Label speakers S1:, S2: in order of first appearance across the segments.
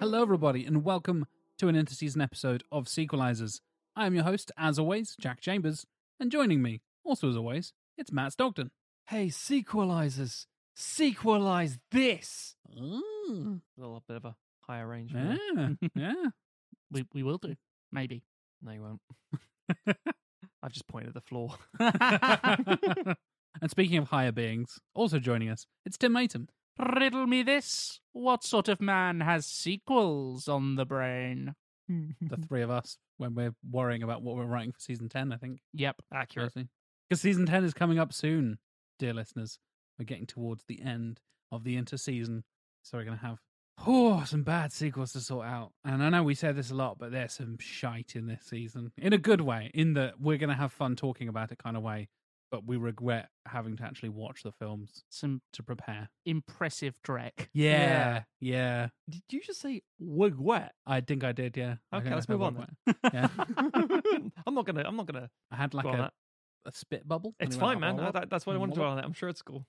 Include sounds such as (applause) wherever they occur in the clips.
S1: Hello, everybody, and welcome to an interseason episode of Sequelizers. I am your host, as always, Jack Chambers, and joining me, also as always, it's Matt Stockton.
S2: Hey, sequelizers, sequelize this. A little bit of a higher range.
S1: Yeah,
S2: Yeah.
S1: yeah.
S3: We we will do.
S1: (laughs)
S3: Maybe.
S2: No, you won't. I've just pointed at the floor.
S1: (laughs) and speaking of higher beings, also joining us, it's Tim Matum.
S3: Riddle me this. What sort of man has sequels on the brain?
S1: The
S3: Mm-hmm.
S1: (laughs) three of us, when we're worrying about what we're writing for season 10, I think.
S3: yep.
S2: Accurate.
S1: Because season 10 is coming up soon, dear listeners. We're getting towards the end of the interseason. So we're going to have oh, some bad sequels to sort out. And I know we say this a lot, but there's some shite in this season. In a good way, in that we're going to have fun talking about it kind of way. But we regret having to actually watch the films
S3: Some
S1: to prepare.
S3: impressive dreck.
S1: Yeah.
S2: Yeah.
S1: Yeah.
S2: (laughs) Did you just say wig wet?
S1: I think I did. Yeah. I don't
S2: Okay,
S1: know
S2: let's
S1: if I
S2: move on
S1: worked
S2: then.
S1: that. Yeah.
S2: (laughs) I'm not gonna. I'm not gonna.
S1: I had like
S2: dwell on
S1: a,
S2: that.
S1: a spit bubble. and
S2: It's
S1: it went
S2: fine, man.
S1: blah, blah,
S2: That- that's what I want to
S1: Blah,
S2: dwell on. It. I'm sure it's cool.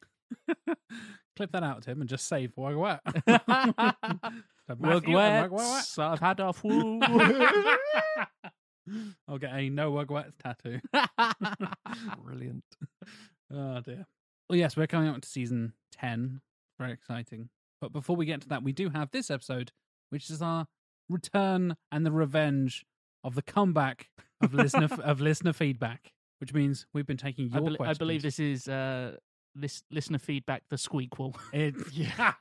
S1: Clip that out, Tim, and just save Wag
S3: (laughs)
S1: Wag.
S3: Wug wets, I've had (laughs) a fool.
S1: (laughs) I'll get a no Wag Wag tattoo. (laughs) Ah,
S2: (laughs) Brilliant.
S1: Oh, dear. Well, yes, we're coming up to season 10. Very exciting. But before we get to that, we do have this episode, which is our return and the revenge of the comeback of
S3: (laughs)
S1: listener of listener feedback, which means we've been taking
S3: I,
S1: your
S3: bel I
S1: questions.
S3: believe this is uh this listener feedback, the squeakquel. (laughs)
S1: It, yeah.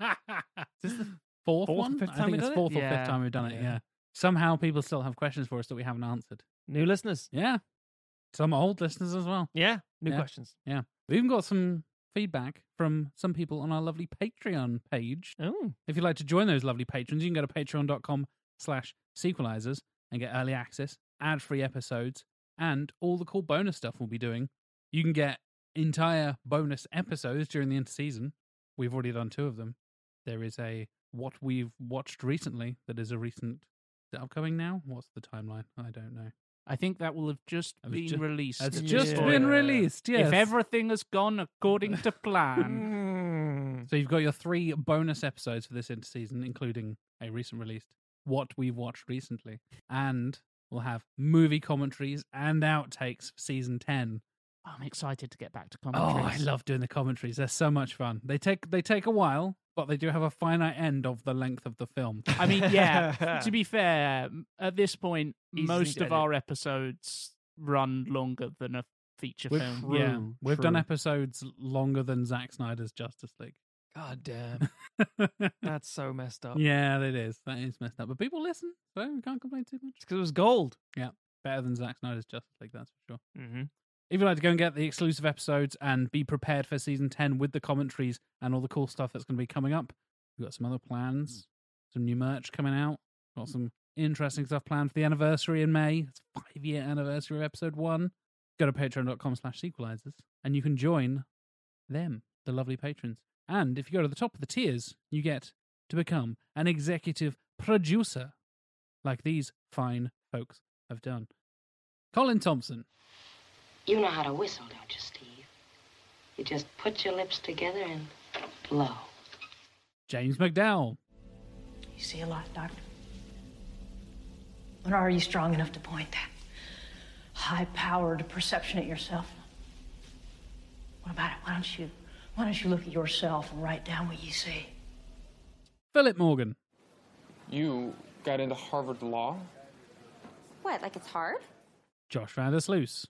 S1: Is (laughs) this the fourth,
S2: fourth or
S1: one?
S2: fifth
S1: I
S2: time
S1: think
S2: we've
S1: it's
S2: done it?
S1: fourth or
S3: Yeah.
S1: fifth time we've done it.
S2: Yeah.
S1: Yeah. Somehow people still have questions for us that we haven't answered.
S2: New listeners.
S1: Yeah. Some old listeners as well.
S2: Yeah. New
S1: Yeah.
S2: questions.
S1: We even got some feedback from some people on our lovely Patreon page.
S2: Oh,
S1: If you'd like to join those lovely patrons, you can go to patreon.com slash sequelizers and get early access, ad-free episodes, and all the cool bonus stuff we'll be doing. You can get entire bonus episodes during the interseason. We've already done two of them. There is a what we've watched recently that is a recent is it upcoming now? What's the timeline? I don't know.
S3: I think that will have just
S1: It was
S3: been
S1: ju-
S3: released.
S1: It's
S3: at
S1: just
S3: this
S2: Yeah.
S1: been
S3: point.
S1: released, yes.
S3: If everything has gone according
S1: (laughs)
S3: to plan.
S2: Mm.
S1: So you've got your three bonus episodes for this interseason, including a recent released what we've watched recently, and we'll have movie commentaries and outtakes for season ten.
S3: I'm excited to get back to
S1: Oh,
S3: commentaries.
S1: I love doing the commentaries; they're so much fun. They take they take a while, but they do have a finite end of the length of the film.
S3: I mean, yeah. to be fair, m- at this point,
S2: Easy
S3: most
S2: to edit.
S3: of our episodes run longer than a feature
S1: We've,
S2: (laughs)
S3: film.
S2: True,
S1: yeah, we've done
S2: true.
S1: episodes longer than Zack Snyder's Justice League. (laughs)
S2: God damn. That's so messed up.
S1: yeah, that is that is messed up, but people listen, so we can't complain too much.
S2: because it was gold.
S1: Better than Zack Snyder's Justice League, that's for sure.
S2: Mm-hmm.
S1: If you'd like to go and get the exclusive episodes and be prepared for season 10 with the commentaries and all the cool stuff that's going to be coming up, we've got some other plans, some new merch coming out, got some interesting stuff planned for the anniversary in May. It's five year anniversary of episode one. Go to patreon.com slash sequelizers and you can join them, the lovely patrons. And if you go to the top of the tiers, you get to become an executive producer like these fine folks have done. Colin Thompson.
S4: You know how to whistle, don't you, Steve? You just put your lips together and blow.
S1: James McDowell,
S5: You see a lot, Doctor. Or are you strong enough to point that high powered perception at yourself? What about it? Why don't you why don't you look at yourself and write down what you see?
S1: Philip Morgan,
S6: You got into Harvard Law?
S7: What, like it's hard?
S1: Josh Vandersloos,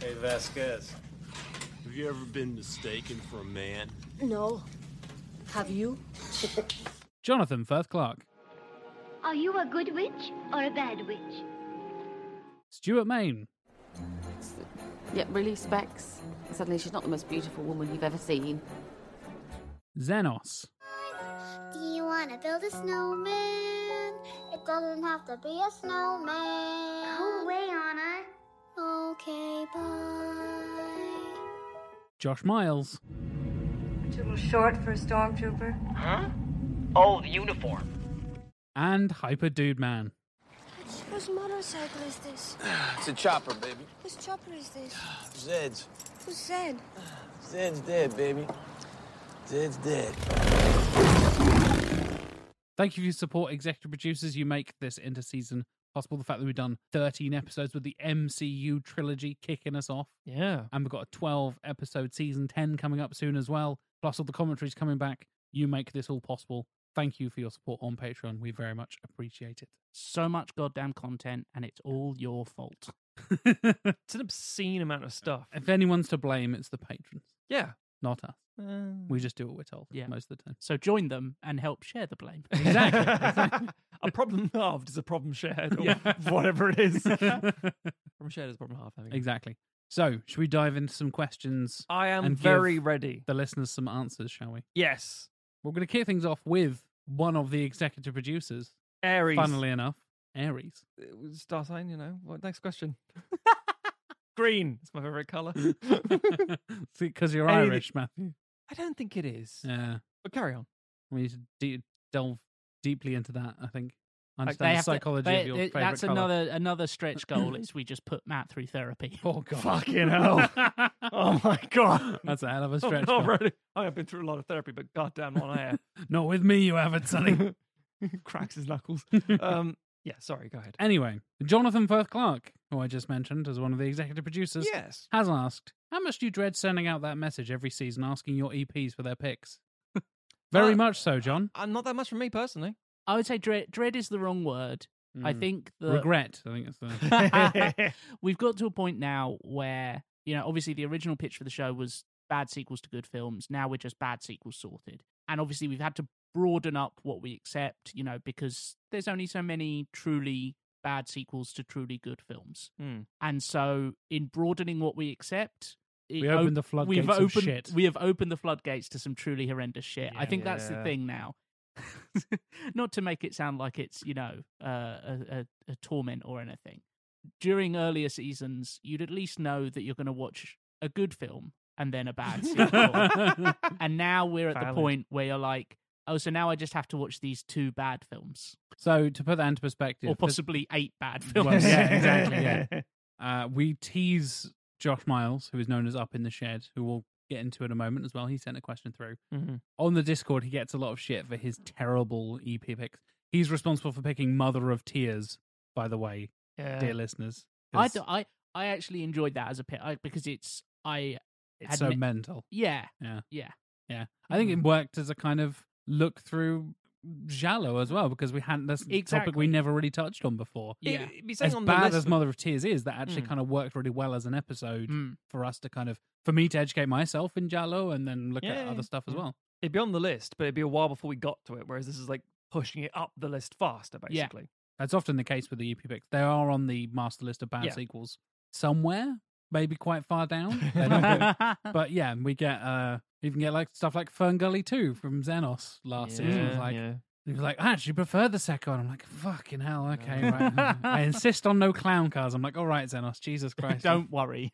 S8: Hey Vasquez, have you ever been mistaken for a man?
S9: No. Have you?
S1: Jonathan Firth Clark,
S9: Are you a good witch or a bad witch?
S1: Stuart Main,
S7: Yeah, really, Specs? Suddenly she's not the most beautiful woman you've ever seen.
S1: Xenos,
S9: Do you want to build a snowman? It doesn't have to be a snowman. Go away, Anna. Okay, bye.
S1: Josh Miles,
S5: Aren't you a little short for a stormtrooper?
S6: Huh?
S10: old uniform.
S1: And Hyper Dude Man.
S11: Whose motorcycle
S9: (sighs)
S11: is this?
S12: It's a chopper, baby.
S11: Whose chopper is this?
S12: Zed's.
S11: Who's Zed?
S12: Zed's dead, baby. Zed's dead.
S1: Thank you for your support, executive producers. You make this interseason possible. The fact that we've done 13 episodes with the MCU trilogy kicking us off.
S2: Yeah.
S1: And we've got a 12 episode season 10 coming up soon as well, plus all the commentaries coming back. You make this all possible. Thank you for your support on Patreon. We very much appreciate it.
S3: (laughs) So much goddamn content, and it's all your fault.
S2: It's an obscene amount of stuff.
S1: If anyone's to blame, it's the patrons.
S2: Yeah.
S1: Not us.
S2: Uh, (laughs)
S1: We just do what we're told
S3: Yeah.
S1: most of the time.
S3: So join them and help share the
S1: (laughs)
S3: blame.
S1: Exactly.
S2: (laughs) a problem halved is a problem shared, or
S1: Yeah.
S2: (laughs) whatever it is. problem shared is a problem halved. I
S1: (laughs)
S2: think.
S1: Exactly. So, should we dive into some questions?
S2: I am
S1: and give
S2: very ready.
S1: The listeners some answers, shall we?
S2: Yes.
S1: We're going to kick things off with one of the executive producers,
S2: Aries.
S1: Funnily enough, Aries. (laughs)
S2: It was star sign, you know. What next question? (laughs) Green. It's my favorite (laughs) color.
S1: Because you're
S2: Anything-
S1: Irish, Matthew.
S2: I don't think it is.
S1: Yeah.
S2: But carry on.
S1: We need to de- delve deeply into that, I think.
S3: Like,
S1: Understand
S3: they
S1: the
S3: have to-
S1: psychology
S3: they-
S1: of your
S3: it-
S1: favorite
S3: That's
S1: colour.
S3: another another stretch goal
S1: (clears throat)
S3: is we just put Matt through therapy.
S1: Oh god.
S2: Fucking (laughs) hell. oh my god.
S1: (laughs) That's a hell
S3: (laughs)
S1: of a
S2: I'm (laughs)
S1: stretch. goal.
S2: not ready. I have been through a lot of therapy, but goddamn one (laughs) I
S1: Not with me, you haven't,
S3: (laughs)
S1: Sonny.
S2: am. Cracks his (laughs) knuckles. Um, yeah, sorry, go ahead.
S1: Anyway, Jonathan Firth Clark, who I just mentioned as one of the executive producers,
S2: Yes.
S1: has asked, How much do you dread sending out that message every season asking your EPs for their
S3: (laughs)
S1: picks? Very
S3: Uh,
S1: much so, John.
S2: Uh, not that much from me personally.
S1: (laughs)
S3: I would say dread, dread is the wrong word. I
S1: Mm.
S3: think that
S1: Regret, I think it's the.
S3: We've got to a point now where, you know, obviously the original pitch for the show was bad sequels to good films. Now we're just bad sequels sorted. And obviously we've had to broaden up what we accept, you know, because there's only so many truly bad sequels to truly good films.
S2: Hmm.
S3: And so in broadening what (laughs) we accept,
S1: (laughs)
S3: it
S1: We opened
S3: op-
S1: the floodgates
S3: we've
S1: of
S3: opened,
S1: shit.
S3: We have opened the floodgates to some truly horrendous shit. I think that's the
S1: Yeah.
S3: thing now. (laughs) Not to make it sound like it's, you know, uh, a, a, a torment or anything. During earlier seasons, you'd at least know that you're going to watch a good film and then a
S1: (laughs)
S3: bad sequel. and now we're at the
S1: Valid.
S3: point where you're like, oh, so now I just have to watch these two bad films
S1: so, to put that into perspective,
S3: or
S1: this-
S3: possibly eight bad
S1: Well,
S3: films.
S1: yeah,
S3: (laughs)
S1: exactly.
S2: (laughs)
S1: Yeah. Uh, we tease Josh Miles, who is known as Up in the Shed, who we'll get into in a moment as well. He sent a question through
S2: Mhm.
S1: on the Discord. He gets a lot of shit for his terrible EP picks. He's responsible for picking Mother of Tears, by the way,
S3: Yeah.
S1: dear listeners.
S3: I,
S1: 'cause
S3: do- I, I actually enjoyed that as a pit I, because it's I.
S1: it's so
S3: admit-
S1: mental.
S3: Yeah.
S1: Yeah.
S3: Yeah.
S1: Yeah. I think it
S2: Mm-hmm.
S1: worked as a kind of look through Shallow as well because we hadn't this topic
S2: Exactly.
S1: we never really touched on before.
S2: It- Yeah. it'd be saying
S1: as
S2: on the
S1: bad
S2: list
S1: as
S2: that-
S1: Mother of Tears is, that actually
S2: Mm.
S1: kind of worked really well as an episode
S2: Mm.
S1: for us to kind of for me to educate myself in Jallo and then look at
S2: Yeah,
S1: other stuff as
S2: yeah.
S1: well.
S2: It'd be on the list, but it'd be a while before we got to it, whereas this is like pushing it up the list faster,
S1: Yeah.
S2: basically.
S1: That's often the case with the EP picks. They are on the master list of bad
S2: Yeah.
S1: sequels somewhere, maybe quite far down. They're
S2: (laughs)
S1: not
S3: mm. (laughs)
S1: good. but yeah, we get uh you can get like stuff like Fern Gully 2 from Xenos last season. It was
S2: Yeah,
S1: like
S2: yeah.
S1: He was like, I actually prefer the second one. I'm like, fucking hell, okay,
S2: (laughs)
S1: right. I insist on no clown cars. I'm like, all right, Xenos, Jesus Christ.
S3: Don't worry.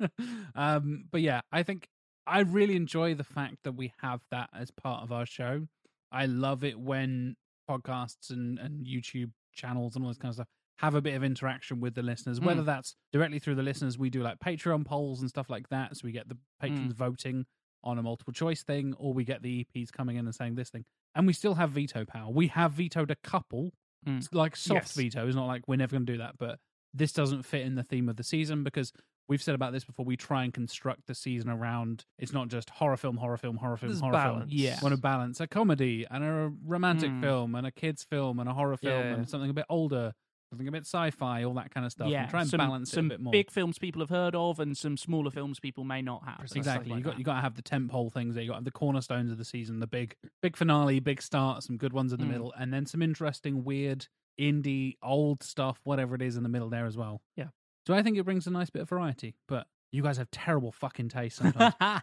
S1: (laughs) um, but yeah, I think I really enjoy the fact that we have that as part of our show. I love it when podcasts and, and YouTube channels and all this kind of stuff have a bit of interaction with the listeners,
S2: Mm.
S1: whether that's directly through the listeners. We do like Patreon polls and stuff like that. So we get the patrons
S2: Mm.
S1: voting on a multiple choice thing, or we get the EPs coming in and saying this thing. And we still have veto power. We have vetoed a couple,
S3: Mm.
S1: It's like soft
S3: Yes.
S1: veto. It's not like we're never going to do that, but this doesn't fit in the theme of the season because we've said about this before. We try and construct the season around it's not just horror film, horror film, horror film,
S2: There's
S1: horror film.
S2: balance. Yeah.
S1: We want to balance a comedy and a romantic
S3: Hmm.
S2: Mm.
S1: film and a kids film and a horror film
S2: Yeah.
S1: and something a bit older, something a bit sci-fi, all that kind of stuff.
S3: yeah,
S1: and try and
S3: some,
S1: balance
S3: some
S1: it a bit more.
S3: big films people have heard of, and some smaller films people may not have. and stuff
S1: Exactly.
S3: like
S1: you got
S3: that.
S1: you got to have the tentpole things there. You got to have the cornerstones of the season, the big big finale, big start, some good ones in the
S3: Mm.
S1: middle, and then some interesting, weird indie, old stuff, whatever it is in the middle there as well.
S2: Yeah.
S1: So I think it brings a nice bit of variety. But you guys have terrible fucking taste
S3: (laughs)
S1: sometimes.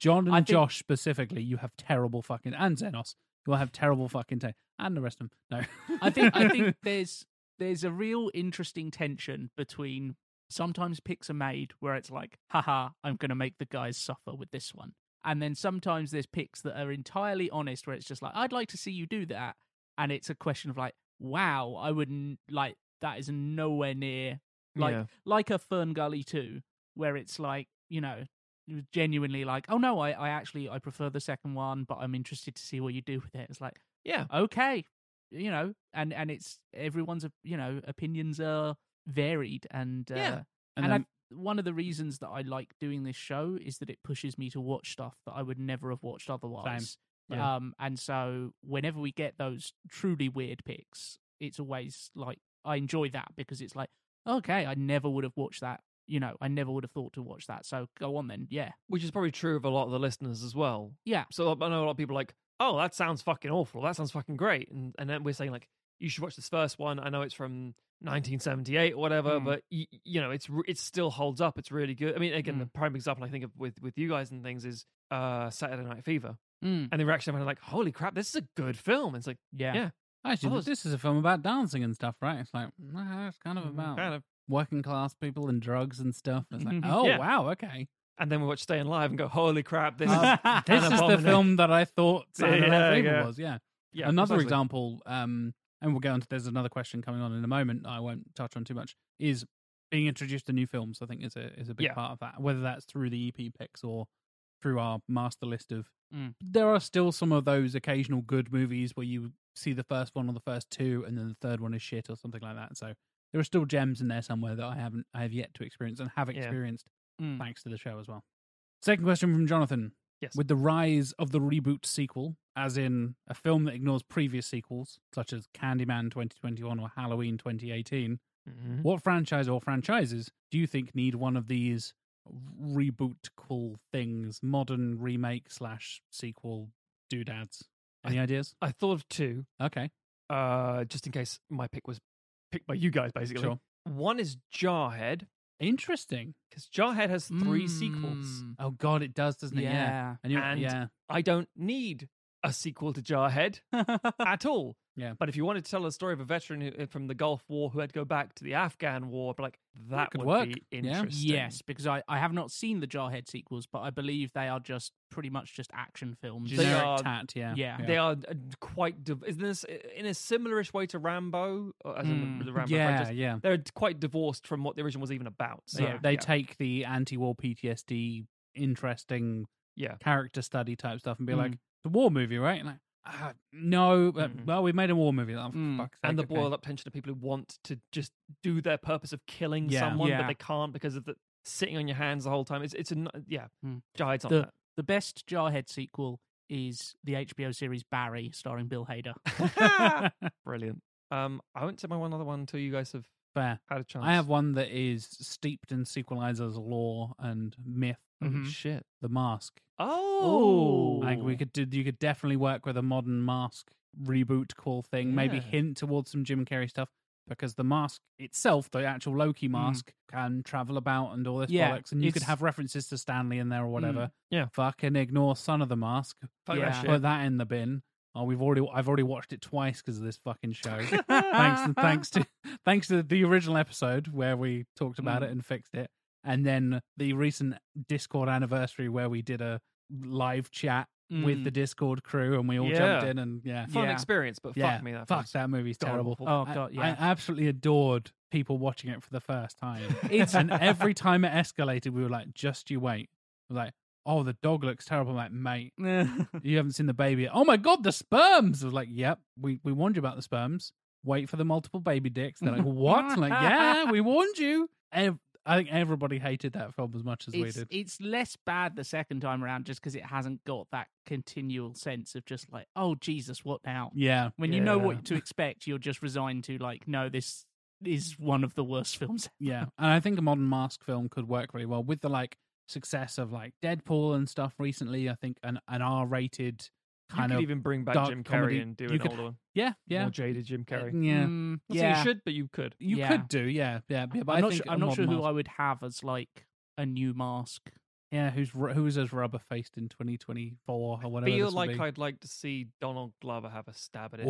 S1: John and
S2: I think-
S1: Josh specifically, you have terrible fucking and Xenos, you all have terrible fucking taste, and the rest of them. No,
S3: I think
S1: (laughs)
S3: I think there's there's a real interesting tension between sometimes picks are made where it's like, haha, I'm gonna make the guys suffer with this one. And then sometimes there's pics that are entirely honest, where it's just like, I'd like to see you do that. And it's a question of like, wow, I wouldn't like that is nowhere near like
S2: Yeah.
S3: like a Fern Gully too, where it's like, you know, it was genuinely like, oh no, I, I actually I prefer the second one, but I'm interested to see what you do with it. It's like,
S2: Yeah.
S3: okay, you know, and and it's everyone's uh, you know opinions are varied and uh,
S2: Yeah. And
S3: and, I
S2: then-
S3: one of the reasons that I like doing this show is that it pushes me to watch stuff that I would never have watched otherwise.
S1: Yeah.
S3: Um, and so whenever we get those truly weird picks, it's always like I enjoy that because it's like, okay, I never would have watched that. You know, I never would have thought to watch that. So go on then, yeah.
S2: Which is probably true of a lot of the listeners as well.
S3: Yeah.
S2: So I know a lot of people are like, oh, that sounds fucking awful. That sounds fucking great. And, and then we're saying, like, you should watch this first one. I know it's from 1978 or whatever,
S3: Mm.
S2: but, y- you know, it's re- it still holds up. It's really good. I mean, again, the
S3: Mm.
S2: prime example I think of with, with you guys and things is uh, Saturday Night Fever.
S3: Mm.
S2: And the reaction of like, holy crap, this is a good film. It's like,
S3: Yeah.
S2: Hmm.
S3: (laughs)
S2: yeah.
S1: Actually,
S2: Oh,
S1: but this is a film about dancing and stuff, right? It's like, nah, it's kind of
S3: Mm-hmm.
S2: Mm,
S1: about
S2: kind of.
S1: working class people and drugs and stuff. It's
S2: (laughs)
S1: like,
S2: Mhm.
S1: oh,
S2: Yeah.
S1: wow,
S2: (laughs)
S1: okay.
S2: And then we watch Staying Live and go, holy crap, this
S1: Um,
S2: is
S1: this is the film that I thought Saturday Night
S2: (laughs) Yeah,
S1: Fever
S2: yeah.
S1: was. Yeah.
S2: Yeah,
S1: another
S2: precisely.
S1: example, um, and we'll get on to there's another question coming on in a moment. I won't touch on too much. Is being introduced to new films. I think is a is a big
S2: Yeah.
S1: part of that. Whether that's through the EP picks or through our master list of.
S3: Mm.
S1: There are still some of those occasional good movies where you see the first one or the first two, and then the third one is shit or something like that. So there are still gems in there somewhere that I haven't I have yet to experience and have
S2: Yeah.
S1: experienced
S3: Mm.
S1: thanks to the show as well. Second question from Jonathan.
S2: Yes.
S1: With the rise of the reboot sequel, as in a film that ignores previous sequels, such as Candyman 2021 or Halloween 2018,
S2: Mhm.
S1: what franchise or franchises do you think need one of these reboot cool things? Modern remake slash sequel doodads. Any ideas?
S2: I thought of two.
S1: Okay.
S2: uh, just in case my pick was picked by you guys, basically.
S1: Sure.
S2: One is Jarhead,
S1: Interesting.
S2: because Jarhead has three sequels.
S3: Mm.
S1: Oh god, it does, doesn't it? Yeah.
S3: Yeah.
S1: And, you-
S2: Hmm. And
S1: yeah.
S2: I don't need a sequel
S1: (laughs)
S2: to Jarhead at all.
S1: Yeah.
S2: But if you wanted to tell the story of a veteran who, uh, from the Gulf War who had to go back to the Afghan War, but like that
S1: could
S2: would
S1: work.
S2: be
S1: Yeah.
S2: interesting.
S3: Yes, because I, I have not seen the Jarhead sequels, but I believe they are just pretty much just action films.
S2: They
S1: Generic
S2: are-
S1: tat, yeah.
S3: Yeah.
S2: They are uh, quite div- is this uh, in a similarish way to Rambo, uh, as in the,
S3: Mm.
S2: the Rambo
S1: Yeah,
S2: franchise,
S1: yeah.
S2: They're quite divorced from what the original was even about. So
S1: They, they
S2: yeah.
S1: take the anti-war PTSD interesting
S2: yeah. Hmm.
S1: character study type stuff and be like,
S3: Mm.
S1: "It's a war movie, right?" And like, ah, no, but
S2: Mm.
S1: well, we made a war movie. Like,
S3: Mm.
S1: fuck's
S2: Hmm. and the
S1: sake, okay.
S2: boiled up tension of people who want to just do their purpose of killing
S1: Yeah.
S2: someone,
S3: Yeah.
S2: but they can't because of the sitting on your hands the whole time. It's it's a n- yeah,
S1: Hmm.
S3: Mm.
S2: Jared's on
S3: The
S2: that.
S3: the best Jarhead sequel is the HBO series Barry, starring
S1: (laughs)
S3: Bill Hader.
S2: (laughs) Brilliant. Um, I won't say my one other one until you guys have
S1: Fair.
S2: had a chance.
S1: I have one that is steeped in sequelizers lore and myth.
S3: Mhm.
S2: shit.
S1: The Mask.
S2: Oh,
S1: Like
S3: (laughs)
S1: we could do, you could definitely work with a modern Mask reboot cool thing. Maybe
S2: Yeah.
S1: hint towards some Jim Carrey stuff because the mask itself, the actual Loki
S2: Mm.
S1: mask, can travel about and all this
S3: Yeah,
S1: bollocks, and you could
S3: it's-
S1: have references to Stanley in there or whatever.
S2: Mm. Yeah.
S1: fucking ignore Son of the Mask.
S2: Fuck
S3: Yeah.
S2: that shit.
S1: Put that in the bin. Oh, we've already I've already watched it twice because of this fucking show. thanks
S2: Ah.
S1: to, thanks
S3: (laughs)
S1: to (laughs) thanks to the original episode where we talked about
S3: Mm.
S1: it and fixed it, and then the recent Discord anniversary where we did a live chat with the Discord crew and we all
S2: Yeah.
S1: jumped in and yeah.
S2: Mm, fun
S3: Yeah.
S2: experience, but fuck
S1: yeah,
S2: me, that
S1: fuck
S2: feels-
S1: that movie's
S2: god
S1: terrible.
S2: awful.
S3: Oh
S1: I-
S3: god,
S1: I,
S3: yeah.
S1: absolutely adored people watching it for the first
S2: (laughs)
S1: time. It's and every time it escalated, we were like, "Just you wait." We're like, "Oh, the dog looks terrible." I'm like, mate, you haven't seen the baby. yet." Oh my god, the sperms! I was like, "Yep, we we warned you about the sperms. Wait for the multiple baby dicks." They're like, "What?" I'm
S3: (laughs)
S1: like, "Yeah, we warned you." Ev- I think everybody hated that film as much as we
S3: it's, e
S1: did.
S3: it's less bad the second time around just because it hasn't got that continual sense of just like, oh Jesus, what now?
S1: Yeah,
S3: When you know
S2: Yeah.
S3: what to expect, you're just resigned to like, no, this is one of the worst films.
S1: Yeah, and I think a modern mask film could work really well with the like success of like Deadpool and stuff recently. I think an an R rated
S2: You
S1: kind
S2: could
S1: of
S2: even bring back
S1: dark
S2: Jim Carrey
S1: comedy.
S2: and do
S1: You
S2: an
S1: could-
S2: older one.
S1: yeah yeah
S2: More jaded Jim Carrey. Not
S1: yeah.
S3: Mm,
S2: saying
S3: yeah.
S2: you should, but you could.
S1: You
S3: Yeah.
S1: could do yeah yeah yeah. But
S3: I'm
S1: I
S3: not
S1: think
S3: sure, I'm not sure who I
S1: I
S3: would have as like a new mask.
S1: yeah who's ru- who's as rubber faced in 2024 or whatever.
S2: Feel
S1: this will
S2: like
S1: be.
S2: I'd like to see Donald Glover have a stab at it.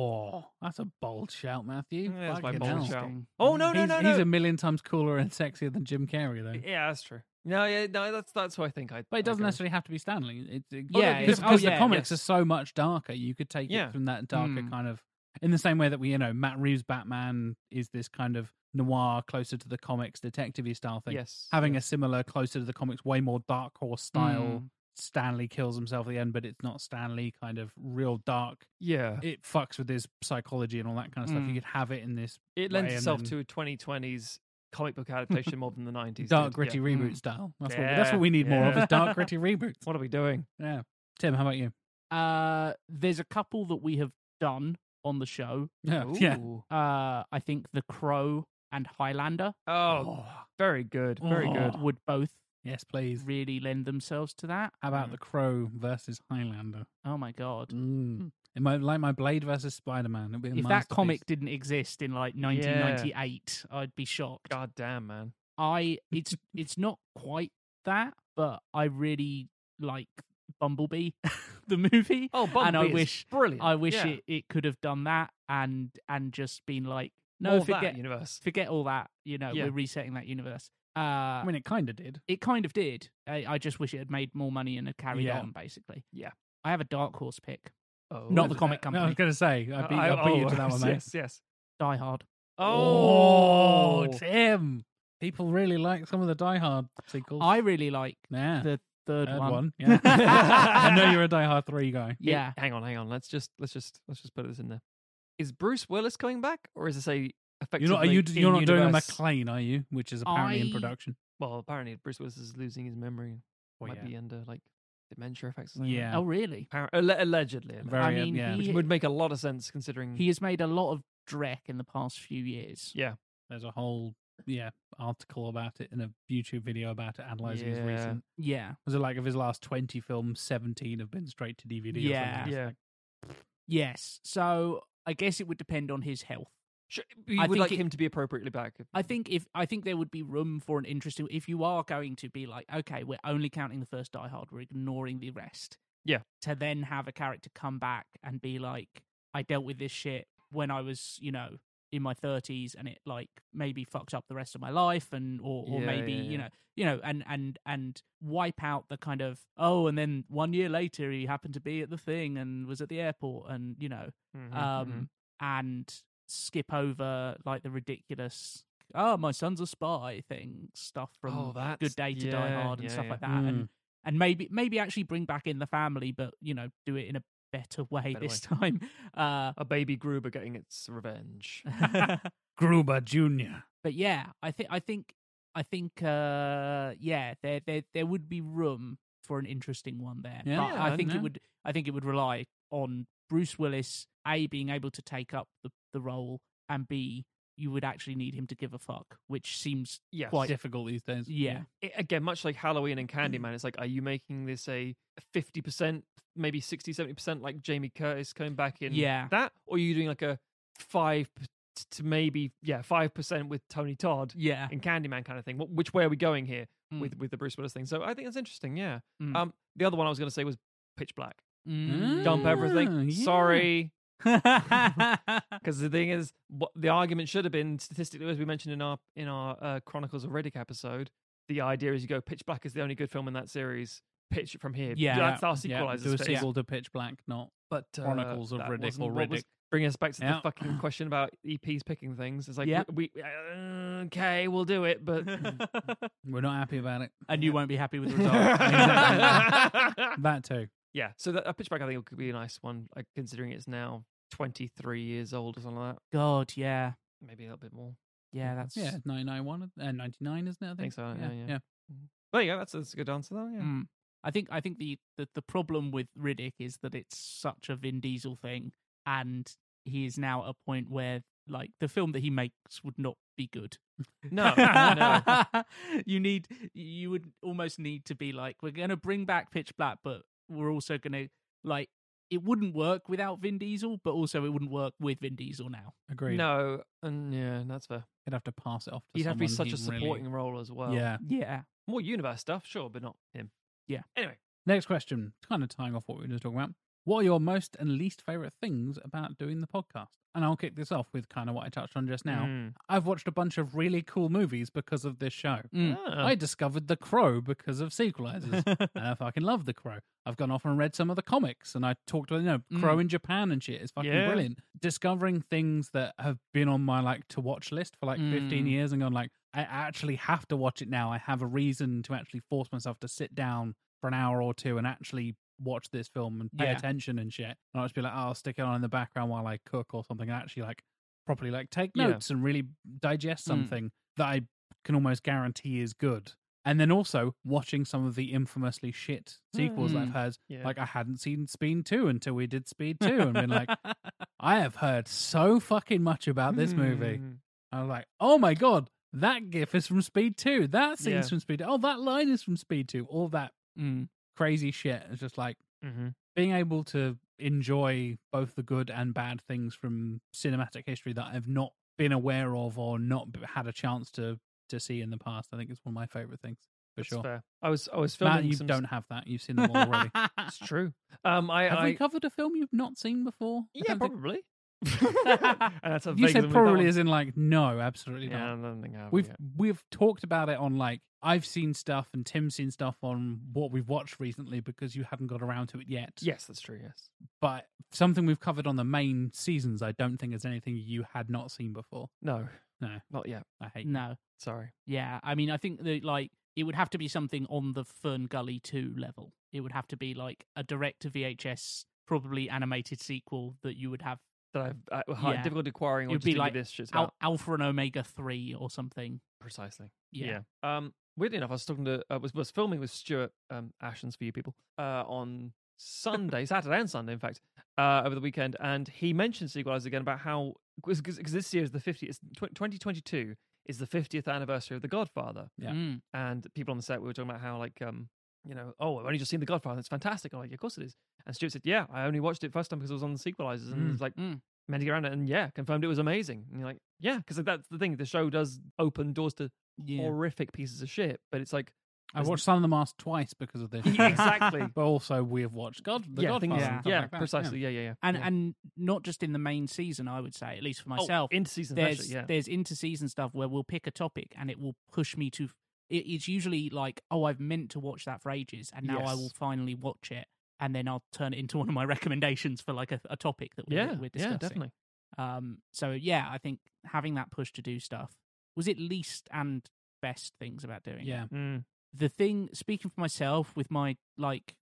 S1: Oh, that's a bold shout, Matthew.
S2: Yeah, that's my
S1: Fucking
S2: bold
S1: hell.
S2: shout.
S3: Interesting.
S2: Oh no no
S1: he's,
S2: no no!
S1: he's a million times cooler and sexier than Jim Carrey, though.
S2: Yeah, that's true. No, yeah, no, that's that's what I think. I
S1: But it doesn't
S2: I go.
S1: necessarily have to be Stanley. It, it,
S3: Oh, no,
S1: because
S3: Yeah, yeah.
S1: because
S3: oh,
S1: the
S3: yeah,
S1: comics
S2: yes.
S1: are so much darker. You could take
S2: Yeah.
S1: it from that darker
S3: Hmm.
S1: kind of, in the same way that we, you know, Matt Reeves' Batman is this kind of noir, closer to the comics, detective-y style thing.
S2: Yes, Hmm.
S1: having a similar, closer to the comics, way more dark horse style. Stanley kills himself at the end, but it's not Stanley kind of real dark.
S2: Yeah, it,
S1: It fucks with his psychology and all that kind of stuff. You
S3: Hmm.
S1: could have it in this.
S2: lends
S1: way and
S2: itself
S1: then
S2: to a 2020s comic book adaptation more than the 90s.
S1: dark,
S2: did.
S1: gritty
S2: Yeah.
S1: reboot
S3: Hmm.
S1: style. That's, what, that's what we need more of:
S2: Yeah.
S1: is dark,
S3: (laughs)
S1: gritty reboots.
S2: What are we doing?
S1: Yeah, Tim, how about you? (laughs)
S3: Uh, there's a couple that we have done on the show.
S1: Yeah, (laughs) yeah.
S2: Ooh.
S3: Uh, I think The Crow and Highlander.
S2: Oh, very good, very
S1: Oh.
S2: good.
S3: Would both
S1: Yes, please.
S3: really lend themselves to that.
S1: How about The Crow versus Highlander?
S3: Oh my god.
S1: Mm. It might like my Blade versus Spider Man. It'd be a
S3: Hmm. If that comic
S1: masterpiece.
S3: didn't exist in like 1998, I'd be shocked.
S2: God damn, man.
S3: I it's it's not quite that, but I really like Bumblebee, (laughs) the
S2: (laughs)
S3: movie.
S2: Oh,
S3: and I
S2: Bumblebee is
S3: wish
S2: brilliant.
S3: I wish
S2: Yeah.
S3: it, it could have done that and and just been like, no,
S2: More of
S3: forget
S2: that universe.
S3: forget all that. You know,
S2: Yeah.
S3: we're resetting that universe. Uh,
S1: I mean, it kind of did.
S3: it kind of did. I, I just wish it had made more money and had carried
S1: Yeah.
S3: on, basically.
S2: Yeah.
S3: I have a dark horse pick.
S2: Oh,
S3: Not the comic
S1: No, (laughs) I was
S3: company.
S1: going to say, I beat, I,
S2: I-
S1: beat you
S2: oh, (laughs)
S1: to
S3: (laughs)
S1: that one, mate.
S2: Yes, yes.
S3: Die Hard.
S1: Oh,
S2: Oh,
S1: Tim. People really like some of the Die Hard sequels.
S3: I really like
S1: yeah,
S3: the third,
S1: third
S3: one.
S1: one.
S3: (laughs)
S1: Yeah. (laughs) I know you're a Die Hard 3 guy.
S2: It-
S3: Yeah.
S2: hang on, hang on. Let's just let's just let's just put this in there. Is Bruce Willis coming back, or is this a effectively
S1: You're not, are you,
S2: in
S1: you're not doing a
S2: universe-
S1: McLean, are you? Which is apparently in
S3: I-
S1: production.
S2: Well, apparently Bruce Willis is losing his memory. and
S1: Well,
S2: might
S1: yeah.
S2: be under like dementia effects. Or something
S1: Yeah.
S3: Oh, really?
S2: Like that. Appar- alle- allegedly, allegedly.
S1: Very,
S3: I mean,
S1: yeah.
S2: which
S3: he-
S2: would make a lot of sense considering.
S3: He has made a lot of dreck in the past few years.
S2: yeah,
S1: There's a whole yeah article about it and a YouTube video about it analyzing his
S2: Yeah.
S1: recent.
S3: Yeah.
S1: Was it like of his last 20 films, 17 have been straight to DVD? or
S3: Yeah.
S1: something? It's
S2: yeah.
S1: like,
S3: Yes. So I guess it would depend on his health.
S2: Sure, we
S3: I
S2: would
S3: think
S2: like
S3: it-
S2: him to be appropriately back.
S3: I think if I think there would be room for an interesting if you are going to be like, okay, we're only counting the first Die Hard, we're ignoring the rest.
S2: Yeah.
S3: To then have a character come back and be like, I dealt with this shit when I was, you know, in my thirties and it like maybe fucked up the rest of my life and or, or
S2: Yeah,
S3: maybe,
S2: yeah, yeah.
S3: you know, you know, and and and wipe out the kind of oh, and then one year later he happened to be at the thing and was at the airport and, you know,
S2: Mhm, mhm.
S3: um, and skip over like the ridiculous oh my son's a spy thing stuff from
S2: Oh, that's-
S3: Good Day to Die
S2: yeah,
S3: Hard and
S2: yeah,
S3: stuff
S2: yeah. Mm.
S3: like that, and and maybe maybe actually bring back in the family, but you know do it in a better (laughs) way
S2: Better
S3: this time. Uh,
S2: a baby Gruber getting its
S3: (laughs)
S2: revenge. (laughs)
S1: Gruber Jr.
S3: but yeah, I think I think I think uh, yeah, there there there would be room for an interesting one there.
S1: Yeah,
S3: but I
S1: I
S3: think
S1: dunno.
S3: it would I think it would rely on Bruce Willis a being able to take up the the role and b you would actually need him to give a fuck, which seems
S2: yes.
S3: Quite.
S1: Difficult these days.
S3: yeah
S2: it- again, much like Halloween and Candyman, it's like, are you making this a 50%, maybe 60, 70%, like Jamie Curtis coming back in (laughs)
S3: Yeah.
S2: that? Or are you doing like a 5 p- to maybe, yeah, 5% with Tony Todd
S3: yeah
S2: and Candyman kind of thing? Wh- Which way are we going here
S1: Hmm.
S3: Mm.
S2: with, with the Bruce Willis thing? So I think that's interesting, yeah.
S3: Mm.
S2: Um, The other one I was going to say was Pitch Black.
S1: Mm.
S2: Dump
S1: Ah,
S2: everything.
S1: yeah.
S2: Sorry. Because the thing is, what the argument should have been statistically, as we mentioned in our in our uh, Chronicles of Riddick episode, the idea is you go Pitch Black is the only good film in that series. Pitch it from here.
S3: Yeah.
S2: that's our
S1: Yeah,
S2: sequelizer
S1: do a
S2: space.
S1: sequel to Pitch Black, not
S2: But uh,
S1: Chronicles of
S2: that
S1: Riddick
S2: wasn't
S1: or
S2: what was
S1: Riddick.
S2: Bringing us back to
S1: Yeah.
S2: the (sighs) fucking question about EPs picking things. It's like
S3: Yeah.
S2: we, we uh, okay, we'll do it, (laughs) but
S1: We're not happy about
S2: (laughs)
S1: it.
S3: (laughs) and you won't be happy with the
S2: (laughs)
S3: result. (laughs)
S2: yeah.
S1: That too.
S2: So that, a Pitch Black, I think, could be a nice one, like, considering it's now twenty three years old or something like that.
S3: God, yeah,
S2: Maybe a little bit more.
S3: yeah, that's
S1: Yeah, 991, uh, 99, isn't it? I think,
S2: Think so, yeah, yeah.
S1: yeah.
S2: There you go. That's, that's a good answer, though. Yeah.
S3: Mm. I think I think the, the the problem with Riddick is that it's such a Vin Diesel thing, and he is now at a point where like the film that he makes would not be good. (laughs)
S2: (laughs) No, no.
S3: you need you would almost need to be like we're going to bring back Pitch Black, but we're also going to like it wouldn't work without Vin Diesel, but also it wouldn't work with Vin Diesel now.
S1: Agreed.
S2: No, and yeah, that's fair.
S1: He'd have to pass it off to
S2: He'd have to be
S1: someone
S2: such a
S1: he really-
S2: supporting role as well.
S1: Yeah.
S3: Yeah,
S2: More universe stuff, sure, but not him.
S3: Yeah.
S2: Anyway,
S1: Next question, kind of tying off what we were just talking about. What are your most and least favorite things about doing the podcast? And I'll kick this off with kind of what I touched on just now.
S2: Mm.
S1: I've watched a bunch of really cool movies because of this show.
S3: Mm.
S2: Ah.
S1: I discovered The Crow because of sequelizers, and I fucking love The Crow. I've gone off and read some of the comics, and I talked about you know
S3: Mm.
S1: Crow in Japan and shit. It's fucking
S2: Yeah.
S1: brilliant. Discovering things that have been on my like to watch list for like 15
S3: Mm.
S1: years and gone like I actually have to watch it now. I have a reason to actually force myself to sit down for an hour or two and actually watch this film and pay
S3: Yeah.
S1: attention and shit. And I'll just be like, oh, I'll stick it on in the background while I cook or something, and actually like properly like take
S2: Yeah.
S1: notes and really digest
S3: Mm.
S1: something that I can almost guarantee is good. And then also watching some of the infamously shit sequels that I've
S3: Mm.
S1: heard.
S2: (laughs) Hmm. Yeah.
S1: Like I hadn't seen Speed 2 until we did Speed 2 and been like,
S2: (laughs)
S1: I have heard so fucking much about this movie.
S2: Mm.
S1: I was like, oh my god, that gif is from Speed 2. That scene's
S2: Yeah.
S1: from Speed 2. Oh, that line is from Speed 2. All that
S3: Mm.
S1: crazy shit. It's just like
S2: Mhm.
S1: being able to enjoy both the good and bad things from cinematic history that I've not been aware of or not b- had a chance to to see in the past. I think it's one of my favorite things for
S2: That's
S1: sure.
S2: fair. I was I was filming
S1: Matt, you
S2: some
S1: don't have that. You've seen them all
S2: (laughs)
S1: already.
S2: It's true. Um, I,
S1: have
S2: I
S1: we covered a film you've not seen before? I
S2: yeah,
S1: don't think- (laughs)
S2: probably. (laughs) and that's how
S1: You
S2: vague
S1: said
S2: of a move that
S1: probably
S2: was.
S1: as in like no, absolutely not.
S2: Yeah, I don't think I have.
S1: We've (laughs)
S2: yeah.
S1: we've talked about it on like I've seen stuff and Tim's seen stuff on what we've watched recently because you haven't got around to it yet.
S2: yes, that's true. Yes.
S1: But something we've covered on the main seasons, I don't think is anything you had not seen before.
S2: No.
S1: No.
S2: Not yet.
S1: I hate.
S3: No.
S2: Sorry.
S3: Yeah. I mean, I think that, like, it would have to be something on the Fern Gully 2 level. It would have to be, like, a direct to VHS, probably animated sequel that you would have
S2: That I've I, I had
S3: Yeah.
S2: difficulty acquiring. or
S3: It'd
S2: just
S3: be
S2: thinking
S3: like
S2: this shit's
S3: Al-
S2: out.
S3: Alpha and Omega 3 or something.
S2: Precisely.
S3: Yeah.
S2: Um. Weirdly enough, I was talking to I was was filming with Stuart um Ashens for you people uh on Sunday, Saturday and Sunday, in fact, uh over the weekend, and he mentioned Sequelize again about how because this year is the 50th, it's tw- 2022 is the 50th anniversary of The Godfather.
S1: Yeah.
S3: Mm.
S2: and people on the set we were talking about how like um you know oh I've only just seen The Godfather it's fantastic I'm like of course it is and Stuart said yeah I only watched it first time because it was on the sequelizers and
S1: Mm.
S2: it was like
S3: Mm.
S2: meant to get around it and yeah confirmed it was amazing and you're like yeah because that's the thing the show does open doors to
S3: Yeah.
S2: horrific pieces of shit but it's like
S1: I
S2: there's n-
S1: watched Son of the Mask twice because of this.
S2: (laughs) (laughs) Yeah, exactly
S1: But also, we have watched God, The
S2: yeah
S1: Godfather.
S2: things,
S1: and
S2: yeah,
S1: stuff like that,
S2: precisely yeah yeah yeah
S3: (laughs) And
S2: yeah.
S3: and not just in the main season, I would say, at least for
S2: Oh,
S3: myself.
S2: interseason
S3: there's
S2: actually, yeah
S3: there's interseason stuff where we'll pick a topic and it will push me to. It, it's usually like, oh, I've meant to watch that for ages, and now I will
S2: Yes.
S3: finally watch it, and then I'll turn it into (laughs) one of my recommendations for like a, a topic that we're,
S2: yeah
S3: we're discussing.
S2: yeah definitely
S3: Um, so yeah, I think having that push to do stuff was it least and best things about doing. it.
S1: Yeah.
S2: Mm.
S3: The thing, speaking for myself, with my like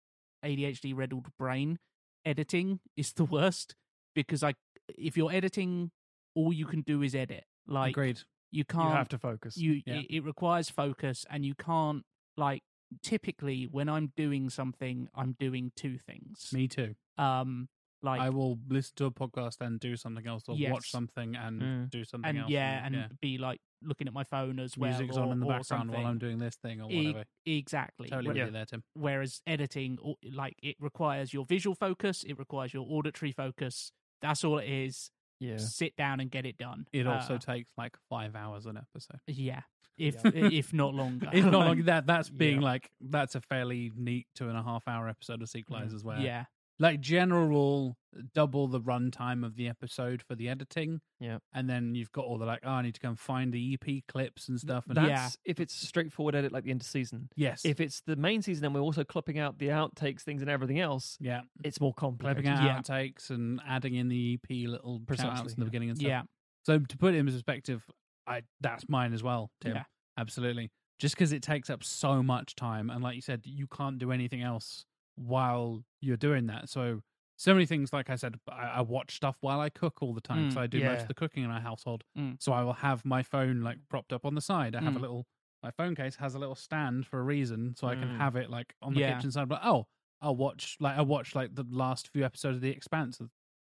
S3: ADHD riddled brain, editing is the (laughs) worst because I, if you're editing, all you can do is edit. Like
S1: Agreed.
S3: you
S2: you
S3: can't
S2: have to focus
S3: you
S1: Yeah.
S3: it, it requires focus and you can't like typically when i'm doing something i'm doing two things
S1: Me too.
S3: um like
S1: I will listen to a podcast and do something else, or
S3: Yes.
S1: watch something and
S2: Mm.
S1: do something
S3: and
S1: else.
S3: yeah and be like looking at my phone as well
S1: music's
S3: or,
S1: on in the
S3: or
S1: background while I'm
S3: something.
S1: doing this thing or
S3: E-
S1: whatever.
S3: exactly
S1: Totally with
S2: Yeah.
S1: you there, Tim.
S3: whereas editing or- like it requires your visual focus it requires your auditory focus that's all it is
S2: yeah
S3: sit down and get it done
S1: It also
S3: Uh,
S1: takes like five hours an episode.
S3: yeah if (laughs)
S2: Yeah.
S3: if not longer
S1: It's not
S2: (laughs)
S3: (laughs) Like,
S1: like that. That's being
S2: Yeah.
S1: like that's a fairly neat two and a half hour episode of
S2: Mm,
S1: Sequelizers where,
S3: yeah
S1: like general rule, double the runtime of the episode for the editing.
S2: Yeah.
S1: and then you've got all the like, oh, I need to go and find the EP clips and stuff. And
S2: that's
S3: Yeah.
S2: if it's straightforward edit like the interseason
S1: yes,
S2: If it's the main season and we're also clipping out the outtakes, things, and everything else,
S1: yeah,
S2: it's more
S1: clipping
S2: complicated.
S1: out
S3: Yeah.
S1: outtakes and adding in the EP little shout outs
S2: Precisely,
S1: in the
S2: yeah.
S1: beginning and stuff.
S3: yeah
S1: So to put it in perspective, I that's mine as well, Tim.
S3: Yeah.
S1: Absolutely. Just because it takes up so much time, and like you said, you can't do anything else while you're doing that. So so many things, like I said, I, I watch stuff while I cook all the time because
S3: Mm,
S1: I do most
S2: yeah.
S1: of the cooking in our household.
S3: Mm.
S1: So I will have my phone like propped up on the side. I have a
S3: Mm.
S1: little my phone case has a little stand for a reason, so I can
S2: Mm.
S1: have it like on the
S3: Yeah.
S1: kitchen side. But oh, I'll watch like I watched like the last few episodes of The Expanse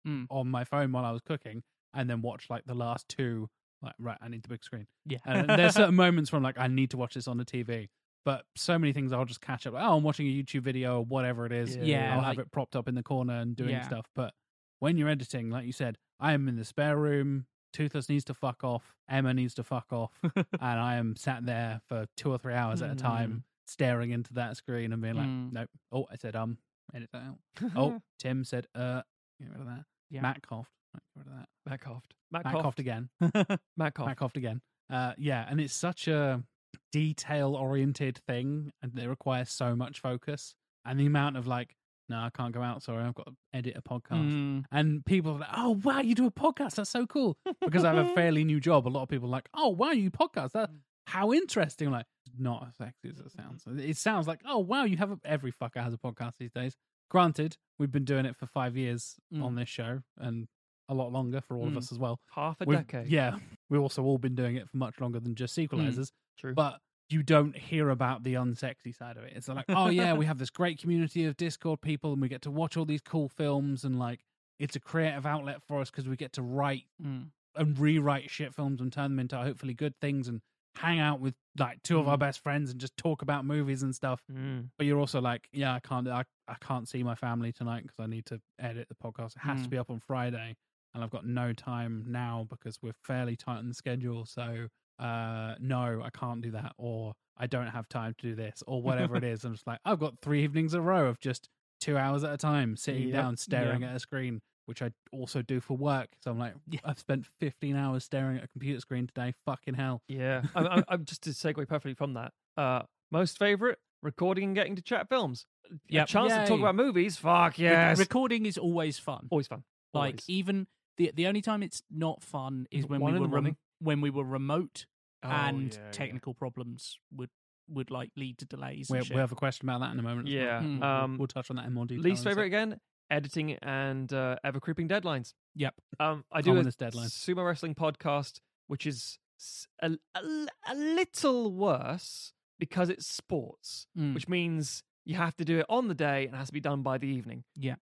S3: Mm.
S1: on my phone while I was cooking, and then watch like the last two. Like right, I need the big screen.
S3: yeah
S1: And there's
S3: (laughs)
S1: certain moments where I'm like, I need to watch this on the TV. But so many things I'll just catch up. Oh, I'm watching a YouTube video or whatever it is.
S2: Yeah,
S3: Yeah,
S1: I'll
S3: like-
S1: have it propped up in the corner and doing
S3: Yeah.
S1: stuff. But when you're editing, like you said, I am in the spare room. Toothless needs to fuck off. Emma needs to fuck
S3: (laughs)
S1: off. and I am sat there for two or three hours at a time, staring into that screen and being like,
S3: Mm.
S1: nope. Oh, I said um. Edit that out.
S3: (laughs)
S2: (laughs)
S1: Oh, Tim said, uh, get rid of that.
S2: Yeah.
S1: Matt coughed. Get rid of that.
S2: Matt coughed.
S1: Matt,
S2: Matt
S1: coughed.
S2: coughed.
S1: again.
S2: Matt coughed.
S1: Matt coughed again. Uh, yeah, and it's such a detail oriented thing, and it requires so much focus. And the amount of like, no, I can't go out. Sorry, I've got to edit a podcast.
S2: Mm.
S1: And people are like, oh wow, you do a podcast. That's so cool. Because I have
S2: (laughs)
S1: a fairly new job. A lot of people are like, oh wow, you podcast. That
S2: Mm.
S1: how interesting. I'm like, not as sexy as it sounds. It sounds like, oh wow, you have a, every fucker has a podcast these days. Granted, we've been doing it for five years
S2: Mm.
S1: on this show and a lot longer for all of
S2: Mm.
S1: us as well.
S2: Half a
S1: We've-
S2: decade.
S1: Yeah. We've also all been doing it for much longer than just sequelizers.
S2: True.
S1: But you don't hear about the unsexy side of it. It's like, oh yeah, we have this great community of Discord people and we get to watch all these cool films and like it's a creative outlet for us because we get to write
S3: Mm.
S1: and rewrite shit films and turn them into hopefully good things and hang out with like two of our
S2: Mm.
S1: best friends and just talk about movies and stuff.
S2: Mm.
S1: But you're also like, yeah, I can't, I, I can't see my family tonight because I need to edit the podcast. It has to
S3: Mm.
S1: be up on Friday, and I've got no time now because we're fairly tight on the schedule. So, uh, no, I can't do that, or I don't have time to do this, or whatever
S2: (laughs)
S1: it is. I'm just like, I've got three evenings in a row of just two hours at a time sitting
S2: Yep.
S1: down staring
S2: Yeah.
S1: at a screen, which I also do for work. So I'm like, I've spent 15 hours staring at a computer screen today. Fucking hell.
S2: Yeah, I'm, I'm, I'm just to segue perfectly from that. Uh, most favorite recording and getting to chat films. Yeah,
S3: Yep.
S2: chance to talk
S1: Yay.
S2: about movies. Fuck
S3: Re-
S2: yes,
S3: recording is always fun.
S2: always fun.
S3: Like
S2: Always.
S3: even the the only time it's not fun is when
S2: One
S3: we
S2: in
S3: were
S2: the
S3: rem-
S2: morning.
S3: when we were remote
S2: Oh,
S3: and
S2: yeah, yeah.
S3: technical problems would would like lead to delays.
S1: We
S3: and
S1: we
S3: shit.
S1: have a question about that in a moment. as well.
S2: yeah.
S3: Mm.
S2: Um,
S1: we'll touch on that in more detail.
S2: least
S1: in a sec.
S2: favorite again, editing and uh, ever creeping deadlines.
S3: Yep.
S2: Um, I do a
S1: Ominous deadlines.
S2: sumo wrestling podcast, which is s- a, a, a little worse because it's sports,
S3: Mm.
S2: which means you have to do it on the day and it has to be done by the evening.
S3: Yeah.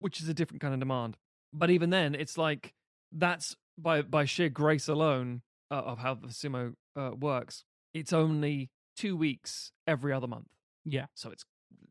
S2: which is a different kind of demand. But even then, it's like that's by by sheer grace alone uh, of how the sumo uh, works. It's only two weeks every other month,
S3: Yeah.
S2: so it's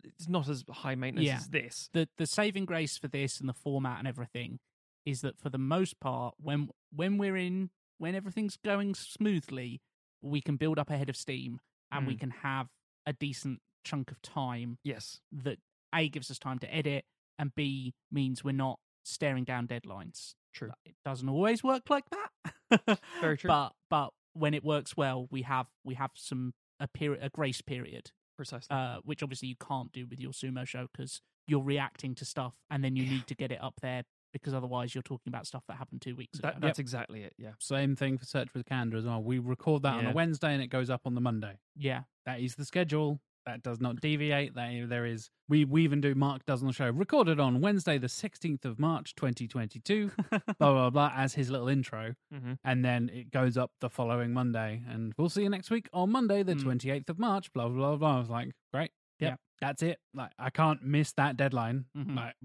S2: it's not as high maintenance
S3: Yeah.
S2: as this.
S3: The the saving grace for this and the format and everything is that for the most part, when when we're in when everything's going smoothly, we can build up ahead of steam and we
S2: Mm.
S3: can have a decent chunk of time
S2: Yes,
S3: that a gives us time to edit and b means we're not staring down deadlines
S2: True.
S3: Like, it doesn't always work like that (laughs)
S2: Very true.
S3: but but when it works well we have we have some a period a grace period
S2: precisely.
S3: uh which obviously you can't do with your sumo show because you're reacting to stuff and then you need to get it up there because otherwise you're talking about stuff that happened two weeks
S2: that,
S3: ago
S2: that's exactly it. Yeah.
S1: Same thing for Search with Candor as well. We record that on a
S2: Yeah.
S1: Wednesday and it goes up on the Monday.
S3: yeah
S1: That is the schedule. That does not deviate. That there is. We we even do Mark does on the show recorded on Wednesday the sixteenth of March twenty twenty two. Blah blah blah as his little intro,
S2: Mhm.
S1: and then it goes up the following Monday, and we'll see you next week on Monday the
S3: Mm.
S1: twenty eighth of March. Blah blah blah. blah. I was like, great, yep,
S3: Yeah.
S1: that's it. Like I can't miss that deadline.
S3: Mhm.
S1: Like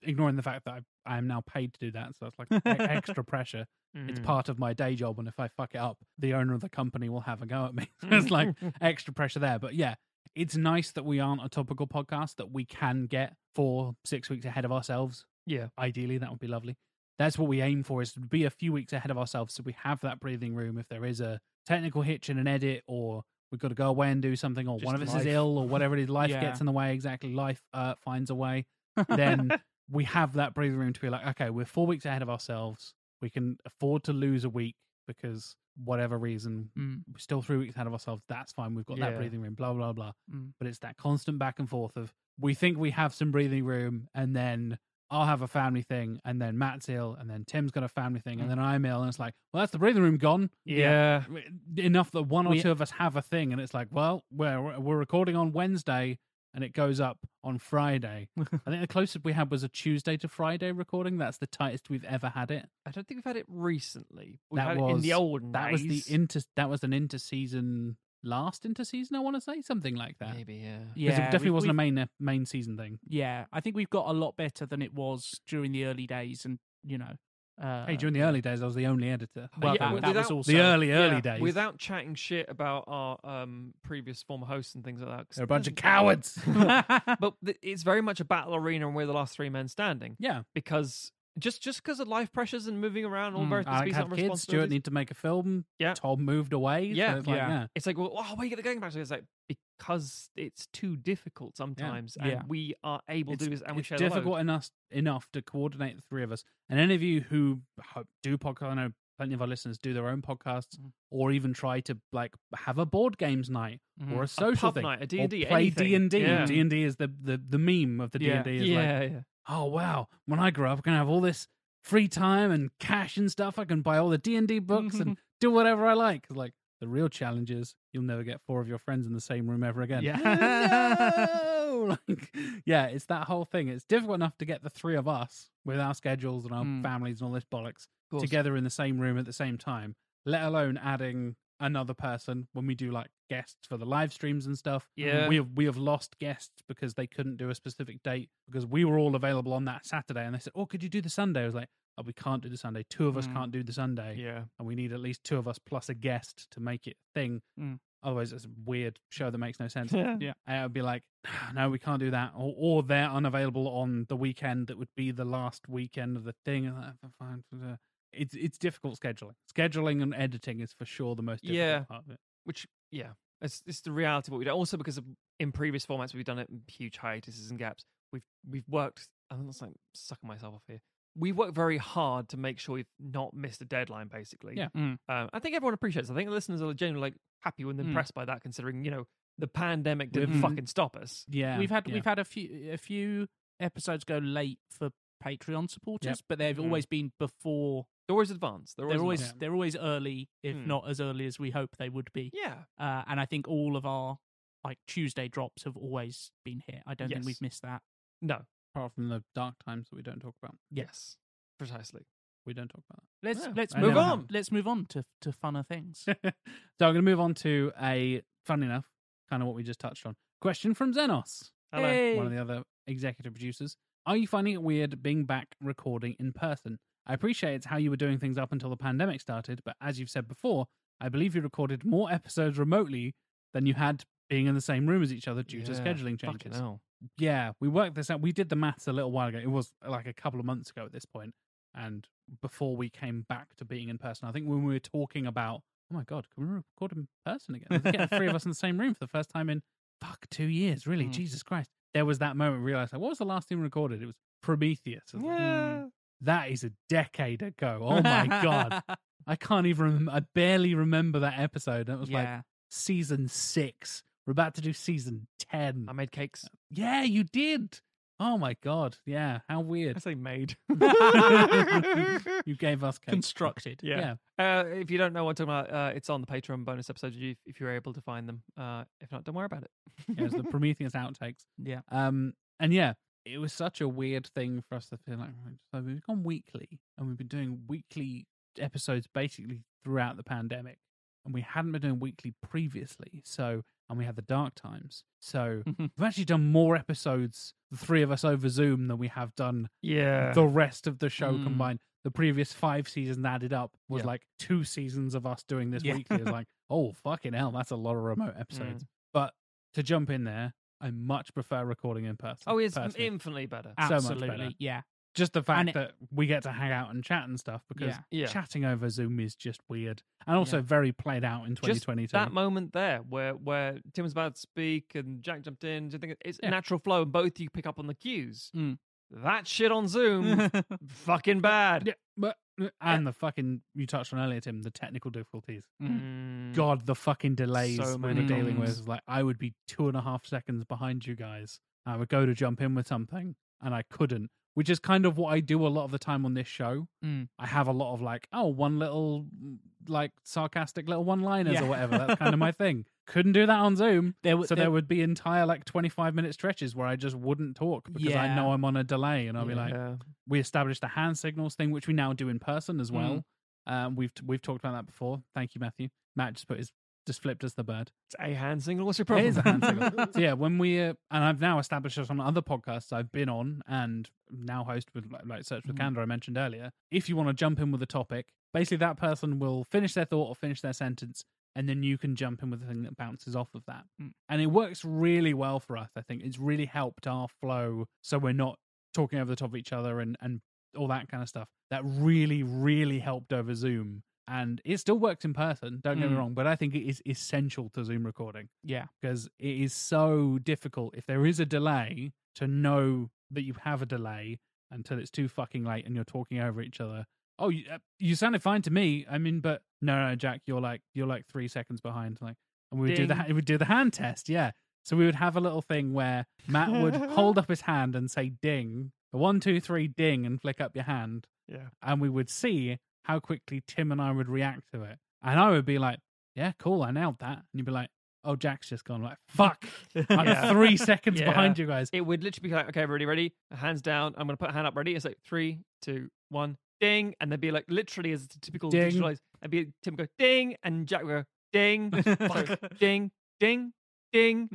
S1: ignoring the fact that I, I am now paid to do that, so it's like e- extra pressure
S2: Hmm.
S1: it's
S2: Mm-hmm.
S1: part of my day job and if i fuck it up the owner of the company will have a go at me (laughs)
S2: Hmm.
S1: So it's like extra pressure there but yeah it's nice that we aren't a topical podcast that we can get four six weeks ahead of ourselves
S2: (laughs) yeah.
S1: ideally that would be lovely that's what we aim for is to be a few weeks ahead of ourselves so we have that breathing room if there is a technical hitch in an edit or we've got to go away and do something or one of
S2: Just
S1: us is
S2: life.
S1: ill or whatever it
S2: (laughs)
S1: is life
S3: Yeah.
S1: gets in the way exactly life uh, finds a way then we have that breathing room to be like, okay, we're four weeks ahead of ourselves. We can afford to lose a week because whatever reason,
S3: Mm.
S1: we're still three weeks ahead of ourselves. That's fine. We've got that
S2: Yeah.
S1: breathing room, blah, blah, blah.
S3: Mm.
S1: But it's that constant back and forth of we think we have some breathing room and then I'll have a family thing and then Matt's ill and then Tim's got a family thing and then I'm ill. And it's like, well, that's the breathing room gone.
S2: (laughs) Yeah.
S1: I mean, Enough that one or
S3: We-
S1: two of us have a thing and it's like, well, we're, we're recording on Wednesday and it goes up on Friday. I think the closest we had was a Tuesday to Friday recording. That's the tightest we've ever had it.
S2: I don't think we've had it recently. We've
S1: That
S2: had
S1: was
S2: it in the olden
S1: That was the
S2: days.
S1: inter. That was an interseason last interseason. I want to say something like that. 'Cause
S2: Maybe yeah.
S3: yeah
S1: it definitely
S3: we've-
S1: wasn't a
S3: we've-
S1: main uh, main season thing.
S3: yeah i think we've got a lot better than it was during the early days and you know uh
S1: hey, during the early days, I was the only editor. Well,
S2: Well, Uh, yeah,
S3: that,
S2: with-
S3: that was
S2: without-
S3: also
S1: the early early
S2: Yeah,
S1: days.
S2: Without chatting shit about our um, previous former hosts and things like (laughs) that. 'cause
S1: they're a bunch of
S2: doesn't-
S1: cowards.
S2: but th- it's very much a battle arena and we're the last three men standing
S1: (laughs) yeah,
S2: because just just because of life pressures and moving around, all
S1: Mm,
S2: American
S1: Alec
S2: species
S1: had
S2: have
S1: kids. Stuart
S2: responsibilities.
S1: needed to make a film.
S2: Yeah.
S1: Tom moved away. so
S2: yeah,
S1: it's like,
S2: yeah.
S1: yeah.
S2: It's like, well, oh, why are you going back to this? It's like because it's too difficult sometimes, and
S1: Yeah.
S2: we are able to do this, and we
S1: it's
S2: share the
S1: difficult
S2: load.
S1: enough enough to coordinate the three of us. And any of you who ho- do podcast, I know plenty of our listeners do their own podcasts,
S2: Mm.
S1: or even try to like have a board games night
S2: Mhm.
S3: mm-hmm.
S1: or
S2: A
S1: a social
S2: pub
S1: thing,
S2: night, a
S1: or
S2: D&D,
S1: play
S2: anything.
S1: D and D.
S2: Yeah.
S1: D and D is the, the the meme of the D
S2: Yeah.
S1: and D. Is
S2: Yeah,
S1: like,
S2: yeah.
S1: oh wow, when I grow up, I'm gonna have all this free time and cash and stuff. I can buy all the D and D books and do whatever I like. 'Cause, like the real challenge is you'll never get four of your friends in the same room ever again.
S2: Yeah.
S1: (laughs) No! (laughs) Like, yeah, it's that whole thing. It's difficult enough to get the three of us with our schedules and our
S2: Mm.
S1: families and all this bollocks
S2: course.
S1: together in the same room at the same time, let alone adding another person when we do like guests for the live streams and stuff.
S2: Yeah.
S1: We have we have lost guests because they couldn't do a specific date because we were all available on that Saturday and they said, Oh, could you do the Sunday? I was like, Oh, we can't do the Sunday. Two of us
S2: Mm.
S1: can't do the Sunday. (laughs)
S2: Yeah.
S1: And we need at least two of us plus a guest to make it a thing.
S2: Mm.
S1: Otherwise it's a weird show that makes no sense.
S2: (laughs) Yeah.
S3: Yeah.
S1: And it would be like, "Ah, no, we can't do that. Or, or they're unavailable on the weekend that would be the last weekend of the thing. And that- fine, uh, It's it's difficult scheduling. Scheduling and editing is for sure the most difficult
S2: Yeah.
S1: part of it.
S2: Which, yeah, it's, it's the reality of what we do. Also, because of, in previous formats we've done it in huge hiatuses and gaps, we've we've worked. I'm not saying sucking myself off here. We work very hard to make sure we've not missed a deadline. Basically,
S1: Yeah.
S3: (laughs) Mm.
S2: Um, I think everyone appreciates. it. I think the listeners are genuinely like happy and
S3: Mm.
S2: impressed by that, considering you know the pandemic didn't
S1: We've-
S2: fucking stop us.
S1: Yeah.
S3: we've had
S1: yeah.
S3: we've had a few a few episodes go late for Patreon supporters, but they've
S2: Mm.
S3: always been before.
S2: They're always advanced. They're
S3: They're
S2: always,
S3: always
S2: advanced.
S3: they're always early, if
S1: Hmm.
S2: Mm.
S3: not as early as we hope they would be.
S2: yeah.
S3: Uh, and I think all of our like Tuesday drops have always been here. I don't think
S2: Yes.
S3: we've missed that.
S2: No.
S1: apart from the dark times that we don't talk about.
S3: Yeah.
S2: Yes. Precisely.
S1: We don't talk about that.
S3: Let's
S2: Yeah.
S3: let's
S1: I
S3: move
S1: know.
S3: on. Let's move on to to funner things.
S1: So I'm going to move on to a fun enough kind of what we just touched on. Question from Xenos.
S2: Hello.
S3: Hey.
S1: one of the other executive producers. Are you finding it weird being back recording in person? I appreciate it's how you were doing things up until the pandemic started, but as you've said before, I believe you recorded more episodes remotely than you had being in the same room as each other due to
S2: Yeah,
S1: scheduling
S2: fucking
S1: changes.
S2: hell.
S1: Yeah, we worked this out. We did the maths a little while ago. It was uh, like a couple of months ago at this point, and before we came back to being in person. I think when we were talking about, oh my god, can we record in person again? Let's get the three of us in the same room for the first time in fuck two years. Really,
S3: Mm.
S1: Jesus Christ! There was that moment we realized like, what was the last thing we recorded? It was Prometheus. I was like,
S2: Yeah.
S1: that is a decade ago. (laughs) Oh my
S3: (laughs)
S1: god, I can't even. Remember, I barely remember that episode. That was like
S3: yeah.
S1: season six. We're about to do season ten.
S2: I made cakes.
S1: Yeah, you did. Oh my god. Yeah, how
S2: I (laughs)
S1: weird.
S2: say made.
S1: (laughs) You gave us cake.
S3: constructed.
S2: Yeah. Uh, if you don't know what I'm talking about, uh, it's on the Patreon bonus episodes if, if you're able to find them. Uh, if not, don't worry about it.
S1: It was the Prometheus outtakes.
S3: Yeah.
S1: Um and yeah, it was such a weird thing for us to feel like right, so we've gone weekly and we've been doing weekly episodes basically throughout the pandemic. And we hadn't been doing weekly previously. So and we had the dark times. So we've actually done more episodes, the three of us over Zoom than we have done
S2: yeah. Hmm.
S1: the rest of the show
S3: Mm.
S1: combined. The previous five seasons added up was
S2: Yeah.
S1: like two seasons of us doing this
S3: Yeah.
S1: weekly. It's
S2: (laughs)
S1: like, oh fucking hell, that's a lot of remote
S2: Hmm.
S1: episodes. But to jump in there, I much prefer recording in person.
S2: oh, it's
S1: personally.
S2: infinitely better.
S1: much better.
S3: Absolutely. yeah.
S1: just the fact
S3: and it-
S1: that we get to hang out and chat and stuff because
S3: Yeah.
S2: Yeah.
S1: chatting over Zoom is just weird and also
S2: Yeah.
S1: very played out in
S2: Just
S1: 2022.
S2: that moment there where where Tim was about to speak and Jack jumped in. do you think It's
S1: Yeah.
S2: natural flow, and both you pick up on the cues.
S3: Mm.
S2: That shit on
S1: (laughs)
S2: Zoom, fucking bad.
S1: yeah, but uh,
S2: Eh.
S1: and the fucking you touched on earlier, Tim, the technical difficulties.
S2: Mm.
S1: God, the fucking delays
S2: So
S1: we were
S2: many
S1: dealing with.
S3: delays.
S1: It's Like, I would be two and a half seconds behind you guys. I would go to jump in with something, and I couldn't, which is kind of what I do a lot of the time on this show.
S3: Mm.
S1: I have a lot of like, oh, one little, mm, like, sarcastic little one liners
S3: Yeah.
S1: or whatever. That's kind of my thing. Couldn't do that on Zoom.
S3: (laughs) There were
S1: So there would be entire like 25 minute stretches where I just wouldn't talk because I
S3: Yeah.
S1: know I'm on a delay and I'll be like,
S2: Yeah.
S1: we established the hand signals thing, which we now do in person as well. Um, we've we've talked about that before. Thank you, Matthew. Matt just put his just flipped us the bird.
S2: it's a hand signal. What's your
S1: It
S2: problem?
S1: is a hand signal. so yeah, when we uh, and I've now established this on other podcasts I've been on and now host with like, like Search with
S3: Mm.
S1: Candor I mentioned earlier. If you want to jump in with a topic, basically that person will finish their thought or finish their sentence, and then you can jump in with the thing that bounces off of that.
S3: Mm.
S1: And it works really well for us. I think it's really helped our flow, so we're not talking over the top of each other and and all that kind of stuff. That really, really helped over Zoom. And it still works in person, don't get me
S3: Mm.
S1: wrong, but I think it is essential to Zoom recording
S3: Yeah.
S1: because it is so difficult if there is a delay to know that you have a delay until it's too fucking late and you're talking over each other. Oh, you, uh, you sounded fine to me. I mean, but no, no, Jack, you're like you're like three seconds behind. Like, and we would do the
S2: Ding.
S1: ha- we would do the hand test. Yeah, so we would have a little thing where Matt
S2: (laughs)
S1: would hold up his hand and say ding, one, two, three, ding, and flick up your hand,
S2: (laughs) Yeah.
S1: and we would see how quickly Tim and I would react to it. And I would be like, yeah, cool, I nailed that. And you'd be like, oh, Jack's just gone. Like, fuck, I'm
S2: (laughs) Yeah.
S1: three seconds
S2: Yeah.
S1: behind you guys.
S2: It would literally be like, okay, everybody ready? Hands down. I'm going to put hand up ready. It's like three, two, one, ding. And they'd be like, literally, as the typical
S1: Ding.
S2: digitalized, I'd be Tim would go ding, and Jack would go ding,
S1: (laughs)
S2: so, ding, ding, ding.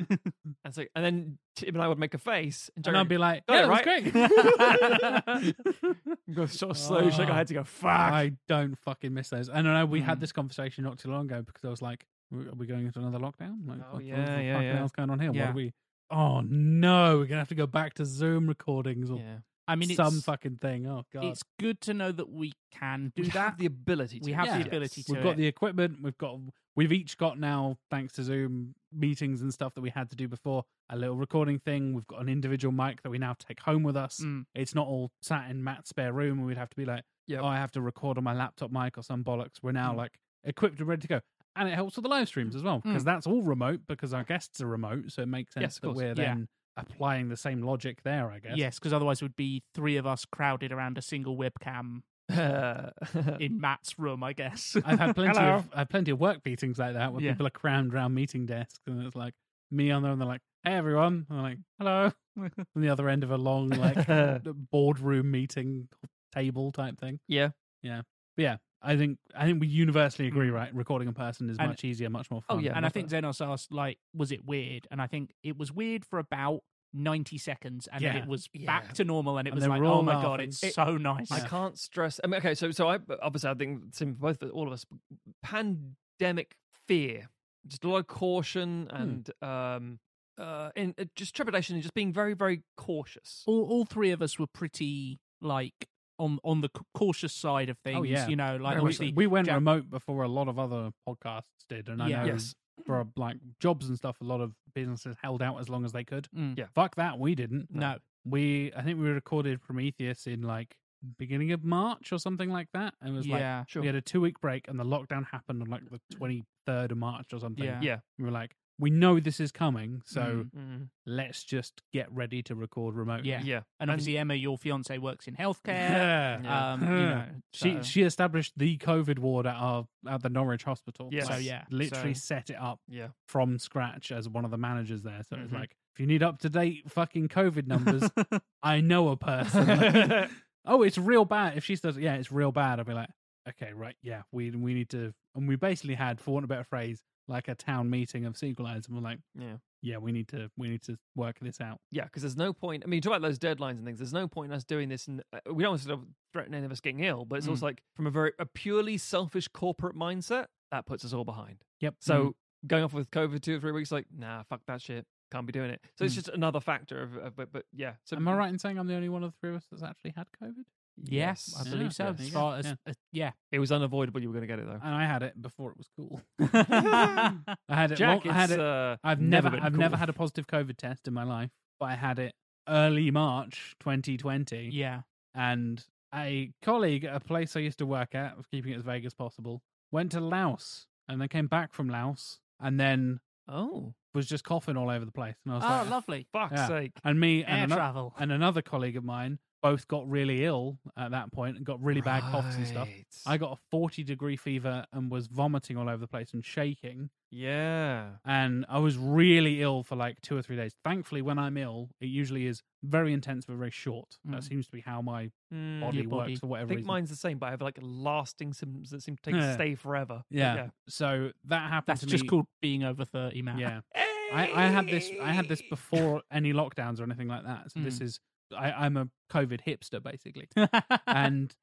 S2: And, so, and then Tim and I would make a face. And, Jack
S1: And I'd be like,
S2: Got
S1: yeah,
S2: it
S1: that was
S2: (laughs) right.
S1: great. (laughs) Ah,
S2: go sort of slow shake. I had to go, fuck.
S1: I don't fucking miss those. And I know we had
S2: Mm.
S1: this conversation not too long ago because I was like, "W- are we going into another lockdown? Like,
S2: Oh,
S1: what the
S2: yeah,
S1: fuck
S2: yeah, yeah.
S1: hell's going on here? What
S3: Yeah.
S1: are we? Oh no, we're gonna have to go back to Zoom recordings or
S2: yeah.
S3: I mean,
S1: some
S3: it's,
S1: fucking thing. Oh god,
S3: it's good to know that we can do
S2: We
S3: that.
S2: have the ability to.
S3: we have
S1: Yeah.
S3: the ability to.
S1: we've got
S3: it.
S1: the equipment. We've got we've each got now, thanks to Zoom meetings and stuff that we had to do before, a little recording thing. We've got an individual mic that we now take home with us.
S3: Mm.
S1: It's not all sat in Matt's spare room, and we'd have to be like,
S2: Yep.
S1: oh, I have to record on my laptop mic or some bollocks. We're now like equipped and ready to go. And it helps with the live streams as well, because
S3: Mm.
S1: that's all remote because our guests are remote. So it makes sense
S2: Yes, of
S1: that
S2: course.
S1: we're
S3: Yeah.
S1: then applying the same logic there, I guess.
S3: Yes, because otherwise we'd be three of us crowded around a single webcam
S2: (laughs) Uh,
S3: in Matt's room, I guess.
S1: I've had plenty
S3: Hello.
S1: of I've plenty of work meetings like that where
S3: Yeah.
S1: people are crammed around meeting desks and it's like me on there and they're like, "Hey everyone," and I'm like, "Hello," (laughs) on the other end of a long like
S2: (laughs)
S1: boardroom meeting table type thing.
S2: yeah.
S1: But yeah, I think I think we universally agree,
S3: Mm.
S1: right? Recording in person is
S3: And-
S1: much easier, much more
S2: Oh,
S1: fun.
S2: yeah,
S3: and I
S2: much
S3: think Xenos asked, like, was it weird? And I think it was weird for about 90 seconds and then
S1: Yeah.
S3: it was
S2: Yeah.
S3: back to normal and it
S1: And
S3: was
S1: they
S3: like,
S1: were
S3: oh
S1: all
S3: my God,
S1: laughing.
S3: it's
S2: It-
S3: so nice.
S2: I can't stress. I mean, okay, so so I obviously I think same for both of all of us. Pandemic fear, just a lot of caution and um uh and uh, just trepidation and just being very very cautious.
S3: all, all three of us were pretty, like, on, on the c- cautious side of things,
S1: Oh, yeah.
S3: you know,
S2: Very
S3: like
S2: much so.
S3: obviously
S1: we went
S3: Jack-
S1: remote before a lot of other podcasts did, and I
S3: Yeah.
S1: know
S2: Yes.
S1: for like jobs and stuff, a lot of businesses held out as long as they could.
S3: Mm.
S2: Yeah.
S1: Fuck that, we didn't.
S3: No.
S1: we I think we recorded Prometheus in like beginning of March or something like that, and it was like
S3: yeah,
S1: we had a two week break, and the lockdown happened on like the twenty third of March or something.
S3: Yeah.
S2: Yeah.
S1: we were like, we know this is coming, so
S3: Mm.
S2: Mm,
S1: let's just get ready to record remotely. (laughs)
S3: Yeah.
S2: yeah.
S3: and obviously Emma, your fiance works in healthcare.
S1: Yeah.
S2: Yeah. (laughs)
S3: Um, you know,
S1: (laughs) She
S3: so-
S1: she established the COVID ward at our at the Norwich Hospital.
S2: Yes.
S1: Like,
S3: So, yeah.
S1: literally set it up
S2: (laughs) Yeah.
S1: from scratch as one of the managers there. So
S3: Mm-hmm.
S1: it's
S2: Mhm.
S1: like, if you need up to date fucking COVID
S3: (laughs)
S1: numbers, I know a
S2: (laughs)
S1: person. Like, oh, it's real bad. If she says, yeah, it's real bad, I'll be like, okay, right, yeah, we we need to. And we basically had, for want of a better phrase, like a town meeting of sequelites, and we're like,
S2: Yeah.
S1: yeah, we need to we need to work this out.
S2: Yeah, because there's no point. I mean, you talk about those deadlines and things. There's no point in us doing this, and uh, we don't want to sort of threaten any of us getting ill. But it's also like from a very a purely selfish corporate mindset that puts us all behind.
S1: Yep.
S2: So going off with COVID two or three weeks, like nah, fuck that shit, can't be doing it. So it's
S1: Mm.
S2: just another factor of, of but, but yeah. So
S1: am I right in saying I'm the only one of the three of us that's actually had COVID?
S3: Yes, I
S1: Yeah,
S3: believe so.
S1: there
S3: As
S1: you go.
S3: far as
S1: Yeah.
S3: uh, yeah,
S2: It was unavoidable. You were going to get it though.
S1: and I had it before it was
S2: (laughs)
S1: cool. (laughs) I had it.
S2: Jack,
S1: long- I had
S2: it's,
S1: it.
S2: uh,
S1: I've never,
S2: been
S1: I've
S2: cool.
S1: never had a positive COVID test in my life, but I had it early March 2020,
S3: uh, yeah,
S1: and a colleague at a place I used to work at, keeping it as vague as possible, went to Laos and then came back from Laos and then
S2: Oh,
S1: was just coughing all over the place, and I
S3: oh,
S1: was like,
S3: lovely
S2: fuck's
S1: Yeah.
S2: sake!
S1: and me
S3: air
S1: and, ano-
S3: travel.
S1: and another colleague of mine both got really ill at that point and got really bad coughs and stuff.
S2: Right.
S1: I got a 40 degree fever and was vomiting all over the place and shaking.
S2: yeah.
S1: and I was really ill for like two or three days. Thankfully, when I'm ill, it usually is very intense but very short. That
S3: Mm.
S1: seems to be how my
S2: Mm.
S1: body,
S3: Your body.
S1: works for whatever
S2: I think
S1: reason.
S2: mine's the same, but I have like lasting symptoms that seem to take,
S1: Yeah.
S2: stay forever. But
S1: yeah. So that happened
S3: That's
S1: to
S3: just
S1: me.
S3: called being over thirty, man.
S1: Yeah. I, I had this. I had this before any lockdowns or anything like that. So this
S3: Mm.
S1: is. I, I'm a COVID hipster
S3: (laughs)
S1: basically, and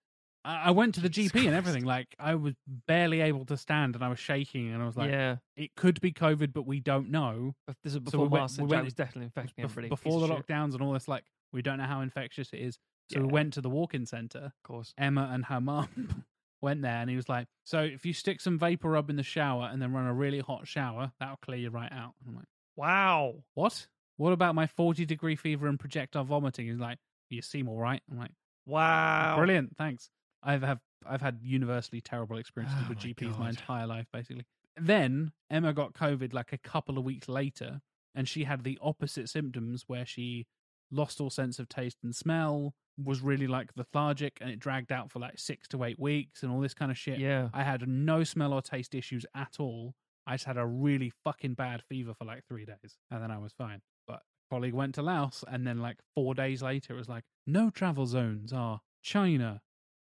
S1: I, I went to the GP and everything. Like I was barely able to stand, and I was shaking, and I was like,
S2: yeah,
S1: "It could be COVID, but we don't know."
S2: Bef- this was
S1: So we
S2: before
S1: went-
S2: masks.
S1: we
S2: and
S1: went
S2: Jack was definitely infecting
S1: Bef-
S2: everybody.
S1: before
S2: Piece
S1: the
S2: of shit.
S1: lockdowns and all this like we don't know how infectious it is So we went to the walk-in center. Of
S2: course.
S1: Emma and her mum (laughs) went there, and he was like, "So if you stick some vapor rub in the shower and then run a really hot shower, that'll clear you right out." And I'm like,
S2: Wow.
S1: "What? What about my 40 degree fever and projectile vomiting?" He's like, "You seem all right." I'm like,
S2: Wow.
S1: "Brilliant, thanks." I've have I've had universally terrible experiences
S2: Oh
S1: with
S2: my
S1: GPs my
S2: God.
S1: entire life, basically. Then Emma got COVID like a couple of weeks later, and she had the opposite symptoms where she lost all sense of taste and smell, was really like lethargic, and it dragged out for like six to eight weeks and all this kind of shit.
S2: Yeah.
S1: I had no smell or taste issues at all. I just had a really fucking bad fever for like three days, and then I was fine. But colleague went to Laos, and then like four days later, it was like no travel zones are China,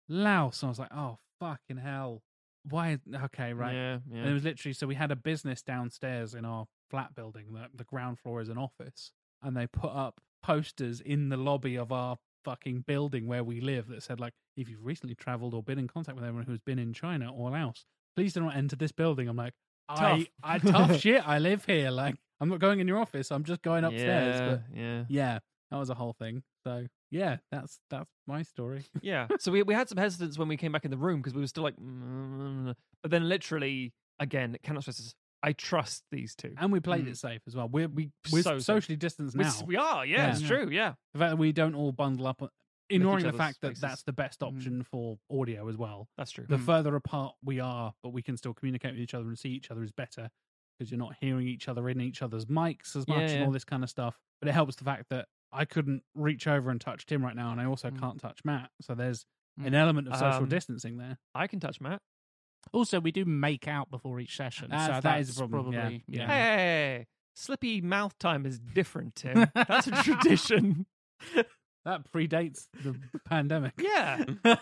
S1: Laos. And I was like, oh fucking hell, why? Okay, right.
S2: Yeah, yeah.
S1: And it was literally so we had a business downstairs in our flat building. The, the ground floor is an office, and they put up posters in the lobby of our fucking building where we live that said like, if you've recently travelled or been in contact with anyone who's been in China or Laos, please do not enter this building. I'm like, I,
S2: Tough.
S1: I
S2: (laughs)
S1: tough shit. I live here. Like, I'm not going in your office. I'm just going upstairs.
S2: Yeah,
S1: but
S2: yeah.
S1: yeah, that was a whole thing. So yeah, that's that's my story.
S2: Yeah. So we, we had some hesitance when we came back in the room because we were still like, "Mm." but then literally, again, cannot stress this. I trust these two.
S1: and we played
S2: Mm.
S1: it safe as well. We're we, we're
S2: So safe.
S1: socially distanced
S2: We
S1: now.
S2: s- we are, yeah, it's true, yeah.
S1: The fact that we don't all bundle up, uh, ignoring the
S2: other's
S1: fact that
S2: faces.
S1: that's the best option for audio as well.
S2: That's true.
S1: The
S2: Mm.
S1: further apart we are, but we can still communicate with each other and see each other is better because you're not hearing each other in each other's mics as much
S2: Yeah,
S1: and
S2: yeah.
S1: all this kind of stuff. But it helps the fact that I couldn't reach over and touch Tim right now, and I also can't touch Matt. So there's an element of social
S2: Mm. Um,
S1: distancing there.
S2: I can touch Matt.
S3: Also, we do make out before each session. so
S1: That's- that is a problem, yeah,
S3: probably
S1: yeah.
S2: Hey, slippy mouth time is
S1: (laughs)
S2: different, Tim. That's a tradition.
S1: That predates the pandemic. (laughs)
S2: Yeah.
S1: That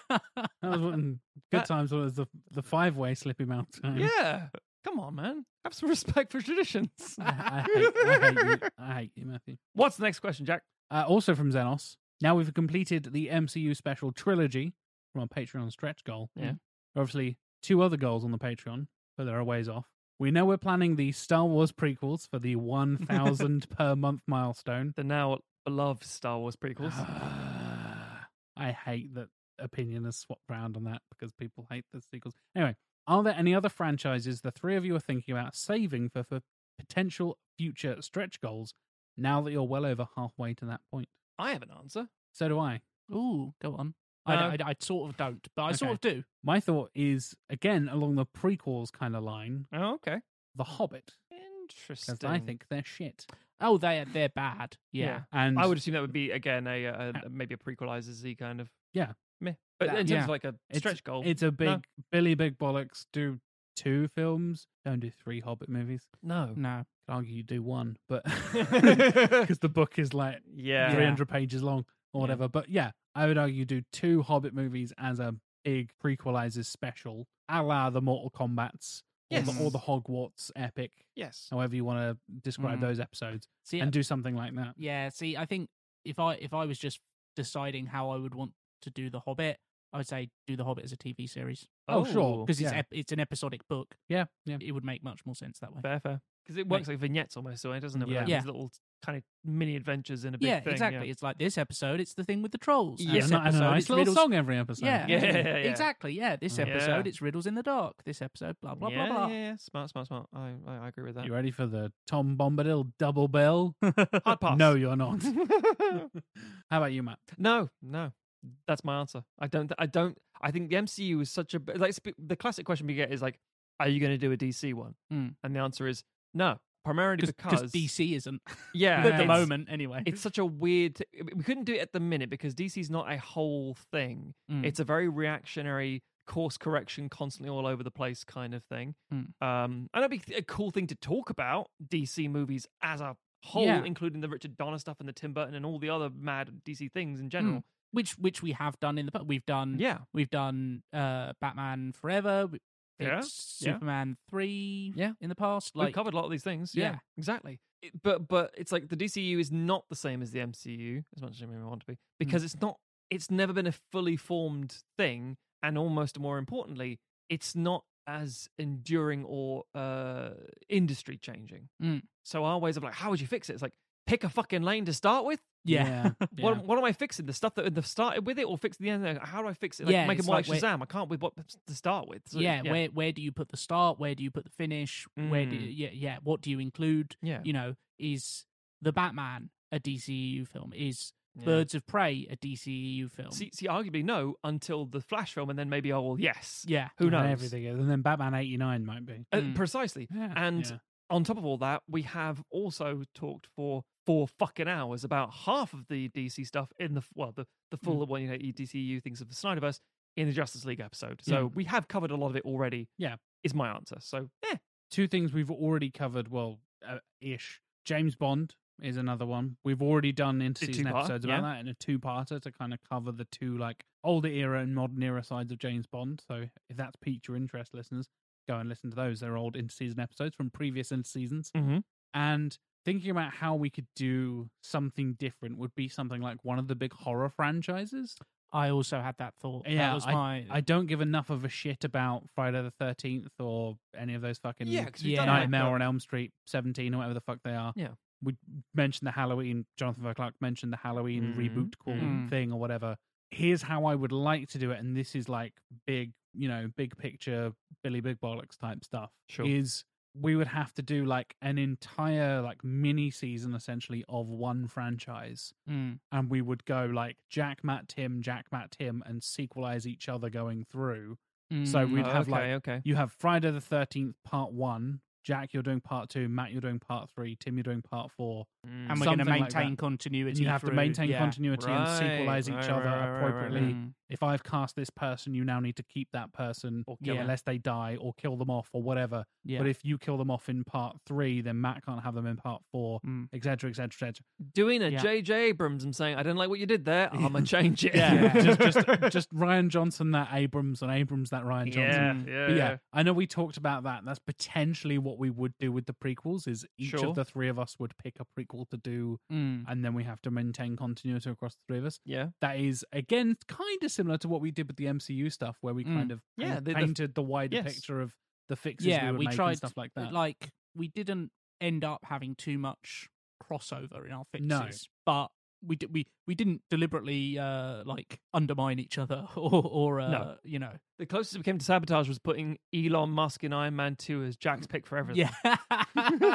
S1: was
S2: (laughs)
S1: when good times was the the five way slippy mouth time.
S2: Yeah. Come on, man. Have some respect for traditions. (laughs)
S1: I hate, I hate you. I hate you, Matthew.
S2: What's the next question, Jack?
S1: Uh, also from Xenos. Now we've completed the MCU special trilogy from our Patreon stretch goal.
S2: Yeah.
S1: Obviously, two other goals on the Patreon, but they're a ways off. We know we're planning the Star Wars prequels for the 1,000 per month milestone.
S2: The now beloved Star Wars prequels.
S1: (sighs) I hate that opinion has swapped round on that because people hate the sequels. Anyway, are there any other franchises the three of you are thinking about saving for, for potential future stretch goals now that you're well over halfway to that point?
S2: I have an answer.
S1: So do I.
S3: Ooh, go on.
S1: No.
S3: I, I, I sort of don't, but I sort of
S1: Uh, Okay.
S3: do.
S1: My thought is, again, along the prequels kind of line,
S2: Oh, okay.
S1: The Hobbit.
S2: Interesting.
S1: Because I think they're shit.
S3: Oh, they they're bad. Yeah.
S1: And
S2: I would assume that would be again a, uh, a, a maybe a prequelizer Z kind of
S1: Yeah.
S2: meh. But
S1: That-
S2: in terms
S1: yeah.
S2: of like a
S1: It's-
S2: stretch goal,
S1: It's a big,
S2: no.
S1: Billy Big Bollocks, do two films. Don't do three Hobbit movies.
S2: No. (laughs)
S3: (laughs) No.
S1: Could argue you do one, but (laughs) because the book is like
S2: Yeah.
S1: 300 pages long or
S2: Yeah.
S1: whatever. But yeah, I would argue you do two Hobbit movies as a big prequelizers special, a la the Mortal Kombat's or,
S2: Yes.
S1: the, or the Hogwarts epic.
S2: Yes.
S1: However you want to describe
S3: Mm.
S1: those episodes
S3: See,
S1: and do something like that.
S3: Yeah, see, I think if I if I was just deciding how I would want to do The Hobbit, I would say do The Hobbit as a TV series.
S1: Oh, sure.
S3: because it's
S1: Yeah.
S3: ep- it's an episodic book.
S1: Yeah, yeah.
S3: It would make much more sense that way.
S2: fair, fair. Because it works like vignettes almost, so it doesn't have
S1: Yeah.
S2: like,
S3: Yeah.
S2: these little kind of mini adventures in a big
S3: yeah,
S2: thing.
S3: exactly. It's like this episode, it's the thing with the trolls.
S1: And
S2: Yes.
S3: This
S1: a, ni- and a
S3: episode,
S1: nice
S3: it's
S1: little
S3: riddles-
S1: song every episode.
S3: Yeah,
S2: Yeah, yeah, yeah.
S3: exactly. Yeah, this
S2: Yeah.
S3: episode, it's riddles in the dark. This episode, blah blah
S2: yeah,
S3: blah blah.
S2: yeah, yeah. Smart, smart, smart. I, I, I agree with that.
S1: You ready for the Tom Bombadil double
S3: (laughs)
S1: bill?
S2: Hard
S1: (laughs)
S2: pass.
S1: No, you're not.
S2: (laughs)
S1: How about you, Matt?
S2: No, no. That's my answer. I don't. I don't. I think the MCU is such a b- like sp- the classic question we get is like, are you going to do a DC one?
S3: Mm.
S2: And the answer is no, primarily because
S3: Because DC isn't
S2: yeah,
S3: at the
S2: it's-
S3: moment anyway.
S2: It's such a weird. t- We couldn't do it at the minute because DC's not a whole thing.
S3: Mm.
S2: It's a very reactionary course correction, constantly all over the place kind of thing.
S3: Mm.
S2: Um, and that'd be a cool thing to talk about DC movies as a whole,
S3: Yeah.
S2: including the Richard Donner stuff and the Tim Burton and all the other mad DC things
S3: Hmm.
S2: in general.
S3: which which we have done in the past. We've done
S2: Yeah.
S3: we've done uh Batman Forever, we-
S2: Yeah,
S3: it's
S2: yeah.
S3: Superman three,
S1: Yeah.
S3: in the past.
S2: We've
S3: Like
S2: covered a lot of these things. Yeah,
S3: yeah.
S2: exactly. It- but but it's like the DCU is not the same as the MCU as much as I may want to be because it's not. It's never been a fully formed thing, and almost more importantly, it's not as enduring or uh, industry changing.
S3: Mm.
S2: (laughs) So our ways of like, how would you fix it? It's like pick a fucking lane to start with,
S3: Yeah. (laughs)
S2: What, what am I fixing? The stuff that that started with it, or fix the end? Like, How do I fix it? Like,
S3: Yeah,
S2: make it
S3: it's
S2: more like,
S3: like where-
S2: Shazam. I can't with what to start with. So,
S3: yeah, where where do you put the start? Where do you put the finish? Where do
S2: Mm.
S3: yeah yeah? What do you include?
S2: Yeah.
S3: you know, is the Batman a DCEU film? Is
S2: Yeah.
S3: Birds of Prey a DCEU film?
S2: See, see, arguably no until the Flash film, and then maybe oh well, yes,
S3: Yeah.
S2: who
S1: And
S2: knows?
S1: Everything is. And then Batman 89 might be. Mm.
S2: Uh, Precisely. And
S1: Yeah.
S2: on top of all that, we have also talked for four fucking hours about half of the DC stuff in the well, the the
S1: Hmm.
S2: full one, you know, E DCU things of the Snyderverse in the Justice League episode. So
S1: Yeah.
S2: we have covered a lot of it already.
S1: Hmm. Yeah.
S2: is my answer. So eh,
S1: Two things we've already covered, well, uh, ish. James Bond is another one. We've already done inter-season
S2: two-part,
S1: episodes about
S2: yeah.
S1: that in a two-parter to kind of cover the two, like, older era and modern era sides of James Bond. So if that's piqued your interest, listeners, go and listen to those. They're old inter-season episodes from previous inter-seasons.
S2: Mhm.
S1: And thinking about how we could do something different would be something like one of the big horror franchises.
S3: I also had that thought. that was
S1: I,
S3: my
S1: I don't give enough of a shit about Friday the Thirteenth or any of those fucking
S2: Yeah, 'cause we've done that,
S1: Nightmare
S2: but-
S1: on Elm Street Seventeen or whatever the fuck they are.
S2: Yeah.
S1: we mentioned the Halloween. Jonathan Van Clark mentioned the Halloween
S2: Mhm.
S1: reboot call
S3: Mm.
S1: thing or whatever. Here's how I would like to do it, and this is like big, you know, big picture Billy Big Bollocks type stuff.
S2: Sure.
S1: Is we would have to do like an entire like mini season essentially of one franchise
S3: Mm.
S1: and we would go like Jack Matt Tim, Jack Matt Tim, and sequelize each other going through. So
S3: Mm.
S1: we'd
S2: Oh,
S1: have like
S2: okay, okay.
S1: you have Friday the Thirteenth Part One. Jack, you're doing Part Two. Matt, you're doing Part Three. Tim, you're doing Part Four.
S3: and
S2: Hmm.
S3: we're going to
S1: something like
S3: maintain
S1: that.
S3: continuity.
S1: And you have to
S3: through-
S1: maintain
S3: yeah.
S1: continuity
S2: Right,
S1: and sequelize each
S2: right,
S1: other
S2: right, right, right, right,
S1: appropriately.
S3: right. Mm.
S1: If I've cast this person, you now need to keep that person or
S3: kill them.
S1: unless they die or kill them off or whatever.
S3: Yeah.
S1: But if you kill them off in part three, then Matt can't have them in part four,
S3: Mm.
S1: et cetera, et cetera, et cetera.
S2: doing a
S3: Yeah.
S2: JJ Abrams and saying I don't like what you did there. I'm
S1: (laughs)
S2: gonna change it. (laughs)
S1: Yeah, (laughs) just just just Ryan Johnson that Abrams and Abrams that Ryan Johnson.
S2: yeah,
S3: Johnson.
S2: yeah,
S1: Hmm. But yeah, I know we talked about that. That's potentially what we would do with the prequels. Is each
S2: Sure.
S1: of the three of us would pick a prequel to do,
S3: Mm.
S1: and then we have to maintain continuity across the three of us.
S2: yeah.
S1: That is again kind of similar to what we did with the MCU stuff, where we kind of
S2: Yeah,
S1: paint-
S2: the- the-
S1: painted the wider
S2: yes.
S1: picture of the fixes
S3: yeah,
S1: we, would
S3: we
S1: make
S3: tried
S1: and stuff like that.
S3: Like we didn't end up having too much crossover in our fixes,
S1: No.
S3: but we d- we we didn't deliberately uh like undermine each other (laughs) or or uh,
S2: No.
S3: you know
S2: The closest we came to sabotage was putting Elon Musk in Iron Man 2 as Jack's pick for everything.
S3: yeah (laughs)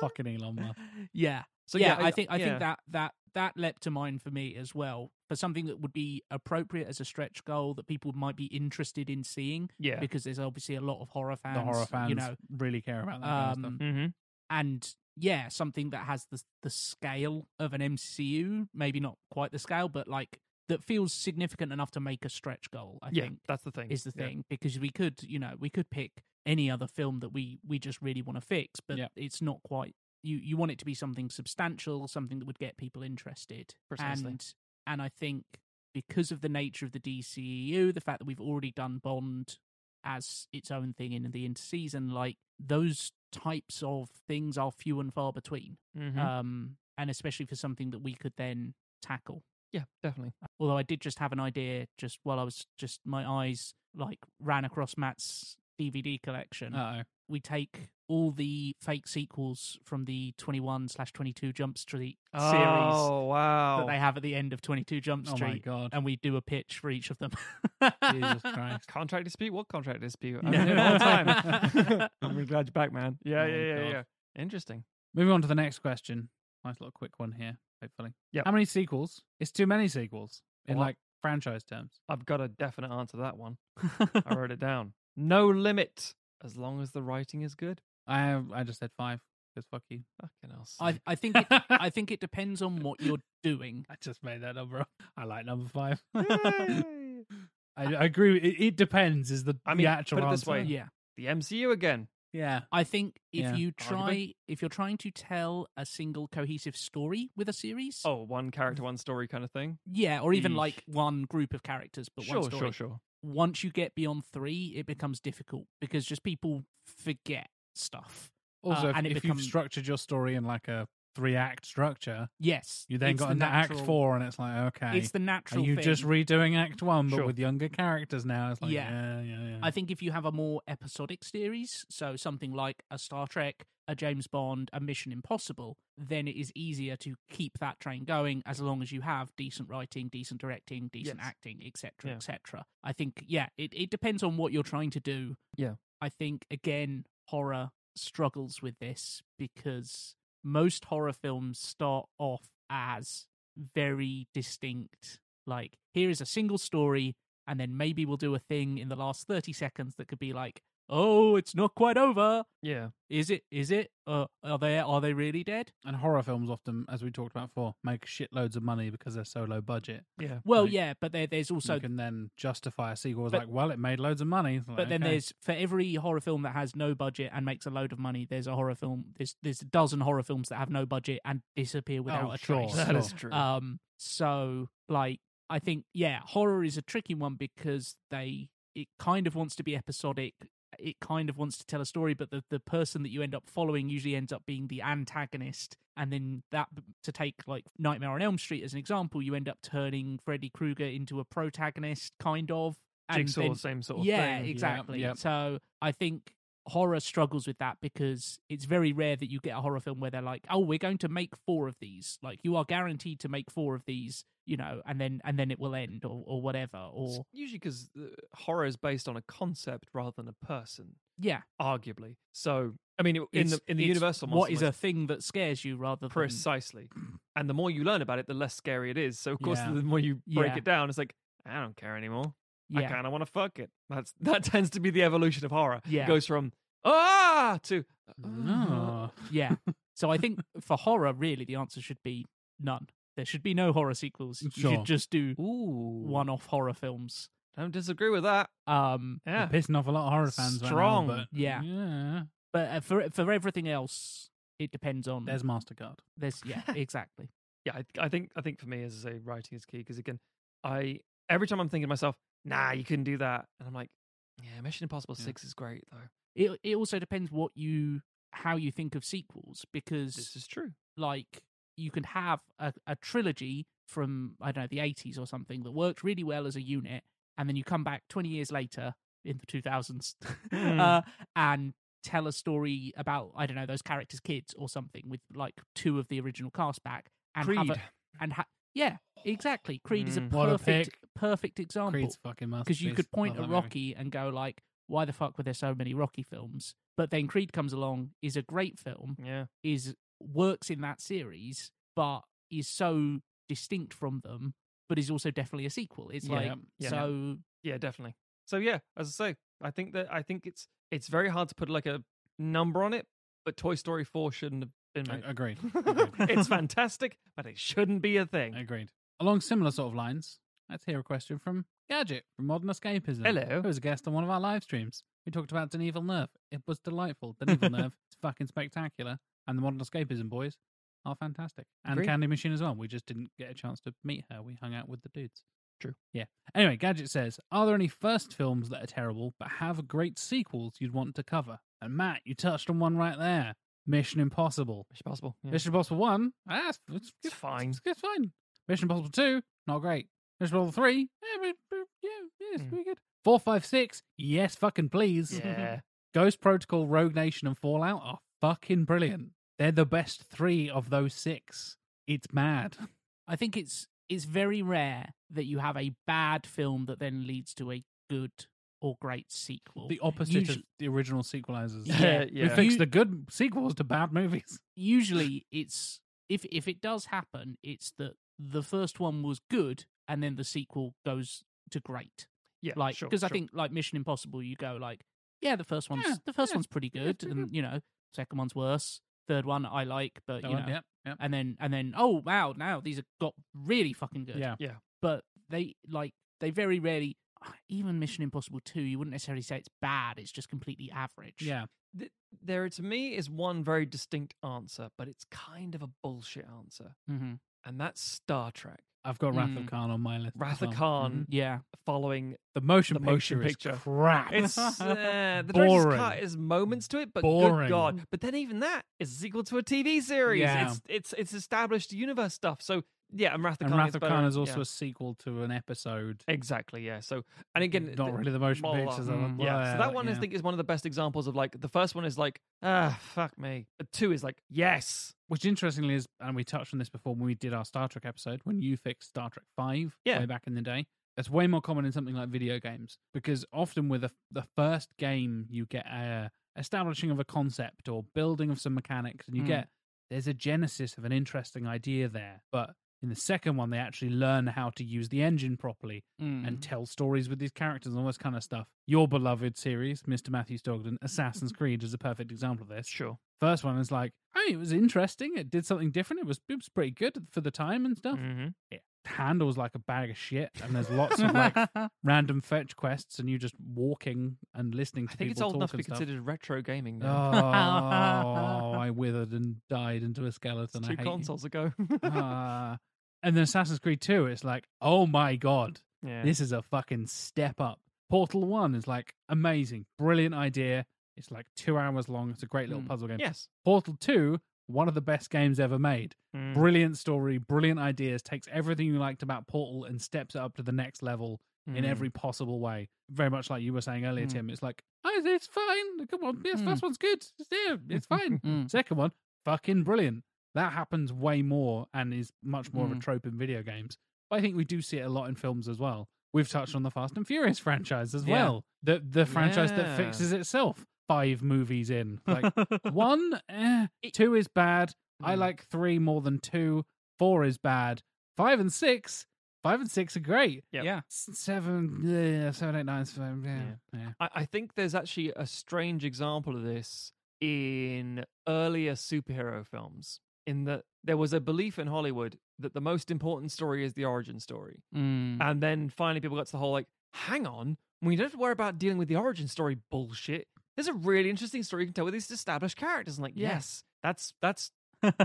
S1: Fucking Elon Musk.
S3: yeah
S2: So,
S3: so
S2: yeah,
S3: yeah,
S2: I-
S3: I think I
S2: yeah.
S3: think that that that leapt to mind for me as well for something that would be appropriate as a stretch goal that people might be interested in seeing
S2: Yeah.
S3: because there's obviously a lot of horror fans
S1: the horror fans
S3: you know
S1: really care about that kind of stuff.
S3: um,
S2: Mm-hmm.
S3: and yeah, something that has the the scale of an MCU, maybe not quite the scale, but like that feels significant enough to make a stretch goal. I
S2: yeah,
S3: think
S2: that's the thing.
S3: is the
S2: Yeah.
S3: thing because we could, you know, we could pick any other film that we we just really want to fix, but
S1: Yeah.
S3: it's not quite. You you want it to be something substantial, something that would get people interested,
S2: Precisely.
S3: and and I think because of the nature of the DCEU, the fact that we've already done Bond as its own thing in the interseason, like those types of things are few and far between.
S2: Mhm.
S3: Um, and especially for something that we could then tackle.
S2: yeah, definitely.
S3: Although I did just have an idea just while I was just my eyes like ran across Matt's DVD collection.
S1: Uh-oh. Oh
S3: we take all the fake sequels from the 21 slash 22 Jump Street series
S2: Oh, wow.
S3: that they have at the end of 22 Jump
S1: Oh my
S3: Street.
S1: God.
S3: And we do a pitch for each of them. (laughs)
S1: Jesus Christ.
S2: Contract dispute? What contract dispute?
S3: No.
S2: I've been all the
S3: (laughs)
S2: time. I'm really glad you're back, man. Yeah,
S1: Oh,
S2: yeah, yeah,
S1: God.
S2: yeah. Interesting.
S1: Moving on to the next question. Nice little quick one here, hopefully.
S2: Yep.
S1: How many sequels? It's too many sequels in
S2: Well,
S1: like franchise terms.
S2: I've got a definite answer to that one. I wrote it down. No limit, as long as the writing is good.
S1: I have, I just said five because fuck (laughs) you.
S2: Fucking else.
S3: (laughs) I, I think it,
S1: (laughs)
S3: I think it depends on what you're doing.
S1: I just made that number up. I like number five. (laughs) I, I agree. with- It, it depends. Is the
S2: I
S1: the
S2: mean,
S1: actual
S2: put it this
S1: answer.
S2: way.
S3: Yeah.
S2: the MCU again.
S1: Yeah.
S3: I think if
S1: Yeah,
S3: you
S2: arguably.
S3: try if you're trying to tell a single cohesive story with a series,
S2: Oh, one character, one story kind of thing.
S3: yeah, or even
S2: Eesh.
S3: like one group of characters but
S2: sure,
S3: one story.
S2: sure, sure.
S3: Once you get beyond 3, it becomes difficult because just people forget stuff.
S1: Also,
S3: Uh,
S1: if,
S3: and it
S1: if
S3: become-
S1: you've structured your story in like a three act structure,
S3: Yes.
S1: you then
S3: it's
S1: got
S3: the
S1: into act
S3: natural-
S1: four, eh? and it's like, okay,
S3: It's the natural
S1: are you just
S3: thing.
S1: redoing act one but
S2: Sure.
S1: with younger characters now? It's like,
S3: Yeah.
S1: yeah, yeah, yeah.
S3: I think if you have a more episodic series, so something like a Star Trek, a James Bond, a Mission Impossible, then it is easier to keep that train going as long as you have decent writing, decent directing, decent
S2: Yes.
S3: acting, etc.,
S2: Yeah.
S3: etc. I think, yeah, it, it depends on what you're trying to do.
S2: Yeah.
S3: I think again, horror struggles with this because most horror films start off as very distinct. Like, here is a single story, and then maybe we'll do a thing in the last 30 seconds that could be like, oh, it's not quite over.
S2: Yeah.
S3: Is it? Is it? Uh, are they? Are they really dead?
S1: And horror films often, as we talked about before, make shitloads of money because they're so low budget.
S2: Yeah.
S3: Well, yeah, but there, there's also
S1: you can then justify a sequel as
S3: But-
S1: like, well, it made loads of money. It's like,
S3: But then
S1: okay.
S3: there's for every horror film that has no budget and makes a load of money, there's a horror film. There's there's a dozen horror films that have no budget and disappear without
S1: Oh,
S3: a
S1: sure,
S3: trace.
S1: That is
S2: true.
S3: Um, so like I think yeah, horror is a tricky one because they it kind of wants to be episodic. It kind of wants to tell a story, but the, the person that you end up following usually ends up being the antagonist. And then that, to take like Nightmare on Elm Street as an example, you end up turning Freddy Krueger into a protagonist, kind of. And
S2: Jigsaw,
S3: then-
S2: same sort of
S3: yeah,
S2: thing.
S3: exactly.
S1: yep.
S3: So I think horror struggles with that because it's very rare that you get a horror film where they're like, "Oh, we're going to make four of these. Like, you are guaranteed to make four of these, you know, and then and then it will end or or whatever." Or
S2: Usually because horror is based on a concept rather than a person,
S3: yeah,
S2: arguably. So, I mean, it- in
S3: it's-
S2: the in the
S3: it's
S2: universal
S3: what is
S2: monster
S3: a thing that scares you rather than
S2: Precisely. And the more you learn about it, the less scary it is. So of course,
S1: Yeah.
S2: the more you break
S3: Yeah.
S2: it down, it's like I don't care anymore. I
S3: yeah.
S2: kind of want to fuck it. That's (laughs) that tends to be the evolution of horror.
S3: Yeah.
S2: It goes from ah to
S3: (laughs)
S1: No.
S2: "Ah."
S3: Yeah. So I think for horror, really, the answer should be none. There should be no horror sequels. You
S1: Sure.
S3: should just do
S2: Ooh,
S3: one-off horror films.
S2: don't disagree with that.
S3: Um,
S1: You're
S2: Yeah,
S1: pissing off a lot of horror fans.
S2: Strong.
S1: Right now, but
S3: Yeah.
S1: yeah.
S3: but uh, for for everything else, it depends on
S1: There's Mastercard.
S3: There's yeah, exactly.
S2: yeah. I, I think I think for me, as I say, writing is key because again, I every time I'm thinking to myself, nah, you couldn't do that, and I'm like, yeah, Mission Impossible
S1: Yeah.
S2: Six is great though.
S3: It it also depends what you how you think of sequels because
S2: This is true.
S3: like you can have a, a trilogy from I don't know the eighties or something that worked really well as a unit, and then you come back twenty years later in the two thousands (laughs)
S2: Mm.
S1: Hmm.
S3: uh, and tell a story about I don't know those characters' kids or something with like two of the original cast back and have a,
S2: Creed.
S3: and ha- yeah exactly Creed is a
S2: Mm.
S1: Hmm, What a
S3: perfect
S1: pick.
S3: perfect example
S1: Creed's fucking masterpiece.
S3: because you could point
S1: Love
S3: at
S1: that movie.
S3: Rocky and go like, "Why the fuck were there so many Rocky films?" But then Creed comes along, is a great film,
S2: Yeah,
S3: is works in that series, but is so distinct from them, but is also definitely a sequel. It's
S1: Yeah,
S3: like
S2: yeah.
S3: so,
S2: Yeah, definitely. So yeah, as I say, I think that I think it's it's very hard to put like a number on it, but Toy Story Four shouldn't have been
S1: A-
S2: made.
S3: (laughs)
S1: Agreed. Agreed.
S2: (laughs)
S1: (laughs)
S2: it's fantastic, but it shouldn't be a thing.
S1: Agreed. Along similar sort of lines, let's hear a question from Gadget from Modern Escapism.
S2: Hello.
S1: Who was a guest on one of our live streams. We talked about Denis Villeneuve. It was delightful. Denis
S2: (laughs)
S1: Villeneuve is fucking spectacular. And the Modern Escapism boys are fantastic. And
S2: Agreed.
S1: Candy Machine as well. We just didn't get a chance to meet her. We hung out with the dudes.
S2: True.
S1: Yeah. Anyway, Gadget says Are there any first films that are terrible but have great sequels you'd want to cover? And Matt, you touched on one right there Mission Impossible.
S2: It's possible. Yeah.
S1: Mission Impossible One, ah, it's, it's,
S2: It's fine.
S1: It's, it's fine. Mission Impossible Two, not great. Mission Impossible Three, yeah, but, but, yeah, yeah, it's
S2: Mm.
S1: pretty good. Four, five, six, yes, fucking please. (laughs)
S2: Yeah.
S1: Ghost Protocol, Rogue Nation, and Fallout are fucking brilliant. They're the best three of those six. It's
S2: (laughs)
S1: mad.
S3: I think it's it's very rare that you have a bad film that then leads to a good or great sequel.
S1: The opposite of
S3: Usu-
S1: the original sequelizers. (laughs)
S3: Yeah,
S1: We
S2: yeah.
S1: fix
S3: You-
S1: the good sequels to bad movies.
S3: usually it's if if it does happen, it's that the first one was good and then the sequel goes to great.
S2: yeah,
S3: like
S2: sure,
S3: because I
S2: sure.
S3: think like Mission Impossible, you go like, yeah, the first one's
S1: Yeah,
S3: the first
S1: yeah,
S3: one's pretty
S1: yeah,
S3: good,
S1: it's pretty
S3: and you know, second one's worse, third one I like, but
S1: That
S3: you
S1: one,
S3: know,
S1: yep, yep.
S3: and then and then oh wow, now these have got really fucking good.
S1: Yeah.
S3: but they like they very rarely. Even Mission Impossible Two, you wouldn't necessarily say it's bad. It's just completely average.
S1: Yeah.
S2: Th- there to me is one very distinct answer, but it's kind of a bullshit answer,
S1: Mm-hmm.
S3: hmm
S2: and that's Star Trek.
S1: I've got Wrath of
S3: Mm.
S1: Khan on my list. as
S2: Wrath of
S1: well. Mm-hmm.
S2: Khan
S3: yeah.
S1: (laughs)
S2: following
S1: The motion
S2: The
S1: picture,
S2: motion
S1: is
S2: picture.
S1: crap. (laughs)
S2: It's uh, the director's
S1: Boring.
S2: cut is moments to it, but
S1: Boring.
S2: good god! But then even that is a sequel to a TV series.
S1: Yeah.
S2: It's it's it's established universe stuff. So Yeah, and Wrath of
S1: and
S2: Khan
S1: Wrath
S2: is
S1: of
S2: better,
S1: Khan is also
S2: yeah.
S1: a sequel to an episode.
S2: Exactly, yeah. So, and again,
S1: Not really the motion
S2: blah, blah,
S1: pictures,
S2: blah.
S1: uh,
S2: Mm, yeah. So that
S1: blah,
S2: one, I
S1: yeah.
S2: think, is one of the best examples of like the first one is like, ah, fuck me. But two is like, yes,
S1: Which interestingly is, and we touched on this before when we did our Star Trek episode, when you fixed Star Trek Five
S2: Yeah.
S1: way back in the day. That's way more common in something like video games because often with the the first game you get a establishing of a concept or building of some mechanics, and you
S3: Mm.
S1: get there's a genesis of an interesting idea there. But in the second one, they actually learn how to use the engine properly and tell stories with these characters and all this kind of stuff. Your beloved series, Mr. Matthew Stogden, Assassin's Creed is a perfect example of this.
S2: sure.
S1: First one is like, oh, it was interesting. It did something different. It was it was pretty good for the time and stuff. (laughs)
S2: Mm-hmm.
S1: It handles like a bag of shit, and there's lots of
S2: (laughs)
S1: like random fetch quests, and you just walking and listening to
S2: I think it's
S1: people
S2: old enough
S1: talk
S2: to be
S1: and stuff.
S2: considered retro gaming
S1: Oh,
S2: now.
S1: I withered and died into a skeleton.
S2: (laughs) It's
S1: I
S2: two
S1: hate you.
S2: consoles ago.
S1: (laughs)
S2: (laughs)
S1: Ah. and then Assassin's Creed 2, it's like, oh my god,
S2: yeah.
S1: this is a fucking step up. Portal 1 is like amazing, brilliant idea. It's like two hours long. It's a great little
S3: Mm.
S1: puzzle game.
S2: (laughs) yes.
S1: Portal 2, one of the best games ever made.
S2: Mm.
S1: Brilliant story, brilliant ideas, takes everything you liked about Portal and steps it up to the next level in
S2: Mm.
S1: every possible way. Very much like you were saying earlier,
S2: Mm.
S1: Tim. It's like, oh, it's fine. Come on. Yes,
S2: Hmm.
S3: Mm.
S1: first one's good. It's there. (laughs)
S2: (laughs)
S1: It's fine.
S3: Mm.
S1: Second one, fucking brilliant. That happens way more and is much
S2: Hmm.
S1: more of a
S3: Mm.
S1: trope in video games. But I think we do see it a lot in films as well. We've touched on the Fast and Furious (laughs) franchise as
S2: Yeah.
S1: well. The the franchise
S2: Yeah.
S1: that fixes itself. Five movies in.
S2: (laughs)
S1: Like one, eh, two is bad. I
S2: Mm.
S1: like three more than two. Four is bad. Five and six, five and six are great.
S2: Yep.
S3: Yeah.
S1: S- Seven, yeah, seven, eight, nine, seven, yeah, yeah.
S2: I, I think there's actually a strange example of this in earlier superhero films, in that there was a belief in Hollywood that the most important story is the origin story.
S3: Mm.
S2: And then finally, people got to the whole like, hang on, we don't have to worry about dealing with the origin story bullshit. There's a really interesting story you can tell with these established characters. And like,
S3: Yeah.
S2: yes, that's that's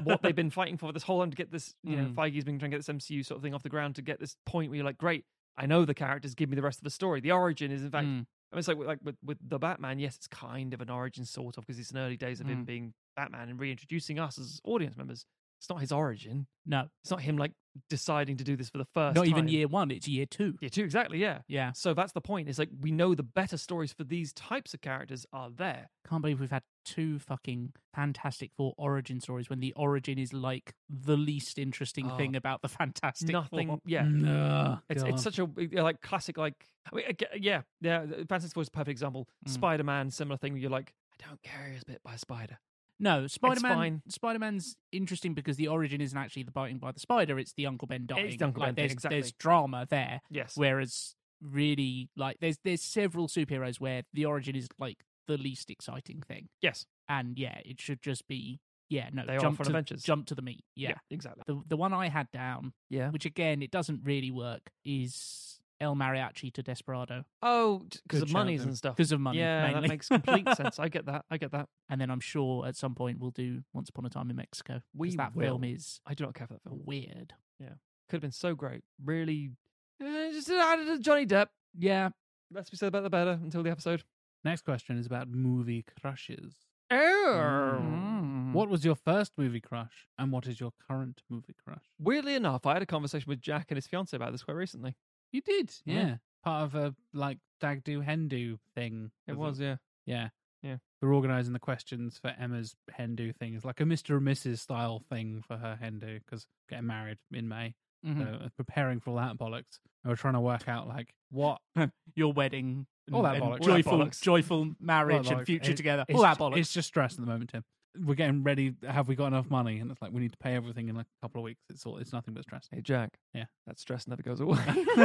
S2: what
S3: (laughs)
S2: they've been fighting for this whole time to get this. You know,
S3: Mm.
S2: Feige's been trying to get this MCU sort of thing off the ground to get this point where you're like, great, I know the characters. Give me the rest of the story. The origin is in fact.
S3: Mm.
S2: I mean, it's like with- like with, with the Batman. Yes, it's kind of an origin, sort of, because it's an early days of him
S3: Mm.
S2: being Batman and reintroducing us as audience members. It's not his origin.
S3: No,
S2: It's not him like deciding to do this for the first.
S3: not even
S2: time.
S3: year one. It's year two.
S2: Yeah, too exactly. Yeah.
S3: Yeah.
S2: So that's the point. It's like we know the better stories for these types of characters are there.
S3: Can't believe we've had two fucking Fantastic Four origin stories when the origin is like the least interesting
S2: Oh.
S3: thing about the Fantastic
S2: Nothing.
S3: Four.
S2: Yeah.
S1: No,
S2: It's
S1: God.
S2: it's such a yeah, like classic like I mean, I ge- yeah yeah. the Fantastic Four is a perfect example.
S3: Mm.
S2: Spider Man, similar thing. Where you're like, I don't care. He was bit by a spider.
S3: No, Spider Man.
S2: fine.
S3: Spider Man's interesting because the origin isn't actually the biting by the spider; it's the Uncle Ben dying.
S2: the Uncle Ben
S3: like,
S2: thing,
S3: there's, There's
S2: exactly.
S3: drama there.
S2: Yes.
S3: Whereas, really, like, there's there's several superheroes where the origin is like the least exciting thing,
S2: yes.
S3: and yeah, it should just be yeah, no,
S2: They are
S3: jump
S2: fun
S3: to
S2: adventures.
S3: jump to the meat. Yeah.
S2: Exactly.
S3: the the one I had down,
S2: Yeah.
S3: which again it doesn't really work, is El Mariachi to Desperado
S2: Oh,
S1: Good
S2: because of
S1: shout,
S2: monies
S1: then.
S2: and stuff.
S3: because of money.
S2: yeah,
S3: mainly.
S2: that makes
S3: (laughs)
S2: complete sense. I get that. I get that.
S3: and then I'm sure at some point we'll do Once Upon a Time in Mexico. 'cause
S2: We
S3: that film
S2: will.
S3: is
S2: I do not care for that film.
S3: weird.
S2: Could have been so great. Really, eh, just added a Johnny Depp.
S3: Yeah.
S2: Less we said about the better until the episode.
S1: Next question is about movie crushes.
S2: Oh.
S1: What was your first movie crush, and what is your current movie crush?
S2: Weirdly enough, I had a conversation with Jack and his fiance about this quite recently.
S1: You did, yeah,
S2: Yeah.
S1: part of a like dag do hen do thing.
S2: It
S1: with
S2: was,
S1: them.
S2: yeah.
S1: yeah,
S2: Yeah.
S1: We're organising the questions for Emma's hen do things, like a Mister and Mrs. style thing for her hen do because getting married in May.
S3: Mhm.
S1: So, uh, preparing for all that bollocks. And we're trying to work out like what
S3: Your wedding,
S1: All
S3: and-
S1: that
S3: and
S1: bollocks. All that
S3: joyful,
S2: bollocks.
S3: joyful marriage
S1: Well,
S3: and
S1: like,
S3: future
S1: it-
S3: together.
S1: It's,
S3: (laughs) All that
S1: ju-
S3: bollocks.
S1: It's just stress at the moment, Tim. We're getting ready. Have we got enough money? And it's like we need to pay everything in like a couple of weeks. It's all. It's nothing but
S3: (laughs)
S1: stress. (laughs)
S2: Hey, Jack.
S1: Yeah.
S2: That stress never goes away. (laughs)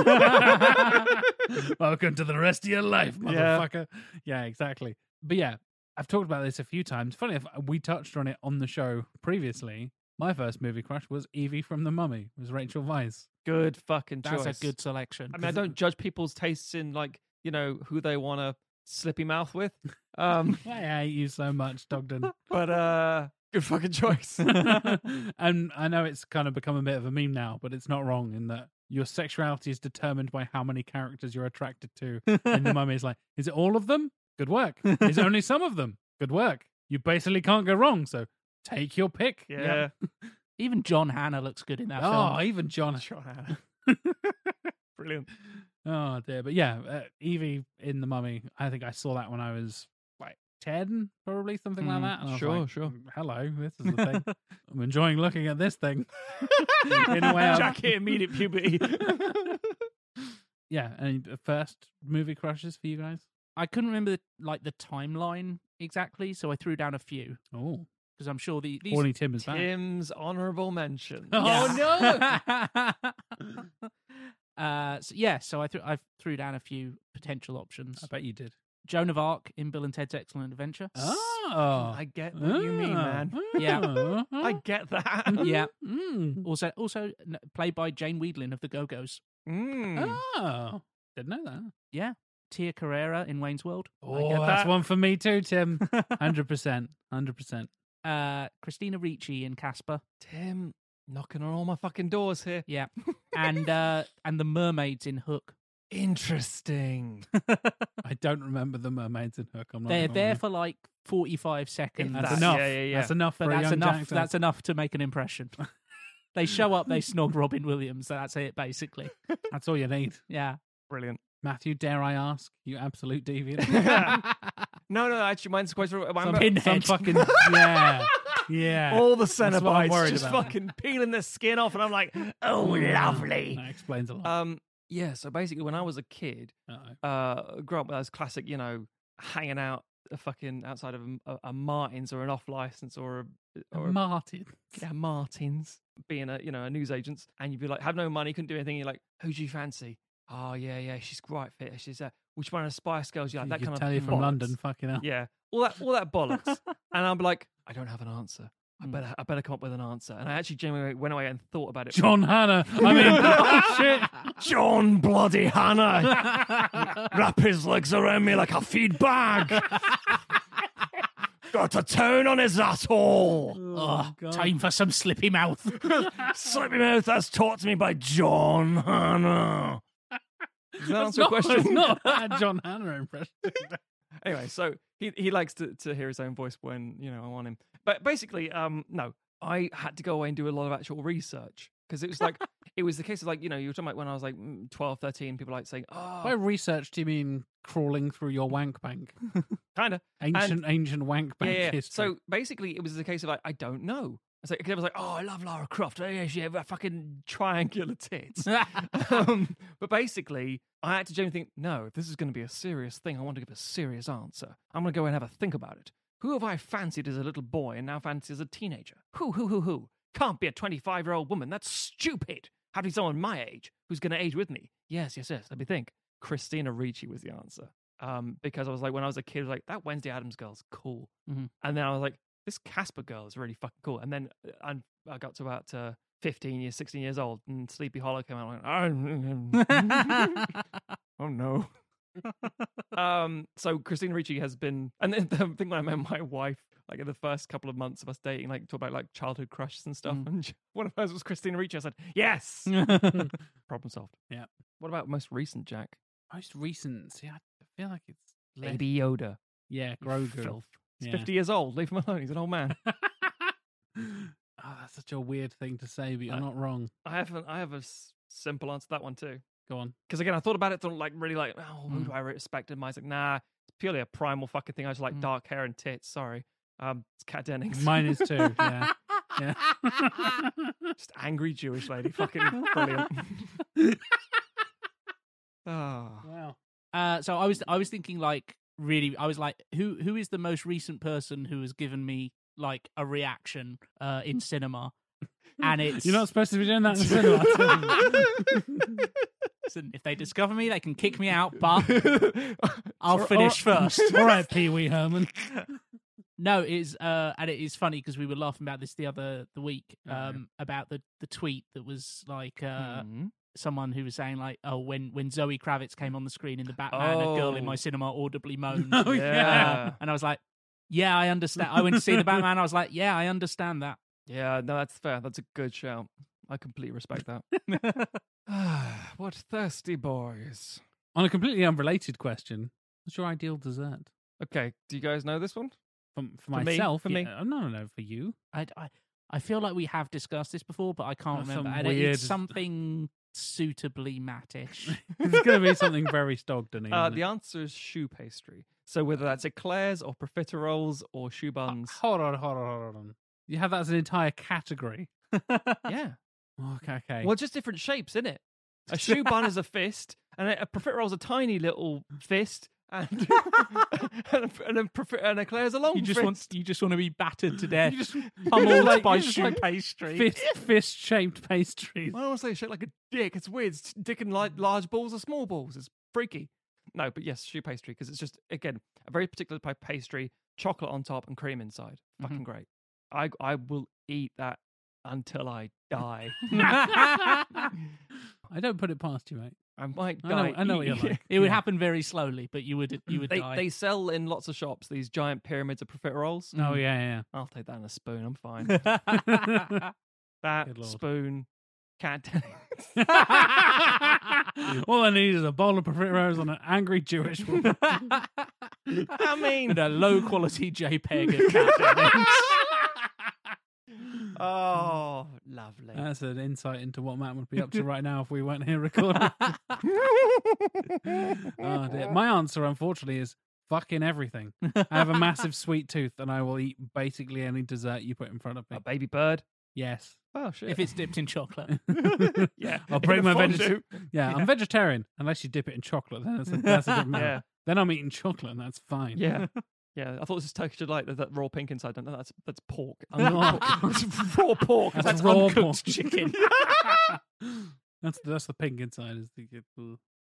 S1: Welcome to the rest of your life,
S2: Yeah.
S1: motherfucker. Yeah, exactly. But yeah, I've talked about this a few times. Funny enough, uh, we touched on it on the show previously. My first movie crush was Evie from The Mummy. Was Rachel Weisz?
S2: good fucking
S3: That's
S2: choice.
S3: a good selection.
S2: I mean, I don't judge people's tastes in, like, you know, who they want to slippy mouth with.
S1: (laughs)
S2: Um,
S1: I hate you so much, Dogden.
S2: but, uh, good fucking
S1: (laughs)
S2: choice. (laughs)
S1: and I know it's kind of become a bit of a meme now, but it's not wrong in that your sexuality is determined by how many characters you're attracted to. and (laughs) the mummy is like, is it all of them? Good work. Is (laughs) it only some of them? Good work. You basically can't go wrong. So take your pick.
S2: Yeah.
S3: Even John Hannah looks good in that film.
S1: oh, even John.
S2: (laughs) Brilliant.
S1: Oh dear, but yeah, uh, Evie in the Mummy. I think I saw that when I was like ten, probably something like
S2: Mm,
S1: that. And I was
S2: sure,
S1: like,
S2: sure.
S1: "Mm, Hello, this is the thing. (laughs) I'm enjoying looking at this thing in
S2: (laughs)
S1: a way. I've-
S2: Jack hit immediate puberty.
S1: yeah, and the first movie crushes for you guys.
S3: I couldn't remember like the timeline exactly, so I threw down a few
S1: Oh,
S3: because I'm sure the these.
S1: horny Tim is back.
S2: Tim's honourable mention.
S1: (laughs) Oh, (laughs)
S3: no! (laughs) uh, so, yeah, so I threw I threw down a few potential options.
S1: I bet you did.
S3: Joan of Arc in Bill and Ted's Excellent Adventure.
S1: Oh, Uh-huh. Mm-hmm.
S2: I get what you
S1: Ah. (laughs)
S2: mean, man.
S3: Yeah.
S2: I get that. (laughs)
S3: yeah.
S1: Mm.
S3: Also, also n- played by Jane Weedlin of the Go Go's.
S2: (laughs) Mm.
S1: Oh, didn't know that.
S3: Yeah. Tia Carrera in Wayne's World. I
S1: Oh,
S3: get
S1: that's
S3: that.
S1: one for me too, (laughs) Tim. Hundred percent, hundred percent.
S3: Uh, Christina Ricci in Casper.
S2: Tim knocking on all my fucking doors here.
S3: Yeah. and uh, and the mermaids in
S1: (laughs)
S3: Hook.
S2: Interesting.
S1: I don't remember the mermaids in Hook. I'm not.
S3: They're
S1: gonna
S3: there
S1: lie.
S3: for like 45 seconds.
S1: That's
S2: that.
S1: enough.
S2: Yeah, yeah, yeah.
S1: That's enough.
S3: But
S1: for a
S3: that's
S1: young
S3: enough.
S1: Jackson.
S3: That's enough to make
S1: (laughs)
S3: an impression. they show up, they snog Robin Williams. So that's it, basically.
S1: That's all you need. (laughs)
S3: Yeah.
S2: (laughs) Brilliant.
S1: Matthew, dare I ask, you absolute (laughs) deviant.
S2: no, no, actually, mine's quite. Mine,
S3: Some pinhead.
S1: Some fucking (laughs) yeah, yeah.
S2: all the
S1: That's what I'm
S2: Cenobites
S1: worried
S2: just
S1: about.
S2: fucking peeling their skin off, and I'm like, oh, lovely.
S1: That explains a lot.
S2: Um, yeah. So basically, when I was a kid,
S1: Uh-oh.
S2: uh, grew up with those classic, you know, hanging out a fucking outside of a, a Martins or an off license or a or a,
S1: Martin.
S2: yeah, Martins being a you know a newsagent, and you'd be like, have no money, couldn't do anything. You're like, who do you fancy? Oh yeah, yeah, she's quite fit. She's uh, which one of the Spice Girls? You like
S1: You
S2: that
S1: could
S2: kind
S1: tell
S2: of
S1: you from
S2: bollocks."
S1: London, fucking hell.
S2: (laughs) Yeah, all that all that bollocks, (laughs) and I'm like, I don't have an answer. I better I better come up with an answer. And I actually genuinely went away and thought about it.
S1: John Hannah. I mean,
S2: (laughs)
S1: oh shit.
S2: John bloody Hannah. (laughs) Wrap his legs around me like a feed (laughs) bag. Got a town on his asshole.
S3: Oh, time for some slippy mouth.
S2: Slippy mouth as taught me by John Hannah. (laughs) Does that answer your question?
S1: not a bad John Hannah impression.
S2: (laughs) anyway, so he, he likes to, to hear his own voice when, you know, I'm on him. But basically, um, no, I had to go away and do a lot of actual research. Because it
S1: (laughs)
S2: was like, it was the case of like, you know, you were talking about when I was like mm, 12, 13, people like saying, oh,
S1: By research, do you mean crawling through your wank
S2: (laughs)
S1: bank?
S2: kind of.
S1: Ancient, ancient wank
S2: Yeah,
S1: bank
S2: yeah.
S1: history.
S2: So basically, it was the case of like, I don't know. It's like, 'cause I was like, oh, I love Lara Croft. Oh, yeah, she had a fucking
S1: (laughs)
S2: triangular
S3: (laughs)
S2: tits.
S3: Uh,
S2: (laughs) um, but basically, I had to genuinely think, no, if this is going to be a serious thing, I want to give a serious answer. I'm going to go and have a think about it. Who have I fancied as a little boy and now fancy as a teenager? Who, who, who, who? Can't be a 25 year old woman. That's stupid. Have to be someone my age who's going to age with me. Yes, yes, yes. Let me think. Christina Ricci was the answer. Um, because I was like, when I was a kid, I was like, that Wednesday Adams girl's cool.
S1: Mm-hmm.
S3: Mhm.
S2: And then I was like, this Casper girl is really fucking cool. And then uh, and I got to about uh, 15 years, 16 years old, and Sleepy Hollow came out. And I went, (laughs)
S1: (laughs)
S2: oh no. um, so Christina Ricci has been, and then (laughs) the thing when I met my wife, like in the first couple of months of us dating, like talk about like childhood crushes and stuff.
S1: Mm-hmm.
S3: Mm.
S2: And she- (laughs) one of hers was Christina Ricci. I said,
S1: (laughs)
S2: yes, problem solved.
S1: Yeah.
S2: What about most recent, Jack?
S1: Most recent. See, I feel like it's less-
S2: Baby Yoda.
S1: Yeah,
S2: You
S1: Grogu.
S2: filth. He's
S1: Yeah.
S2: 50 years old. Leave him alone. He's an old man.
S1: (laughs) oh, that's such a weird thing to say, but you're
S2: Uh,
S1: not wrong.
S2: I have an, I have a s- simple answer to that one too.
S1: Go on.
S2: Because again, I thought about it, thought like really like, oh, who
S3: Mm.
S2: do I respect? And mine's like, nah, it's purely a primal fucking thing. I just like
S3: Mm.
S2: dark hair and tits. Sorry, um, it's Kat Dennings.
S1: Mine is too. Yeah. yeah.
S2: (laughs)
S1: (laughs)
S2: just angry Jewish lady. Fucking
S3: (laughs)
S2: brilliant. Ah,
S1: wow.
S3: Uh, so I was I was thinking like really I was like who who is the most recent person who has given me like a reaction uh, in cinema,
S1: (laughs)
S3: and it's
S1: You're not supposed to be doing that in
S2: (laughs)
S1: cinema.
S3: (laughs)
S1: (laughs)
S3: listen, if they discover me they can kick me out,
S1: (laughs)
S3: but I'll finish first.
S1: All right, Pee Wee Herman.
S3: No, it's uh, and it is funny because we were laughing about this the other the week um
S1: Oh, yeah.
S3: about the the tweet that was like uh
S2: Hmm.
S3: someone who was saying like oh when when Zoe Kravitz came on the screen in the Batman a girl in
S2: Oh.
S3: my cinema
S1: (laughs)
S3: audibly moaned.
S1: Oh,
S2: yeah.
S1: yeah.
S2: yeah,
S3: Uh, and I was like, yeah, I understand. I went to see the Batman. I was like, yeah, I understand that.
S2: No, that's fair. That's a good shout. I completely respect
S3: (laughs)
S2: that. (sighs) Ah, what thirsty boys.
S1: On a completely unrelated question, what's your ideal dessert?
S2: Okay, do you guys know this one?
S1: For, for,
S2: me?
S1: myself,
S2: For me?
S1: yeah. Oh, no, no, no, for you.
S3: I, I, I feel like we have discussed this before, but I can't
S1: That's some
S3: remember. And it-
S1: weird-
S3: It's something suitably
S1: (laughs)
S3: mattish.
S1: It's going to be something very Stogden.
S2: Uh, the answer is shoe pastry. So whether that's eclairs or profiteroles or shoe
S3: (laughs)
S2: buns.
S1: Hold on, hold on, hold on. You have that as an entire category.
S2: yeah.
S1: Okay, okay.
S2: Well, just different shapes, isn't it? A shoe
S3: (laughs)
S2: bun is a fist, and a, a profiterole's a tiny little fist, and (laughs)
S3: (laughs)
S2: and a, and a, profi- and eclair's a long
S3: You just
S2: fist.
S3: want you just want to be battered to death,
S1: just- (laughs)
S2: (laughs)
S3: pummeled
S1: like-
S3: by
S1: you just (laughs)
S3: shoe
S1: like
S3: pastry.
S1: Fist, fist-shaped
S2: (laughs)
S1: pastries.
S2: I don't want to say shaped like a dick. It's weird. It's dick and
S1: Mm.
S2: like large balls or small balls. It's freaky. No, but yes, shoe pastry because it's just again a very particular type of pastry, chocolate on top and cream inside.
S1: Mm-hmm.
S2: Fucking great. I I will eat that until I die.
S1: (laughs) I don't put it past you, mate.
S2: I might
S1: I
S2: die.
S1: know, I know what you're
S2: eating
S1: like.
S3: It
S2: (laughs)
S3: would
S1: Yeah.
S3: happen very slowly, but you would you would
S2: They,
S3: die.
S2: they sell in lots of shops these giant pyramids of profiteroles.
S1: Oh yeah,
S2: I'll take that in a spoon.
S1: (laughs)
S2: I'm fine.
S1: yeah. (laughs)
S2: that
S1: Good lord.
S2: spoon can't. (laughs)
S1: All I need is a bowl of profiteroles and an angry Jewish woman.
S2: I
S1: (laughs)
S2: mean,
S3: (laughs) and a low quality JPEG of cat earnings.
S2: oh, lovely.
S1: That's an insight into what Matt would be
S2: (laughs)
S1: up to right now if we weren't here recording. oh, dear. My answer, unfortunately, is fucking everything. I have a
S2: (laughs)
S1: massive sweet tooth, and I will eat basically any dessert you put in front of me.
S2: a baby bird.
S1: Yes.
S2: Oh shit!
S3: if it's dipped in chocolate.
S2: (laughs) yeah,
S1: (laughs) I'll
S2: in
S1: break
S2: a
S1: my
S2: fondue.
S1: vegeta- Yeah, I'm vegetarian unless you dip it in chocolate. Then
S2: (laughs)
S1: it's a, that's a different matter.
S2: Yeah.
S1: Then I'm eating chocolate, and that's fine.
S2: Yeah, (laughs) yeah. I thought this was Turkish delight. That, that raw pink inside. No, that's that's (laughs) pork.
S1: Oh,
S2: It's raw pork.
S1: That's
S2: That's,
S1: raw
S2: uncooked
S1: pork.
S2: (laughs) chicken.
S1: (laughs) that's that's the pink inside. Is the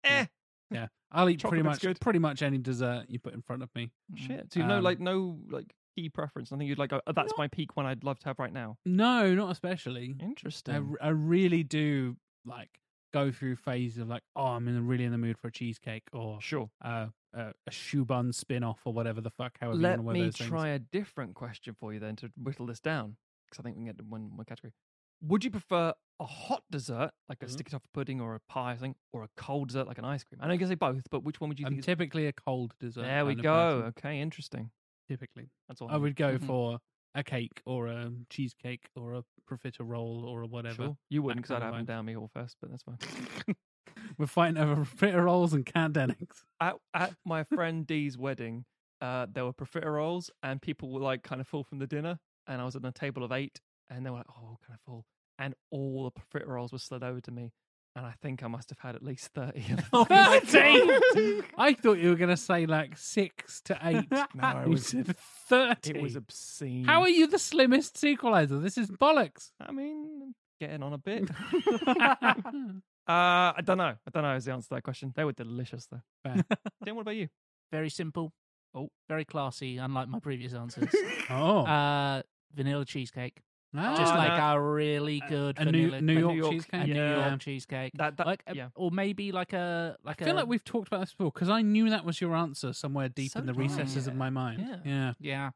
S2: eh.
S1: yeah. I'll eat pretty much
S2: Chocolate's good.
S1: pretty much any dessert you put in front of me.
S2: Shit. So you know,
S1: Um,
S2: like no like key preference. Nothing you'd like. Oh, that's my peak one. I'd love to have right now.
S1: No, not especially.
S2: Interesting.
S1: I, r- I really do like go through phases of like, oh, I'm in really in the mood for a cheesecake or
S2: Oh, sure.
S1: uh, uh, a shoe bun spin off or whatever the fuck. However,
S2: Let
S1: you want to
S2: me
S1: those things.
S2: try a different question for you then to whittle this down because I think we can get to one one category. Would you prefer a hot dessert like a
S1: Mhm.
S2: sticky toffee pudding or a pie or something, or a cold dessert like an ice cream? I know you can say both, but which one would you
S1: I'm
S2: think? is-
S1: typically a cold dessert.
S2: there we
S1: kind of
S2: go.
S1: person,
S2: Okay, interesting.
S1: Typically,
S2: That's all.
S1: I would go
S2: Mhm.
S1: for a cake or a um, cheesecake or a profiterole or a whatever.
S2: Sure. You wouldn't because
S1: kind
S2: I'd
S1: of
S2: have
S1: vibe.
S2: them down me all first, but that's fine.
S1: (laughs) We're fighting over profiteroles and cat
S2: (laughs)
S1: dennings.
S2: at, at my friend Dee's wedding, uh, there were profiteroles and people were like kind of full from the dinner. And I was at a table of eight and they were like, oh, kind of full. And all the profiteroles were slid over to me. And I think I must have had at least
S1: (laughs)
S2: 30. of them.
S1: Oh,
S2: (laughs)
S1: Thirty. I thought you were going to say like six to eight.
S2: (laughs)
S1: (laughs)
S2: No, it
S1: you
S2: was,
S1: said thirty.
S2: it was obscene.
S3: Hmm.
S1: How are you the slimmest sequelizer? This is bollocks. (laughs)
S2: I mean, getting on a bit. uh, I don't know. I don't know is the answer to that question. They were delicious though. (laughs)
S1: Fair.
S2: Tim, what about you?
S3: Very simple.
S2: Oh.
S3: very classy. Unlike my previous answers.
S1: Oh,
S3: uh, vanilla cheesecake,
S1: Ah.
S3: just
S2: Oh,
S3: like
S2: no.
S3: a really good
S1: a New,
S3: vanilla,
S1: New
S2: New
S1: York
S2: York-
S3: a
S1: cheesecake.
S3: New
S2: Yeah.
S3: York cheesecake.
S2: That, that
S1: uh,
S3: like, a-
S2: yeah.
S3: or maybe like a like
S1: I feel
S3: a,
S1: like we've talked about this before because I knew that was your answer somewhere deep
S2: So
S1: in the
S2: did I,
S1: recesses of
S2: yeah.
S1: my mind.
S2: Yeah.
S1: yeah.
S3: yeah,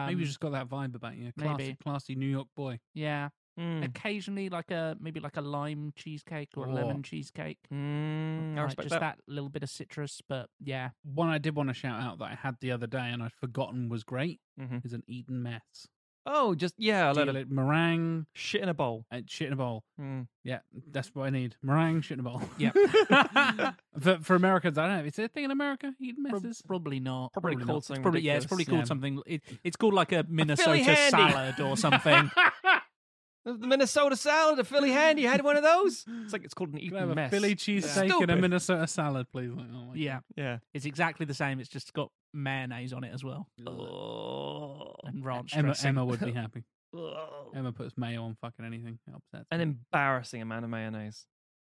S3: um,
S1: Maybe you just got that vibe about you. Classy,
S3: maybe.
S1: classy New York boy.
S3: yeah.
S2: Mm.
S3: Occasionally, like a maybe like a lime cheesecake or a
S1: Oh.
S3: lemon cheesecake.
S2: Mm, I
S3: Like,
S2: respect
S3: just
S2: that.
S3: that little bit of citrus, but yeah,
S1: One I did want to shout out that I had the other day and I'd forgotten was great
S3: Mm-hmm.
S2: Mhm.
S1: is an Eden mess.
S2: Oh, just yeah, a load of
S1: Deal it, meringue
S2: shit in a bowl.
S1: and shit in a bowl.
S2: Mm.
S1: Yeah, that's what I need. Meringue, shit in a bowl.
S3: Yep.
S1: (laughs) for, for Americans, I don't know. Is it a thing in America? Eden
S3: prob-
S1: messes?
S3: probably not.
S2: Probably
S1: Probably
S2: called
S1: not.
S2: something
S3: Probably yeah,
S2: ridiculous.
S3: it's probably called
S1: Yeah.
S3: something. It, it's called like a Minnesota
S2: handy.
S3: salad or something.
S2: The the Minnesota salad, a Philly hand. You had one of (laughs) those? It's like it's called an
S1: Can I have
S2: eaten
S1: a
S2: mess.
S1: Philly cheesesteak and a
S2: Stupid.
S1: Minnesota salad, please? Like, oh my
S3: yeah,
S2: Yeah.
S3: it's exactly the same. It's just got mayonnaise on it as well
S2: Oh.
S3: and ranch
S1: Emma,
S3: dressing.
S1: Emma
S3: (laughs)
S1: would be happy. Emma puts mayo on fucking anything. It upsets.
S2: An
S1: me.
S2: embarrassing amount of mayonnaise.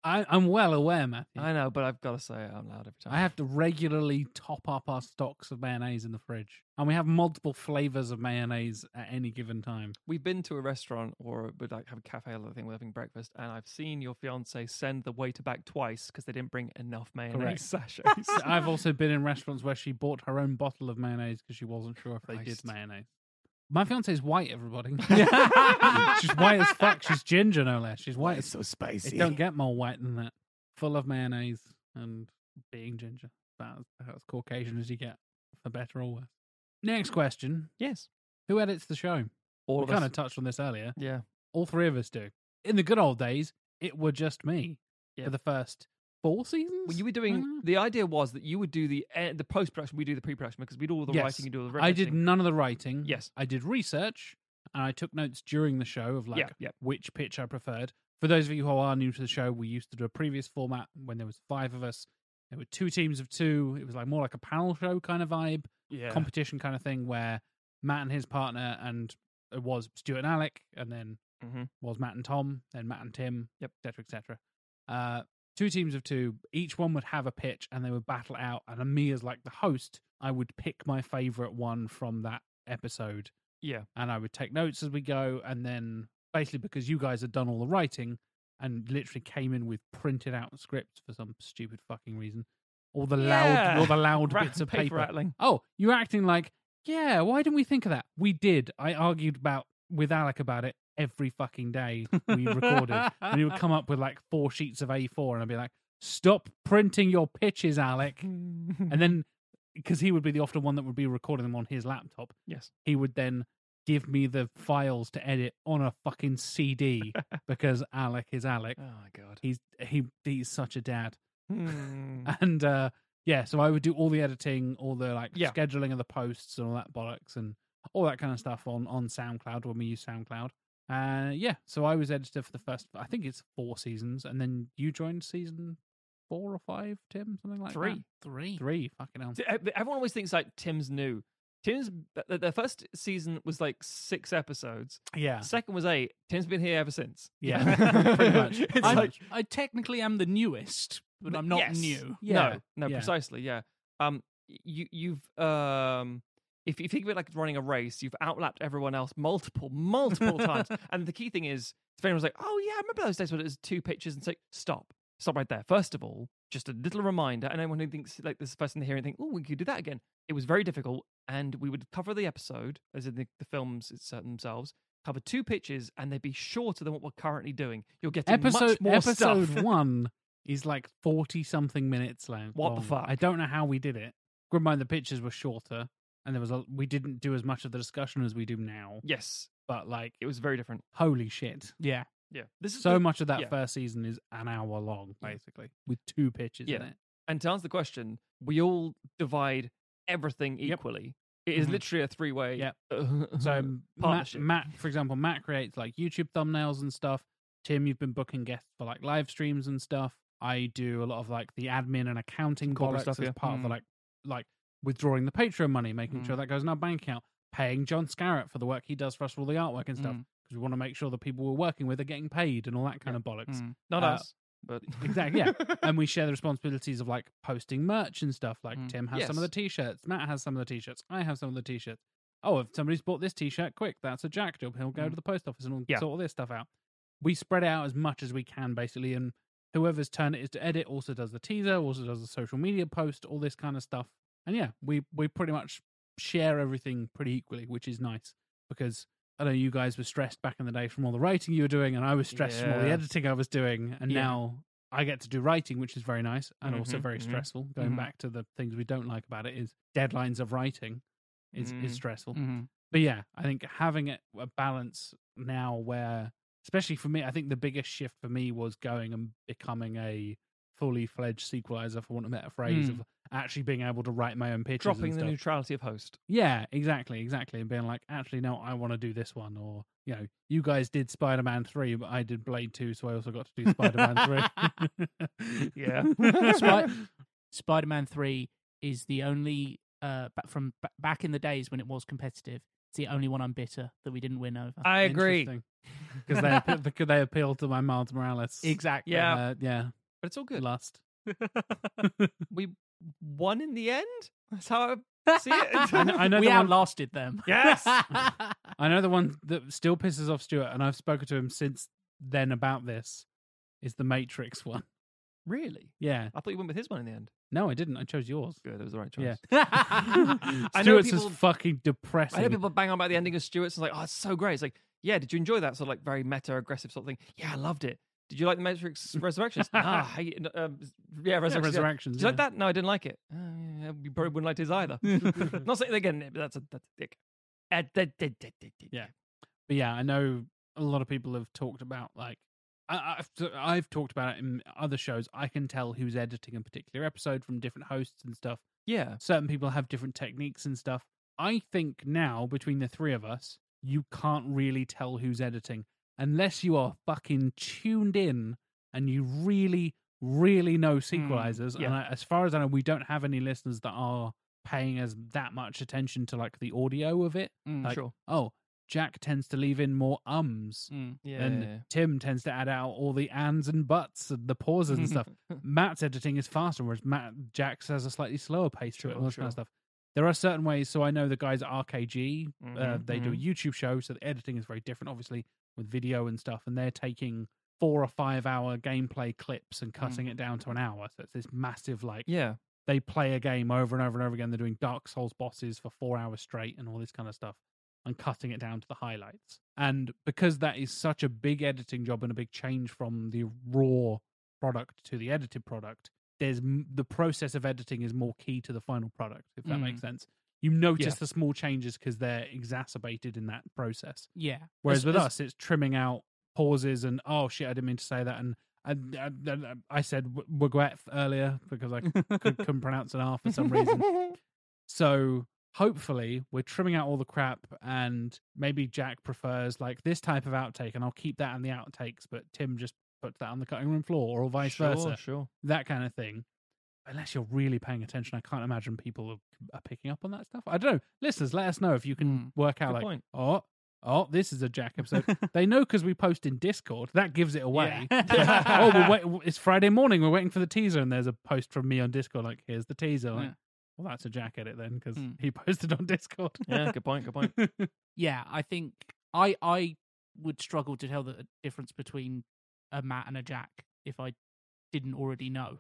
S1: I, I'm well aware, Matthew. I,
S2: I know, but I've got to say it out loud every time.
S1: have to regularly top up our stocks of mayonnaise in the fridge, and we have multiple flavors of mayonnaise at any given time.
S2: We've been to a restaurant or we'd like have a cafe or thing. We're having breakfast, and I've seen your fiance send the waiter back twice because they didn't bring enough mayonnaise (laughs) sachets.
S1: I've also been in restaurants where she bought her own bottle of mayonnaise because she wasn't sure if they did
S2: Christ.
S1: mayonnaise. My fiance is white, everybody. (laughs) She's white as fuck. She's ginger, no less. She's white as
S12: so spicy.
S1: It don't get more white than that. Full of mayonnaise and being ginger. That's about as Caucasian as you get, for better or worse. Next question
S2: yes.
S1: Who edits the show?
S2: All
S1: we
S2: of
S1: kind
S2: us.
S1: of touched on this earlier.
S2: Yeah.
S1: All three of us do. In the good old days, it were just me
S2: Yeah.
S1: for the first four seasons.
S2: Well, you were doing. The idea was that you would do the eh, the post production. We do the pre production because we do all the
S1: Yes.
S2: writing. You do all the.
S1: I did
S2: referencing.
S1: none of the writing.
S2: Yes.
S1: I did research and I took notes during the show of like
S2: Yeah, yeah.
S1: which pitch I preferred. For those of you who are new to the show, we used to do a previous format when there was five of us. There were two teams of two. It was like more like a panel show kind of vibe,
S2: Yeah.
S1: competition kind of thing where Matt and his partner and it was Stuart and Alec, and then
S2: Mhm.
S1: was Matt and Tom, then Matt and Tim,
S2: Yep.
S1: et cetera, et cetera. Uh, two teams of two, each one would have a pitch and they would battle it out. And me, as like the host, I would pick my favorite one from that episode
S2: Yeah.
S1: and I would take notes as we go. And then basically, because you guys had done all the writing and literally came in with printed out scripts for some stupid fucking reason, all the loud,
S2: Yeah.
S1: all the
S2: (laughs)
S1: loud
S2: Ra-
S1: bits of
S2: paper
S1: paper.
S2: rattling.
S1: Oh, you're acting like, yeah. Why didn't we think of that? We did. I argued about with Alec about it every fucking day we
S2: (laughs)
S1: recorded, and he would come up with like four sheets of A4, and I'd be like, stop printing your pitches, Alec. and then because he would be the often one that would be recording them on his laptop
S2: Yes.
S1: he would then give me the files to edit on a fucking
S2: (laughs)
S1: CD because Alec is Alec.
S2: Oh my god.
S1: He's he he's such a dad. (laughs)
S2: Hmm.
S1: And uh yeah, so I would do all the editing, all the like
S2: Yeah. Mm.
S1: scheduling of the posts and all that bollocks and all that kind of stuff on on SoundCloud when we use SoundCloud. Uh yeah, so I was editor for the first I think it's four seasons and then you joined season 4 or 5, Tim, something like
S2: Three.
S1: that.
S3: Three.
S1: 3, fucking hell.
S2: See, ev- Everyone always thinks like Tim's new. Tim's th- th- the first season was like six episodes.
S1: Yeah.
S2: Second was eight. Tim's been here ever since. (laughs)
S1: Yeah. (laughs) Pretty much.
S2: It's
S1: I'm- (laughs)
S2: like
S3: I technically am the newest, but I'm not
S2: yes.
S3: new.
S1: Yeah,
S2: No, no,
S1: yeah.
S2: precisely. Yeah. Um, y- you you've um. If you think of it like running a race, you've outlapped everyone else multiple,
S1: (laughs)
S2: multiple times. And the key thing is, if anyone's like, oh, yeah, I remember those days when it was two pitches and it's like, stop, stop right there. First of all, just a little reminder. And anyone who thinks like this person here and think, oh, we could do that again. It was very difficult. And we would cover the episode, as in the, the films it's, uh, themselves, cover two pitches and they'd be shorter than what we're currently doing. You're getting
S1: episode
S2: much more
S1: episode
S2: (laughs) stuff.
S1: one is like forty something minutes long.
S2: What the
S1: long.
S2: fuck?
S1: I don't know how we did it. Good mind the pictures were shorter, and there was a, we didn't do as much of the discussion as we do now.
S2: Yes,
S1: But like,
S2: it was very different.
S1: holy shit!
S3: Yeah.
S2: Yeah. This is
S1: So
S2: the-
S1: much of that
S2: yeah.
S1: first season is an hour long,
S2: Yeah.
S1: basically, with two pitches in
S2: Yeah.
S1: it.
S2: And to answer the question, we all divide everything
S1: Yep.
S2: equally. It is
S1: Mhm.
S2: literally a uh, three way.
S1: Yep. (laughs)
S2: (laughs)
S1: So um, Matt,
S2: Partnership.
S1: Matt, for example, Matt creates like YouTube thumbnails and stuff. Tim, you've been booking guests for like live streams and stuff. I do a lot of like the admin and accounting
S2: corporate
S1: bollocks
S2: stuff,
S1: as
S2: yeah.
S1: part of the
S2: Mm.
S1: like like withdrawing the Patreon money, making
S2: Hmm.
S1: sure that goes in our bank account, paying John Scarrett for the work he does for us for all the artwork and stuff
S2: Hmm.
S3: Mm.
S1: because we want to make sure the people we're working with are getting paid and all that kind of bollocks.
S3: Mm.
S2: Not
S1: uh,
S2: us, but
S1: (laughs) Exactly,
S2: (laughs)
S1: yeah. and we share the responsibilities of like posting merch and stuff. Like
S3: Mm.
S1: Tim has some of the
S2: Yes.
S1: t-shirts, Matt has some of the t-shirts, I have some of the t-shirts. Oh, if somebody's bought this t-shirt, quick, that's a jack job. He'll go
S2: Mm.
S1: to the post office and all,
S2: Yeah.
S1: sort all this stuff out. We spread it out as much as we can, basically, and whoever's turn it is to edit also does the teaser, also does the social media post, all this kind of stuff. And yeah, we we pretty much share everything pretty equally, which is nice because I know you guys were stressed back in the day from all the writing you were doing, and I was stressed from all the
S2: Yeah.
S1: editing I was doing, and
S2: Yeah.
S1: now I get to do writing, which is very nice and also
S2: Mhm,
S1: very
S2: mhm,
S1: stressful. Going
S3: mhm.
S1: back to the things we don't like about it is deadlines of writing is
S2: Mm.
S1: is stressful.
S3: (laughs) Mhm.
S1: But yeah, I think having a, a balance now where, especially for me, I think the biggest shift for me was going and becoming a fully fledged sequelizer, for want of a better phrase,
S3: Mm.
S1: of actually being able to write my own pitches. and
S2: dropping the
S1: stuff.
S2: neutrality of host.
S1: Yeah, exactly, exactly. And being like, actually, no, I want to do this one. Or, you know, you guys did Spider Man 3, but I did Blade 2, so I also got to do Spider Man 3.
S2: (laughs)
S1: (laughs)
S2: Yeah.
S3: (laughs)
S1: Spi-
S3: Spider Man 3 is the only, uh, ba- from ba- back in the days when it was competitive, it's the only one I'm bitter that we didn't win over.
S2: I agree.
S1: Interesting. 'Cause they, appe- because they appeal to my Miles Morales.
S3: exactly.
S2: Yeah.
S1: Uh, yeah.
S2: But it's all good.
S1: Lust.
S2: (laughs) we won in the end. That's how I see it.
S1: (laughs) I know,
S3: (laughs)
S1: I know
S3: we
S1: the one-
S3: outlasted them.
S2: yes.
S1: I know the one that still pisses off Stuart, and I've spoken to him since then about this, is the Matrix one.
S2: (laughs)
S1: (laughs)
S2: Really?
S1: Yeah.
S2: I thought you went with his one in the end.
S1: No, I didn't. I chose yours.
S2: Good. (laughs) It was the right choice.
S1: Yeah. (laughs)
S2: I know
S1: Stuart's
S2: people.
S1: is fucking depressing.
S2: I know people bang on about the ending of Stewart's. and It's like, oh, it's so great. It's like, yeah, did you enjoy that sort of like very meta aggressive sort of thing? Yeah, I loved it. Did you like the Matrix
S1: (laughs)
S2: Resurrections? nah, I hate it. Um, yeah, Resurrections. yeah.
S1: (laughs) Resurrections,
S2: Did you like
S1: yeah.
S2: that? No, I didn't like it. Uh, yeah, you probably
S1: (laughs)
S2: wouldn't like his either. Not saying again, but that's a that's a dick. Uh, da- da- da- da- da-
S1: Yeah. But yeah, I know a lot of people have talked about like I, I've I've talked about it in other shows. I can tell who's editing a particular episode from different hosts and stuff.
S2: Yeah.
S1: certain people have different techniques and stuff. I think now between the three of us, you can't really tell who's editing unless you are fucking tuned in and you really, really know sequelizers.
S2: yeah.
S1: And I, as far as I know, we don't have any listeners that are paying us that much attention to like the audio of it.
S3: Mm.
S1: like,
S2: Sure.
S1: Oh, Jack tends to leave in more ums.
S3: Mm.
S2: Yeah.
S1: And Tim tends to add out all the ands and buts and the pauses and stuff. Matt's editing is faster, whereas Matt Jax has a slightly slower pace to it and all this kind of stuff. There are certain ways. So I know the guys at RKG, uh,
S2: Mhm,
S1: they do a YouTube show, so the editing is very different, obviously, with video and stuff. And they're taking four or five hour gameplay clips and cutting it down to an hour. So it's this massive, like,
S2: Yeah.
S1: (laughs) they play a game over and over and over again. They're doing Dark Souls bosses for four hours straight and all this kind of stuff and cutting it down to the highlights. And because that is such a big editing job and a big change from the raw product to the edited product, there's m- the process of editing is more key to the final product, if that
S3: Mm.
S1: makes sense. You notice
S2: Yeah.
S1: the small changes because they're exacerbated in that process.
S3: Yeah.
S1: Whereas
S3: As-
S1: with
S3: as-
S1: us, it's trimming out pauses and oh shit, I didn't mean to say that, and and, and, and I said w- Wagweth earlier because I could, couldn't pronounce an R for some
S2: (laughs)
S1: reason. So hopefully, we're trimming out all the crap, and maybe Jack prefers like this type of outtake, and I'll keep that in the outtakes, but Tim just puts that on the cutting room floor, or vice
S2: Sure,
S1: versa, (laughs)
S2: sure.
S1: that kind of thing. Unless you're really paying attention, I can't imagine people are, are picking up on that stuff. I don't know. Listeners, let us know if you can work out
S2: Mm, Good
S1: like,
S2: point.
S1: oh, oh, this is a Jack
S2: (laughs)
S1: episode. they know because we post in Discord. That gives it away.
S3: Yeah.
S1: oh, we're wait- it's Friday morning. We're waiting for the teaser, and there's a post from me on Discord. Like, here's the teaser. Like,
S3: Yeah.
S1: well, that's a Jack edit then because
S3: Hmm.
S1: he (laughs) posted on Discord. (laughs)
S2: Mm. Yeah, good point. Good point.
S3: yeah, I think I I would struggle to tell the uh, difference between a Matt and a Jack if I didn't already know.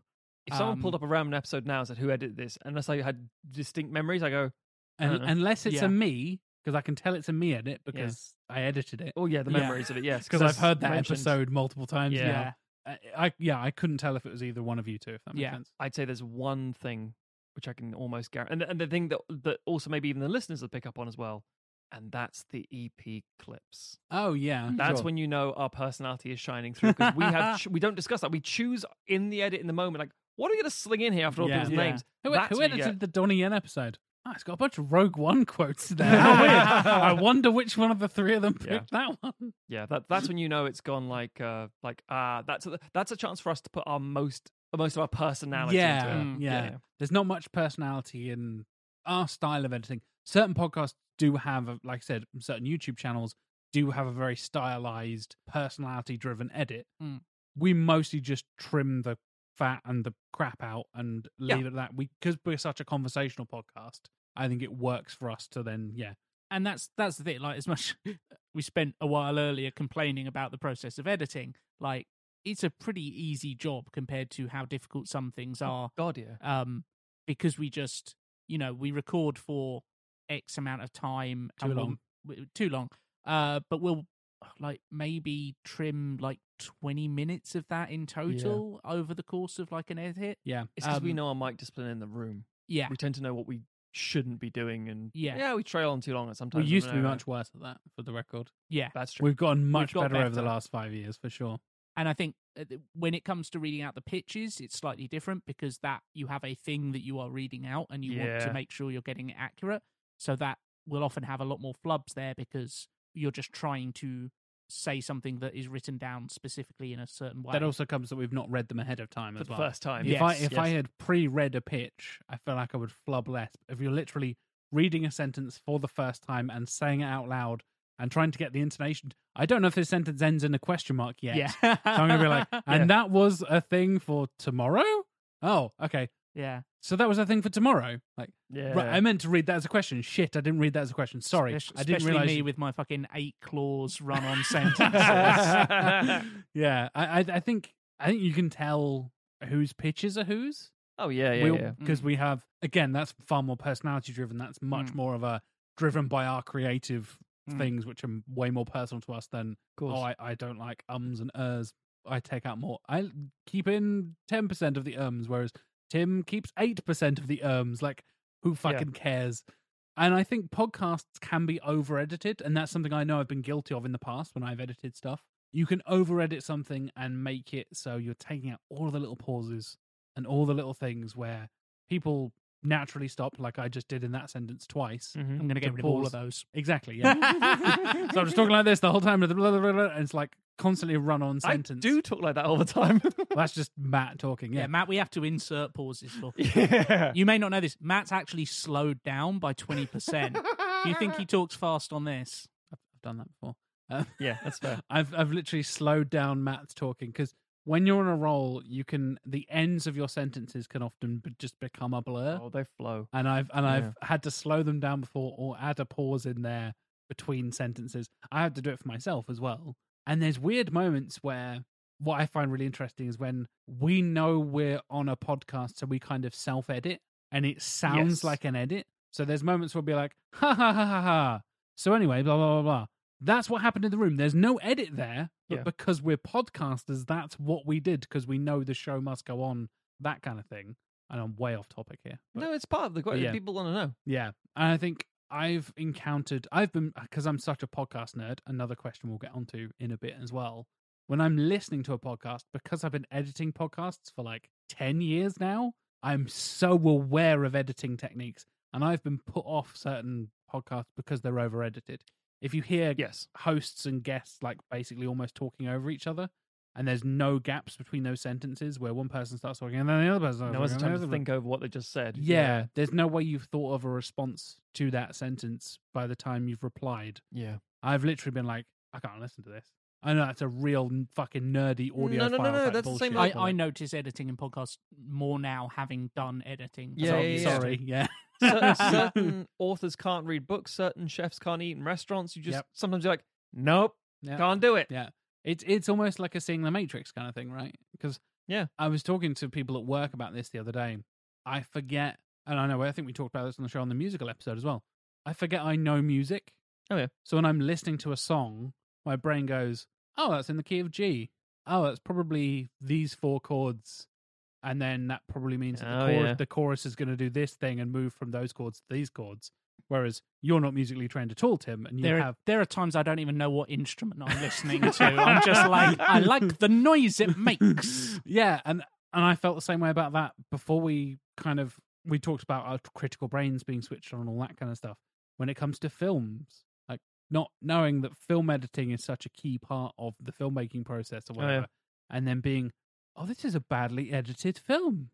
S2: If someone pulled
S3: Um,
S2: up a random episode now and said, "Who edited this?" unless I had distinct memories, I go, I
S1: Un-
S2: don't know.
S1: unless it's
S3: Yeah.
S1: a me, because I can tell it's a me edit because I edited it.
S2: "Oh yeah, the
S1: Yeah.
S2: memories of it." Yes,
S1: Because
S2: as
S1: I've heard that
S2: mentioned,
S1: episode multiple times.
S2: Yeah.
S1: now. Uh, I, I yeah, I couldn't tell if it was either one of you two. If that makes
S3: Yeah.
S1: sense.
S2: I'd say there's one thing which I can almost guarantee, and, and the thing that that also maybe even the listeners will pick up on as well, and that's the EP clips.
S1: Oh yeah,
S2: That's
S1: sure.
S2: when you know our personality is shining through because
S1: (laughs)
S2: we have ch- we don't discuss that. We choose in the edit in the moment, like what are we going to sling in here after all
S1: Yeah.
S2: people's
S1: Yeah.
S2: names?
S1: Who,
S2: That's
S1: who
S2: what you
S1: edited
S2: get.
S1: the Donnie Yen episode? Ah, it's got a bunch of Rogue One
S2: (laughs)
S1: quotes there. How weird. I wonder which one of the three of them
S2: Yeah.
S1: picked that one.
S2: Yeah, that that's when you know it's gone like uh like ah that's a, that's a chance for us to put our most most of our personality.
S1: Yeah,
S2: into it.
S1: yeah, There's not much personality in our style of editing. Certain podcasts do have, a- like I said, certain YouTube channels do have a very stylized, personality-driven edit.
S3: Mm.
S1: We mostly just trim the fat and the crap out and
S2: Yeah.
S1: leave it at that. We because we're such a conversational podcast, I think it works for us to then yeah
S3: and that's that's the thing. Like as much (laughs) we spent a while earlier complaining about the process of editing, like it's a pretty easy job compared to how difficult some things are.
S2: God, yeah.
S3: Um, because we just you know we record for X amount of time
S1: Too
S3: and we'll-
S1: long.
S3: w- too long. Uh, but we'll like maybe trim like twenty minutes of that in total over the course of like an edit.
S1: yeah.
S2: It's because we
S3: Um,
S2: know our mic discipline in the room.
S3: Yeah,
S2: We tend to know what we shouldn't be doing, and
S3: Yeah.
S2: yeah, we trail on too long. And sometimes
S1: We
S2: I
S1: used to
S2: don't
S1: be
S2: know.
S1: much worse at that, for the record.
S3: yeah.
S2: That's true.
S1: We've gotten much
S2: got
S1: better, over the
S2: better.
S1: last five years, for sure.
S3: And I think uh, th- when it comes to reading out the pitches, it's slightly different because that you have a thing that you are reading out and you want to
S2: Yeah.
S3: make sure you're getting it accurate. So that will often have a lot more flubs there because you're just trying to say something that is written down specifically in a certain way.
S1: That also comes that we've not read them ahead of time
S2: for
S1: as
S2: the
S1: well.
S2: first time.
S1: If I
S3: Yes,
S1: if I had pre-read a pitch, I feel like I would flub less. If you're literally reading a sentence for the first time and saying it out loud and trying to get the intonation, I don't know if this sentence ends in a question mark yet.
S3: yeah.
S1: so I'm gonna be
S3: (laughs)
S1: like, and
S2: Yeah.
S1: that was a thing for tomorrow. Oh, okay.
S3: yeah.
S1: So that was a thing for tomorrow. Like,
S2: yeah,
S1: right, I meant to read that as a question. Shit, I didn't read that as a question. Sorry,
S3: Espec-
S1: I didn't
S3: especially
S1: realize
S3: me with my fucking eight clause
S1: (laughs)
S3: run on sentences. (laughs)
S1: yeah, I, I I think I think you can tell whose pitches are whose.
S2: oh yeah, yeah, yeah.
S1: Because we have again, that's far more personality driven. That's much
S3: Mm.
S1: more of a driven by our creative
S3: Mm.
S1: things, which are way more personal to us than
S2: course.
S1: oh, I, I don't like ums and ers. I take out more. I l- keep in ten percent of the ums, whereas Tim keeps eight percent of the ums. Like who fucking cares? And I think podcasts can be over edited. And that's something I know I've been guilty of in the past when I've edited stuff. You can over edit something and make it so you're taking out all the little pauses and all the little things where people naturally stop, like I just did in that sentence twice.
S3: I'm going to get rid of all of those.
S1: Exactly. Yeah. (laughs) so I'm just talking like this the whole time. blah, blah, blah, blah, blah, And it's like constantly a run on sentence.
S2: I do talk like that all the
S1: (laughs)
S2: time. (laughs)
S1: Well, that's just Matt talking.
S3: Yeah.
S1: Yeah.
S3: Matt, we have to insert pauses for.
S2: yeah.
S3: (laughs) You may not know this. Matt's actually slowed down by 20%. Do you think he talks fast on this?
S1: I've done that before. Um,
S2: Yeah, that's fair.
S1: I've I've literally slowed down Matt's talking because when you're on a roll, you can the ends of your sentences can often be, just become a blur,
S2: Oh, they flow.
S1: and I've and I've
S2: yeah.
S1: had to slow them down before or add a pause in there between sentences. I had to do it for myself as well. And there's weird moments where what I find really interesting is when we know we're on a podcast, so we kind of self edit and it sounds
S2: Yes.
S1: like an edit. So there's moments where we'll be like, ha ha ha ha ha. So anyway, blah blah blah blah. That's what happened in the room. There's no edit there, but
S2: Yeah.
S1: because we're podcasters, that's what we did because we know the show must go on, that kind of thing. And I'm way off topic here. but-
S2: No, it's part of the
S1: But yeah.
S2: people want to know.
S1: yeah. And I think I've encountered, I've been, because I'm such a podcast nerd, another question we'll get onto in a bit as well. When I'm listening to a podcast, because I've been editing podcasts for like 10 years now, I'm so aware of editing techniques. And I've been put off certain podcasts because they're over edited. If you hear
S2: Yes.
S1: hosts and guests like basically almost talking over each other, and there's no gaps between those sentences where one person starts talking and then the other person starts
S2: No one's
S1: talking, and
S2: time
S1: the
S2: to
S1: other-
S2: think over what they just said.
S1: yeah, there's no way you've thought of a response to that sentence by the time you've replied.
S2: Yeah.
S1: (laughs) I've literally been like, I can't listen to this. I know that's a real n- fucking nerdy audio.
S2: no, no, no, that's the same
S3: I,
S2: like-
S3: I notice editing in podcasts more now having done editing.
S2: Yeah,
S3: So-
S2: yeah, yeah.
S1: Sorry, yeah.
S2: Cer-
S1: (laughs)
S2: certain authors can't read books. Certain chefs can't eat in restaurants. You just
S1: Yep.
S2: sometimes you're like, nope,
S1: Yeah.
S2: can't do it.
S1: Yeah. It's it's almost like a seeing the Matrix kind of thing, right? Because
S2: Yeah.
S1: I was talking to people at work about this the other day. I forget, and I know I think we talked about this on the show on the musical episode as well. I forget I know music.
S2: Oh, yeah.
S1: So when I'm listening to a song, my brain goes, "Oh, that's in the key of G. Oh, that's probably these four chords." And then that probably means that the,
S2: Oh,
S1: chorus,
S2: yeah.
S1: the chorus is going to do this thing and move from those chords to these chords. Whereas you're not musically trained at all, Tim, and you
S3: There
S1: have
S3: are, there are times I don't even know what instrument
S2: (laughs)
S3: I'm listening to. I'm just like, I like the noise
S2: (laughs)
S3: it makes.
S1: (laughs) yeah and and i felt the same way about that before we kind of we talked about our critical brains being switched on and all that kind of stuff when it comes to films like not knowing that film editing is such a key part of the filmmaking process or
S2: Oh, yeah.
S1: whatever and then being oh this is a badly edited film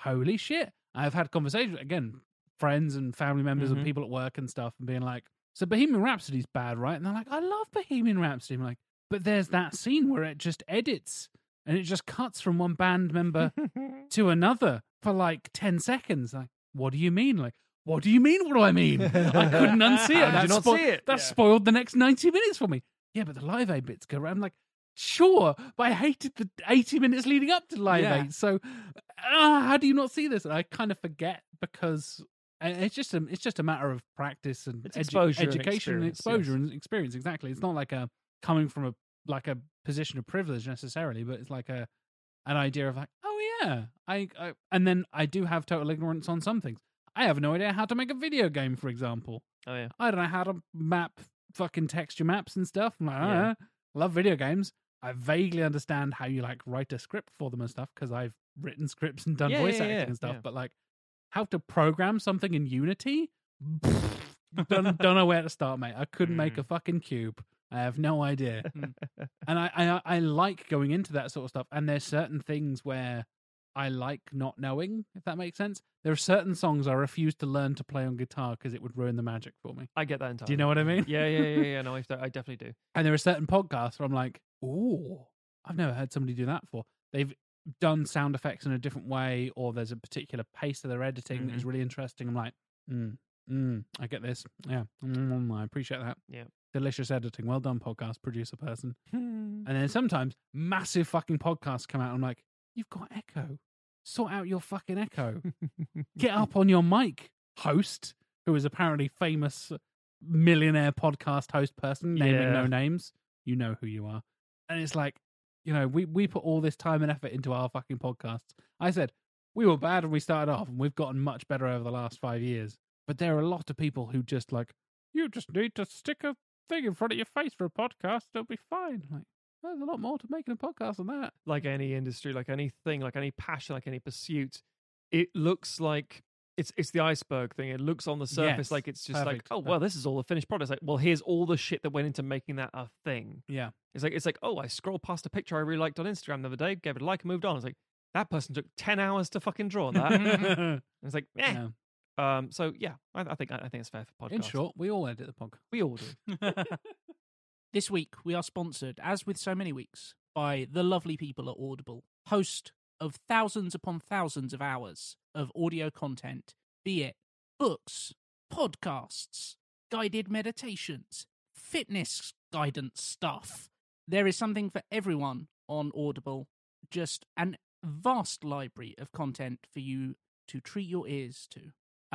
S1: holy shit i've had conversations again friends and family members
S2: Mhm.
S1: and people at work and stuff and being like so bohemian rhapsody's bad right and they're like i love bohemian rhapsody i'm like but there's that scene where it just edits and it just cuts from one band member to another for like 10 seconds. Like, what do you mean? Like, what do you mean? What do I mean? (laughs) I couldn't unsee it.
S2: How did
S1: That
S2: (laughs) you not see it?
S1: That
S2: Yeah.
S1: spoiled the next 90 minutes for me. Yeah, but the Live Aid bits go around. I'm like, sure, but I hated the 80 minutes leading up to Live
S3: Yeah.
S1: Aid. So, ah, how do you not see this? And I kind of forget because. and It's just a it's just a matter of practice and
S2: It's
S1: edu-
S2: exposure and
S1: education, and
S2: experience,
S1: exposure
S2: yes.
S1: and experience. Exactly. It's not like a coming from a like a position of privilege necessarily, but it's like a an idea of like, oh yeah, I, I and then I do have total ignorance on some things. I have no idea how to make a video game, for example.
S2: Oh yeah.
S1: I don't know how to map fucking texture maps and stuff. I'm like,
S2: Yeah.
S1: "Ah, love video games. I vaguely understand how you like write a script for them and stuff because I've written scripts and done
S2: Yeah,
S1: voice
S2: yeah,
S1: acting
S2: yeah,
S1: and stuff.
S2: yeah.
S1: But like, how to program something in Unity? don't, don't know where to start, mate. I couldn't make a fucking cube. I have no idea.
S3: Mm.
S1: and I, I I like going into that sort of stuff. And there's certain things where I like not knowing, if that makes sense. There are certain songs I refuse to learn to play on guitar because it would ruin the magic for me.
S2: I get that entirely.
S1: Do you know what I mean?
S2: Yeah, yeah, yeah, yeah. No, I, I definitely do.
S1: And there are certain podcasts where I'm like, "Ooh, I've never heard somebody do that before." They've done sound effects in a different way, or there's a particular pace of their editing that is really interesting. I'm like, mm, mm, "I get this. Yeah, mm, mm, I appreciate that.
S2: Yeah.
S1: delicious editing. Well done, podcast producer person." (laughs) And then sometimes massive fucking podcasts come out. And I'm like, "You've got echo. Sort out your fucking echo. Get up on your mic, host, who is apparently famous." millionaire podcast host person naming
S2: Yeah.
S1: no names. You know who you are. And it's like, you know, we, we put all this time and effort into our fucking podcasts. I said, we were bad when we started off, and we've gotten much better over the last five years. But there are a lot of people who just like, you just need to stick a thing in front of your face for a podcast, it'll be fine. Like, there's a lot more to making a podcast than (laughs) that.
S2: like any industry, like anything, like any passion, like any pursuit, it looks like it's it's the iceberg thing. It looks on the surface
S1: Yes,
S2: like it's just
S1: perfect,
S2: like, oh well, this is all the finished product. It's like, well, here's all the shit that went into making that a thing.
S1: Yeah.
S2: It's like it's like, oh, I scrolled past a picture I really liked on Instagram the other day, gave it a like, and moved on. It's like that person took ten hours to fucking
S1: (laughs)
S2: draw that. And it's like, eh. Um, so yeah, I, I think I, I think it's fair for podcasts.
S1: In short, we all edit the podcast.
S2: we all do.
S3: This week, we are sponsored, as with so many weeks, by the lovely people at Audible, host of thousands upon thousands of hours of audio content, be it books, podcasts, guided meditations, fitness guidance stuff. There is something for everyone on Audible, just an vast library of content for you to treat your ears to.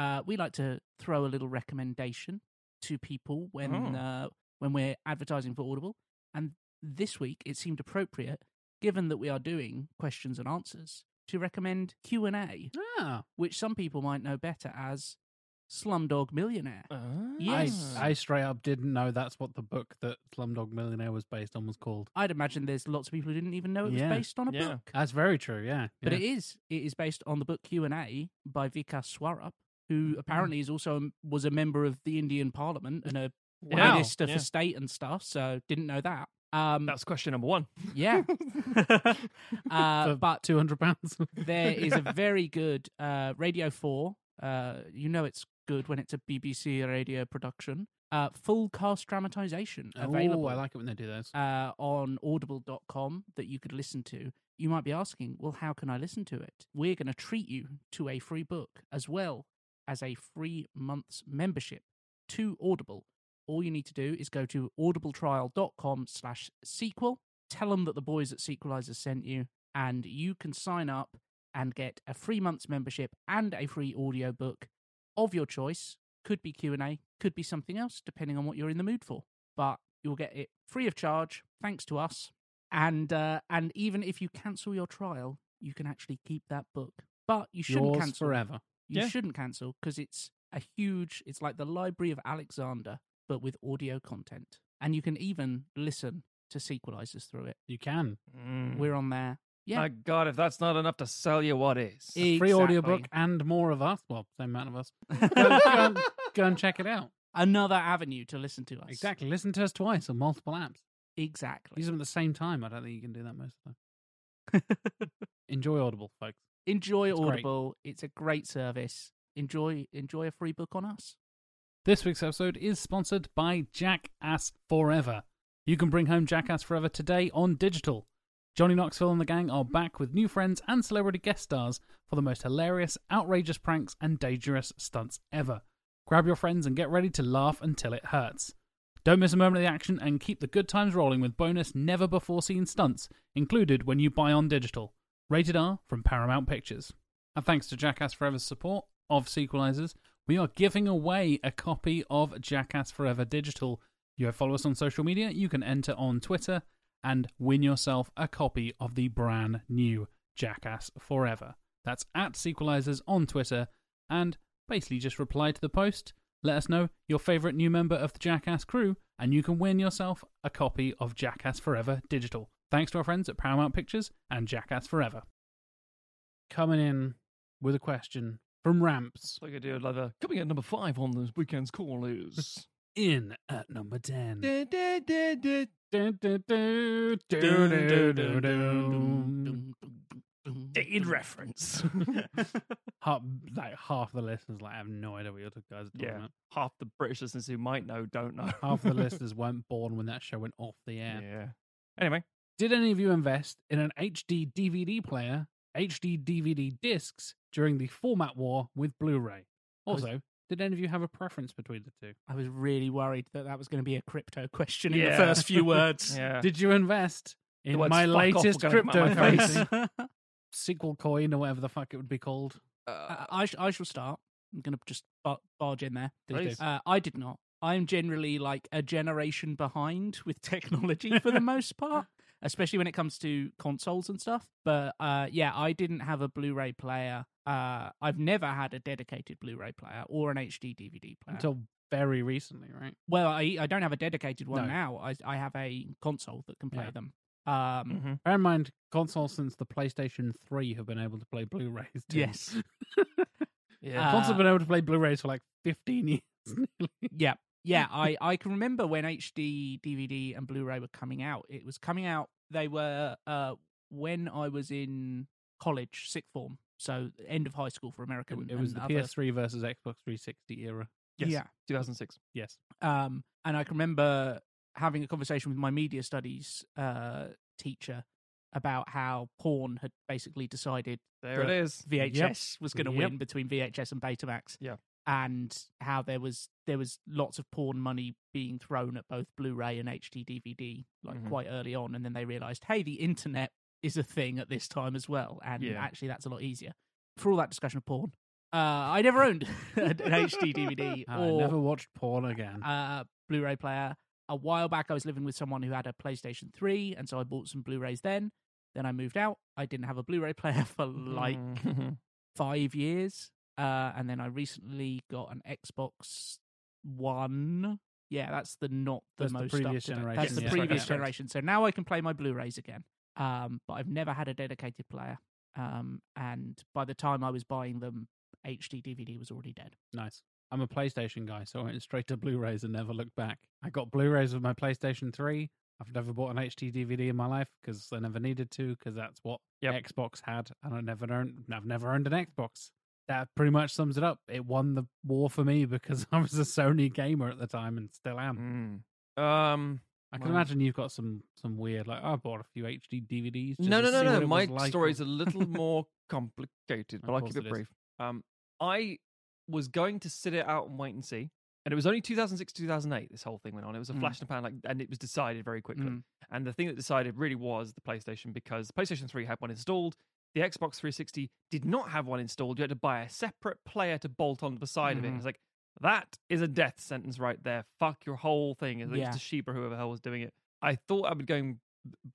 S3: Uh, we like to throw a little recommendation to people when
S2: Oh.
S3: uh, when we're advertising for Audible, and this week it seemed appropriate, given that we are doing questions and answers, to recommend Q and A,
S1: Ah,
S3: which some people might know better as Slumdog Millionaire.
S1: Oh,
S3: Yes.
S1: I, I straight up didn't know that's what the book that Slumdog Millionaire was based on was called.
S3: I'd imagine there's lots of people who didn't even know it was
S1: Yeah.
S3: based on a
S2: Yeah.
S3: book.
S1: That's very true, yeah.
S3: But
S1: yeah.
S3: it is. It is based on the book Q and A by Vikas
S1: Mm.
S3: Swarup, who apparently is also a- was a member of the Indian Parliament and a
S1: Wow.
S3: minister
S2: Yeah.
S3: for state and stuff. So didn't know that.
S1: (laughs)
S3: Um,
S2: That's question number one. (laughs)
S3: yeah, uh,
S1: For
S3: but
S1: two hundred pounds. (laughs)
S3: there is a very good uh, Radio Four. Uh, you know it's good when it's a BBC radio production. Uh, full cast dramatization available
S1: Oh, I like it when they do those.
S3: uh, on audible.com that you could listen to, you might be asking, well, how can I listen to it? We're going to treat you to a free book as well as a free month's membership to Audible. All you need to do is go to audibletrial.com slash sequel, tell them that the boys at Sequelizer sent you, and you can sign up and get a free month's membership and a free audiobook of your choice. Could be Q&A, could be something else, depending on what you're in the mood for but you'll get it free of charge thanks to us and uh, and even if you cancel your trial you can actually keep that book but you shouldn't
S1: Yours
S3: cancel
S1: forever.
S3: you
S2: Yeah.
S3: shouldn't cancel because it's a huge it's like the library of alexander but with audio content and you can even listen to sequelizers through it
S1: You can. Hmm. Mm.
S3: we're on there yeah
S2: My God, if that's not enough to sell you, what is?
S1: A free audiobook
S3: Exactly.
S1: and more of us. Well, same amount of (laughs) us. Go,
S3: (laughs)
S1: go and, go and check it out.
S3: another avenue to listen to us
S1: Exactly. Listen to us twice on multiple apps.
S3: exactly
S1: Use them at the same time. I don't think you can do that most of (laughs) the time. Enjoy Audible, folks.
S3: enjoy
S1: It's great.
S3: audible it's a great service enjoy enjoy a free book on us
S1: This week's episode is sponsored by Jackass Forever. You can bring home Jackass Forever today on digital. Johnny Knoxville and the gang are back with new friends and celebrity guest stars for the most hilarious, outrageous pranks and dangerous stunts ever. Grab your friends and get ready to laugh until it hurts. Don't miss a moment of the action and keep the good times rolling with bonus never before seen stunts included when you buy on digital. Rated R from Paramount Pictures. And thanks to Jackass Forever's support of Sequelizers, we are giving away a copy of Jackass Forever Digital. You follow us on social media, you can enter on Twitter and win yourself a copy of the brand new Jackass Forever. That's at Sequelizers on Twitter and basically just reply to the post. Let us know your favourite new member of the Jackass crew, and you can win yourself a copy of Jackass Forever Digital. Thanks to our friends at Paramount Pictures and Jackass Forever. Coming in with a question from Ramps
S2: Like I do another coming at number five on this weekend's call is
S1: in at number 10.
S2: (laughs) Da, da, da, da.
S1: Mm. Dated
S2: reference. (laughs)
S1: Half, like half the listeners like have no idea what you're talking guys are talking
S2: yeah, (laughs)
S1: about.
S2: half the British listeners who might know don't know.
S1: Half the
S2: (laughs)
S1: listeners weren't born when that show went off the air.
S2: yeah. Anyway,
S1: Did any of you invest in an HD DVD player, HD DVD discs during the format war with Blu-ray?
S3: was-
S1: Also, did any of you have a preference between the two?
S3: I was really worried that that was going to be a crypto question in the
S2: Yeah.
S3: first few words.
S2: (laughs) yeah.
S1: Did you invest in
S2: words
S1: my
S2: "fuck off" were
S1: latest
S2: going out of my face.
S1: cryptocurrency,
S2: (laughs)
S1: sequel coin, or whatever the fuck it would be called?
S3: I, Uh, I, sh- I shall start. I'm going to just bar- barge in there.
S1: Please do.
S3: Uh, I
S1: (laughs)
S3: did (laughs) not. I'm generally like a generation behind with technology for the most part. especially when it comes to consoles and stuff. But uh, yeah, I didn't have a Blu-ray player. Uh, I've never had a dedicated Blu-ray player or an HD DVD
S2: Ah.
S3: player
S1: Until very recently, right?
S3: Well, I I don't have a dedicated one
S1: No.
S3: now. I I have a console that can play
S1: Yeah. Hmm.
S3: them. Um,
S2: Mm-hmm.
S1: Bear in mind, consoles since the PlayStation 3 have been able to play Blu rays.
S3: Yes.
S1: Yeah. Consoles have
S2: Ah.
S3: Uh,
S1: been able to play Blu rays for like 15 years.
S3: yeah
S1: (laughs)
S3: yeah i i can remember when hd dvd and blu-ray were coming out it was coming out they were uh when i was in college sixth form so end of high school for
S1: It,
S3: american
S1: it was the
S3: and other-
S1: PS3 versus Xbox 360 era.
S2: Yes.
S3: Yeah.
S2: 2006.
S1: Yes.
S3: um and i can remember having a conversation with my media studies uh teacher about how porn had basically decided
S2: There it
S3: that
S2: is.
S3: vhs
S2: Yep.
S3: was going to
S2: Yep.
S3: win between vhs and betamax
S2: Yeah.
S3: and how there was there was lots of porn money being thrown at both Blu-ray and HD DVD like
S2: Mhm.
S3: quite early on, and then they realised, hey, the internet is a thing at this time as well, and
S2: Yeah.
S3: actually that's a lot easier. For all that discussion of porn, uh, I never owned (laughs) an HD
S2: (laughs)
S3: DVD
S1: I
S3: or
S1: never watched porn again.
S3: uh, Blu-ray player. A while back, I was living with someone who had a PlayStation 3, and so I bought some Blu-rays then. Then I moved out. I didn't have a Blu-ray player (laughs) for like
S2: Mhm.
S3: five years. Uh, and then I recently got an Xbox One. Yeah, that's the not the
S1: That's the
S3: most
S1: previous
S3: up to date- That's
S1: generation,
S3: the
S1: yeah.
S3: previous
S1: Correct.
S3: generation. So now I can play my Blu-rays again. Um, but I've never had a dedicated player. Um, and by the time I was buying them, HD DVD was already dead.
S1: Nice. I'm a PlayStation guy, so I went straight to Blu-rays and never looked back. I got Blu-rays with my PlayStation 3. I've never bought an HD DVD in my life because I never needed to, because that's what
S2: Yep.
S1: Xbox had, and I never earned. I've never owned an Xbox. That pretty much sums it up. It won the war for me (laughs) because I was a Sony gamer at the time and still
S2: Mm,
S1: am.
S2: Um,
S1: I can
S2: well,
S1: imagine you've got some some weird like I bought a few HD DVDs. Just
S2: No,
S1: to
S2: no, no,
S1: see what
S2: no.
S1: it
S2: My
S1: was like.
S2: story's a little more complicated,
S1: Of
S2: but I'll
S1: course
S2: keep it,
S1: it is.
S2: brief. Um, I was going to sit it out and wait and see, and it was only 2006, 2008. This whole thing went on. It was a
S3: Mm.
S2: flash in the pan, like, and it was decided very quickly.
S3: Mm.
S2: And the thing that decided really was the PlayStation because the PlayStation 3 had one installed. The Xbox 360 did not have one installed. You had to buy a separate player to bolt onto the side of it.
S3: Mhm.
S2: And it's like that is a death sentence right there. Fuck your whole thing. It was
S3: Yeah.
S2: Toshiba, whoever the hell was doing it. I thought I would go and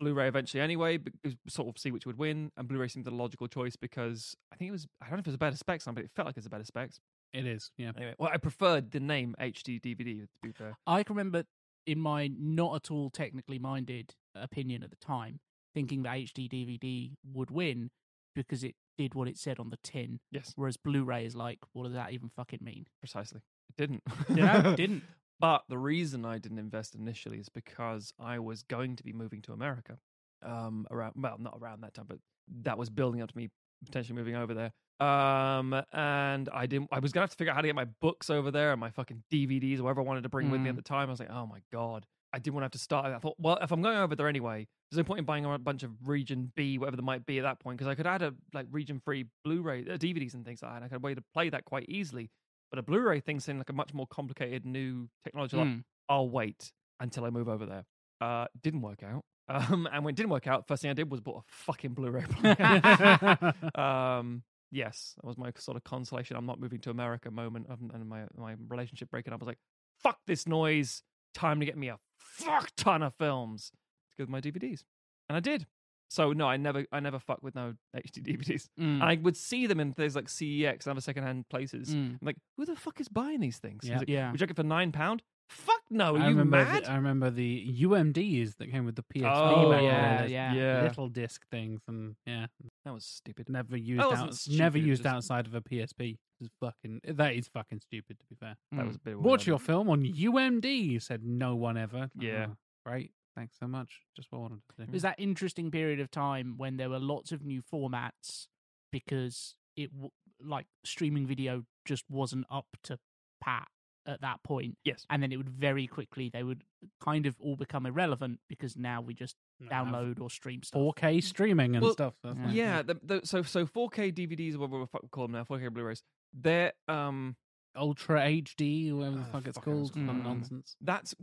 S2: Blu-ray eventually anyway, but it was sort of see which would win. And Blu-ray seemed the logical choice because I think it was I don't know if it was a better specs, on, but it felt like it was a better specs.
S1: It is, yeah.
S2: (laughs)
S1: (laughs)
S2: Anyway, well, I preferred the name HD DVD to be fair.
S3: I can remember in my not at all technically minded opinion at the time, thinking that HD DVD would win because it did what it said on the tin.
S2: Yes,
S3: Whereas Blu-ray is like, what does that even fucking mean?
S2: precisely. It didn't.
S3: No,
S2: (laughs)
S3: it didn't.
S2: But the reason I didn't invest initially is because I was going to be moving to America. Um, around well, not around that time, but that was building up to me potentially moving over there. Um, and I didn't. I was gonna have to figure out how to get my books over there and my fucking DVDs, or whatever I wanted to bring with me at
S3: Mm.
S2: the time. I was like, oh my god, I didn't want to have to start. I thought, well, if I'm going over there anyway, there's no point in buying a bunch of Region B, whatever there might be at that point, because I could add a like Region Free Blu-ray uh, DVDs and things like that. And I could way to play that quite easily. But a Blu-ray thing seemed like a much more complicated new technology. Like,
S3: Mm.
S2: I'll wait until I move over there. Uh, didn't work out. (laughs) Um, and when it didn't work out, first thing I did was bought a fucking Blu-ray player. (laughs) um, yes, that was my sort of consolation. I'm not moving to America moment, um, and my my relationship breaking up. I was like, fuck this noise. Time to get me a fuck ton of films to go with my DVDs, and I did. So no, I never I never fuck with no HD DVDs.
S3: Mm.
S2: And I would see them in things like CEX and other secondhand places.
S3: Mm.
S2: I'm like, who the fuck is buying these things?
S1: Yeah.
S3: Yeah.
S2: Would you get it for nine pound? Fuck no, are
S1: I
S2: Oh, you
S1: remember
S2: mad?
S1: The, uh, I remember the UMDs that came with the PSP
S2: Oh,
S1: back in the
S3: yeah,
S1: day.
S3: yeah.
S2: Yeah.
S1: Little disc things and yeah,
S2: That was stupid.
S1: never used
S2: wasn't
S1: out, never
S2: stupid, it
S1: used
S2: just-
S1: outside of a PSP. It's fucking that is fucking stupid to be fair.
S2: That
S3: Mm.
S2: was a bit of a
S1: Watch
S2: weird
S1: your
S2: one.
S1: film on UMD, said no one ever.
S2: Yeah.
S1: Oh, great. Thanks so much. Just what I wanted to
S3: It
S1: do.
S3: was that interesting period of time when there were lots of new formats because it w- like streaming video just wasn't up to pat at that point.
S2: Yes.
S3: And then it would very quickly they would kind of all become irrelevant because now we just
S1: No, have
S3: download or stream stuff.
S1: 4K streaming and
S2: Well,
S1: stuff. That's like-
S2: Yeah, the, the, so so 4K DVDs, or whatever the fuck we call them now, 4K Blu-rays. They're um
S1: Ultra HD, whatever the
S2: Oh,
S1: fuck it's
S2: fuck, I was
S1: called. Some
S2: called.
S1: nonsense.
S2: that's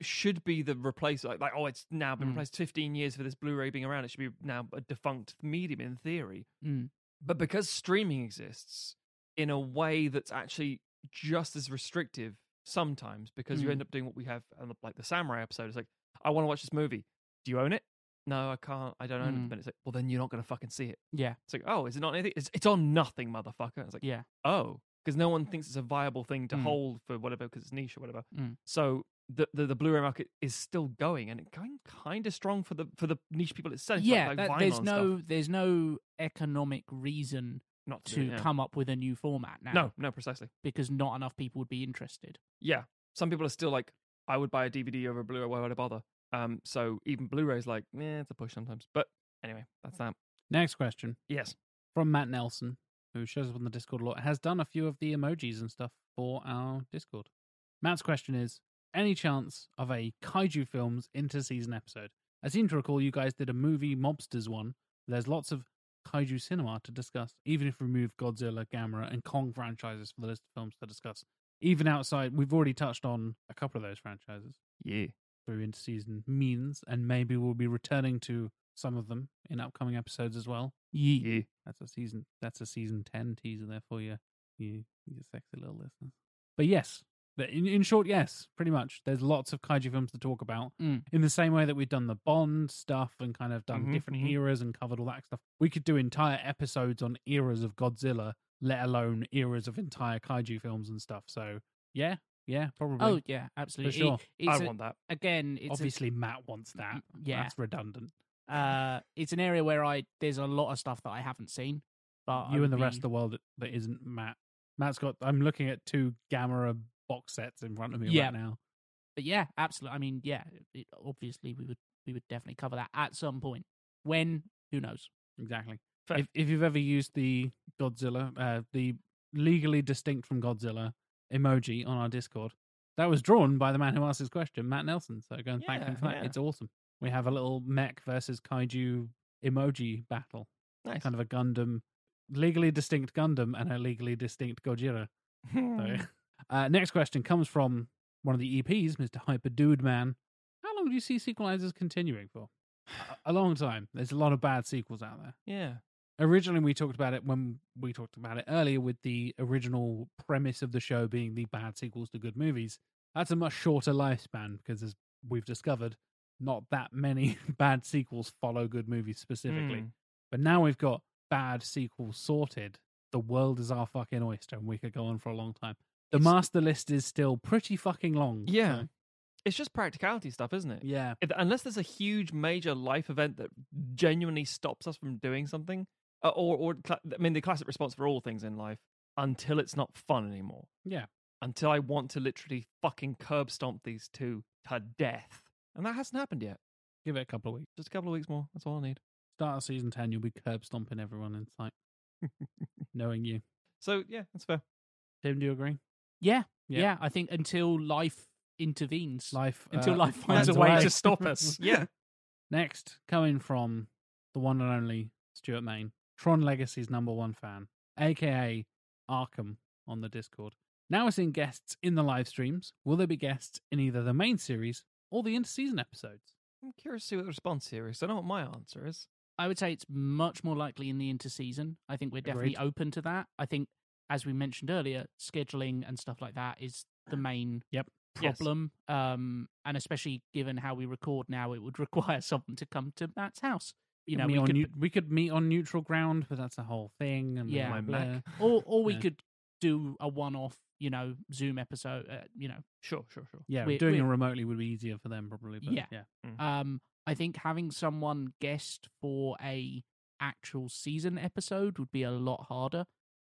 S2: should be the replace like, like oh it's now been
S3: Mm.
S2: replaced 15 years for this blu-ray being around it should be now a defunct medium in theory
S3: Mm.
S2: but because streaming exists in a way that's actually just as restrictive sometimes because you
S3: Mm.
S2: end up doing what we have on the, like the samurai episode it's like i want to watch this movie do you own it no, I can't. I don't own it.
S3: Mm.
S2: But it's like, well, then you're not going to fucking see it.
S3: Yeah.
S2: It's like, oh, is it not anything? It's, it's on nothing, motherfucker. It's like,
S3: Yeah.
S2: oh, because no one thinks it's a viable thing to
S3: Mm.
S2: hold for whatever, because it's niche or whatever.
S3: Mm.
S2: So the, the the Blu-ray market is still going, and it's going kind of strong for the for the niche people it's selling. for,
S3: yeah,
S2: like,
S3: that-
S2: vinyl
S3: there's
S2: and
S3: no
S2: stuff.
S3: there's no economic reason
S2: Not to do
S3: to
S2: it, yeah.
S3: come up with a new format now.
S2: no, no, precisely.
S3: because not enough people would be interested.
S2: Yeah, some people are still like, I would buy a DVD over a Blu-ray. Why would I bother? Um, so even Blu-ray's like, eh, it's a push sometimes. But anyway, that's that.
S1: Next question
S2: Yes.
S1: from Matt Nelson, who shows up on the Discord a lot, has done a few of the emojis and stuff for our Discord. Matt's question is Any chance of a kaiju films inter-season episode? I seem to recall you guys did a movie mobsters one. There's lots of kaiju cinema to discuss, even if we remove Godzilla, Gamera, and Kong franchises from the list of films to discuss. Even outside, we've already touched on a couple of those franchises
S2: Yeah.
S1: through inter-season means, and maybe we'll be returning to some of them in upcoming episodes as well.
S3: Ye.
S2: Yeah.
S1: That's a season. That's a season ten teaser there for you, you, you sexy little listeners. But yes, the- in in short, yes, pretty much. There's lots of kaiju films to talk about.
S3: Mm. Mm-hmm,
S1: In the same way that we've done the Bond stuff and kind of done
S2: Mhm,
S1: different
S2: mhm.
S1: eras and covered all that stuff, we could do entire episodes on eras of Godzilla, let alone eras of entire kaiju films and stuff. So yeah, yeah, probably.
S3: Oh yeah, absolutely. It-
S1: sure.
S3: it's
S2: I
S3: a-
S2: want
S3: (laughs)
S2: that.
S3: again. It's a- Mm,
S1: Obviously, Matt wants that.
S3: yeah.
S1: that's redundant.
S3: uh, it's an area where I there's a lot of stuff that I haven't seen. But I
S1: you and
S3: would
S1: the rest
S3: be-
S1: of the world that- that isn't Matt. Matt's got. I'm looking at two Gamera box sets in front of me
S3: Yeah.
S1: right now.
S3: But yeah, absolutely. I mean, yeah, it, obviously we would we would definitely cover that at some point. When? Who knows?
S1: Exactly.
S2: Fair.
S1: If if you've ever used the Godzilla, uh, the legally distinct from Godzilla emoji on our Discord, that was drawn by the man who asked this question, Matt Nelson. So go and thank him
S2: Yeah,
S1: for that.
S2: yeah.
S1: It's awesome. We have a little mech versus kaiju emoji battle,
S2: Nice.
S1: kind of a Gundam, legally distinct Gundam and a legally distinct Gojira. So, (laughs) uh, next question comes from one of the E EPs, Mr. Hyper Dude Man. How long do you see sequelizers continuing for? A a long time. There's a lot of bad sequels out there.
S2: (laughs) yeah.
S1: Originally, we talked about it when we talked about it earlier with the original premise of the show being the bad sequels to good movies. That's a much shorter lifespan because, as we've discovered, not that many (laughs) bad sequels follow good movies specifically.
S2: Mm.
S1: But now we've got bad sequels sorted. The world is our fucking oyster, and we could go on for a long time. The
S2: It's-
S1: master list is still pretty fucking long.
S2: Yeah.
S1: so-
S2: It's just practicality stuff, isn't it?
S1: yeah.
S2: If- unless there's a huge major life event that genuinely stops us from doing something, uh, or or cla- I mean the classic response for all things in life, until it's not fun anymore.
S1: Yeah.
S2: Until I want to literally fucking curb stomp these two to death, and that hasn't happened yet.
S1: Give it a couple of weeks.
S2: Just a couple of weeks more. That's all I need.
S1: Start of season 10, you'll be curb stomping everyone in
S2: (laughs)
S1: sight. Knowing you.
S2: So yeah, that's fair.
S1: Tim, do you agree?
S3: Yeah,
S1: Yeah.
S3: yeah. I think until life intervenes.
S1: Life. uh,
S3: Until life finds
S2: That's
S3: a
S2: a
S3: way
S1: (laughs)
S2: way to stop us. yeah.
S1: Next, coming from the one and only Stuart Main, Tron Legacy's number one fan, aka Arkham on the Discord. Now we're seeing guests in the live streams. Will there be guests in either the main series or the interseason episodes?
S2: I'm curious to see what the response here is. I know what my answer is.
S3: I would say it's much more likely in the interseason. I think we're definitely
S1: Agreed.
S3: open to that. I think, as we mentioned earlier, scheduling and stuff like that is the main
S1: Yep.
S2: Yes.
S3: problem. Um, and especially given how we record now, it would (laughs) require someone to come to Matt's house. You know,
S1: meet
S3: we
S1: on
S3: could,
S1: neu- we could meet on neutral ground, but that's a whole thing. And
S3: Yeah.
S2: My
S1: blah,
S2: Mac.
S3: or or we
S1: Yeah.
S3: could do a one-off, you know, Zoom episode. Uh, you know,
S2: Sure, sure, sure.
S1: Yeah,
S3: We-
S1: doing
S3: we-
S1: it remotely would be easier for them probably. But yeah,
S3: Yeah. um, I think having someone guest for a actual season episode would be a lot harder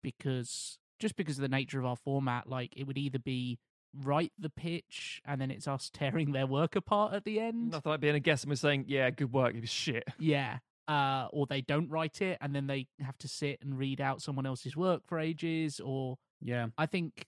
S3: because just because of the nature of our format, like it would either be write the pitch and then it's us (laughs) tearing their work apart at the end.
S2: Nothing like being a guest and we're saying, yeah, good work. It was shit.
S3: Yeah. Uh, or they don't write it and then they have to sit and read out someone else's work for ages or
S1: yeah.
S3: I think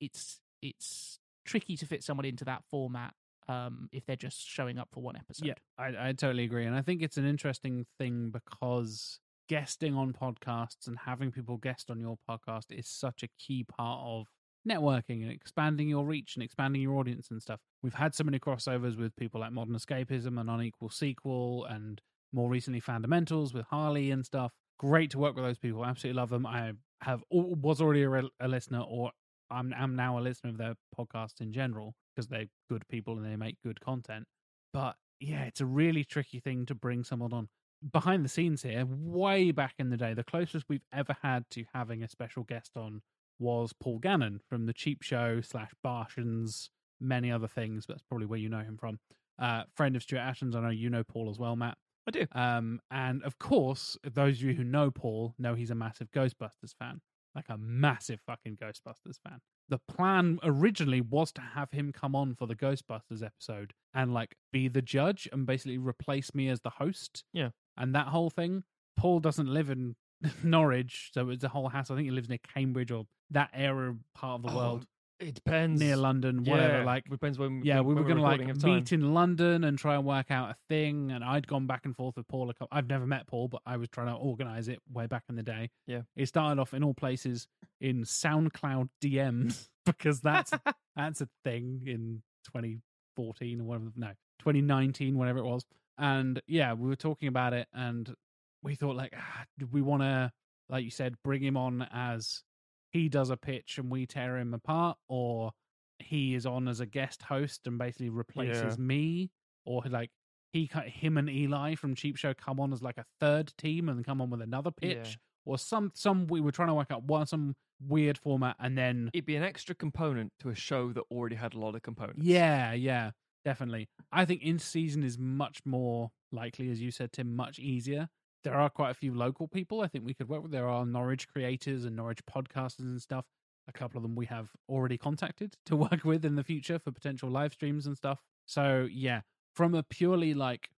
S3: it's it's tricky to fit someone into that format um, if they're just showing up for one episode.
S1: Yeah, I, I totally agree. And I think it's an interesting thing because guesting on podcasts and having people guest on your podcast is such a key part of networking and expanding your reach and expanding your audience and stuff. We've had so many crossovers with people like Modern Escapism and Unequal Sequel and more recently Fundamentals with Harley and stuff. Great to work with those people. Absolutely love them. I have al- was already a, re- a listener or I'm, I'm now a listener of their podcasts in general because they're good people and they make good content but yeah, it's a really tricky thing to bring someone on. Behind the scenes here, way back in the day, the closest we've ever had to having a special guest on was Paul Gannon from The Cheap Show slash Bartians, many other things. That's probably where you know him from. Uh, friend of Stuart Ashton's. I know you know Paul as well, Matt.
S2: I do.
S1: Um, and of course, those of you who know Paul know he's a massive Ghostbusters fan, like a massive fucking Ghostbusters fan. The plan originally was to have him come on for the Ghostbusters episode and like be the judge and basically replace me as the host.
S2: Yeah.
S1: And that whole thing. Paul doesn't live in (laughs) Norwich, so it's a whole hassle. I think he lives near Cambridge or that area part of the
S2: Oh,
S1: world
S2: It depends.
S1: near London, whatever.
S2: Yeah,
S1: Like
S2: depends when.
S1: yeah, we were
S2: going to
S1: like meet
S2: meeting.
S1: in London and try and work out a thing. And I'd gone back and forth with Paul. a cou- I've never met Paul, but I was trying to organize it way back in the day.
S2: Yeah.
S1: It started off in all places in SoundCloud DMs (laughs) because that's that's a thing in 2014 or whatever. No, 2019, whatever it was. And yeah, we were talking about it, and we thought like, ah, do we want to, like you said, bring him on as he does a pitch and we tear him apart, or he is on as a guest host and basically replaces me, or like he co- him and Eli from Cheap Show come on as like a third team and come on with another pitch,
S2: Yeah.
S1: or some some we were trying to work out one some weird format, and then
S2: It'd be an extra component to a show that already had a lot of components.
S1: yeah, yeah, definitely. I think in season is much more likely, as you said, Tim, much easier. There are quite a few local people I think we could work with. There are Norwich creators and Norwich podcasters and stuff. A couple of them we have already contacted to (laughs) work with in the future for potential live streams and stuff. So, yeah, from a purely like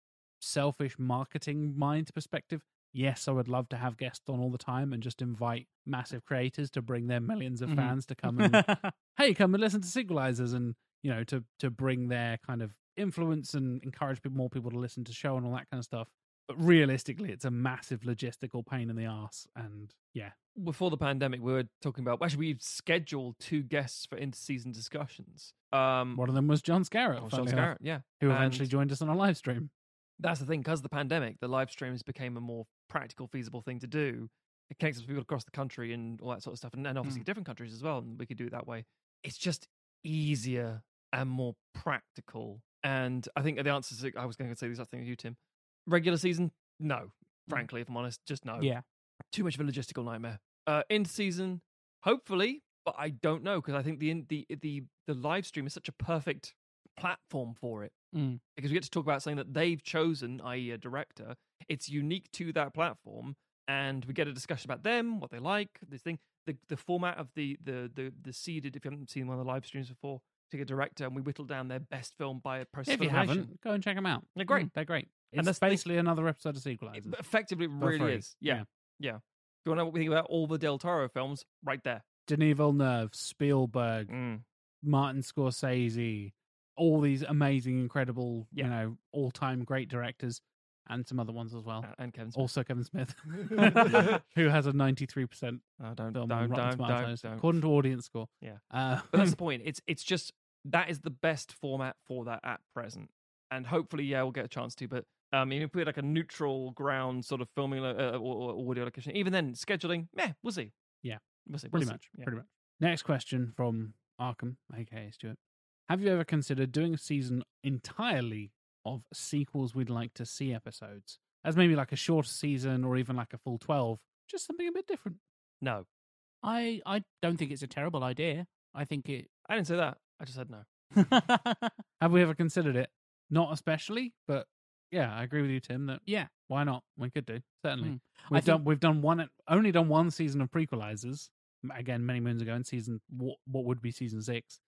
S1: selfish marketing mind perspective, yes, I would love to have guests on all the time and just invite massive creators to bring their millions of
S2: Mhm.
S1: fans to come and
S2: (laughs)
S1: hey, come and listen to Signalizers and, you know, to to bring their kind of influence and encourage people, more people to listen to show and all that kind of stuff. But realistically, it's a massive logistical pain in the ass. And yeah,
S2: before the pandemic, we were talking about actually we've scheduled two guests for inter-season discussions. Um,
S1: one of them was John Scarrett,
S2: Oh, Sean
S1: funnily enough,
S2: Scarrett, yeah,
S1: who eventually
S2: And
S1: joined us on our live stream.
S2: That's the thing because the pandemic, the live streams became a more practical, feasible thing to do. It connects us with people across the country and all that sort of stuff, and, and
S1: Hmm.
S2: obviously different countries as well. And we could do it that way. It's just easier and more practical. And I think the answers I was going to say the exact thing with you, Tim. Regular season,
S1: Mm.
S2: no. Frankly, if I'm honest, just no
S3: Yeah.
S2: too much of a logistical nightmare. Uh, in season, hopefully, but I don't know because I think the in, the the the live stream is such a perfect platform for it
S3: Mm.
S2: because we get to talk about something that they've chosen, i.e., a director. It's unique to that platform, and we get a discussion about them, what they like, this thing, the the format of the the the the seeded. If you haven't seen one of the live streams before, take a director, and we whittle down their best film by a process
S1: If
S2: of
S1: you
S2: elimination.
S1: haven't, go and check them out.
S2: They're great.
S1: Mm, They're great. It's
S2: And that's the thing-
S1: basically another episode of
S2: It-
S1: Sequelizers.
S2: effectively, it
S1: for
S2: really
S1: free.
S2: is. Yeah, yeah. Do you want to know what we think about all the Del Toro films? Right there.
S1: Denis Villeneuve, Spielberg,
S2: Mm.
S1: Martin Scorsese, all these amazing, incredible,
S2: Yeah.
S1: you know, all time great directors, and some other ones as well.
S2: A- and Kevin Smith.
S1: Also, Kevin Smith,
S2: (laughs)
S1: (laughs) who has a 93% film
S2: No, don't,
S1: on
S2: don't,
S1: Rotten
S2: don't, don't,
S1: Tomatoes,
S2: don't.
S1: according to audience score.
S2: Yeah.
S1: Uh, (laughs)
S2: But
S1: (clears throat)
S2: that's the point. It's it's just that is the best format for that at present, and hopefully, yeah, we'll get a chance to. But um, even if we had like a neutral ground sort of filming lo- uh, or, or audio location, even then scheduling, meh, we'll see.
S1: Yeah.
S2: we'll see.
S1: pretty
S2: we'll
S1: much.
S2: see. Yeah.
S1: Pretty much. Next question from Arkham, aka Stuart. Have you ever considered doing a season entirely of sequels we'd like to see episodes? As maybe like a short season or even like a full 12, just something a bit different.
S2: No,
S3: I I don't think it's a terrible idea. I think it.
S2: I didn't say that. I just said no.
S1: Have we ever considered it? Not especially, but yeah, I agree with you, Tim. That
S3: yeah.
S1: why not? We could do certainly.
S3: Mm. I
S1: We've
S3: think-
S1: done we've done one only done one season of prequelizers m- again many moons ago in season what what would be season six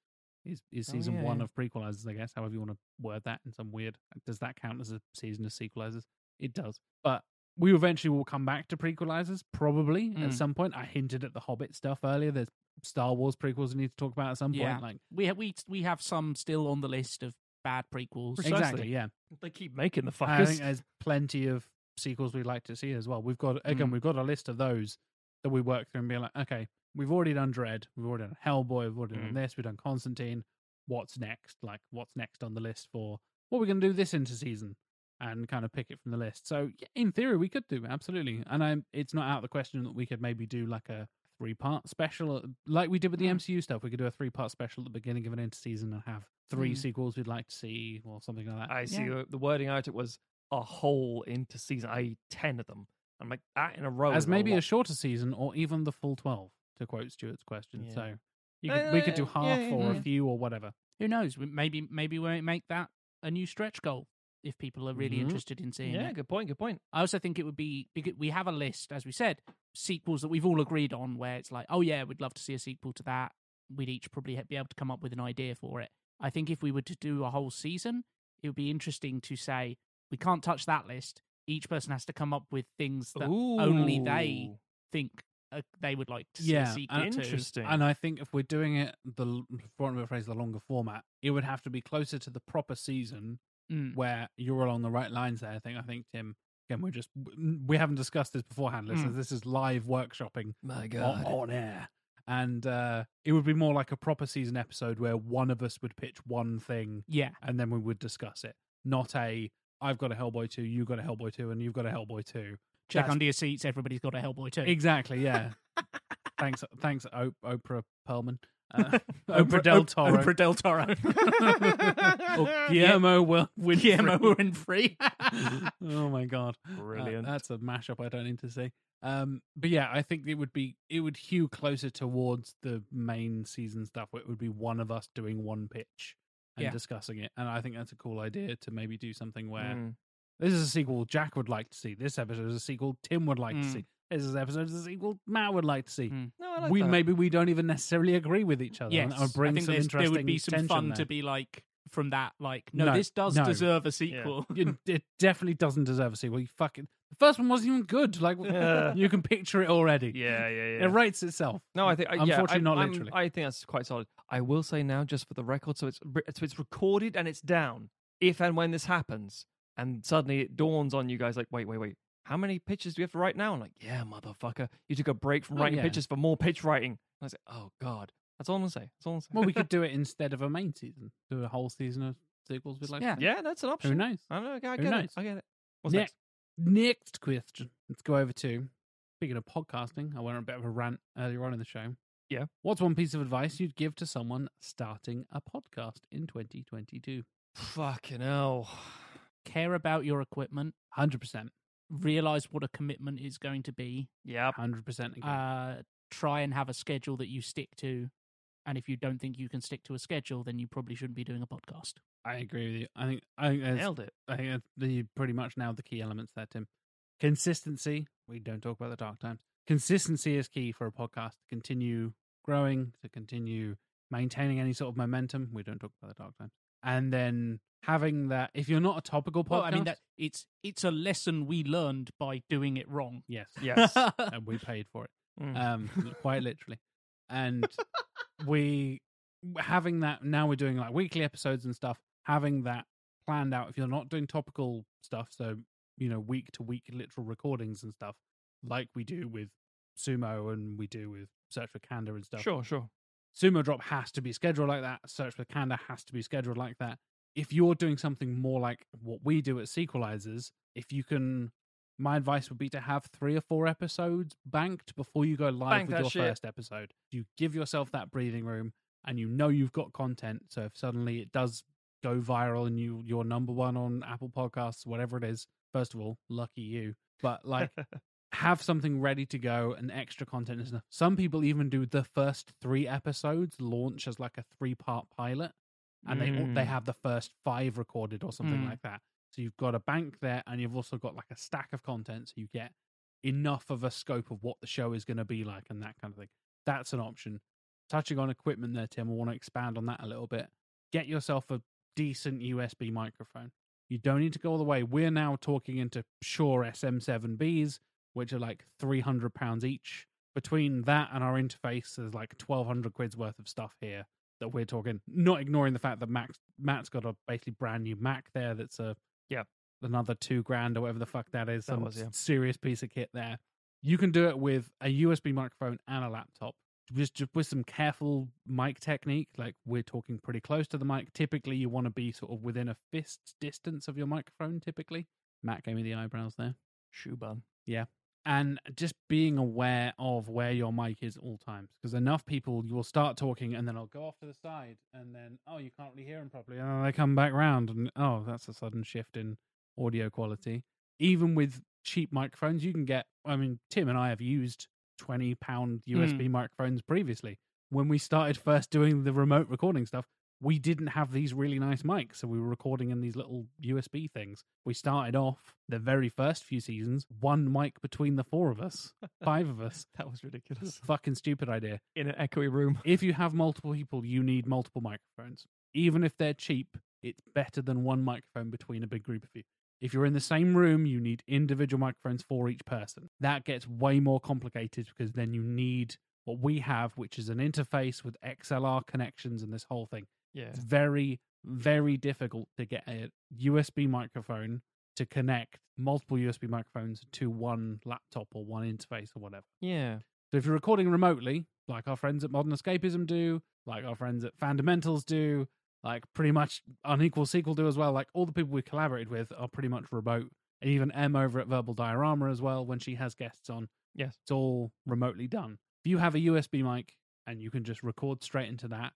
S1: is is
S2: Oh,
S1: season
S2: yeah,
S1: one
S2: yeah.
S1: of prequelizers I guess however you want to word that in some weird does that count as a season of sequelizers it does but we eventually will come back to prequelizers probably
S3: Mm.
S1: at some point I hinted at the Hobbit stuff earlier there's Star Wars prequels we need to talk about at some
S3: Yeah.
S1: point like
S3: We ha- we we have some still on the list of bad prequels.
S2: Precisely.
S1: exactly yeah
S2: They keep making the
S1: I
S2: fuckers.
S1: think there's plenty of sequels we'd like to see as well. We've got again,
S3: Mm.
S1: we've got a list of those that we work through and be like, okay, we've already done Dread, we've already done Hellboy, we've already
S2: Mm.
S1: done this, we've done Constantine. What's next? Like, what's next on the list for what we're going to do this into season? And kind of pick it from the list. So, yeah, in theory, we could do absolutely, and I'm. It's not out of the question that we could maybe do like a three part special, like we did
S2: Mm.
S1: with the MCU stuff. We could do a three part special at the beginning of an interseason and have three
S2: Mm.
S1: sequels we'd like to see or something like that.
S2: (laughs) I see. uh, The wording I took was a whole into season, i.e., ten of them. I'm like that in a
S3: Oh,
S2: row.
S1: As
S2: is a
S1: maybe a
S2: lot.
S1: shorter season or even the full 12, to quote Stuart's question.
S2: Yeah.
S1: So you
S3: No,
S1: could,
S3: no,
S1: we could do
S3: Uh, yeah,
S1: half
S3: yeah,
S1: or
S3: yeah.
S1: a few or whatever.
S3: Who knows? We- Maybe maybe we make that a new stretch goal if people are really
S1: Mhm.
S3: interested in seeing.
S2: Mm-hmm. Yeah,
S3: it.
S2: good point. Good point.
S3: I also think it would be because we have a list, as we said, sequels that we've all agreed on, where it's like, oh yeah, we'd love to see a sequel to that. We'd each probably ha- be able to come up with an idea for it. I think if we were to do a whole season, it would be interesting to say we can't touch that list. Each person has to come up with things that only they
S1: Ooh.
S3: think uh, they would like to see a
S1: Yeah,
S3: sequel
S1: and,
S3: to.
S1: And I think if we're doing it, the l- for want of a phrase, the longer format, it would have to be closer to the proper season
S3: Mm.
S1: where you're along the right lines. There, I think. I think Tim. Again, we're just we haven't discussed this beforehand,
S3: Hmm.
S1: listeners.
S2: Mm.
S1: This is live workshopping.
S2: My
S1: o-
S2: God.
S1: on, air, and uh, it would be more like a proper season episode where one of us would pitch one thing,
S3: Yeah.
S1: and then we would discuss it. Not a I've got a Hellboy two, you've got a Hellboy two, and you've got a Hellboy two.
S3: Check
S1: That's-
S3: under your seats. Everybody's got a Hellboy too.
S1: Exactly.
S3: (laughs)
S1: Yeah. thanks. Thanks, o- Oprah Perlman. Uh,
S3: Oprah-
S1: Oprah Del
S3: Op-
S1: Toro.
S3: Oprah Del Toro. (laughs)
S1: or Guillermo Wil- Winfrey.
S3: Guillermo Winfrey.
S1: (laughs)
S3: (laughs)
S1: oh my god. Uh,
S2: Brilliant.
S1: that's a mashup I don't need to see. Um, but yeah, I think it would be it would hew closer towards the main season stuff. Where it would be one of us doing one pitch and
S3: Yeah.
S1: discussing it, and I think that's a cool idea to maybe do something where
S2: Mm.
S1: this is a sequel Jack would like to see. This episode is a sequel Tim would like to
S3: Mm.
S1: see. This is episode is a sequel Matt would like to see.
S2: No, Hmm. I like
S1: we
S2: that.
S1: maybe we don't even necessarily agree with each other. and
S3: Yes,
S1: that would bring
S3: I think
S1: some
S3: there's-
S1: interesting
S3: there would be some
S1: tension
S3: fun
S1: there.
S3: to be like from that. Like, no,
S1: No,
S3: this does
S1: no.
S3: deserve a sequel.
S1: (laughs)
S3: (laughs)
S1: You- it definitely doesn't deserve a sequel. You fucking the first one wasn't even good.
S2: (laughs)
S1: Like
S2: Yeah.
S1: you can picture it already.
S2: Yeah, yeah, yeah.
S1: It writes itself.
S2: No, I think I, yeah,
S1: unfortunately
S2: I'm-
S1: not
S2: I'm-
S1: literally.
S2: i think that's quite solid. I will say now, just for the record, so it's re- so it's recorded and it's down. If and when this happens, and suddenly it dawns on you guys, like, wait, wait, wait, how many pitches do we have to write now? I'm like, yeah, motherfucker, you took a break from
S1: Oh,
S2: writing
S1: yeah.
S2: pitches for more pitch writing. And I was like, oh god, that's all I'm gonna say. That's all I'm saying.
S1: well, we could do it instead of a main season. Do a whole season of sequals
S2: (laughs)
S1: we'd like.
S3: Yeah.
S1: To see.
S2: yeah, that's an option.
S1: Who knows?
S2: I don't know. I
S1: Who
S2: get
S1: knows?
S2: it. I get it. What's
S1: Nick-
S2: next?
S1: Next question. Let's go over to speaking of podcasting. I went on a bit of a rant earlier on in the show.
S2: Yeah.
S1: What's one piece of advice you'd give to someone starting a podcast in 2022?
S2: Fucking hell.
S3: Care about your equipment.
S1: 100%.
S3: Realize what a commitment is going to be.
S2: Yep.
S1: 100% agree.
S3: Uh, try and have a schedule that you stick to. And if you don't think you can stick to a schedule, then you probably shouldn't be doing a podcast.
S1: I agree with you. I think I think that's,
S2: Nailed it.
S1: I think that's the, pretty much nailed the key elements there, Tim. Consistency. We don't talk about the dark times. Consistency is key for a podcast to continue growing, to continue maintaining any sort of momentum. We don't talk about the dark times. And then having that, if you're not a topical podcast,
S3: Well, I mean, that it's it's a lesson we learned by doing it wrong.
S1: yes,
S3: (laughs)
S2: (laughs) Yes.
S1: and we paid for it,
S2: Mm.
S1: um, quite literally. And we having that now we're doing like weekly episodes and stuff. Having that planned out. If you're not doing topical stuff, so you know week to week literal recordings and stuff, like we do with Sumo and we do with Search for Candor and stuff.
S2: Sure, sure.
S1: Sumo Drop has to be scheduled like that. Search for Canada has to be scheduled like that. If you're doing something more like what we do at Sequelizers, if you can, my advice would be to have three or four episodes banked before you go live
S2: Bank
S1: with
S2: that
S1: your
S2: shit.
S1: first episode. You give yourself that breathing room, and you know you've got content. So if suddenly it does go viral and you you're number one on Apple Podcasts, whatever it is, first of all, lucky you. But
S2: (laughs)
S1: like have something ready to go and extra content and stuff. Some people even do the first three episodes launch as like a three part pilot, and they all- they
S2: Mm.
S1: have the first five recorded or something
S3: Mm.
S1: like that. So you've got a bank there, and you've also got like a stack of content, so you get enough of a scope of what the show is going to be like and that kind of thing. That's an option. Touching on equipment there, Tim, I want to expand on that a little bit. Get yourself a decent USB microphone. You don't need to go all the way. We're now talking into Shure SM7Bs, which are like three hundred pounds each. Between that and our interface, there's like twelve hundred quid's worth of stuff here that we're talking. Not ignoring the fact that Max Matt's got a basically brand new Mac there. That's a
S2: Yeah.
S1: another two grand or whatever the fuck that is.
S2: That
S1: some
S2: was, yeah.
S1: serious piece of kit there. You can do it with a USB microphone and a laptop. Just, just with some careful mic technique, like we're talking pretty close to the mic. Typically, you want to be sort of within a fist's distance of your microphone. Typically, Matt gave me the eyebrows there
S2: Shoe bun.
S1: and just being aware of where your mic is at all times because enough people you will start talking and then I'll go off to the side and then oh you can't really hear them properly and then they come back round and oh that's a sudden shift in audio quality even with cheap microphones you can get I mean Tim and I have used 20 pound USB microphones previously when we started first doing the remote recording stuff we didn't have these really nice mics so we were recording in these little USB things we started off the very first few seasons one mic between the four of us five of us
S2: That was ridiculous.
S1: fucking stupid idea
S2: (laughs) In an echoey room.
S1: if you have multiple people you need multiple microphones even if they're cheap it's better than one microphone between a big group of you if you're in the same room you need individual microphones for each person that gets way more complicated because then you need what we have which is an interface with xlr connections and this whole thing
S2: Yeah.
S1: it's very, very difficult to get a USB microphone to connect multiple USB microphones to one laptop or one interface or whatever.
S2: Yeah.
S1: So if you're recording remotely, like our friends at Modern Escapism do, like our friends at Fundamentals do, like pretty much Unequal Sequel do as well, like all the people we collaborated with are pretty much remote. And even Em over at Verbal Diorama as well, when she has guests on,
S2: Yes.
S1: it's all remotely done. If you have a USB mic and you can just record straight into that,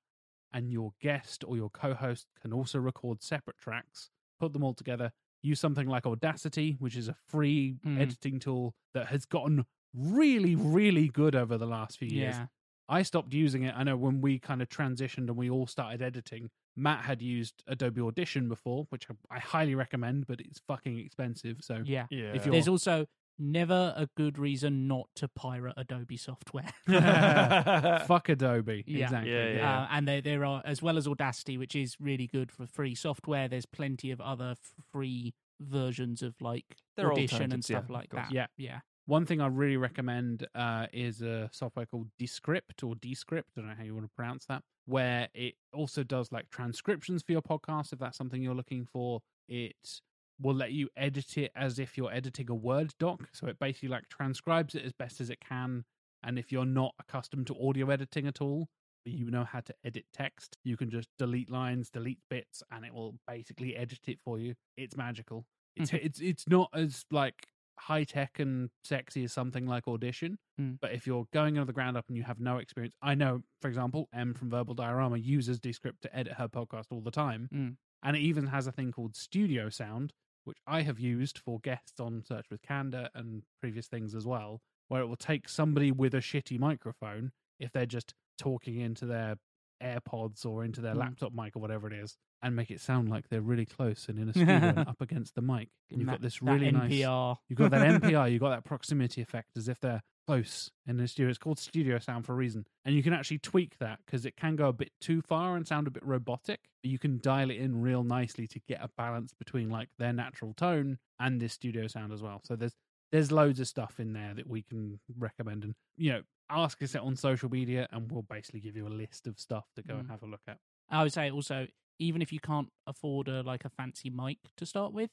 S1: and your guest or your co host can also record separate tracks, put them all together, use something like Audacity, which is a free
S3: Mm.
S1: editing tool that has gotten really, really good over the last few years.
S3: Yeah.
S1: I stopped using it. I know when we kind of transitioned and we all started editing, Matt had used Adobe Audition before, which I- I highly recommend, but it's fucking expensive. So
S3: Yeah.
S1: if you're
S3: There's also never a good reason not to pirate
S1: (laughs)
S3: Adobe software. (laughs)
S2: (laughs)
S1: fuck Adobe, exactly.
S3: Uh, and there, there are, as well as Audacity, which is really good for free software, there's plenty of other f- free versions of like
S2: There are
S3: Audition and
S2: alternatives, yeah,
S3: stuff
S2: of
S3: like
S2: course.
S3: that.
S1: Yeah.
S3: Yeah.
S1: One thing I really recommend uh, is a software called Descript or Descript. I don't know how you want to pronounce that, where it also does like transcriptions for your podcast. If that's something you're looking for, it will let you edit it as if you're editing a Word doc. So it basically like transcribes it as best as it can. And if you're not accustomed to audio editing at all, but you know how to edit text, you can just delete lines, delete bits, and it will basically edit it for you. It's magical. It's it's it's not as like high tech and sexy as something like Audition.
S3: Mm.
S1: But if you're going on the ground up and you have no experience, I know, for example, M from Verbal Diorama uses Descript to edit her podcast all the time.
S3: Mm.
S1: And it even has a thing called Studio Sound, which I have used for guests on Search with Candor and previous things as well, where it will take somebody with a shitty microphone if they're just talking into their AirPods or into their
S3: Mm.
S1: laptop mic or whatever it is, and make it sound like they're really close and in a
S3: (laughs)
S1: studio and up against the mic. And you've
S3: That-
S1: got this
S3: that
S1: really nice
S3: NPR.
S1: You've got
S3: (laughs)
S1: that NPR, you've got that proximity effect as if they're close in the studio. It's called studio sound for a reason. And you can actually tweak that because it can go a bit too far and sound a bit robotic, but you can dial it in real nicely to get a balance between like their natural tone and this studio sound as well. So there's there's loads of stuff in there that we can recommend and you know, ask us it on social media and we'll basically give you a list of stuff to go and
S3: Mm.
S1: have a look at.
S3: I would say also, even if you can't afford a like a fancy mic to start with,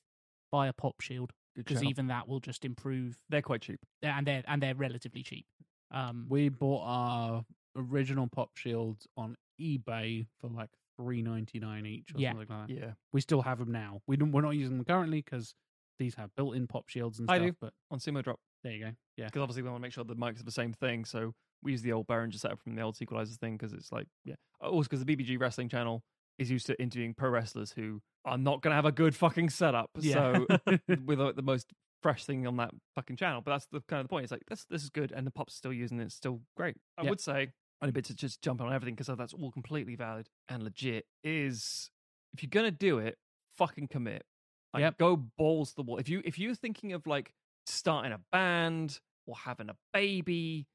S3: buy a pop shield
S2: Good
S3: because
S2: shout.
S3: even that will just improve.
S2: They're quite cheap.
S3: And they're and they're relatively cheap. Um, (laughs)
S1: We bought our original pop shields on eBay for like three ninety nine each or
S3: Yeah.
S1: something like that.
S2: Yeah.
S1: We still have them now. We don't, we're not using them currently because these have built in pop shields and
S2: I
S1: stuff.
S2: do.
S1: But
S2: On Sumo Drop.
S1: there you go. Yeah,
S2: Because obviously we want to make sure the mics are the same thing. So we use the old Behringer setup from the old Sequelizer thing because it's like, yeah. Uh, Also, because the BBG Wrestling Channel is used to interviewing pro wrestlers who are not going to have a good fucking setup.
S1: (laughs) Yeah.
S2: So with like, the most fresh thing on that fucking channel. But that's the kind of the point. It's like, this this is good. And the pop's still using it. It's still great. I
S1: Yeah.
S2: would say, and a bit to just jump on everything because that's all completely valid and legit is if you're going to do it, fucking commit. Like,
S1: Yep.
S2: go balls to the wall. If you if you're thinking of like starting a band or having a baby,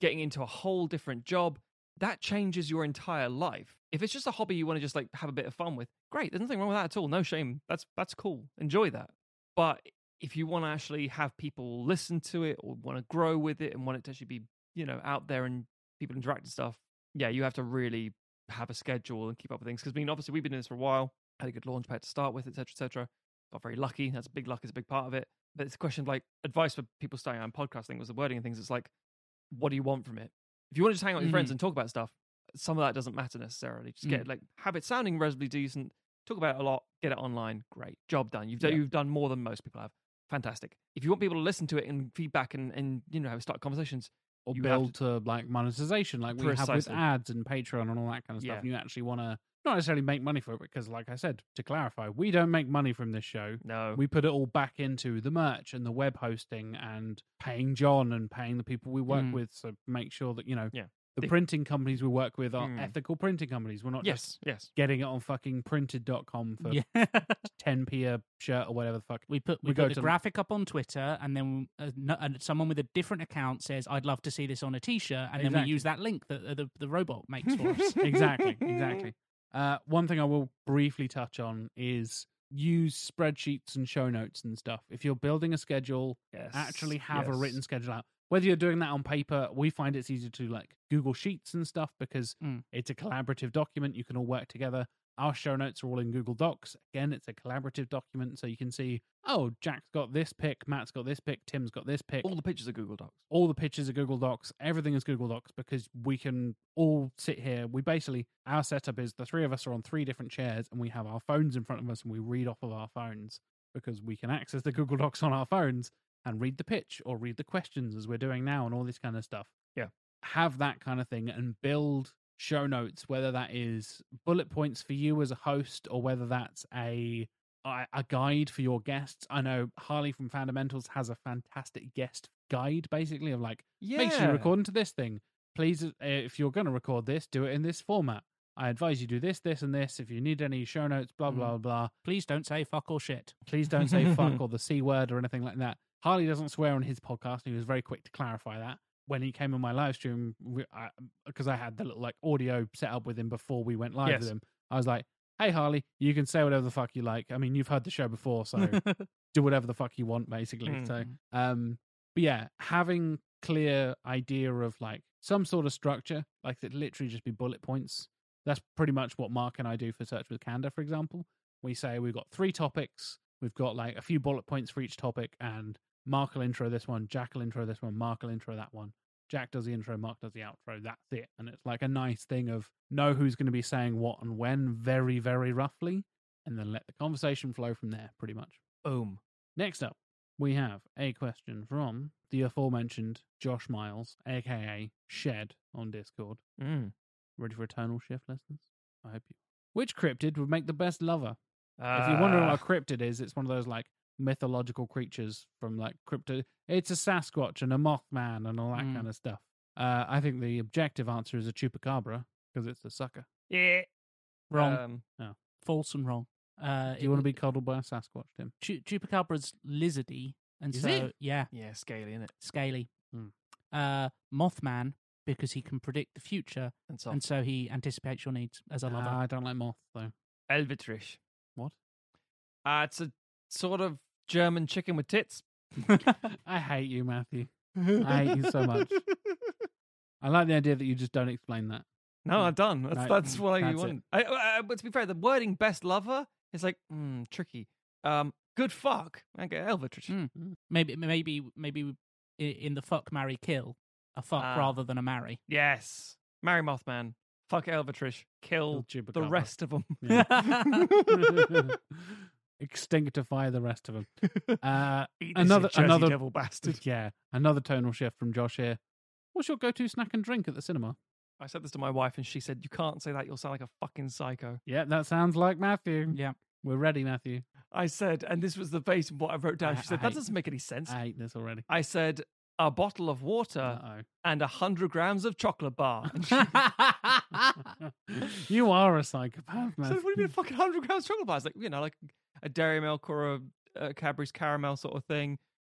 S2: getting into a whole different job, that changes your entire life. If it's just a hobby you want to just like have a bit of fun with, great. There's nothing wrong with that at all. No shame. That's that's cool. Enjoy that. But if you want to actually have people listen to it or want to grow with it and want it to actually be, you know, out there and people interact and stuff, yeah, you have to really have a schedule and keep up with things. Because I mean, obviously, we've been doing this for a while. Had a good launch pad to start with, etc., etc. Got very lucky. That's big luck is a big part of it. But it's a question of, like advice for people starting out in podcasting was the wording and things. It's like, what do you want from it? If you want to just hang out with your friends
S3: Mhm.
S2: and talk about stuff, some of that doesn't matter necessarily. Just
S3: Mm.
S2: get like have it sounding reasonably decent. Talk about it a lot. Get it online. Great job done. You've done
S1: Yeah.
S2: you've done more than most people have. fantastic. If you want people to listen to it and feedback and, and you know, have start conversations,
S1: or
S2: you have
S1: build to, like monetization, like we have with
S2: Precisely.
S1: ads and Patreon and all that kind of stuff.
S2: Yeah.
S1: And you actually want to not necessarily make money for it because, like I said, to clarify, we don't make money from this show.
S2: No,
S1: We put it all back into the merch and the web hosting and paying John and paying the people we work
S2: Mm.
S1: with. So make sure that you know
S2: Yeah.
S1: the
S2: The-
S1: printing companies we work with are
S2: Mm.
S1: ethical printing companies. We're not just
S2: yes, yes,
S1: getting it on fucking printed.com for
S3: Yeah.
S1: 10p a shirt or whatever the fuck.
S3: We put we,
S1: We
S3: put
S1: go
S3: the
S1: to-
S3: graphic up on Twitter, and then uh, no, and someone with a different account says, "I'd love to see this on a T-shirt," and then we
S1: Exactly.
S3: use that link that uh, the the robot makes for
S1: (laughs)
S3: us.
S1: exactly,
S2: (laughs)
S1: exactly. Uh, one thing I will briefly touch on is use spreadsheets and show notes and stuff. If you're building a schedule,
S2: yes.
S1: actually have a
S2: yes.
S1: written schedule out. Whether you're doing that on paper, we find it's easier to like Google Sheets and stuff because
S2: Hmm.
S3: Mm.
S1: it's a collaborative document. You can all work together. Our show notes are all in Google Docs. Again, it's a collaborative document, so you can see, oh, Jack's got this pick, Matt's got this pick, Tim's got this pick
S2: All the pictures are Google Docs.
S1: all the pictures are Google Docs. Everything is Google Docs because we can all sit here. We basically, our setup is the three of us are on three different chairs and we have our phones in front of us and we read off of our phones because we can access the (laughs) Google Docs on our phones and read the pitch or read the questions as we're doing now and all this kind of stuff.
S2: Yeah.
S1: Have that kind of thing and build show notes, whether that is bullet points for you as a host or whether that's a a a guide for your guests. I know Harley from Fundamentals has a fantastic guest guide, basically of like,
S2: Yeah.
S1: make sure you record into this thing. Please, uh, if you're going to record this, do it in this format. I advise you do this, this, and this. If you need any show notes, blah
S3: Mm.
S1: blah blah.
S3: Please don't say fuck or shit.
S1: Please don't say
S2: (laughs)
S1: fuck or the c word or anything like that. Harley doesn't swear on his podcast. And he was very quick to clarify that when he came on my live stream because I, had the little like audio set up with him before we went live
S2: Yes.
S1: with him. I was like, "Hey Harley, you can say whatever the fuck you like. I mean, you've heard the show before, so (laughs) do whatever the fuck you want, basically." So,
S3: Mm.
S1: um, but yeah, having clear idea of like some sort of structure, like it literally just be bullet points. That's pretty much what Mark and I do for Search with Canda, for example. We say we've got three topics, we've got like a few bullet points for each topic, and Mark will intro this one, Jack will intro this one, Mark will intro that one. Jack does the intro, Mark does the outro, that's it. And it's like a nice thing of know who's going to be saying what and when very, very roughly, and then let the conversation flow from there, pretty much.
S2: Boom.
S1: Next up, we have a question from the aforementioned Josh Miles, aka Shed, on Discord.
S2: Mm.
S1: Ready for a tonal shift, listeners? I hope you. Which cryptid would make the best lover? if you're wondering
S2: Ah.
S1: what a cryptid is, it's one of those like mythological creatures from like crypto. It's a Sasquatch and a Mothman and all that
S3: Mm.
S1: kind of stuff. Uh, I think the objective answer is a chupacabra because it's a sucker.
S2: (laughs) yeah.
S3: Wrong,
S2: Um,
S3: false, and wrong. Uh,
S1: Do you want to be cuddled by a Sasquatch, Tim?
S3: Chu- Chupacabra's lizardy, and
S2: Is
S3: so
S2: it?
S3: yeah,
S2: yeah, scaly, isn't it?
S3: scaly.
S1: Mm.
S3: Uh, Mothman because he can predict the future,
S2: And so
S3: and so he anticipates your needs as a lover.
S1: Ah, I don't like moth though.
S2: Elvitrish.
S1: What?
S2: Uh, it's a sort of German chicken with tits.
S1: I hate you, Matthew. I hate
S2: (laughs)
S1: you (laughs) so much. I like the idea that you just don't explain that.
S2: No, I'm done. That's,
S1: No,
S2: that's what I
S1: Mm. that's it.
S2: want. I, I, I- but to be fair, the wording "best lover" is like mm, tricky. Um, good fuck. Okay, Elvitrish.
S3: Mm. Maybe, maybe, maybe we- i- in the fuck, marry, kill, a fuck
S2: Ah.
S3: rather than a marry.
S2: Yes, marry Mothman. Fuck Elvitrish. Kill
S1: Kill
S2: the
S1: Chupacabra.
S2: rest (laughs) of them.
S1: (laughs) Extinctify the rest of them. Uh,
S2: Eat this,
S1: Another-
S2: you Jersey
S1: another-
S2: devil bastard.
S1: (laughs) yeah, another tonal shift from Josh here. What's your go-to snack and drink at the cinema?
S2: (laughs) I said this to my wife, and she said, "You can't say that. You'll sound like a fucking psycho."
S1: Yeah, that sounds like Matthew.
S3: Yeah.
S1: We're ready, Matthew.
S2: I said, and this was the base of what I wrote down.
S1: I-
S2: She said,
S1: I
S2: "That
S1: hate-
S2: doesn't make any sense."
S1: I hate this already.
S2: I said, "A bottle of water
S1: Uh
S2: and a hundred grams of chocolate (laughs) bar." And she
S1: oh. you are a psychopath,
S2: So
S1: Matthew.
S2: what do you mean, fucking hundred grams chocolate bars? Like you know, like a Dairy Milk or a, a Cadbury's caramel sort of thing,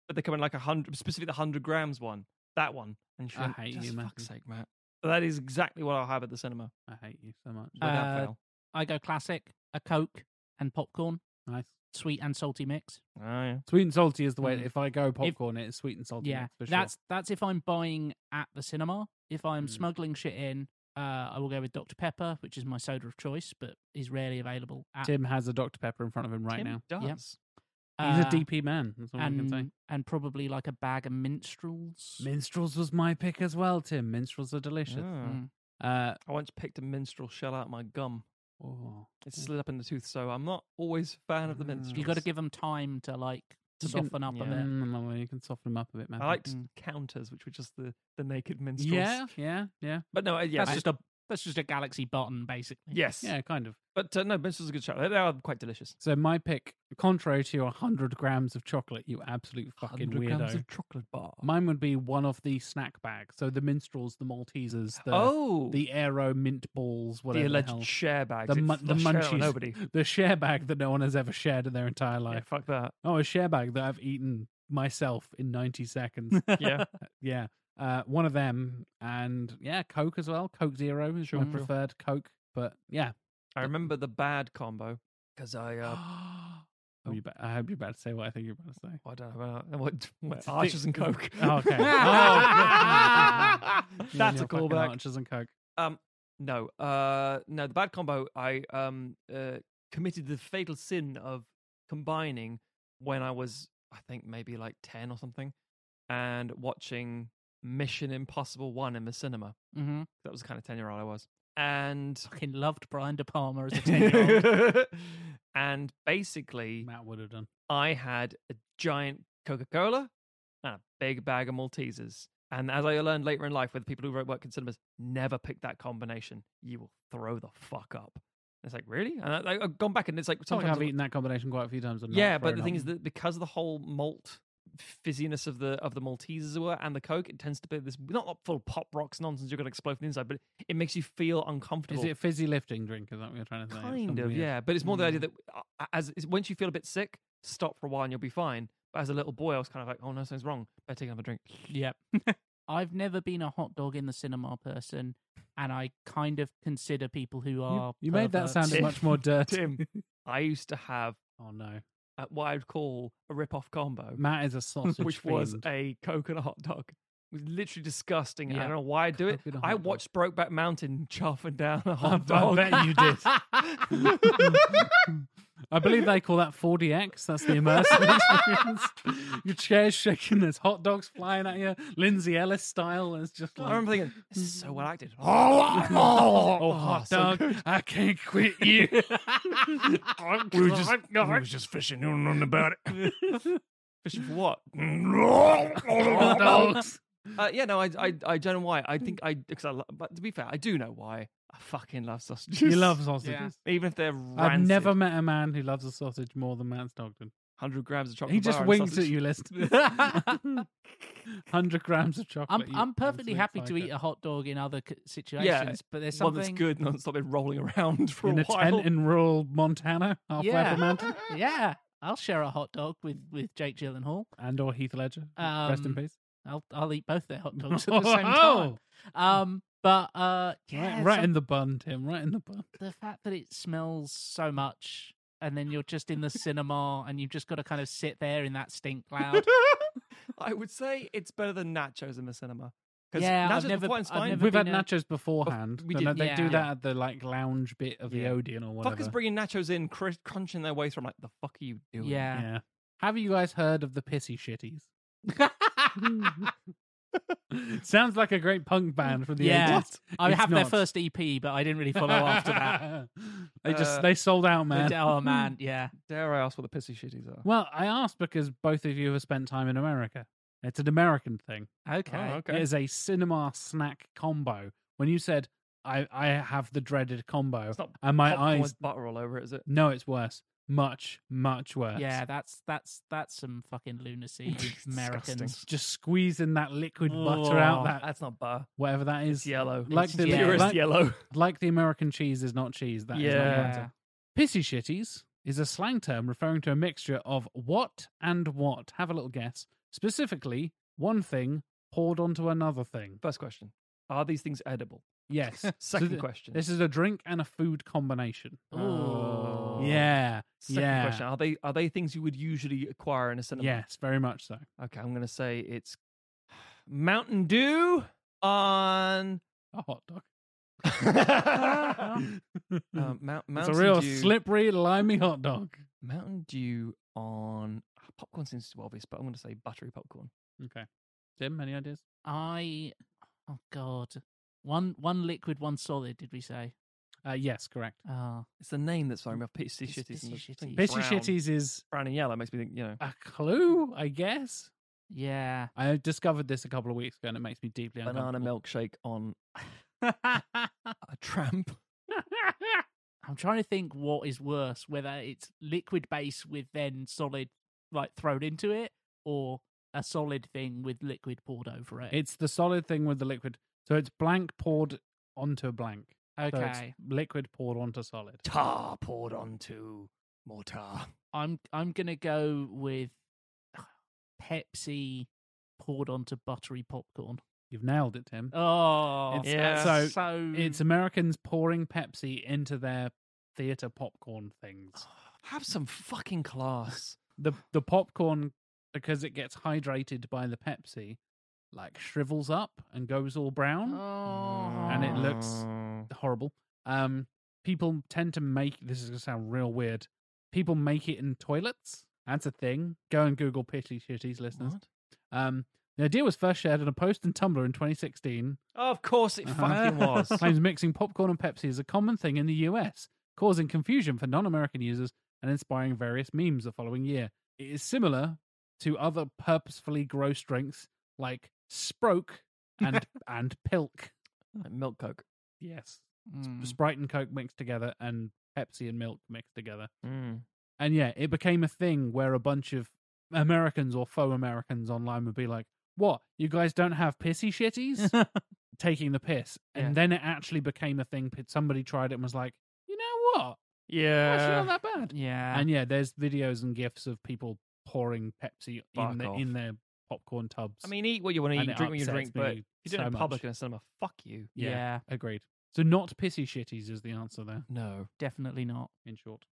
S2: but they come in like a hundred, specifically the hundred grams one, that one. And she
S1: I
S2: went,
S1: hate
S2: "Just
S1: you,
S2: fuck's
S1: Matthew."
S2: sake, Matt. That is exactly what I'll have at the cinema.
S1: I hate you so much.
S2: Without
S3: Uh,
S2: fail.
S3: I go classic, a coke and popcorn,
S1: Nice.
S3: sweet and salty mix.
S2: Oh, yeah.
S1: Sweet and salty is the way.
S3: Mm.
S1: If I go popcorn, it's sweet and salty.
S3: yeah,
S1: mix for sure.
S3: that's that's if I'm buying at the cinema. If I'm
S1: Mm.
S3: smuggling shit in, uh, I will go with Dr Pepper, which is my soda of choice, but is rarely available. At,
S1: Tim has a Dr Pepper in front of him right
S2: Tim
S1: now.
S2: does.
S3: Yep.
S1: He's a
S3: uh,
S1: DP man. That's all I can say.
S3: and and probably like a bag of minstrels.
S1: Minstrels was my pick as well, Tim. Minstrels are delicious.
S2: Ah.
S3: Mm.
S1: Uh,
S2: I once picked a minstrel shell out of my gum.
S1: oh,
S2: It slid up in the tooth, so I'm not always a fan of the
S1: Ah.
S2: minstrel.
S3: You got to give them time to like to soften up a bit.
S1: Mm, you can soften them up a bit, man.
S2: I liked counters, which were just the, the naked minstrels.
S1: Yeah, yeah, yeah.
S2: But no, uh, yeah,
S3: that's
S2: I-
S3: just a that's just a galaxy button, basically. (gasps)
S2: Yes.
S1: Yeah, kind of.
S2: But uh, no, minstrels are a good shout. They are quite delicious.
S1: So my pick, contrary to your 100 grams of chocolate, you absolute fucking
S2: 100
S1: weirdo.
S2: grams of chocolate bar.
S1: Mine would be one of the snack bags. So the minstrels, the Maltesers, the
S2: Oh.
S1: the Aero mint balls, whatever
S2: alleged
S1: hell.
S2: share bags.
S1: the,
S2: It's
S1: mun- the
S2: not shared
S1: munchies,
S2: on nobody.
S1: (laughs) the share bag that no one has ever shared in their entire life.
S2: fuck that.
S1: Oh, a share bag that I've eaten myself in 90 seconds. (laughs)
S2: Yeah.
S1: yeah. Uh, one of them, and yeah, Coke as well. Coke Zero is my
S2: Sure.
S1: preferred Coke, but yeah.
S2: I remember the bad combo because I. Uh,
S1: Are you ba- I hope you're about to say what I think you're about to say.
S2: I don't know. About, what, what,
S1: It's a
S2: archers
S1: thick-
S2: and coke.
S1: (laughs)
S2: (laughs)
S1: Oh, okay.
S2: Oh.
S1: You and
S2: That's a
S1: your fucking
S2: callback.
S1: Archers and Coke.
S2: Um, no, uh, no, the bad combo. I um uh, committed the fatal sin of combining when I was, I think, maybe like ten or something, and watching Mission Impossible One in the cinema.
S3: Mhm.
S2: That was the kind of ten-year-old I was,
S1: (laughs)
S2: and
S3: Fucking loved Brian De Palma as a ten-year-old.
S2: (laughs) and basically,
S1: Matt would have done.
S2: I had a giant Coca Cola and a big bag of Maltesers. And as I learned later in life with people who work in cinemas, never pick that combination. You will throw the fuck up. And It's like, really? And I, I've gone back and it's like,
S1: I feel like
S2: sometimes.
S1: I've eaten that combination quite a few times. and not
S2: yeah, but
S1: thrown
S2: the thing
S1: up.
S2: is that because of the whole malt fizziness of the of the Maltesers were and the Coke, it tends to be this not like full of pop rocks nonsense you're going to explode from the inside, but it makes you feel uncomfortable
S1: Is it a fizzy lifting drink? Is that what you're trying to say? It's some
S2: kind of
S1: weird- Mm.
S2: yeah but it's more the idea that uh, as is- once you feel a bit sick stop for a while and you'll be fine but as a little boy i was kind of like oh no something's wrong better take another drink
S1: (laughs)
S3: Yep. I've never been a hot dog in the cinema person, and I kind of consider people who are.
S1: you made that sound
S2: (laughs)
S3: perverts.
S1: much more dirty.
S2: tim i used to have
S1: Oh no,
S2: uh, what i'd call a
S1: (laughs)
S2: rip-off combo
S1: Matt is a sausage.
S2: (laughs) which was (laughs)
S1: fiend.
S2: a coke and a hot dog it was literally disgusting and i
S1: Yeah.
S2: don't know why i do it
S1: Coke and a
S2: i
S1: hot dog.
S2: watched brokeback mountain chuffing down a
S1: I
S2: hot dog
S1: bet you did. I believe they call that 4DX. That's the
S2: (laughs)
S1: immersive experience. Your chair's shaking. There's hot dogs flying at you, Lindsay Ellis style. It's just like
S2: (laughs) i remember thinking this is so well
S1: (laughs)
S2: acted (laughs)
S1: oh, (laughs) hot
S2: so
S1: dog.
S2: good.
S1: I can't quit (laughs) you.
S2: we
S1: (laughs)
S2: were just, we were just fishing on about it. fishing
S1: (laughs)
S2: for what?
S1: Oh,
S2: Hot
S1: dogs.
S2: Uh, yeah, no, I, I, I don't know why. I think I, because I, lo- but to be fair, I do know why. I fucking love sausages.
S1: You love sausages.
S2: (laughs) even if they're rancid.
S1: I've never met a man who loves a sausage more than Matt Stockton.
S2: hundred grams of chocolate.
S1: He just
S2: bar and
S1: winks at
S2: sausage.
S1: you, listeners.
S3: (laughs)
S1: (laughs) Hundred grams of chocolate.
S3: (laughs) I'm
S1: you
S3: I'm perfectly
S1: absolute
S3: happy to
S1: psycho.
S3: eat a hot dog in other c- situations,
S2: Yeah,
S3: but there's
S2: one
S3: something
S2: that's good and stop it rolling around (laughs) for
S1: in
S2: a,
S1: a
S2: while.
S1: tent in rural Montana, halfway up
S3: Yeah.
S1: a mountain,
S3: (laughs) Yeah, I'll share a hot dog with with Jake Gyllenhaal.
S1: and or Heath Ledger. Rest in
S3: Um, (laughs)
S1: peace.
S3: I'll I'll eat both
S1: (laughs)
S3: their hot dogs at the same time. Um, but uh, yeah,
S1: right, right
S3: some-
S1: in the bun, Tim. Right in the bun.
S3: the fact that it smells so much and then you're just in the cinema and you've just got to kind of sit there in that stink cloud.
S2: I would say it's better than nachos in the cinema. 'Cause
S3: Yeah, I've
S2: nachos
S3: never-
S2: before, it's
S3: I've
S2: fine.
S3: never
S1: We've had
S3: been a-
S1: nachos beforehand.
S2: we
S1: No, no,
S2: did,
S1: they do
S3: yeah.
S1: that at the like lounge bit of the
S2: Yeah.
S1: Odeon or whatever.
S2: Fuckers bringing nachos in, cr- crunching their way through. I'm like, the fuck are you doing?
S3: yeah.
S1: yeah. Have you guys heard of the Pissy
S3: (laughs)
S1: Shitties? Sounds like a great punk band from the
S3: Yeah.
S1: 80s.
S3: I
S1: It's
S3: have their
S1: not. (laughs)
S3: first EP, but I didn't really follow after that.
S1: they just
S2: Uh,
S1: they sold out, (laughs) man.
S3: Oh man, yeah.
S2: Dare I ask what the pissy shitties are?
S1: (laughs) Well, I asked because both of you have spent time in America. It's an American thing.
S3: Okay.
S2: Oh, okay.
S1: It is a cinema snack combo. When you said I, I have the dreaded combo,
S2: It's not
S1: and my
S2: popcorn
S1: eyes
S2: with butter all over it, is it?
S1: no, it's worse, much much worse.
S3: Yeah, that's that's that's some fucking lunacy, you Americans.
S1: just squeezing that liquid butter out
S2: Oh,
S1: that
S2: That's not butter.
S1: whatever that is.
S2: It's yellow.
S1: Like
S2: it's
S1: the-
S3: yeah.
S2: purest
S1: like- (laughs)
S2: yellow.
S1: Like the American cheese is not cheese. That is not
S2: Yeah.
S1: butter. Pissy shitties is a slang term referring to a mixture of what and what. Have a little guess. Specifically, one thing poured onto another thing.
S2: First question: Are these things edible?
S1: Yes.
S2: (laughs)
S1: So
S2: Second
S1: th-
S2: question.
S1: This is a drink and a food combination.
S3: Oh.
S1: Yeah.
S2: Second
S1: yeah.
S2: question: Are they are they things you would usually acquire in a cinema?
S1: Yes, very much so.
S2: Okay, I'm gonna say it's Mountain Dew on
S1: (laughs)
S2: (laughs)
S1: A hot dog.
S2: um, Mount,
S1: It's
S2: Mountain
S1: a real
S2: Dew.
S1: slippery, limey hot dog.
S2: Mountain Dew on ah, popcorn seems too obvious, but I'm gonna say buttery popcorn.
S1: Okay. Tim, any ideas?
S3: I oh god. One one liquid, one solid, did we say?
S1: Uh, yes, correct.
S3: Ah,
S2: It's the name that's throwing me off. Pitty Shitties. and
S3: Pissy
S2: the
S1: Shitties.
S2: thing
S1: Pissy
S2: brown-
S1: Shitties is-
S2: brown and yellow. Makes me think, you know.
S1: A clue, I guess.
S3: Yeah.
S1: I discovered this a couple of weeks ago, and it makes me deeply
S2: Banana
S1: uncomfortable.
S2: milkshake (laughs) on a tramp.
S3: I'm trying to think what is worse, whether it's liquid base with then solid like thrown into it, or a solid thing with liquid poured over it.
S1: It's the solid thing with the liquid. So it's blank poured onto a blank. So it's
S3: Okay.
S1: liquid poured onto solid.
S2: Tar poured onto more tar.
S3: I'm I'm gonna go with Pepsi poured onto buttery popcorn.
S1: You've nailed it, Tim.
S3: Oh,
S1: It's-
S2: Yeah.
S1: So,
S3: so-
S1: it's Americans pouring Pepsi into their theater popcorn things.
S2: (sighs) Oh. Have some fucking class.
S1: The the popcorn because it gets hydrated by the Pepsi like shrivels up and goes all brown and it looks horrible. Um people tend to make this is going to sound real weird. People make it in toilets. That's a thing. Go and Google Pitty Shitties listeners.
S2: What?
S1: Um the idea was first shared in a post in Tumblr in 2016
S2: Oh, Of course
S1: Uh-huh.
S2: it fucking was.
S1: (laughs) claims mixing popcorn and Pepsi is a common thing in the US, causing confusion for non American users and inspiring various memes the following year. It is similar to other purposefully gross drinks like Sproke
S2: (laughs)
S1: and and Pilk.
S2: (laughs) Like milk coke.
S1: Yes. Sp-
S2: Mm.
S1: Sprite and Coke mixed together and Pepsi and milk mixed together.
S2: Mm.
S1: And yeah, it became a thing where a bunch of Americans or faux Americans online would be like, What? You guys don't have pissy
S2: (laughs)
S1: shitties? Taking the piss. And
S2: Yeah.
S1: then it actually became a thing. P- Somebody tried it and was like, You know what?
S2: Yeah. Uh,
S1: Actually, not that bad.
S3: Yeah.
S1: And yeah, there's videos and gifs of people pouring Pepsi
S2: Fuck
S1: in, the,
S2: off.
S1: in their popcorn tubs.
S2: I mean, eat what you want to
S1: And
S2: eat,
S1: it
S2: drink what you
S1: upsets
S2: drink, but if
S1: me
S2: you do it in
S1: so
S2: public
S1: much.
S2: in a cinema, fuck you.
S1: yeah,
S3: Yeah.
S1: Agreed. So, not pissy shitties is the answer there,
S2: No.
S3: Definitely not.
S1: in short.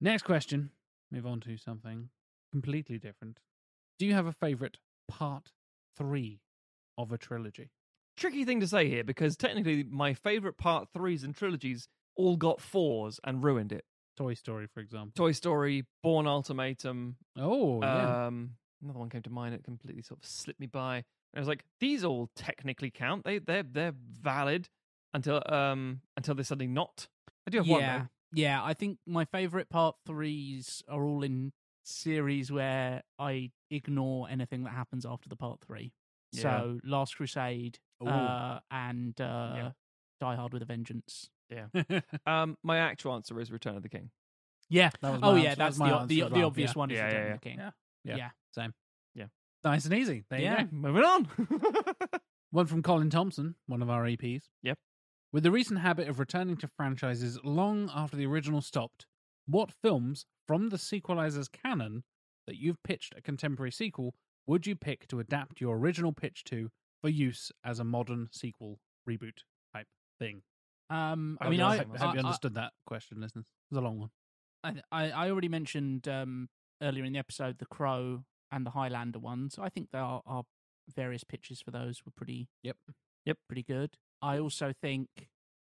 S1: Next question. Move on to something completely different. Do you have a favorite part three of a trilogy?
S2: Tricky thing to say here because technically my favorite part threes and trilogies all got fours and ruined it.
S1: Toy Story, for example.
S2: Toy Story, Born Ultimatum,
S1: Oh, yeah.
S2: um, another one came to mind. It completely sort of slipped me by. And I was like, these all technically count. They they're they're valid until um until they're suddenly not. I do have one.
S3: yeah,
S2: though.
S3: yeah. I think my favorite part threes are all in series where I ignore anything that happens after the part three.
S2: Yeah.
S3: So Last Crusade
S2: Ooh.
S3: uh, and uh, Die Hard with a Vengeance.
S2: Um, my actual answer is Return of the King.
S3: Yeah.
S1: That was my
S3: oh
S1: answer-
S3: yeah,
S1: that
S3: that's
S1: was my
S3: the
S1: answer
S3: the,
S1: as
S3: the
S1: well,
S3: obvious
S1: yeah.
S3: one is
S2: Yeah,
S3: Return
S2: yeah,
S3: of the King.
S1: yeah.
S3: Yeah.
S1: Yeah.
S3: yeah.
S1: Same.
S2: Yeah.
S1: Nice and easy. There
S3: Yeah.
S1: you go.
S2: (laughs) Moving on.
S1: One from Colin Thompson, one of our EPs.
S2: Yep.
S1: With the recent habit of returning to franchises long after the original stopped, what films from the sequelizer's canon that you've pitched a contemporary sequel would you pick to adapt your original pitch to for use as a modern sequel reboot type thing?
S3: Um, I
S1: hope
S3: mean,
S1: you-
S3: I,
S1: hope,
S3: I,
S1: hope you
S3: I-
S1: understood that question, listeners. It was a long one.
S3: I, I I already mentioned um, earlier in the episode the Crow and the Highlander ones. I think there are, are various pitches for those were pretty
S1: Yep.
S2: Yep.
S3: pretty good. I also think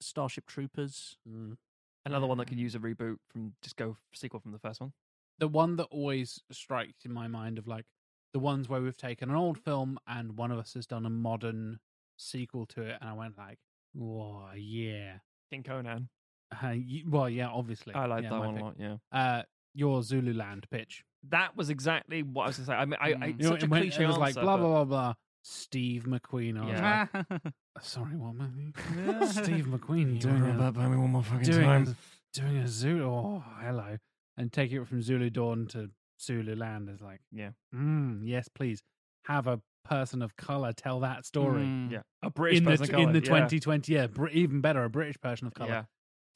S3: Starship Troopers.
S2: (laughs) Another one that could use a reboot from just go sequel from the first one.
S1: the one that always strikes in my mind of like the ones where we've taken an old film and one of us has done a modern sequel to it, and I went like, "Whoa, yeah,
S2: King Conan.
S1: uh, y well, yeah, obviously."
S2: I like
S1: yeah,
S2: that
S1: my
S2: one a
S1: pick.
S2: lot. Yeah.
S1: Uh, your Zululand pitch.
S2: That was exactly what I was going to say. I mean, I, I
S3: Mm.
S1: You know,
S2: such a
S1: it went-
S2: cliche
S1: it was
S2: answer.
S1: like blah
S2: but-
S1: blah blah blah. Steve McQueen. I was
S2: Yeah.
S1: like, "Sorry, what movie? (laughs)
S2: (laughs)
S1: Steve McQueen
S2: You wanna
S1: doing
S2: run
S1: a,
S2: that by me one more fucking
S1: doing
S2: time.
S1: a, doing a Zulu. Oh, hello, and taking it from Zulu Dawn to Zululand is like,
S2: Yeah.
S1: mm, yes, please have a person of color tell that story
S3: Mm.
S2: Yeah. A British
S1: in the
S2: person
S1: in
S2: colour,
S1: the
S2: yeah.
S1: 2020. Yeah, Br- even better, a British person of color
S2: Yeah.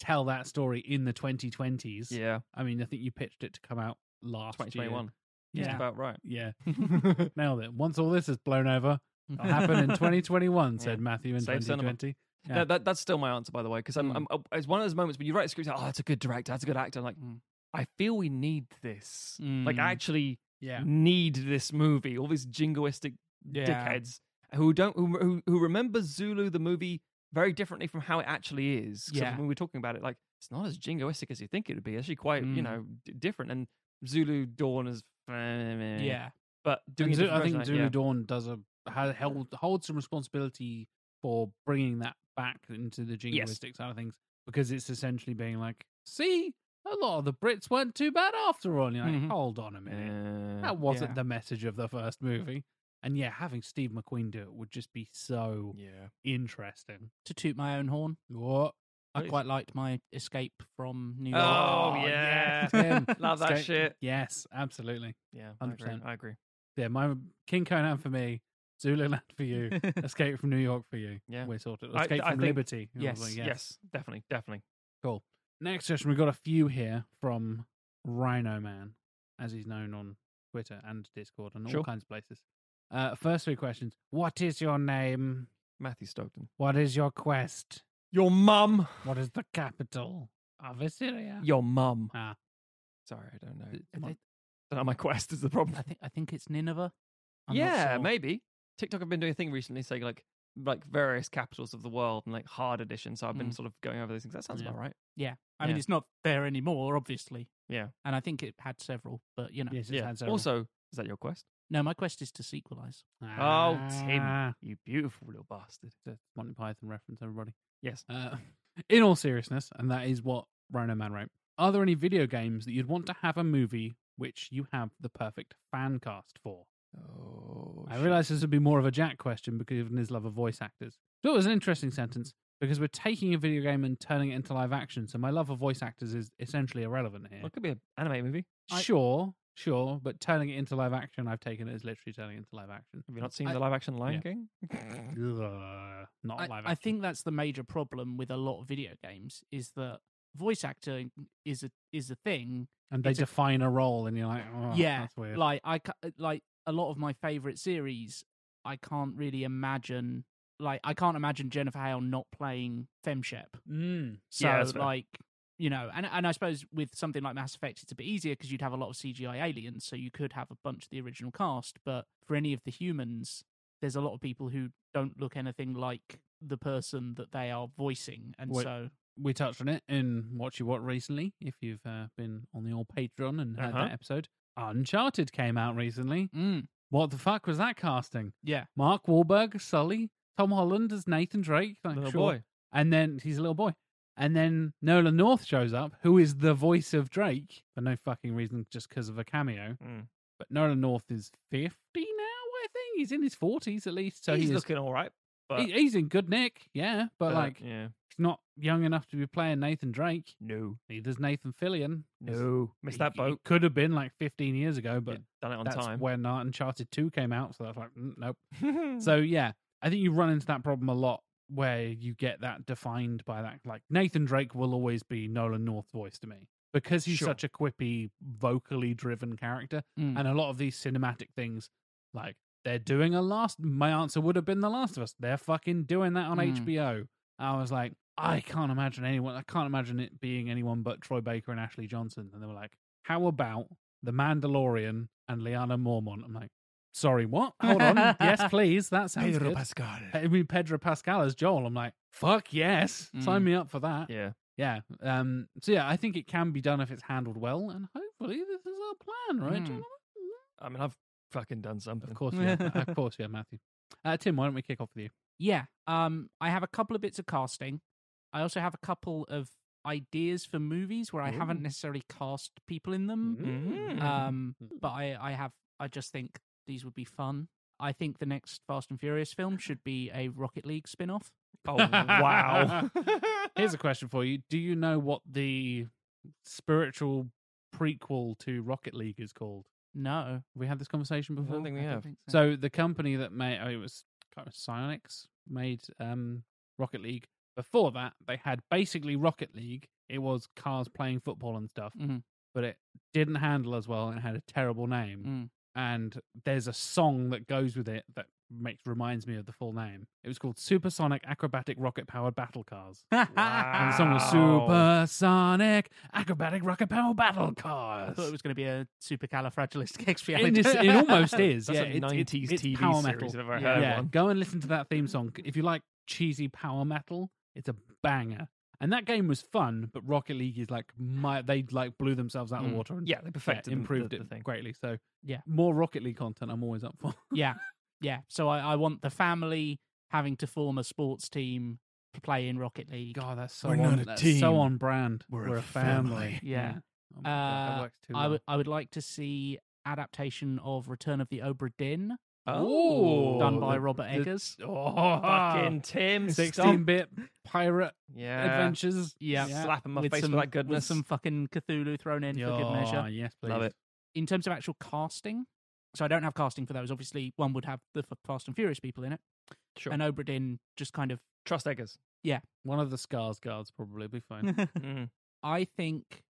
S1: tell that story in the 2020s.
S2: Yeah.
S1: I mean, I think you pitched it to come out last year.
S2: 2021. Just
S1: Yeah.
S2: about right.
S1: Yeah, nailed it. Once all this is blown over, it'll happen
S2: (laughs)
S1: in 2021. Said Matthew in
S2: Save cinema.
S1: 2020.
S2: No, (laughs)
S1: Yeah.
S2: that, that's still my answer, by the way, because I'm,
S1: Mm.
S2: I'm, uh, it's one of those moments when you write a script, like, oh, that's a good director, that's a good actor. I'm like,
S1: Hmm.
S3: Mm.
S2: I feel we need this. Like,
S3: Mm.
S2: I actually
S1: Yeah,
S2: need this movie. All these jingoistic
S3: Yeah.
S2: dickheads who don't who, who who remember Zulu the movie very differently from how it actually is. 'Cause
S3: Yeah.
S2: when we were talking about it, like it's not as jingoistic as you think it would be. It's actually quite
S1: Hmm.
S2: you
S3: Mm.
S2: know d- different. And Zulu Dawn is
S3: yeah.
S2: but doing
S1: And
S2: it
S1: Zu-
S2: different
S1: I think
S2: version,
S1: Zulu
S2: like, yeah.
S1: Dawn does a ha- held holds some responsibility for bringing that back into the jingoistic side of things because it's essentially being like, see, a lot of the Brits weren't too bad after all. And you're like,
S2: Mhm.
S1: hold on a minute. that
S2: Uh,
S1: wasn't
S2: yeah.
S1: the message of the first movie. And yeah, having Steve McQueen do it would just be so
S6: (laughs)
S2: Yeah.
S1: interesting.
S3: to toot my own horn.
S1: What?
S3: I
S2: Please.
S3: quite liked my escape from New York.
S2: Oh, yeah.
S1: Tim.
S2: (laughs) Love that
S1: Escape-
S2: shit.
S1: Yes, absolutely.
S2: Yeah, I agree.
S1: 100%.
S2: I agree.
S1: Yeah, my King Conan for me, Zululand for
S2: (laughs)
S1: you, Escape from New York for you.
S2: Yeah.
S1: We're sorted.
S2: I-
S1: Escape
S2: I
S1: from
S2: think-
S1: Liberty. And I was
S2: Yes,
S1: like,
S2: yes. Definitely. Definitely.
S1: Cool. Next session, we've got a few here from Rhino Man, as he's known on Twitter and Discord and all
S2: Sure.
S1: kinds of places. Uh, first three questions. What is your name?
S2: Matthew Stockton.
S1: What is your quest?
S2: Your mum.
S1: What is the capital of Assyria?
S2: Your mum.
S1: Ah.
S2: Sorry, I don't know.
S1: Th-
S3: Am I-
S2: don't know my (laughs) quest is the problem.
S3: I think I think it's Nineveh. I'm not
S2: yeah,
S3: sure.
S2: maybe. TikTok have been doing a thing recently saying like like various capitals of the world and like hard edition. So I've been
S3: Mm.
S2: sort of going over those things. That sounds
S1: Yeah.
S2: about right.
S3: Yeah, I mean
S2: Yeah.
S3: it's not there anymore, obviously,
S2: Yeah.
S3: and I think it had several, but you know,
S1: Yes, it's
S2: yeah.
S1: had several.
S2: Also, is that your quest?
S3: no. My quest is to sequelize.
S2: Oh,
S1: Ah,
S2: Tim, you beautiful little bastard.
S1: the Monty Python reference, everybody.
S2: Yes.
S1: Uh, (laughs) in all seriousness, and that is what Rhino Man wrote, are there any video games that you'd want to have a movie which you have the perfect fan cast for?
S2: Oh,
S1: I realise this would be more of a Jack question because of his love of voice actors. So it was an interesting sentence because we're taking a video game and turning it into live action. So my love of voice actors is essentially irrelevant here.
S2: Well, it could be an anime movie. I-
S1: Sure, sure, but turning it into live action, I've taken it as literally turning it into live action.
S2: Have you not seen
S3: I-
S2: the live action Lion
S1: yeah.
S2: King?
S1: Ugh, not
S3: I,
S1: live action.
S3: I think that's the major problem with a lot of video games is that voice acting is a is a thing.
S1: and they
S3: it's a-
S1: define a role, and you're like, oh,
S3: yeah,
S1: that's weird.
S3: like I ca- uh, like a lot of my favorite series, I can't really imagine. Like I can't imagine Jennifer Hale not playing Femshep.
S1: Mm.
S3: So
S2: Yeah, that's fair.
S3: like you know, and and I suppose with something like Mass Effect, it's a bit easier because you'd have a lot of CGI aliens, so you could have a bunch of the original cast. But for any of the humans, there's a lot of people who don't look anything like the person that they are voicing, and
S1: Wait.
S3: so
S1: we touched on it in What You What recently. If you've uh, been on the old Patreon and heard
S2: Uh-huh.
S1: that episode, Uncharted came out recently.
S3: mm,
S1: What the fuck was that casting?
S3: yeah,
S1: Mark Wahlberg, as Sully, Tom Holland as Nathan Drake, like,
S2: Little
S1: sure.
S2: boy.
S1: and then he's a little boy. And then Nolan North shows up, who is the voice of Drake for no fucking reason, just because of a cameo.
S2: Mm.
S1: But Nolan North is fifty now, I think. He's in his forties at least, so
S2: he's
S1: he is-
S2: looking all right. But, uh,
S1: he- he's in good nick, yeah. But like,
S2: yeah,
S1: he's not young enough to be playing Nathan Drake.
S2: no,
S1: Neither's Nathan Fillion.
S2: no, missed that boat.
S1: Could have been like 15 years ago, but
S2: But done it on
S1: that's
S2: (laughs) time. Hmm.
S1: when uh, Uncharted 2 came out. So that's like, mm, nope. so yeah, I think you run into that problem a lot where you get that defined by that. Like Nathan Drake will always be Nolan North's voice to me because he's
S2: Sure.
S1: such a quippy, vocally driven character.
S2: Hmm.
S3: Mm.
S1: And a lot of these cinematic things, like they're doing a last. My answer would have been The Last of Us. They're fucking doing that on
S2: Hmm.
S3: Mm.
S1: HBO. I was like, I can't imagine anyone. I can't imagine it being anyone but Troy Baker and Ashley Johnson. And they were like, How about The Mandalorian and Liana Mormont? I'm like, Sorry, what? Hold on. yes,
S2: (laughs)
S1: please. That sounds good.
S2: Pascal.
S1: I mean, Pedro Pascal as Joel. I'm like, fuck yes, sign
S3: Mm.
S1: me up for that.
S2: Hmm. Yeah,
S1: Yeah. Um. So yeah, I think it can be done if it's handled well, and hopefully this is our plan, right?
S2: Hmm.
S3: Mm.
S1: gentlemen?
S2: I mean, I've fucking done something.
S1: Of
S2: (laughs)
S1: course, yeah. of course, yeah, Matthew. Uh, Tim, why don't we kick off with you?
S3: yeah. Um, I have a couple of bits of casting. I also have a couple of ideas for movies where I haven't necessarily cast people in them.
S2: Mm.
S3: Um, but I, I have, I just think these would be fun. I think the next Fast and Furious film should be a Rocket League spin off.
S1: (laughs)
S2: Oh wow!
S1: Here's a question for you: Do you know what the spiritual prequel to Rocket League is called?
S3: No.
S1: Have we had this conversation
S2: don't
S1: before?
S2: think we
S1: I
S2: have.
S3: think
S1: So the company that made oh, it was kind of Psyonix made um, Rocket League. Before that, they had basically Rocket League. It was cars playing football and stuff,
S3: Mhm.
S1: but it didn't handle as well and it had a terrible name.
S3: Mm.
S1: And there's a song that goes with it that makes reminds me of the full name. It was called Supersonic Acrobatic Rocket Powered Battle Cars. And the song
S3: (laughs)
S1: was
S2: Wow.
S1: Supersonic Acrobatic Rocket Powered Battle
S3: I
S1: Cars.
S3: thought it was going to be a (laughs) supercalifragilisticexpialidocious.
S1: It, is- it
S3: (laughs)
S1: almost is.
S2: (laughs) That's
S1: yeah,
S2: a
S1: it's, it's-
S2: 90s
S1: it's
S2: TV
S1: power
S2: series
S1: metal.
S2: if I've ever
S1: yeah,
S2: heard
S1: yeah.
S2: one.
S1: go and listen to that theme song if you like cheesy power metal. It's a banger, and that game was fun. But Rocket League is like my they like blew themselves out of the
S3: Mm.
S1: water and
S2: yeah, they perfected the-
S1: improved
S2: the,
S1: it
S2: the thing.
S1: greatly. So
S3: Yeah.
S1: more Rocket League content. I'm always up for.
S3: Yeah. Yeah. So I, I want the family having to form a sports team play in Rocket League.
S1: God, that's so on, that's so on brand. We're, a, family. (laughs)
S3: Yeah.
S1: Oh my God, that
S3: Uh,
S1: works too
S3: I
S1: well.
S3: (laughs) would I would like to see adaptation of Return of the Obra Dinn.
S1: Oh,
S3: done by
S1: the-
S3: Robert
S1: the-
S3: Eggers.
S1: oh,
S2: Fucking Tim, (laughs) stop.
S1: 16 bit (laughs) pirate
S2: Yeah.
S1: adventures.
S3: Yeah,
S2: Slap in my
S3: with
S2: face
S3: some,
S2: for that
S3: With
S2: goodness.
S3: some fucking Cthulhu thrown in for good measure.
S1: Oh, yes, please.
S2: Love it.
S3: In terms of actual casting, so I don't have casting for those. Obviously, one would have the F- Fast and Furious people in it.
S2: Sure.
S3: And Obra Dinn just kind of
S2: Trust Eggers.
S3: yeah.
S1: One of the Scars guards probably be fine.
S2: (laughs) Mm.
S3: I think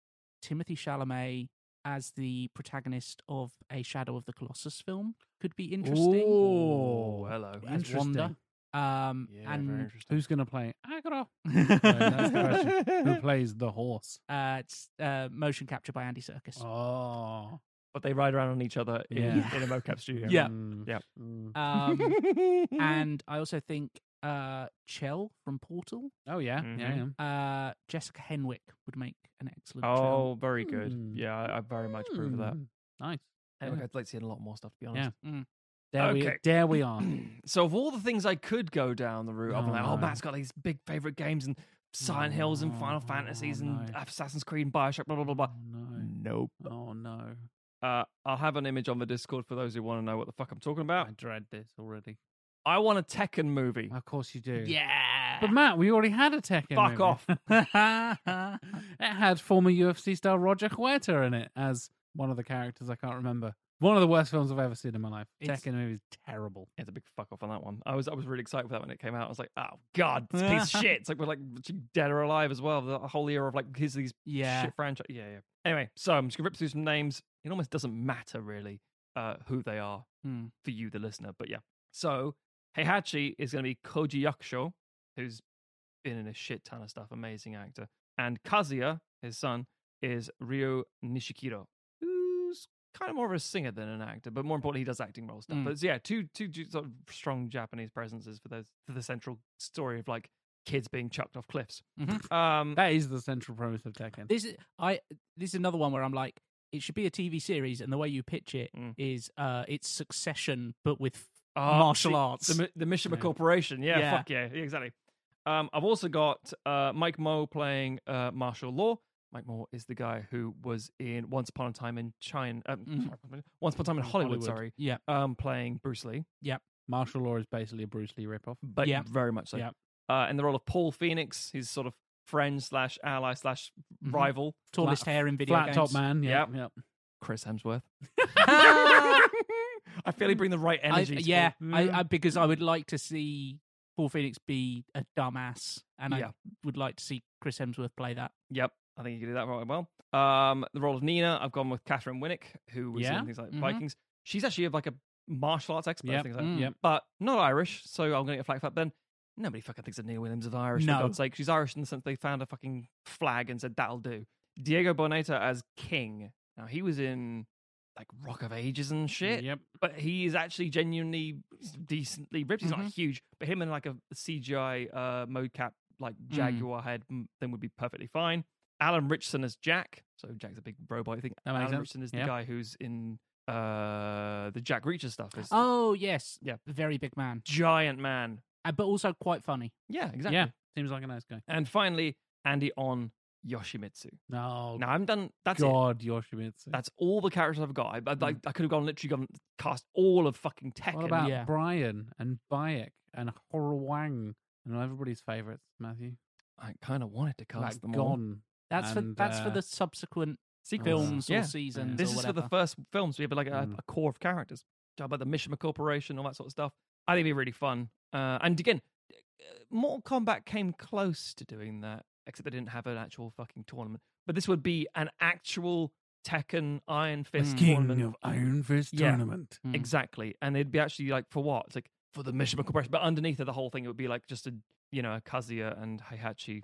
S3: Timothy Chalamet as the protagonist of a Shadow of the Colossus film could be interesting.
S1: Oh,
S2: hello.
S3: as Wanda. Um, and
S1: Who's going to play (laughs) Agra? Right, that's the question. Who plays the horse?
S3: uh, it's uh, motion capture by Andy Serkis.
S1: Oh,
S2: But they ride around on each other in,
S1: Yeah.
S2: in a mocap studio.
S3: Yeah.
S1: Mm,
S2: Yeah.
S1: mm. (laughs)
S3: Um, and I also think uh, Chell from Portal,
S1: oh yeah, yeah, yeah.
S3: uh, Jessica Henwick would make an excellent. Chell.
S2: Oh, very good.
S1: Mm.
S2: Yeah, I, I very much approve of that.
S1: Mm, Nice.
S2: I
S1: Yeah.
S2: Hmm. I'd like to see a lot more stuff, to be
S1: Yeah.
S2: honest.
S3: Mm.
S1: There we
S2: Okay.
S1: there we (clears throat) are.
S2: (clears throat) So, of all the things I could go down the route, of,
S1: Oh,
S2: like, oh,
S1: no.
S2: Matt's got these big favorite games and Silent Hills and Final
S1: No,
S2: Fantasies and
S1: no.
S2: Assassin's Creed and Bioshock, blah, blah, blah, blah.
S1: Oh, no.
S2: Nope.
S1: Oh no.
S2: Uh, I'll have an image on the Discord for those who want to know what the fuck I'm talking about.
S1: I dread this already.
S2: I want a Tekken movie.
S1: Of course you do.
S3: yeah.
S1: But Matt, we already had a Tekken.
S2: Fuck
S1: movie.
S2: off.
S1: (laughs) it had former UFC star Roger Huerta in it as one of the characters. I can't remember. One of the worst films I've ever seen in my life.
S3: It's-
S1: Tekken movie is terrible.
S2: It's a big fuck off on that one. I was I was really excited for that when it came out. I was like, oh god, this piece of shit. It's like we're like dead or alive as well. The whole era of like his these
S3: Yeah.
S2: shit franchise. Yeah, yeah. Anyway, so I'm just gonna rip through some names. It almost doesn't matter really uh, who they are
S3: Hmm.
S2: for you, the listener. But yeah, so Heihachi is gonna be Koji Yakusho, who's been in a shit ton of stuff. Amazing actor. And Kazuya, his son, is Ryo Nishikiro, who's kind of more of a singer than an actor, but more importantly, he does acting role stuff.
S3: Mm.
S2: But yeah, two two ju- sort of strong Japanese presences for those for the central story of like kids being chucked off cliffs.
S3: Mhm.
S2: Um,
S1: That is the central premise of Tekken.
S3: This is I. This is another one where I'm like, it should be a TV series, and the way you pitch it is,
S2: Mm.
S3: uh, it's Succession, but with
S1: Oh,
S2: Ah,
S3: martial
S2: see,
S3: arts.
S2: The, Mi- the Mishima
S1: Yeah.
S2: Corporation. Yeah,
S3: Yeah.
S2: fuck yeah, yeah, exactly. Um, I've also got uh, Mike Moe playing uh, martial law. Mike Moe is the guy who was in Once Upon a Time in China.
S3: (laughs)
S2: Um,
S3: Mhm.
S2: sorry, Once Upon a Time in Hollywood,
S1: Hollywood.
S2: sorry.
S3: Yeah.
S2: Um, playing Bruce Lee,
S1: Martial law is basically a Bruce Lee ripoff.
S2: but
S3: Yeah.
S2: very much so.
S1: Yeah.
S2: Uh, in the role of Paul Phoenix, his sort of friend slash ally slash
S3: Mhm.
S2: rival,
S3: tallest hair in video
S1: Flat
S3: games.
S1: top man. Yeah.
S2: Yep.
S1: Yep.
S2: Chris Hemsworth.
S3: (laughs)
S2: (laughs) I feel he bring the right
S3: I,
S2: energy. to
S3: yeah,
S2: Paul.
S3: I, I, because I would like to see Paul Phoenix be a dumbass, and
S2: Yeah.
S3: I would like to see Chris Hemsworth play that.
S2: Yep. I think you can do that quite well. Um, the role of Nina, I've gone with Catherine Winnick, who was
S1: Yeah. mm-hmm.
S2: in things like
S3: Mhm.
S2: Vikings. She's actually like a martial arts expert,
S1: Yep.
S2: things like
S3: Mm.
S2: that.
S1: Yep.
S2: But not Irish, so I'm going to get flack for that. Then nobody fucking thinks of Nina Williams as Irish,
S3: No.
S2: for God's sake. She's Irish in the sense they found a fucking flag and said, that'll do. Diego Boneta as King. Now, he was in like Rock of Ages and shit
S1: Yep.
S2: but he is actually genuinely decently ripped. He's
S1: Mm-hmm.
S2: not huge, but him and like a CGI uh, mocap like
S1: Mm.
S2: jaguar head m- thing would be perfectly fine. Alan Richson as Jack, so Jack's a big robot. I think
S1: That makes
S2: Alan
S1: sense.
S2: Richson is the
S1: Yeah.
S2: guy who's in uh, the Jack Reacher stuff. Is
S3: Oh yes,
S2: Yeah.
S3: very big man,
S2: giant man.
S3: uh, but also quite funny.
S2: Yeah, exactly.
S1: Yeah. Seems like a nice guy.
S2: And finally, Andy on Yoshimitsu.
S1: No.
S2: now I'm done. That's it.
S1: Oh God, Yoshimitsu.
S2: That's all the characters I've got. I, I, like, I could have gone literally gone cast all of fucking Tekken.
S1: What about
S3: Yeah.
S1: Brian and Bayek and Horwang and everybody's favorites, Matthew?
S2: I kind of wanted to cast
S1: Like
S2: them all.
S1: Gone.
S3: That's for
S1: And,
S3: that's for
S1: uh,
S3: the subsequent
S2: Sequels.
S3: films
S2: Yeah.
S3: or seasons.
S1: Yeah.
S3: or
S2: This is for the
S3: whatever.
S2: first films. We have like a,
S1: Mm.
S2: a core of characters. Talk about the Mishima Corporation, all that sort of stuff. I think it'd be really fun. Uh, and again, uh, Mortal Kombat came close to doing that, except they didn't have an actual fucking tournament. But this would be an actual Tekken Iron Fist tournament.
S1: Iron Fist
S2: Yeah.
S1: Tournament.
S3: Mm.
S2: Exactly. And it'd be actually like for what? It's like for the Mishima Corporation. But underneath it, the whole thing, it would be like just a, you know, a Kazuya and Heihachi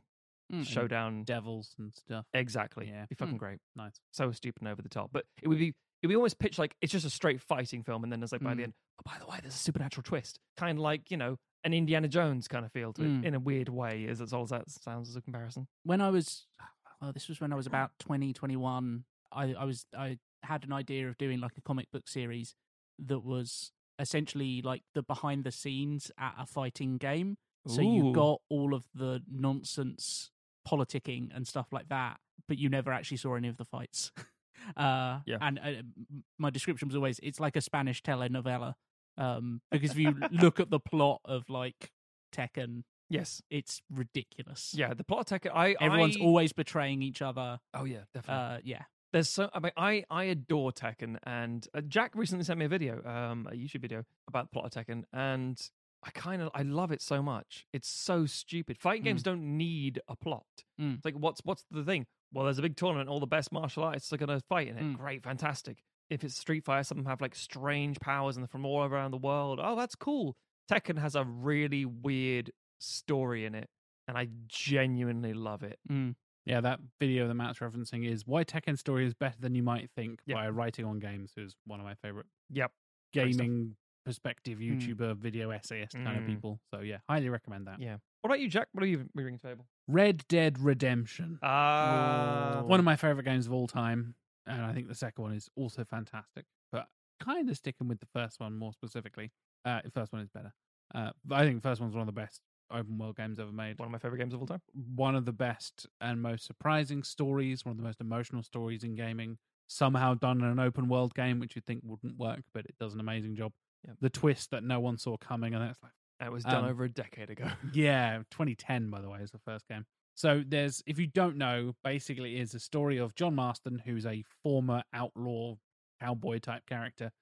S3: Mm.
S2: showdown.
S1: Devils and stuff.
S2: Exactly.
S1: Hmm. Yeah. Hmm.
S2: Be fucking
S3: Mm.
S2: great.
S1: Nice.
S2: so stupid and over the top. But it would be it would be almost pitched like it's just a straight fighting film, and then there's like by the
S3: Mm.
S2: end, oh, by the way, there's a supernatural twist, kind of like you know an Indiana Jones kind of feel to
S3: Mm.
S2: it in a weird way. As it's all as that sounds as a comparison.
S3: when I was, (sighs) well, this was when I was about 20, 21, I, I was, I had an idea of doing like a comic book series that was essentially like the behind the scenes at a fighting game. So you
S2: Ooh.
S3: got all of the nonsense politicking and stuff like that, but you never actually saw any of the fights. (laughs) uh,
S2: Yeah.
S3: And uh, m- my description was always it's like a Spanish telenovela. Um, because if you look at the plot of like Tekken,
S2: Yes.
S3: it's ridiculous.
S2: Yeah, the plot attack. I
S3: Everyone's
S2: I-
S3: always betraying each other.
S2: Oh yeah, definitely.
S3: Uh, yeah.
S2: There's so I mean I I adore Tekken and uh, Jack recently sent me a video um a YouTube video about the plot of Tekken and I kind of I love it so much. It's so stupid. Fighting games don't need a plot.
S3: Mm.
S2: It's like what's what's the thing? Well, there's a big tournament. All the best martial artists are going to fight in it.
S3: Mm.
S2: Great, fantastic. If it's Street Fighter, some of them have like strange powers and they're from all around the world. Oh, that's cool. Tekken has a really weird story in it, and I genuinely love it.
S3: Mm.
S1: Yeah, that video that Matt's referencing is Why Tekken Story is Better Than You Might Think
S2: Yeah.
S1: by Writing on Games, who's one of my favorite
S2: Yep. Great stuff. Hmm.
S1: gaming perspective
S3: Mm.
S1: YouTuber, video essayist kind of
S2: Mm.
S1: people. So yeah, highly recommend that.
S2: Yeah. What about you, Jack? What are you bringing to the table?
S1: Red Dead Redemption.
S2: Ah,
S3: Ooh.
S1: One of my favorite games of all time. And I think the second one is also fantastic, but kind of sticking with the first one more specifically. Uh, the first one is better. Uh, but I think the first one's one of the best open world games ever made.
S2: one of my favorite games of all time.
S1: one of the best and most surprising stories, one of the most emotional stories in gaming, somehow done in an open world game, which you'd think wouldn't work, but it does an amazing job.
S2: Yep.
S1: The twist that no one saw coming, and that's like,
S2: It was done
S1: Um,
S2: over a
S1: (laughs)
S2: decade ago.
S1: yeah, 2010, by the way, is the first game. So there's, if you don't know, basically it is a story of John Marston, who's a former outlaw cowboy type character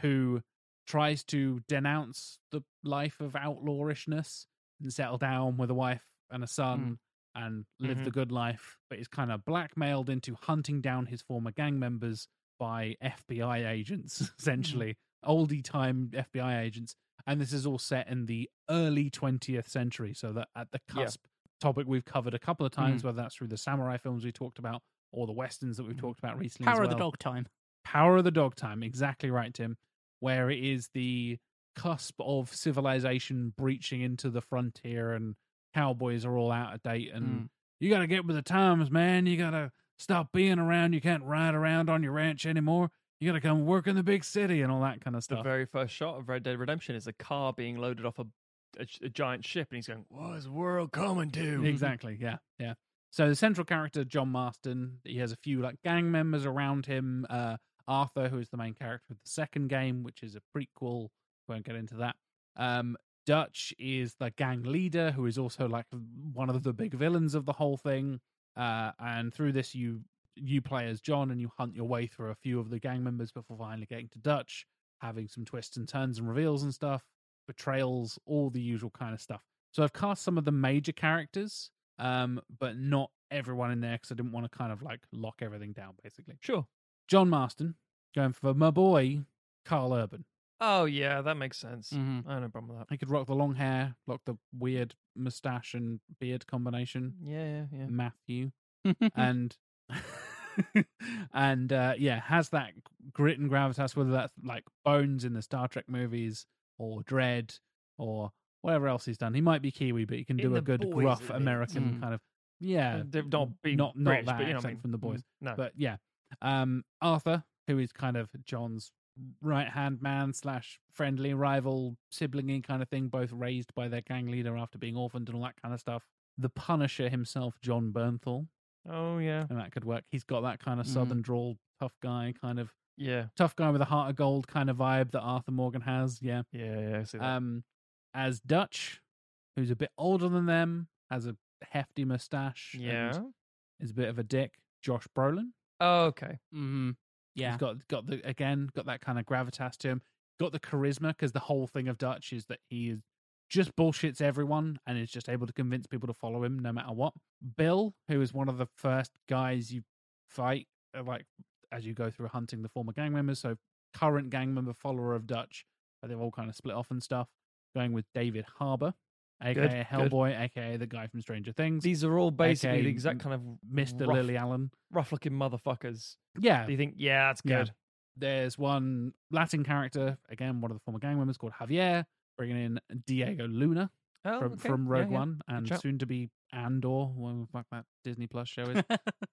S1: who tries to denounce the life of outlawishness and settle down with a wife and a son and live the good life, but is kind of blackmailed into hunting down his former gang members by FBI agents, (laughs) essentially oldie time FBI agents. And this is all set in the early 20th century, so that at the
S2: Yeah.
S1: cusp topic we've covered a couple of times, whether that's through the samurai films we talked about or the westerns that we've talked about recently. as
S3: Power of the
S1: well.
S3: dog time.
S1: Power of the Dog Time, exactly right, Tim, where it is the cusp of civilization breaching into the frontier and cowboys are all out of date and
S3: Mm.
S1: you gotta get with the times, man. You gotta stop being around. You can't ride around on your ranch anymore. You gotta come work in the big city and all that kind of
S2: the
S1: stuff.
S2: very first shot of Red Dead Redemption is a car being loaded off a, a, a giant ship, and he's going, "What is the world coming to?"
S1: Exactly. Yeah. Yeah. So the central character, John Marston, he has a few like gang members around him. Uh, Arthur, who is the main character of the second game, which is a prequel. Won't get into that. Um, Dutch is the gang leader, who is also like one of the big villains of the whole thing. Uh, and through this, you you play as John, and you hunt your way through a few of the gang members before finally getting to Dutch, having some twists and turns and reveals and stuff, betrayals, all the usual kind of stuff. So I've cast some of the major characters, um, but not everyone in there because I didn't want to kind of like lock everything down. Basically,
S2: Sure.
S1: John Marston going for my boy Carl Urban.
S2: Oh yeah, that makes sense.
S1: Mm. Mm-hmm.
S3: Mhm.
S2: I have no problem with that.
S1: He could rock the long hair, rock the weird mustache and beard combination.
S2: Yeah, yeah, yeah.
S1: Matthew
S3: (laughs)
S2: Hmm.
S1: and (laughs) and uh, yeah, has that grit and gravitas, whether that's like Bones in the Star Trek movies or Dread or whatever else he's done. He might be Kiwi, but he can
S2: In
S1: do a
S2: the
S1: good
S2: Boys,
S1: gruff
S2: isn't it?
S1: American
S3: Mm.
S1: kind of yeah,
S2: Uh, they've not been
S1: not
S2: British,
S1: not that
S2: but you know what I
S1: accent
S2: mean. Hmm.
S1: from the boys,
S2: No.
S1: but yeah, um, Arthur, who is kind of John's right hand man slash friendly rival siblingy kind of thing, both raised by their gang leader after being orphaned and all that kind of stuff. The Punisher himself, John Bernthal,
S2: oh yeah,
S1: and that could work. He's got that
S2: Mm.
S1: kind of
S3: Mhm.
S1: southern drawl, tough guy, kind of
S2: yeah,
S1: tough guy with a heart of gold kind of vibe that Arthur Morgan has. Yeah.
S2: yeah, yeah. I see that.
S1: Um, as Dutch, who's a bit older than them, has a hefty mustache. and
S2: yeah.
S1: is a bit of a dick. Josh Brolin.
S2: Oh, okay.
S3: Mm-hmm. Yeah.
S1: He's
S3: (laughs)
S1: got got the again got that kind of gravitas to him. Got the charisma because the whole thing of Dutch is that he is just bullshits everyone and is just able to convince people to follow him no matter what. Bill, who is one of the first guys you fight, uh, like as you go through hunting the former gang members, so current gang member follower of Dutch, but they've all kind of split off and stuff. Going with David Harbour, aka
S2: Good, good.
S1: Hellboy, aka the guy from Stranger Things,
S2: These are all basically
S1: Okay,
S2: the exact kind of
S1: Mr.
S2: rough,
S1: Lily Allen.
S2: rough-looking motherfuckers.
S1: Yeah,
S2: Do you think? Yeah, that's
S1: Yeah.
S2: good.
S1: There's one Latin character, again, one of the former gang members called Javier, bringing in Diego Luna
S2: Oh,
S1: from,
S2: okay.
S1: from
S2: Yeah,
S1: Rogue
S2: yeah.
S1: One and
S2: shout.
S1: soon to be Andor, whatever the fuck that Disney Plus show
S2: (laughs)
S1: is.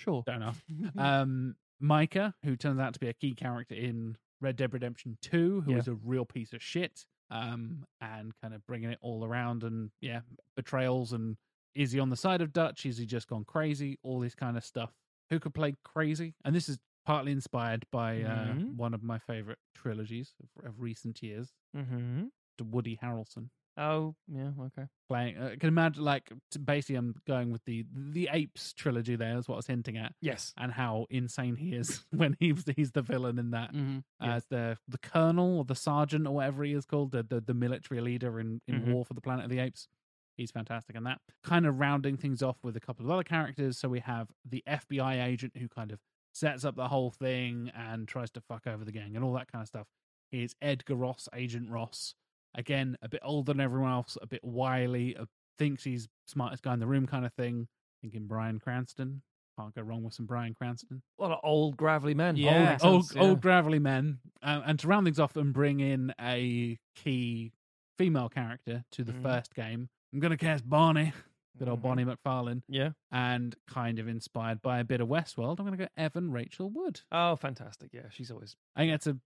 S2: Sure.
S1: Don't know.
S2: (laughs) Mm.
S1: Um, Micah, who turns out to be a key character in Red Dead Redemption 2, who is
S2: Yeah.
S1: a real piece of shit. um, and kind of bringing it all around and yeah, betrayals and is he on the side of Dutch? Is he just gone crazy? All this kind of stuff. Who could play crazy? And this is partly inspired by
S2: Mhm.
S1: uh, one of my favorite trilogies of, of recent years,
S2: Mm-hmm.
S1: to Woody Harrelson
S2: Oh, yeah, okay.
S1: playing. uh, I can imagine, like, t- basically, I'm going with the the Apes trilogy. There is what I was hinting at.
S2: Yes.
S1: and how insane he is (laughs) when he's he's the villain in that as the the colonel or the sergeant or whatever he is called, the the, the military leader in in
S2: Mhm.
S1: War for the Planet of the Apes. He's fantastic in that. Kind of rounding things off with a couple of other characters. So we have the FBI agent who kind of sets up the whole thing and tries to fuck over the gang and all that kind of stuff. Is Edgar Ross, Agent Ross. Again, a bit older than everyone else, a bit wily, a, thinks he's smartest guy in the room kind of thing. Thinking Brian Cranston. Can't go wrong with some Brian Cranston
S2: A lot of old gravelly men.
S1: yeah,
S2: Old,
S1: old, old gravelly men, um, and to round things off and bring in a key female character to the
S2: Mhm.
S1: first game, I'm going to cast Barney, good old
S2: Mhm.
S1: Barney McFarlane,
S2: yeah.
S1: and kind of inspired by a bit of Westworld, I'm going to go Evan Rachel Wood.
S2: Oh, fantastic. Yeah, she's always.
S1: I think it's a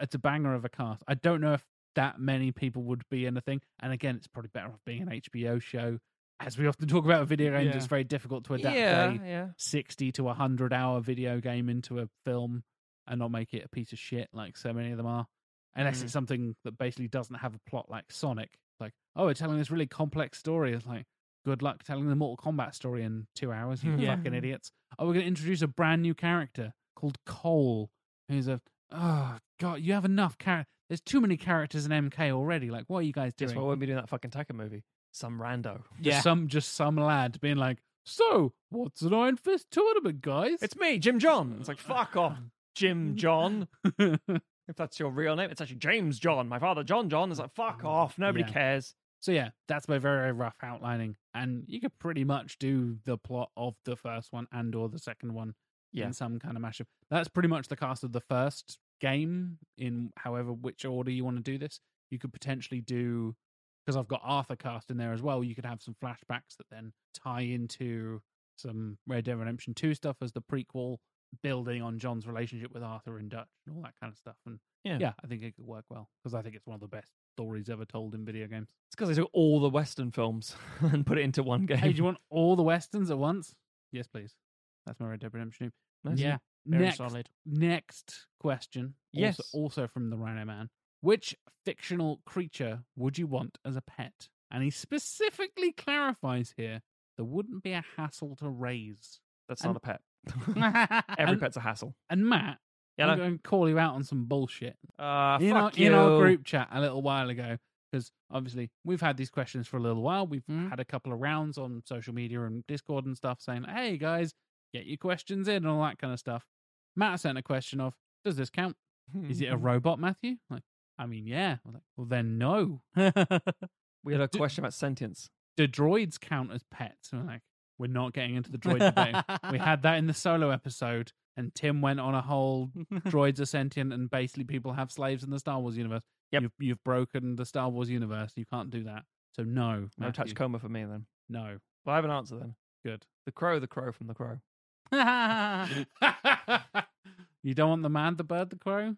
S1: it's a banger of a cast. I don't know if that many people would be in a thing, and again, it's probably better off being an HBO show. As we often talk about with video games,
S2: Yeah.
S1: it's very difficult to adapt
S2: yeah,
S1: a
S2: yeah.
S1: 60 to 100 hour video game into a film and not make it a piece of shit like so many of them are. Unless
S2: Mm.
S1: it's something that basically doesn't have a plot like Sonic. It's Like, oh, we're telling this really complex story. It's like, good luck telling the Mortal Kombat story in two hours, you
S2: (laughs) Yeah.
S1: fucking idiots. Oh, we're going to introduce a brand new character called Cole, who's a, oh, God, you have enough character. There's too many characters in MK already. Like, what are you guys doing?
S2: Guess what? I won't be doing that fucking Taka movie. Some rando.
S1: Just some just some lad being like, so what's an Iron Fist tournament, guys?
S2: It's me, Jim John. It's like, fuck off,
S1: (laughs)
S2: Jim John. if that's your real name, it's actually James John. My father, John John. It's like, fuck off. Nobody
S1: Mm. Yeah.
S2: cares.
S1: So yeah, that's my very rough outlining, and you could pretty much do the plot of the first one and or the second one
S2: Yeah.
S1: in some kind of mashup. That's pretty much the cast of the first game in however which order you want to do this. You could potentially do because I've got Arthur cast in there as well. You could have some flashbacks that then tie into some Red Dead Redemption Two stuff as the prequel, building on John's relationship with Arthur and Dutch and all that kind of stuff. And
S2: Yeah.
S1: yeah I think it could work well because I think it's one of the best stories ever told in video games.
S2: It's because they took all the Western films (laughs) and put it into one game.
S1: Hey, do you want all the westerns at once? Yes, please. That's my Red Dead Redemption.
S2: Nice.
S3: Yeah. Very
S1: Next,
S3: solid.
S1: next question.
S2: Yes.
S1: Also, also from the Rhino Man. Which fictional creature would you want as a pet? And he specifically clarifies here there wouldn't be a hassle to raise.
S2: That's
S1: And-
S2: not
S1: (laughs)
S2: a pet. (laughs) Every
S1: And-
S2: pet's a hassle.
S1: And Matt,
S2: Yeah,
S1: I'm
S2: no.
S1: going to call you out on some bullshit
S2: Uh,
S1: in, our,
S2: fuck
S1: in our
S2: you.
S1: group chat a little while ago because obviously we've had these questions for a little while. We've
S2: Mm-hmm.
S3: Mhm.
S1: had a couple of rounds on social media and Discord and stuff saying, "Hey guys, get your questions in" and all that kind of stuff. Matt sent a question of, "Does this count?
S2: Hmm.
S1: Is it a
S2: Mm-hmm.
S1: robot, Matthew?" Like, I mean, yeah. I was like, well, then no.
S2: We had a
S1: Do-
S2: question about sentience.
S1: Do droids count as pets? And we're like, we're not getting into the
S2: (laughs)
S1: droid debate.
S3: (laughs)
S1: we had that in the solo episode, and Tim went on a
S2: (laughs)
S1: whole droids are sentient and basically people have slaves in the Star Wars universe.
S2: Yep.
S1: You've, you've broken the Star Wars universe. You can't do that. So no.
S2: No touch
S1: Matthew,
S2: coma for me then.
S1: No.
S2: Well, I have an answer then. (laughs)
S1: Good. (laughs)
S2: The crow, the crow from the crow.
S1: you don't want the man, the bird, the
S2: (laughs)
S1: crow?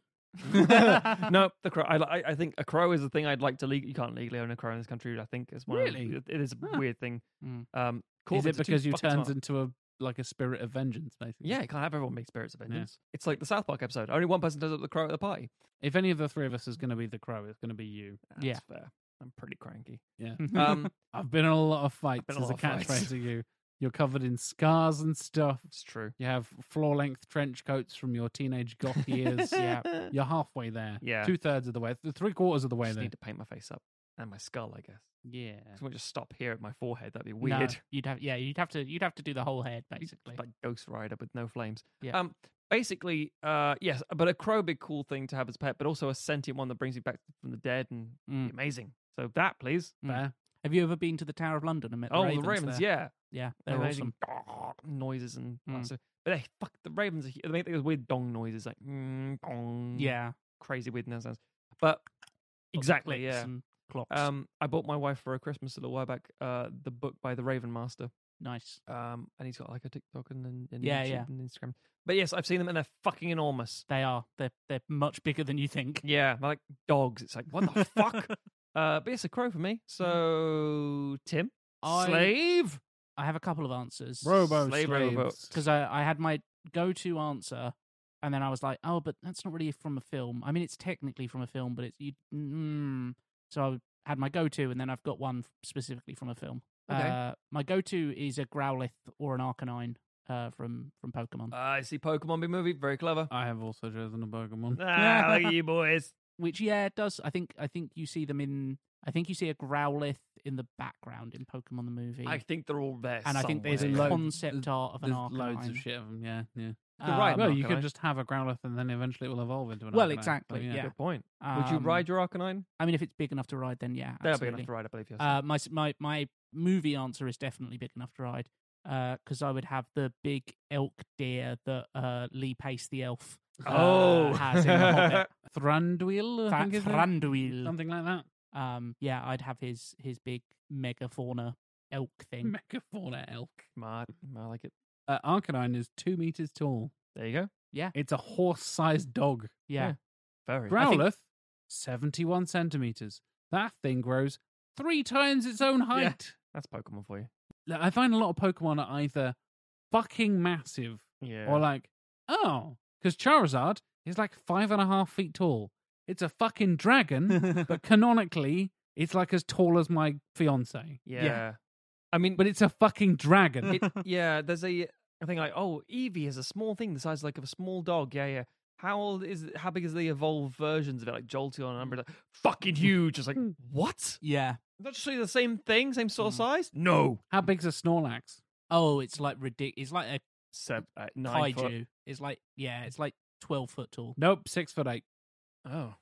S1: Uh-huh.
S2: no, the crow. I, li- I, I think a crow is a thing I'd like to legal. You can't legally own a crow in this country. I think it's one. of-
S1: Really?
S2: it- it is a
S1: Huh. Hmm.
S2: weird thing.
S3: Mm.
S2: Um,
S1: Is it
S2: corvids are too
S1: because you
S2: fucking
S1: turned
S2: smart.
S1: into a like a spirit of vengeance, basically?
S2: Yeah, you can't have everyone make spirits of
S1: Yeah.
S2: vengeance. It's like the South Park episode. Only one person does up the crow at the party.
S1: If any of the three of us is going to be the crow, it's going to be you.
S2: That's
S3: Yeah.
S2: fair. I'm pretty
S1: (laughs)
S2: cranky. (laughs)
S1: Yeah.
S2: Um,
S1: I've been in a lot of fights
S2: been
S1: as
S2: in a
S1: a
S2: lot of fights.
S1: catchphrase to you. You're covered in scars and stuff.
S2: it's true.
S1: You have floor length trench coats from your teenage goth
S3: (laughs)
S1: years.
S2: (laughs)
S3: Yeah.
S1: You're halfway there.
S2: Yeah.
S1: Two thirds of the way, th- three quarters of the way
S2: just
S1: there.
S2: need to paint my face up and my skull, I guess.
S1: Yeah.
S2: Because we just stop here at my forehead. That'd be
S3: No,
S2: weird.
S3: you'd have yeah, you'd have to you'd have to do the whole head basically.
S2: like Ghost Rider with no flames.
S3: Yeah.
S2: Um, basically, uh, yes, but a crow, big cool thing to have as a pet, but also a sentient one that brings you back from the dead and
S3: Mm.
S2: amazing. So that, please.
S3: Mm.
S1: Fair.
S3: Have you ever been to the Tower of London and met the
S2: oh,
S3: Ravens?
S2: the ravens,
S3: there?
S2: yeah,
S3: yeah, they're
S2: amazing
S3: awesome.
S2: noises and
S3: Mm.
S2: lots of- but they fuck the ravens. are hu- They make those weird dong noises, like mm, dong,
S3: Yeah,
S2: crazy weird noise sounds. But exactly,
S3: clicks
S2: yeah.
S3: and clocks.
S2: Um, I bought my wife for a Christmas a little while back. Uh, the book by the Raven Master.
S3: nice.
S2: Um, and he's got like a TikTok and, and, and
S3: Yeah,
S2: YouTube
S3: yeah.
S2: and Instagram. But yes, I've seen them and they're fucking enormous.
S3: They are. They're they're much bigger than you think. (laughs)
S2: Yeah, they're like dogs. It's like what the fuck? Uh, but it's a crow for
S3: Mm-hmm.
S2: me. So Tim, slave.
S3: I have a couple of answers.
S1: Robo Slave slaves. robots.
S3: Because I, I had my go to answer, and then I was like, oh, but that's not really from a film. I mean, it's technically from a film, but it's you. Mm. So I had my go to, and then I've got one specifically from a film.
S2: Okay.
S3: Uh, my go to is a Growlithe or an Arcanine uh, from from Pokemon.
S2: I see Pokemon B movie. Very
S3: (laughs)
S2: clever.
S1: I have also chosen a Pokemon.
S2: Ah, look at you boys.
S3: Which yeah, it does. I think I think you see them in. I think you see a Growlithe in the background in Pokemon the movie.
S2: I think they're all there.
S3: and I think there's a
S2: somewhere.
S3: concept art of an
S1: There's loads of
S3: Arcanine. Um,
S1: shit of them. Yeah, yeah.
S3: You're right,
S1: Well,
S2: Mark,
S1: you
S2: aren't
S1: could
S2: I?
S1: just have a Growlithe, and then eventually it will evolve into an.
S3: Well,
S1: Arcanine. So,
S3: exactly, yeah.
S2: Good point. Would you
S3: Um,
S2: ride your Arcanine?
S3: I mean, if it's big enough to ride, then yeah,
S2: They'll be enough
S3: absolutely.
S2: to ride, I believe. Yes. (laughs)
S3: Uh, my s- my my movie answer is definitely big enough to ride because I would have the big elk deer that uh, Lee Pace the elf uh,
S2: Oh.
S3: has in
S2: (laughs)
S3: the Hobbit.
S1: Thranduil, I think
S3: Th-
S1: is it?
S3: Thranduil.
S1: something like that.
S3: Um, yeah, I'd have his his big megafauna elk thing.
S1: Megafauna elk.
S2: Smart. I like it.
S1: Uh, Arcanine is two meters tall.
S2: There you go.
S1: It's a horse-sized dog.
S3: Yeah,
S2: yeah. Very.
S3: I think-
S1: Growlithe, seventy-one centimeters. That thing grows three times its
S3: (laughs)
S1: own height.
S2: That's Pokemon for you.
S1: Like, I find a lot of Pokemon are either fucking massive
S2: Yeah.
S1: or like, oh, because Charizard is like five and a half feet tall. It's a fucking dragon,
S3: (laughs)
S1: but canonically, it's like as tall as my fiance.
S2: yeah. I mean,
S1: But it's a fucking dragon. (laughs)
S3: (laughs)
S2: it, yeah, there's a a thing like, oh, Eevee is a small thing the size like of a small dog. Yeah, yeah. How old is it? How big is the evolved versions of it? Like
S1: Mm.
S2: Jolteon and Umbreon, like, fucking
S1: (laughs)
S2: huge. It's like what?
S3: yeah.
S2: Not just the same thing, same sort of
S1: Mm.
S2: size. No,
S1: How big's a Snorlax?
S3: Oh, it's like ridiculous. It's like
S2: Seven, uh,
S3: a
S2: nine
S3: kaiju.
S2: foot.
S3: It's like yeah, it's like twelve foot tall.
S1: Nope, six foot eight.
S2: Oh,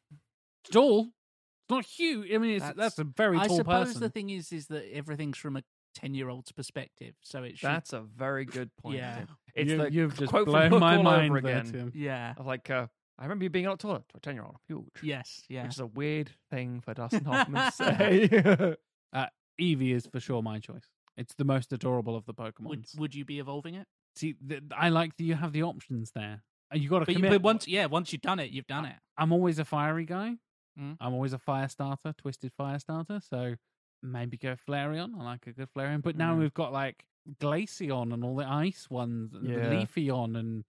S1: It's tall. It's not huge. I mean, it's, that's,
S2: That's-
S1: a very
S3: I
S1: tall
S3: suppose
S1: person.
S3: the thing is, is that everything's from a ten-year-old's perspective, so it should.
S2: that's a very good point.
S3: Yeah.
S2: Tim. it's
S1: you,
S2: the
S1: you've just
S2: quote from
S1: blown
S2: Hook
S1: my
S2: all
S1: mind
S2: over
S1: there,
S2: again.
S1: Tim.
S3: yeah.
S2: of like, uh, I remember you being a lot taller to a ten year old. Huge.
S3: Yes. Yeah.
S2: Which is a weird thing for
S1: (laughs)
S2: Dustin Hoffman to say.
S1: Uh, Eevee is for sure my choice. It's the most adorable of the Pokemon.
S3: Would Would you be evolving it?
S1: See, th- I like that you have the options there. And You got to
S3: But, you,
S1: commit.
S3: but once, yeah, once you've done it, you've done it.
S1: I'm always a fiery guy.
S3: Mm.
S1: I'm always a fire starter, twisted fire starter. So maybe go Flareon. I like a good Flareon. But now
S2: Mm.
S1: we've got like Glaceon and all the ice ones, and
S2: Yeah.
S1: the Leafeon and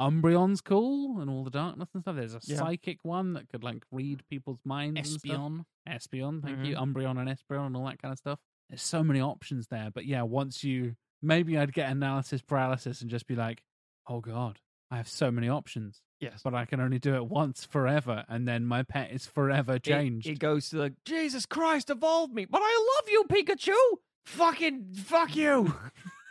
S1: Umbreon's cool, and all the darkness and stuff. There's a
S2: Yeah.
S1: psychic one that could like read people's minds. and stuff.
S3: Espion.
S1: Espeon, thank you.
S2: Mm-hmm.
S1: Umbreon and Espeon and all that kind of stuff. There's so many options there. But yeah, once you maybe I'd get analysis paralysis and just be like, oh God, I have so many options,
S2: yes.
S1: but I can only do it once forever. And then my pet is forever
S2: It-
S1: changed.
S2: It, goes to the Jesus Christ, evolve me, but I love you, Pikachu. Fucking fuck you.
S1: (laughs)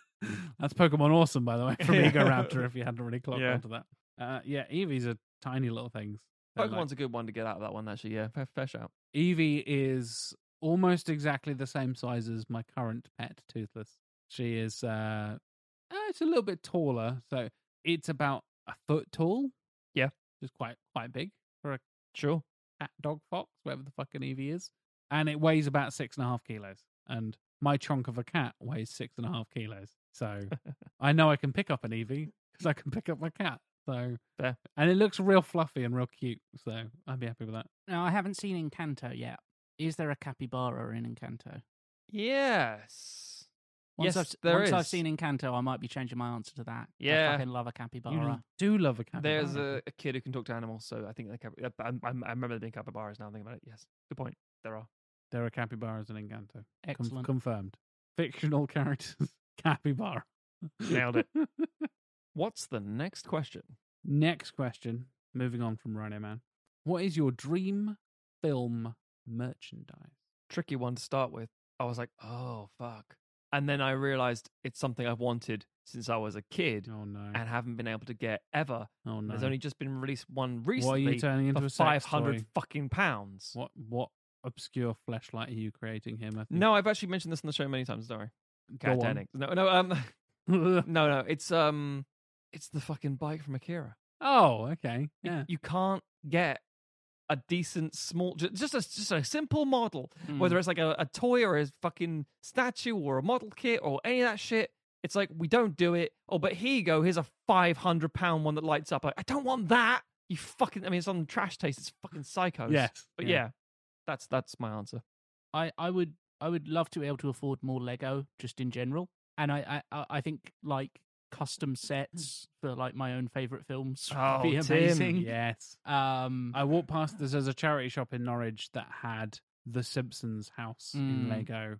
S1: That's Pokemon Awesome, by the way, (laughs) from
S2: Yeah.
S1: Ego
S2: (laughs)
S1: Raptor, if you hadn't really clocked
S2: Yeah.
S1: onto that. Uh, yeah, Eevees are tiny little things. They're like-
S2: Pokemon's a good one to get out of that one, actually. Yeah, fair, fair shout.
S1: Evie is almost exactly the same size as my current pet, Toothless. She is, uh, uh, it's a little bit taller, so it's about a foot tall.
S2: Yeah.
S1: just quite quite big for a
S2: Sure.
S1: cat, dog, fox, whatever the fucking Evie is, and it weighs about six and a half kilos. And my chunk of a cat weighs six and a half kilos,
S2: (laughs)
S1: so I know I can pick up an Evie because I can pick up my cat. So,
S2: Fair.
S1: and it looks real fluffy and real cute, so I'd be happy with that.
S3: Now, I haven't seen Encanto yet. Is there a capybara in Encanto?
S2: Yes.
S3: Once
S2: Yes,
S3: I've, s-
S2: there
S3: once I've
S2: is.
S3: seen Encanto, I might be changing my answer to that. I
S2: Yeah.
S3: fucking love a
S1: You
S3: capybara.
S1: do love a cat.
S2: There's a, a kid who can talk to animals, so I think they cap- I, I, I remember there being capybaras now. I'm thinking about it. Yes. Good point. There are.
S1: there are capybaras in Encanto. Con-
S3: Excellent.
S1: confirmed. Fictional (laughs) characters. Capybara.
S2: Nailed
S1: (laughs)
S2: it. What's the next question?
S1: Next question. Moving on from Rhino Man. What is your dream film merchandise?
S2: Tricky one to start with. I was like, oh, fuck. And then I realized it's something I've wanted since I was a kid
S1: Oh no.
S2: and haven't been able to get ever.
S1: Oh no.
S2: There's only just been released one recently.
S1: what are you turning into
S2: for
S1: a
S2: five
S1: sex
S2: hundred
S1: toy?
S2: fucking pounds.
S1: What what obscure fleshlight are you creating here, Matthew?
S2: No, I've actually mentioned this on the show many times. Sorry,
S1: Go on.
S2: Titanic. No, no, um,
S1: (laughs) oh,
S2: no, no. It's um, it's the fucking bike from Akira.
S1: Oh, okay.
S2: Y-
S1: Yeah.
S2: you can't get a decent small, ju- just a just a simple model,
S1: Hmm.
S3: Mm.
S2: whether it's like a, a toy or a fucking statue or a model kit or any of that shit. It's like we don't do it. Oh, but here you go. Here's a five hundred pound one that lights up. Like, I don't want that. You fucking. I mean, it's on trash taste. It's fucking psychos.
S1: Yes.
S2: But yeah, that's that's my answer.
S3: I, I would I would love to be able to afford more Lego just in general, and I I, I- I think like custom sets for like my own favorite films
S1: Oh,
S3: would be
S1: Tim,
S3: amazing.
S1: Yes.
S3: Um,
S1: I walked past this as a charity shop in Norwich that had the Simpsons house in
S3: Mm.
S1: Lego,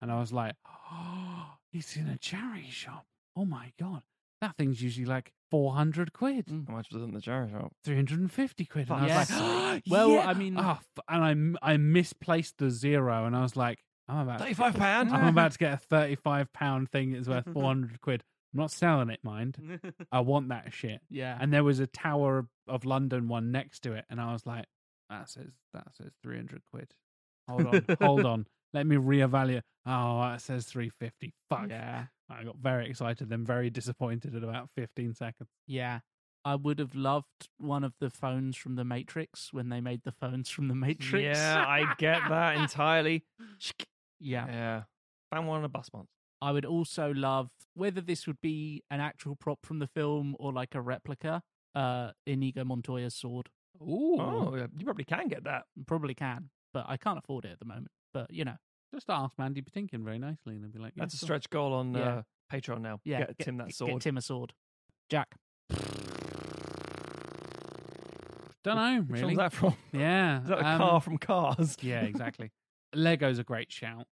S1: and I was like, (gasps) "Oh, it's in a charity shop! Oh my god, that thing's usually like four hundred quid,
S2: How much was it in the jar shop?
S1: three hundred and fifty quid." And I was
S2: Fuck's
S1: like,
S2: sake.
S3: (gasps)
S1: (gasps) "Well,
S2: Yeah.
S1: I mean, oh,
S3: Ah.
S1: f- and I m- I misplaced the zero, and I was like, I'm about to get-
S2: Thirty-five pound. (laughs)
S1: I'm about to get a thirty-five pound thing that's worth four hundred quid. I'm not selling it, mind. I want that shit."
S3: yeah.
S1: and there was a Tower of London one next to it, and I was like, "That says that says three hundred quid. Hold on,
S2: (laughs)
S1: hold on. Let me reevaluate. Oh, that says three fifty.
S2: (laughs)
S1: Fuck.
S3: Yeah.
S1: I got very excited, then very disappointed in about fifteen seconds.
S3: Yeah. I would have loved one of the phones from the Matrix when they made the phones from the Matrix.
S2: Yeah, I get
S1: (laughs)
S2: that entirely.
S3: yeah.
S2: Yeah. Found one on a bus once.
S3: I would also love whether this would be an actual prop from the film or like a replica, uh Inigo Montoya's sword.
S1: Ooh,
S2: Oh, yeah, you probably can get that.
S3: Probably can, but I can't afford it at the moment. But you know,
S1: just ask Mandy Patinkin very nicely, and they'll be like,
S2: That's a
S1: "Yeah, sure."
S2: stretch goal on
S3: Yeah.
S2: uh, Patreon now.
S3: yeah.
S2: Get Tim that sword.
S3: Get Tim a sword. Jack.
S1: Don't know,
S2: Which
S1: really.
S2: one's
S1: (laughs)
S2: that from?
S1: Yeah,
S2: Is that a
S1: um,
S2: car from Cars?
S1: Yeah,
S2: (laughs)
S1: exactly. Lego's a great shout.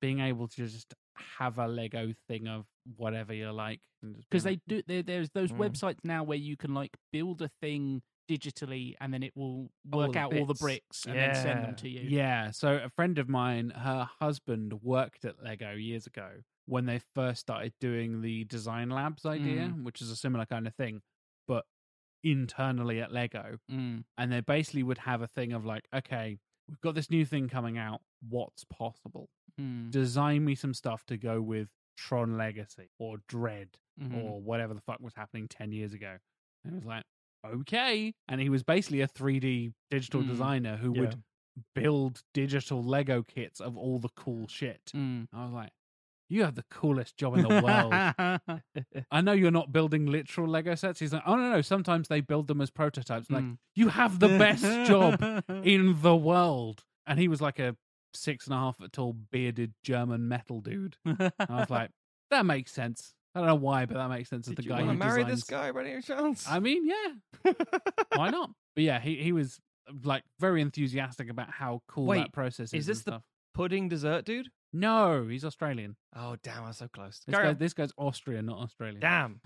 S1: Being able to just have a Lego thing of whatever you like, and just be
S3: Because
S1: like,
S3: they do there, there's those
S2: Mm.
S3: websites now where you can like build a thing digitally and then it will work
S2: the
S3: out all the
S2: bits.
S3: bricks and then send them
S2: Yeah.
S3: to you.
S1: Yeah. So a friend of mine, her husband worked at Lego years ago when they first started doing the design labs idea,
S3: Mm.
S1: which is a similar kind of thing, but internally at Lego.
S3: Mm.
S1: And they basically would have a thing of like, okay, we've got this new thing coming out. What's possible?
S3: Mm.
S1: Design me some stuff to go with Tron Legacy or Dread
S2: Mm.
S3: Mhm.
S1: or whatever the fuck was happening 10 years ago. And it was like, okay. And he was basically a 3D digital
S3: Mm.
S1: designer who
S2: Yeah.
S1: would build digital Lego kits of all the cool shit.
S3: Mm.
S1: I was like, you have the coolest job in the
S2: (laughs)
S1: world.
S3: (laughs)
S1: I know you're not building literal Lego sets. He's like, oh, no, no. Sometimes they build them as prototypes. I'm Like,
S3: Mm.
S1: you have the best
S2: (laughs)
S3: (laughs)
S1: job in the world. And he was like a six and a half foot tall, bearded German metal dude. And (laughs) I was like, that makes sense. I don't know why, but that makes sense as
S2: Did
S1: the
S2: you
S1: guy
S2: want
S1: who
S2: to marry this
S1: designs-
S2: guy by any chance?
S1: I mean,
S2: (laughs)
S1: yeah. Why not? But yeah, he, he was like very enthusiastic about how cool that
S2: Wait,
S1: process is.
S2: is this
S1: and
S2: the-
S1: stuff.
S2: Pudding dessert, dude.
S1: No, he's Australian.
S2: Oh damn, I'm so close.
S1: This,
S2: Carry
S1: guy,
S2: on.
S1: this guy's Austrian, not Australian.
S2: Damn.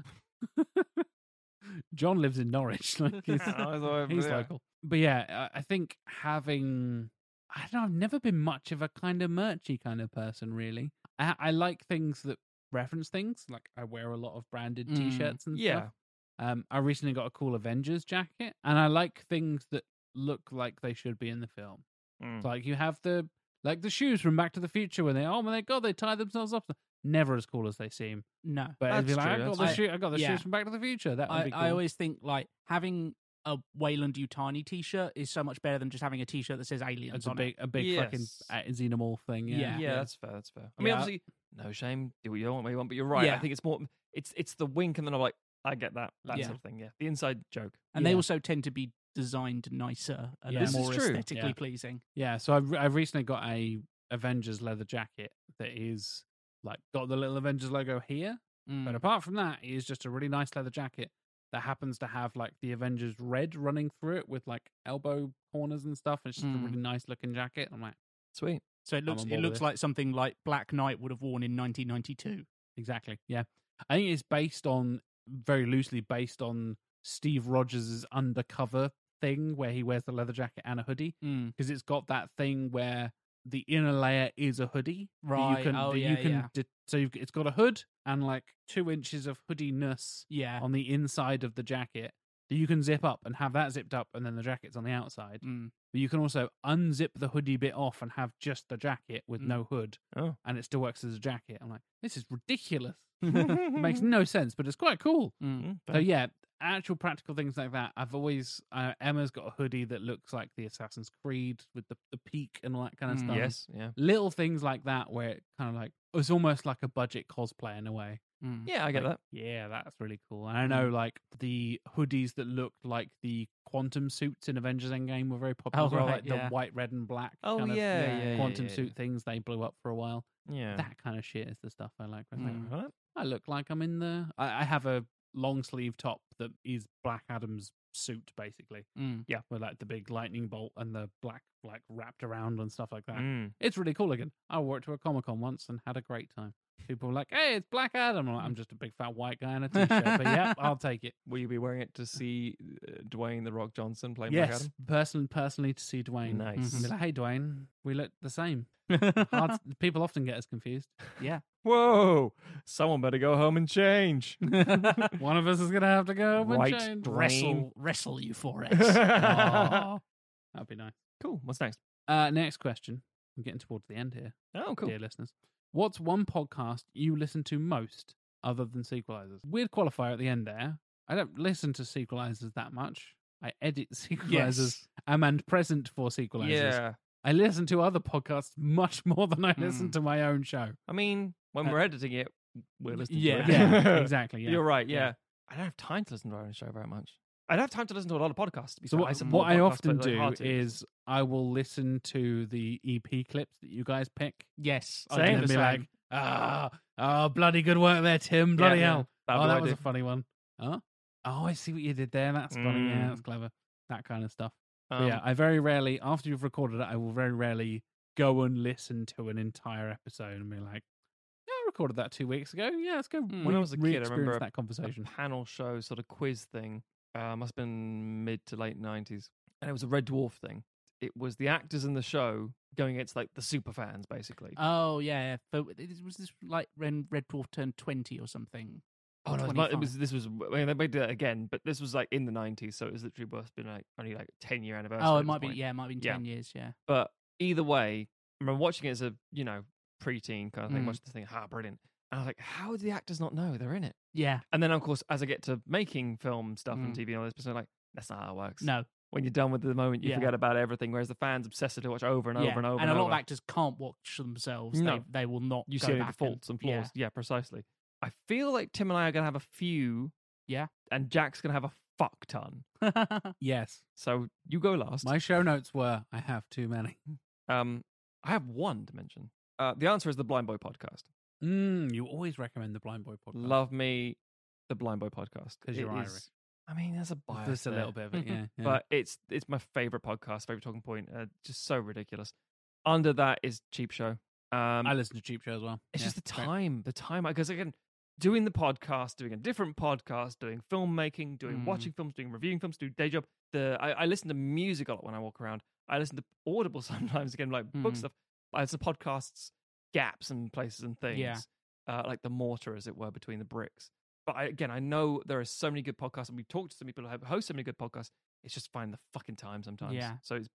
S1: John lives in Norwich. (laughs)
S2: (laughs)
S1: Like (laughs) he's,
S2: I thought-
S1: he's
S2: Oh, yeah.
S1: local. But yeah, I I think having I don't know, I've never been much of a kind of merchy kind of person really. I, I like things that reference things. Like I wear a lot of branded
S3: Mm,
S1: t-shirts and
S2: yeah.
S1: stuff. Um I recently got a cool Avengers jacket and I like things that look like they should be in the film.
S2: Mm.
S1: It's
S3: Hmm.
S1: Like you have the like the shoes from Back to the Future when they oh my god they tie themselves up. Never as cool as they seem.
S3: no.
S1: But it'd be
S2: That's
S1: like, I got
S2: true, that's
S1: the
S3: true.
S1: shoe I got the
S3: Yeah.
S1: shoes from Back to the Future. That would
S3: I,
S1: be cool.
S3: I always think like having a Wayland Utani t shirt is so much better than just having a t shirt that says aliens
S1: It's a
S3: on
S1: big,
S3: it.
S1: a big fucking
S2: Yes.
S1: uh, xenomorph thing. Yeah.
S2: Yeah,
S3: Yeah.
S2: that's fair. That's fair. I mean,
S1: Yeah.
S2: obviously, no shame. Do what you want, what you want. But you're right. I
S3: Yeah.
S2: think it's more. It's it's the wink, and then I'm like, I get that. That
S3: Yeah.
S2: sort of thing. Yeah, the inside joke.
S3: And they
S1: Yeah.
S3: also tend to be designed nicer and
S1: Yeah. This is
S3: more
S2: true.
S3: aesthetically
S1: Yeah.
S3: pleasing.
S1: Yeah, So I've, I've recently got a Avengers leather jacket that is like got the little Avengers logo here, but
S3: Mm.
S1: apart from that, it is just a really nice leather jacket that happens to have like the Avengers red running through it with like elbow corners and stuff. It's just a
S3: Mm.
S1: really nice looking jacket. I'm like,
S2: Sweet.
S3: So it looks
S1: on board
S3: it
S1: with
S3: looks
S1: this.
S3: like something like Black Knight would have worn in 1992.
S1: exactly. Yeah. I think it's based on very loosely based on Steve Rogers' undercover thing where he wears the leather jacket and a hoodie.
S3: Mm.
S1: because it's got that thing where the inner layer is a hoodie. that
S3: Right,
S1: You can,
S3: oh,
S1: that
S3: yeah,
S1: you can
S3: yeah.
S1: de- so you've, it's got a hood and like two inches of hoodiness
S3: Yeah.
S1: on the inside of the jacket that you can zip up and have that zipped up, and then the jacket's on the outside.
S3: Mm.
S1: But you can also unzip the hoodie bit off and have just the jacket with
S3: Mm.
S1: no hood,
S2: Oh.
S1: and it still works as a jacket. I'm like, this is ridiculous. it makes no sense, but it's quite cool.
S3: Mm.
S1: So yeah, actual practical things like that, I've always uh, Emma's got a hoodie that looks like the Assassin's Creed with the, the peak and all that kind of
S2: Mm.
S1: stuff.
S2: Yes, yeah.
S1: Little things like that where it kind of like it's almost like a budget cosplay in a way.
S3: Hmm.
S2: Yeah, I get
S1: Like,
S2: that.
S1: Yeah, that's really cool. And I
S2: Mm.
S1: know like the hoodies that looked like the quantum suits in Avengers Endgame were very popular.
S2: Oh,
S1: as well,
S2: right,
S1: like
S2: yeah.
S1: the white, red, and black.
S2: Oh,
S1: kind of,
S2: yeah, yeah, yeah,
S1: quantum
S2: yeah,
S1: suit
S2: yeah.
S1: things they blew up for a while.
S2: Yeah.
S1: that kind of shit is the stuff I like. where it's like,
S2: Mm. Right.
S1: I look like I'm in the. I, I have a long sleeve top that is Black Adam's suit, basically.
S3: Mm.
S1: Yeah, with like the big lightning bolt and the black like wrapped around and stuff like that.
S2: Mm.
S1: It's really cool again. I wore it to a Comic Con once and had a great time. People were like, "Hey, it's Black Adam." I'm, like, I'm
S2: Mm.
S1: just a big fat white guy in a t-shirt, but
S2: (laughs)
S1: yeah, I'll take it.
S2: Will you be wearing it to see uh, Dwayne the Rock Johnson play Black
S1: yes,
S2: Adam?
S1: person personally to see Dwayne.
S2: Nice.
S1: And be like, hey, Dwayne, we look the
S2: (laughs)
S1: same. (laughs) Hard, people often get us confused.
S3: Yeah.
S2: Whoa! Someone better go home and
S1: (laughs)
S2: change. (laughs)
S1: One of us is gonna have to go home and
S2: White
S1: change.
S2: Dwayne.
S3: Wrestle, wrestle you for
S1: (laughs)
S3: it.
S2: (laughs)
S1: Aw. That'd be nice.
S2: cool. What's next?
S1: Uh, next question. We're getting towards the end here,
S2: Oh, cool.
S1: dear listeners. What's one podcast you listen to most other than Sequelizers? Weird qualifier at the end there. I don't listen to Sequelizers that much. I edit (laughs) Sequelizers.
S2: Yes.
S1: I'm and present for Sequelizers.
S2: Yeah. Hmm.
S1: I listen to other podcasts much (laughs) more than I listen to my own show.
S2: I mean, when
S1: Uh,
S2: we're editing it, we're listening
S1: yeah,
S2: to it. (laughs)
S1: yeah, exactly, yeah.
S2: You're right. Yeah.
S1: Yeah.
S2: I don't have time to listen to our own show very much. I don't have time to listen to a lot of podcasts. To be
S1: So
S2: fair.
S1: what,
S2: listen to a
S1: what
S2: lot of
S1: I
S2: podcasts,
S1: often
S2: but they're
S1: do
S2: hard to.
S1: is I will listen to the EP clips that you guys pick.
S3: Yes.
S1: I
S2: Same.
S1: can
S2: The
S1: be like,
S2: same.
S1: ah, oh, bloody good work there, Tim.
S2: Yeah,
S1: Bloody
S2: yeah.
S1: hell. oh,
S2: That'd be what I
S1: that was
S2: do.
S1: a funny one. Huh? Oh, I see what you did there. That's funny. Yeah,
S2: Mm.
S1: that's clever. That kind of stuff. But
S2: Um,
S1: yeah, I very rarely, after you've recorded it, I will very rarely go and listen to an entire episode and be like, yeah, I recorded that two weeks ago. Yeah, let's go.
S2: Hmm, when I was a kid, I
S1: re-experience
S2: remember a,
S1: that
S2: (laughs)
S1: conversation.
S2: a panel show sort of quiz thing. Uh, must have been mid to late nineties, and it was a Red Dwarf thing. It was the actors in the show going against like the super fans, basically.
S3: Oh yeah, but it- was this like when Red Dwarf turned twenty or something?
S2: oh
S3: Or
S2: no, it was not- it
S3: 25?
S2: was this was I mean, they made that again, but this was like in the nineties, so it was literally must have been like only like ten year anniversary.
S3: Oh,
S2: at
S3: it
S2: this
S3: might be.
S2: point.
S3: Yeah, it might have been
S2: Yeah.
S3: ten years. Yeah.
S2: But either way, I remember watching it as a you know preteen kind of thing.
S3: Mm.
S2: Watching this thing, ah, brilliant. And I was like, how do the actors not know they're in it?
S3: Yeah.
S2: And then of course, as I get to making film stuff and
S3: Mm.
S2: TV and all this, people are like, that's not how it works.
S3: No.
S2: When you're done with the moment, you
S3: Yeah.
S2: forget about everything. Whereas the fans obsessively watch over and over
S3: yeah.
S2: and over.
S3: And a lot of
S2: over.
S3: actors can't watch themselves.
S2: No.
S3: They, they will not.
S2: you
S3: go
S2: see only the
S3: back and-
S2: faults and, flaws. Yeah. precisely. I feel like Tim and I are gonna have a few.
S3: Yeah.
S2: And Jack's gonna have a fuck ton.
S3: Yeah.
S1: Yes.
S2: So you go last.
S1: My show notes were, I have too many.
S2: Um, I have one to mention. Uh, the answer is the Blind Boy podcast.
S1: Mm, you always recommend the Blind Boy podcast.
S2: Love me, the Blind Boy podcast.
S1: 'Cause
S2: It
S1: you're Irish.
S2: is- I mean, there's a bias.
S1: Just a
S2: there.
S1: little bit of it,
S2: (laughs)
S1: yeah. yeah.
S2: but it's it's my favorite podcast, favorite talking point. Uh, just so ridiculous. Under that is Cheap Show. Um,
S1: I listen to Cheap Show as well.
S2: it's
S1: Yeah,
S2: just the
S1: great.
S2: time, the time. Because again, doing the podcast, doing a different podcast, doing filmmaking, doing
S3: Mm.
S2: watching films, doing reviewing films, doing day job. The I, I listen to music a lot when I walk around. I listen to Audible (laughs) sometimes again, like book
S3: Mm.
S2: stuff. I listen to podcasts, gaps and places and things,
S3: Yeah.
S2: uh, like the mortar, as it were, between the bricks. But I, again, I know there are so many good podcasts, and we talked to so many people who host so many good podcasts. It's just finding the fucking time sometimes.
S3: Yeah.
S2: So it's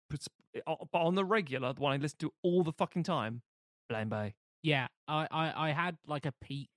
S2: but on the regular, the one I listen to all the fucking time, blind by.
S3: (laughs) Yeah, I, I, I had like a peak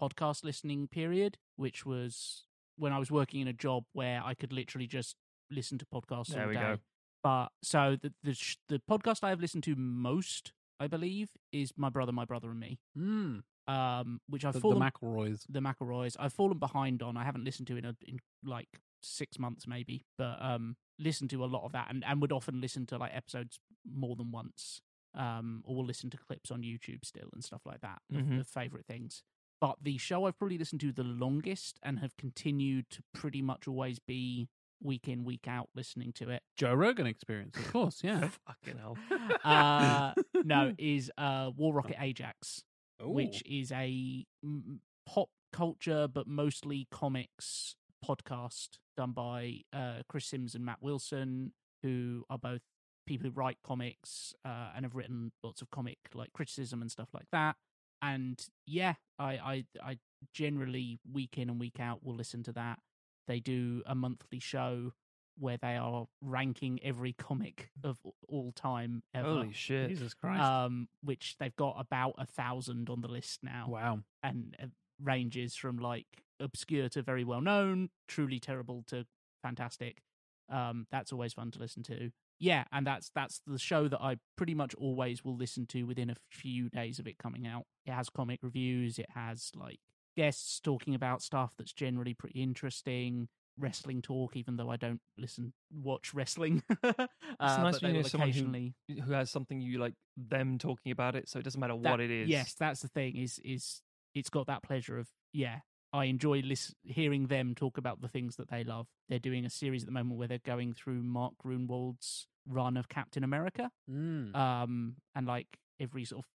S3: podcast listening period, which was when I was working in a job where I could literally just listen to podcasts
S2: There
S3: all
S2: we
S3: day.
S2: go.
S3: But so the the, sh- the podcast I have listened to most, I believe, is My Brother, My Brother and Me,
S1: Mm,
S3: um, which I've
S1: the, the
S3: fallen
S1: McElroys.
S3: the McElroys. I've fallen behind on. I haven't listened to in, a, in like six months maybe, but um, listened to a lot of that and, and would often listen to like episodes more than once. Um, or will listen to clips on YouTube still and stuff like that of-
S2: Mhm.
S3: of favorite things. But the show I've probably listened to the longest and have continued to pretty much always be week in week out listening to it.
S1: Joe Rogan experience, of course. (laughs) Yeah.
S2: (laughs) Fucking hell.
S1: (laughs)
S2: (laughs)
S3: Uh, no, is uh, War Rocket Ajax which
S1: Ooh.
S3: is a mm, pop culture but mostly comics podcast done by uh, Chris Sims and Matt Wilson, who are both people who write comics uh, and have written lots of comic like criticism and stuff like that. And yeah, I, I I generally week in and week out will listen to that. They do a monthly show where they are ranking every comic of all time ever.
S2: Holy
S3: uh,
S2: shit.
S1: Jesus Christ.
S3: Um, which they've got about a thousand on the list now,
S1: wow.
S3: and uh, ranges from like obscure to very well known, truly terrible to fantastic. Um, that's always fun to listen to. Yeah, and that's that's the show that I pretty much always will listen to within a few days of it coming out. It has comic reviews, it has like guests talking about stuff that's generally pretty interesting, wrestling talk, even though I don't listen watch wrestling. (laughs)
S2: It's
S3: Uh,
S2: nice when
S3: but they
S2: you know
S3: will
S2: someone
S3: occasionally-
S2: who, who has something you like them talking about it, so it doesn't matter
S3: that-
S2: what it is.
S3: Yes, that's the thing. Is is it's got that pleasure of yeah. I enjoy lis- hearing them talk about the things that they love. They're doing a series at the moment where they're going through Mark Grunwald's run of Captain America,
S1: Mm.
S3: um, and like every sort of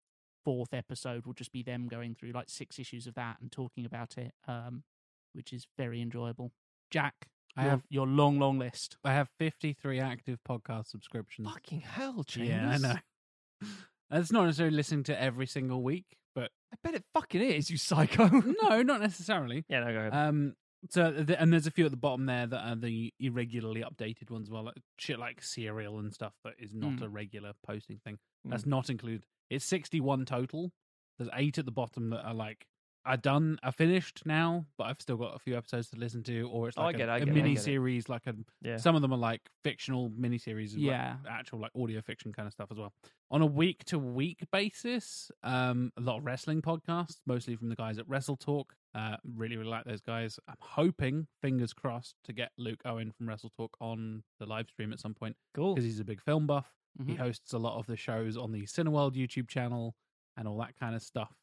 S3: fourth episode will just be them going through like six issues of that and talking about it, um, which is very enjoyable. Jack,
S1: I
S3: your-
S1: have-
S3: your long, long list.
S1: I have 53 active podcast subscriptions.
S2: Fucking hell, James.
S1: yeah, I know. (laughs) It's not necessarily listening to every single week,
S3: (laughs)
S1: but
S2: I bet it fucking is, you
S1: (laughs)
S2: psycho.
S1: no, not necessarily.
S2: Yeah, no, go ahead.
S1: Um, so th- and there's a few at the bottom there that are the irregularly updated ones. Well, like, shit like serial and stuff that is not
S2: Hmm.
S3: Mm.
S1: a regular posting thing. That's
S2: Mm.
S1: not included. It's 61 total. There's eight at the bottom that are like are done, are finished now, but I've still got a few episodes to listen to, or it's
S2: Oh, I
S1: like
S2: get it,
S1: a,
S2: I
S1: a
S2: get it, I
S1: mini
S2: get it.
S1: series, like a
S2: Yeah.
S1: some of them are like fictional miniseries, and, like,
S3: Yeah.
S1: actual like audio fiction kind of stuff as well. On a week to week basis, um, a lot of wrestling podcasts, mostly from the guys at Wrestle Talk. Uh, really, really like those guys. I'm hoping, fingers crossed, to get Luke Owen from Wrestle Talk on the live stream at some point
S2: cool.
S1: because he's a big film buff. He
S3: Mhm.
S1: hosts a lot of the shows on the Cineworld YouTube channel and all that kind of stuff.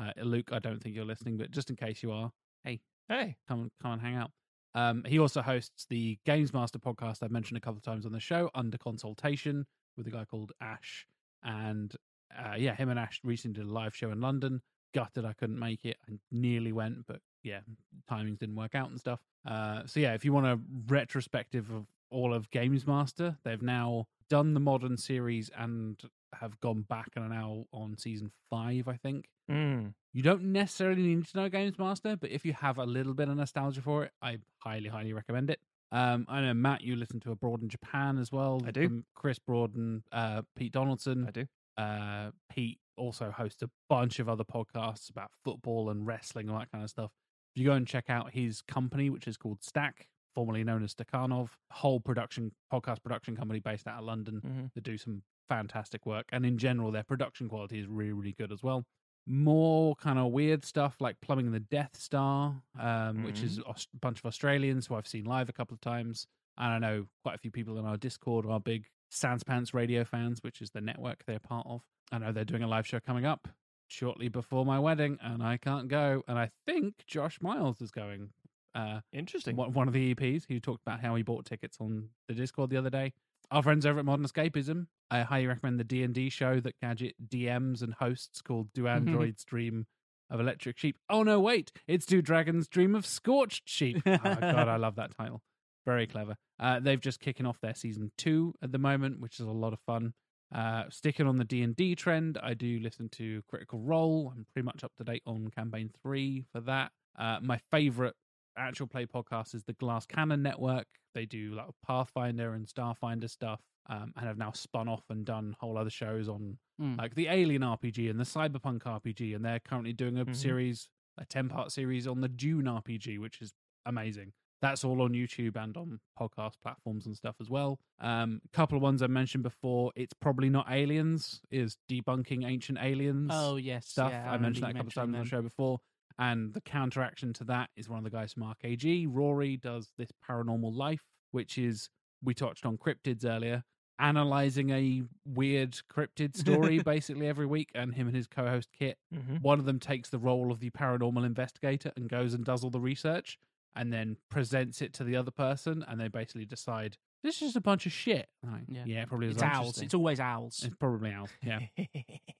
S1: Uh, Luke, I don't think you're listening, but just in case you are, hey,
S2: Hey,
S1: come and come and hang out. Um, he also hosts the Games Master podcast I've mentioned a couple of times on the show, under consultation with a guy called Ash. And uh, yeah, him and Ash recently did a live show in London. Gutted I couldn't make it. I nearly went, but yeah, timings didn't work out and stuff. Uh, so yeah, if you want a retrospective of all of Games Master, they've now done the modern series and have gone back and are now on season five, I think.
S2: Mm.
S1: You don't necessarily need to know Games Master, but if you have a little bit of nostalgia for it, I highly, highly recommend it. Um, I know Matt, you listen to Abroad in Japan as well.
S2: I do.
S1: from Chris Broaden, uh, Pete Donaldson.
S2: I do.
S1: Uh, Pete also hosts a bunch of other podcasts about football and wrestling, all that kind of stuff. If you go and check out his company, which is called Stack, formerly known as Stakhanov, whole production podcast production company based out of London
S2: Mhm.
S1: that do some fantastic work. And in general, their production quality is really, really good as well. More kind of weird stuff like plumbing the Death Star, um, which is a bunch of Australians who I've seen live a couple of times. And I know quite a few people in our Discord are big Sans Pants Radio fans, which is the network they're part of. I know they're doing a live show coming up shortly before my wedding, and I can't go. And I think Josh Miles is going. Uh,
S2: Interesting.
S1: one, one of the EPs who talked about how he bought tickets on the Discord the other day. Our friends over at Modern Escapism, I highly recommend the D and D show that Gadget DMs and hosts called "Do Androids Dream of Electric Sheep." Oh no, wait, it's "Do Dragons Dream of Scorched Sheep." oh god, I love that title. Very clever. Uh, they've just kicking off their season two at the moment, which is a lot of fun. Uh, sticking on the D and D trend, I do listen to Critical Role. I'm pretty much up to date on campaign three for that. Uh, my favorite actual play podcast is the Glass Cannon Network. They do like Pathfinder and Starfinder stuff, um, and have now spun off and done whole other shows on
S3: Mm.
S1: like the Alien RPG and the Cyberpunk RPG, and they're currently doing a
S2: Mhm.
S1: series, a ten part series on the Dune RPG, which is amazing. That's all on YouTube and on podcast platforms and stuff as well. Um, couple of ones I mentioned before. It's probably not aliens. Is debunking ancient aliens
S3: Oh yes,
S1: stuff.
S3: yeah,
S1: I mentioned that a
S3: remember you
S1: couple of times on
S3: mentioning
S1: the show
S3: them.
S1: before. And the counteraction to that is one of the guys from RKG. Rory does this paranormal life, which is we touched on cryptids earlier, analyzing a weird cryptid story
S3: (laughs)
S1: basically every week. And him and his co-host Kit,
S2: Mhm.
S1: one of them takes the role of the paranormal investigator and goes and does all the research, and then presents it to the other person, and they basically decide this is a bunch of shit. And I'm like,
S3: Yeah.
S1: yeah. it probably is
S3: It's
S1: a bunch of
S3: owls.
S1: shit."
S3: It's always owls.
S1: It's probably owls. Yeah.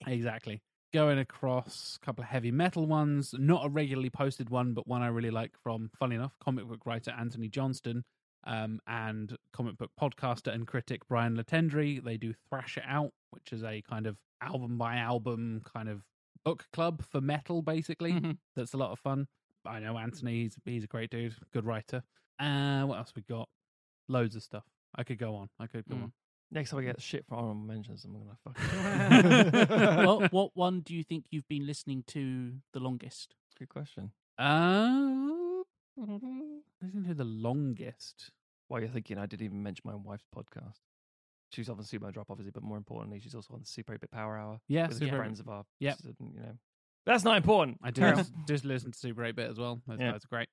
S1: Exactly. Going across a couple of heavy metal ones, not a regularly posted one, but one I really like from, funny enough, comic book writer Anthony Johnston um, and comic book podcaster and critic Brian Latendry. They do Thrash It Out, which is a kind of album by album kind of book club for metal, basically.
S3: Mhm.
S1: That's a lot of fun. I know Anthony, he's, he's a great dude, good writer. Uh, what else we got? Loads of stuff. I could go on. I could go
S3: Mm.
S1: on.
S2: (laughs) Next time I get shit for honorable mentions, I'm gonna fucking.
S1: (laughs)
S2: (laughs)
S3: well, what one do you think you've been listening to the longest?
S2: Good question.
S1: Oh, isn't who the longest?
S2: While you're thinking, I did even mention my wife's podcast. She's often Super Drop, obviously, but more importantly, she's also on the Super 8 Bit Power Hour.
S1: Yeah,
S2: with
S1: Super 8-Bit.
S2: friends of our.
S1: Yep.
S2: s- you know, that's not important. (laughs)
S1: I
S2: Carry
S1: did
S2: on.
S1: just, just listen to Super 8 Bit as well. That's,
S2: Yeah.
S1: that's great.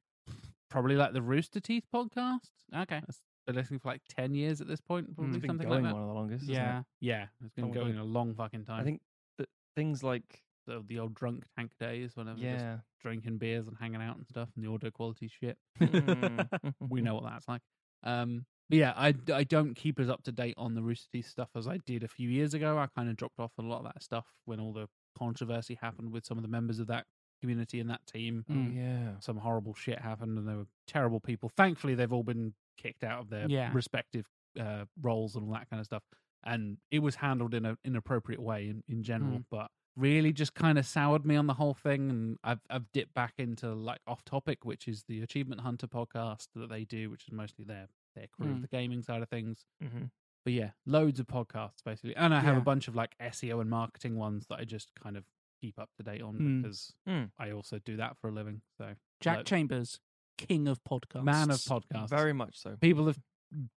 S1: Probably like the Rooster Teeth podcast.
S3: Okay.
S1: That's been listening for like 10 years at this point, probably
S2: Hmm, It's been
S1: something
S2: going
S1: like that.
S2: one of the longest. isn't it?
S3: Yeah.
S1: Yeah, it's been
S2: Oh,
S1: going
S2: God.
S1: a long fucking time.
S2: I think that things like
S1: the, the old drunk tank days when I was just
S2: yeah,
S1: drinking beers and hanging out and stuff and the audio quality shit.
S2: (laughs) Mm.
S1: we know what that's like. Um, but yeah, I, I don't keep as up to date on the Rooster Teeth stuff as I did a few years ago. I kind of dropped off a lot of that stuff when all the controversy happened with some of the members of that community and that team.
S2: (laughs) Oh,
S3: Mm.
S2: yeah.
S1: Some horrible shit happened and they were terrible people. Thankfully, they've all been kicked out of their
S3: Yeah.
S1: respective uh, roles and all that kind of stuff. And it was handled in an inappropriate way in, in general,
S3: Mm.
S1: but really just kind of soured me on the whole thing. And I've I've dipped back into like off topic, which is the Achievement Hunter podcast that they do, which is mostly their their crew,
S3: Mm.
S1: of the gaming side of things.
S2: Mhm.
S1: But yeah, loads of podcasts basically, and I have a
S3: Yeah.
S1: bunch of like SEO and marketing ones that I just kind of keep up to date on
S3: Mm.
S1: because
S2: Mm.
S1: I also do that for a living. So
S3: Jack
S1: like,
S3: Chambers, king of podcasts.
S1: man of podcasts,
S2: very much so.
S1: people have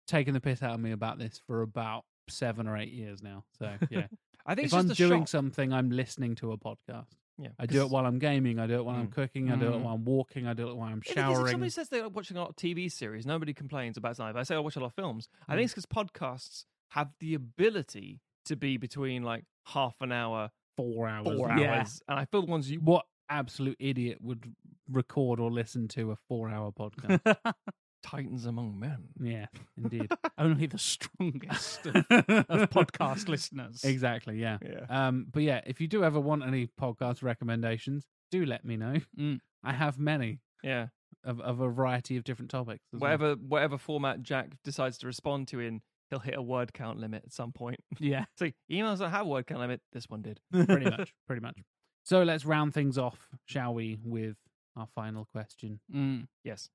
S1: taken the piss out of me about this for about seven or eight years now. So
S2: (laughs)
S1: yeah,
S2: I think
S1: if
S2: it's
S1: I'm
S2: just the
S1: doing
S2: shock.
S1: something, I'm listening to a podcast.
S2: yeah,
S1: I do it
S2: 'cause-
S1: while I'm gaming. I do it while I'm
S2: Mm.
S1: cooking. I do it
S3: Mm.
S1: while I'm walking. I do it while I'm
S2: Yeah, because If
S1: showering.
S2: somebody says they're watching a lot of TV series, nobody complains about that. If I say I watch a lot of films, I think it's because podcasts have the ability to be between like half an hour,
S1: Four hours.
S2: four hours,
S1: Yeah.
S2: and I feel the ones you
S1: What absolute idiot would record or listen to a four-hour podcast?
S2: (laughs) Titans Among (laughs) Men.
S1: yeah, indeed.
S3: Only the strongest of, of
S1: (laughs)
S3: podcast listeners.
S1: Exactly. Yeah.
S2: (laughs) Yeah.
S1: Um, but yeah, if you do ever want any podcast recommendations, do let me know.
S3: Mm.
S1: I have many
S2: Yeah.
S1: of, of a variety of different topics. as well.
S2: Whatever whatever format Jack decides to respond to in, he'll hit a word count limit at some point.
S3: (laughs)
S2: (laughs)
S3: Yeah.
S2: So emails that have word count limit, this one did.
S1: pretty much, pretty much. So let's round things off, shall we, with our final question.
S3: Mm.
S2: Yes.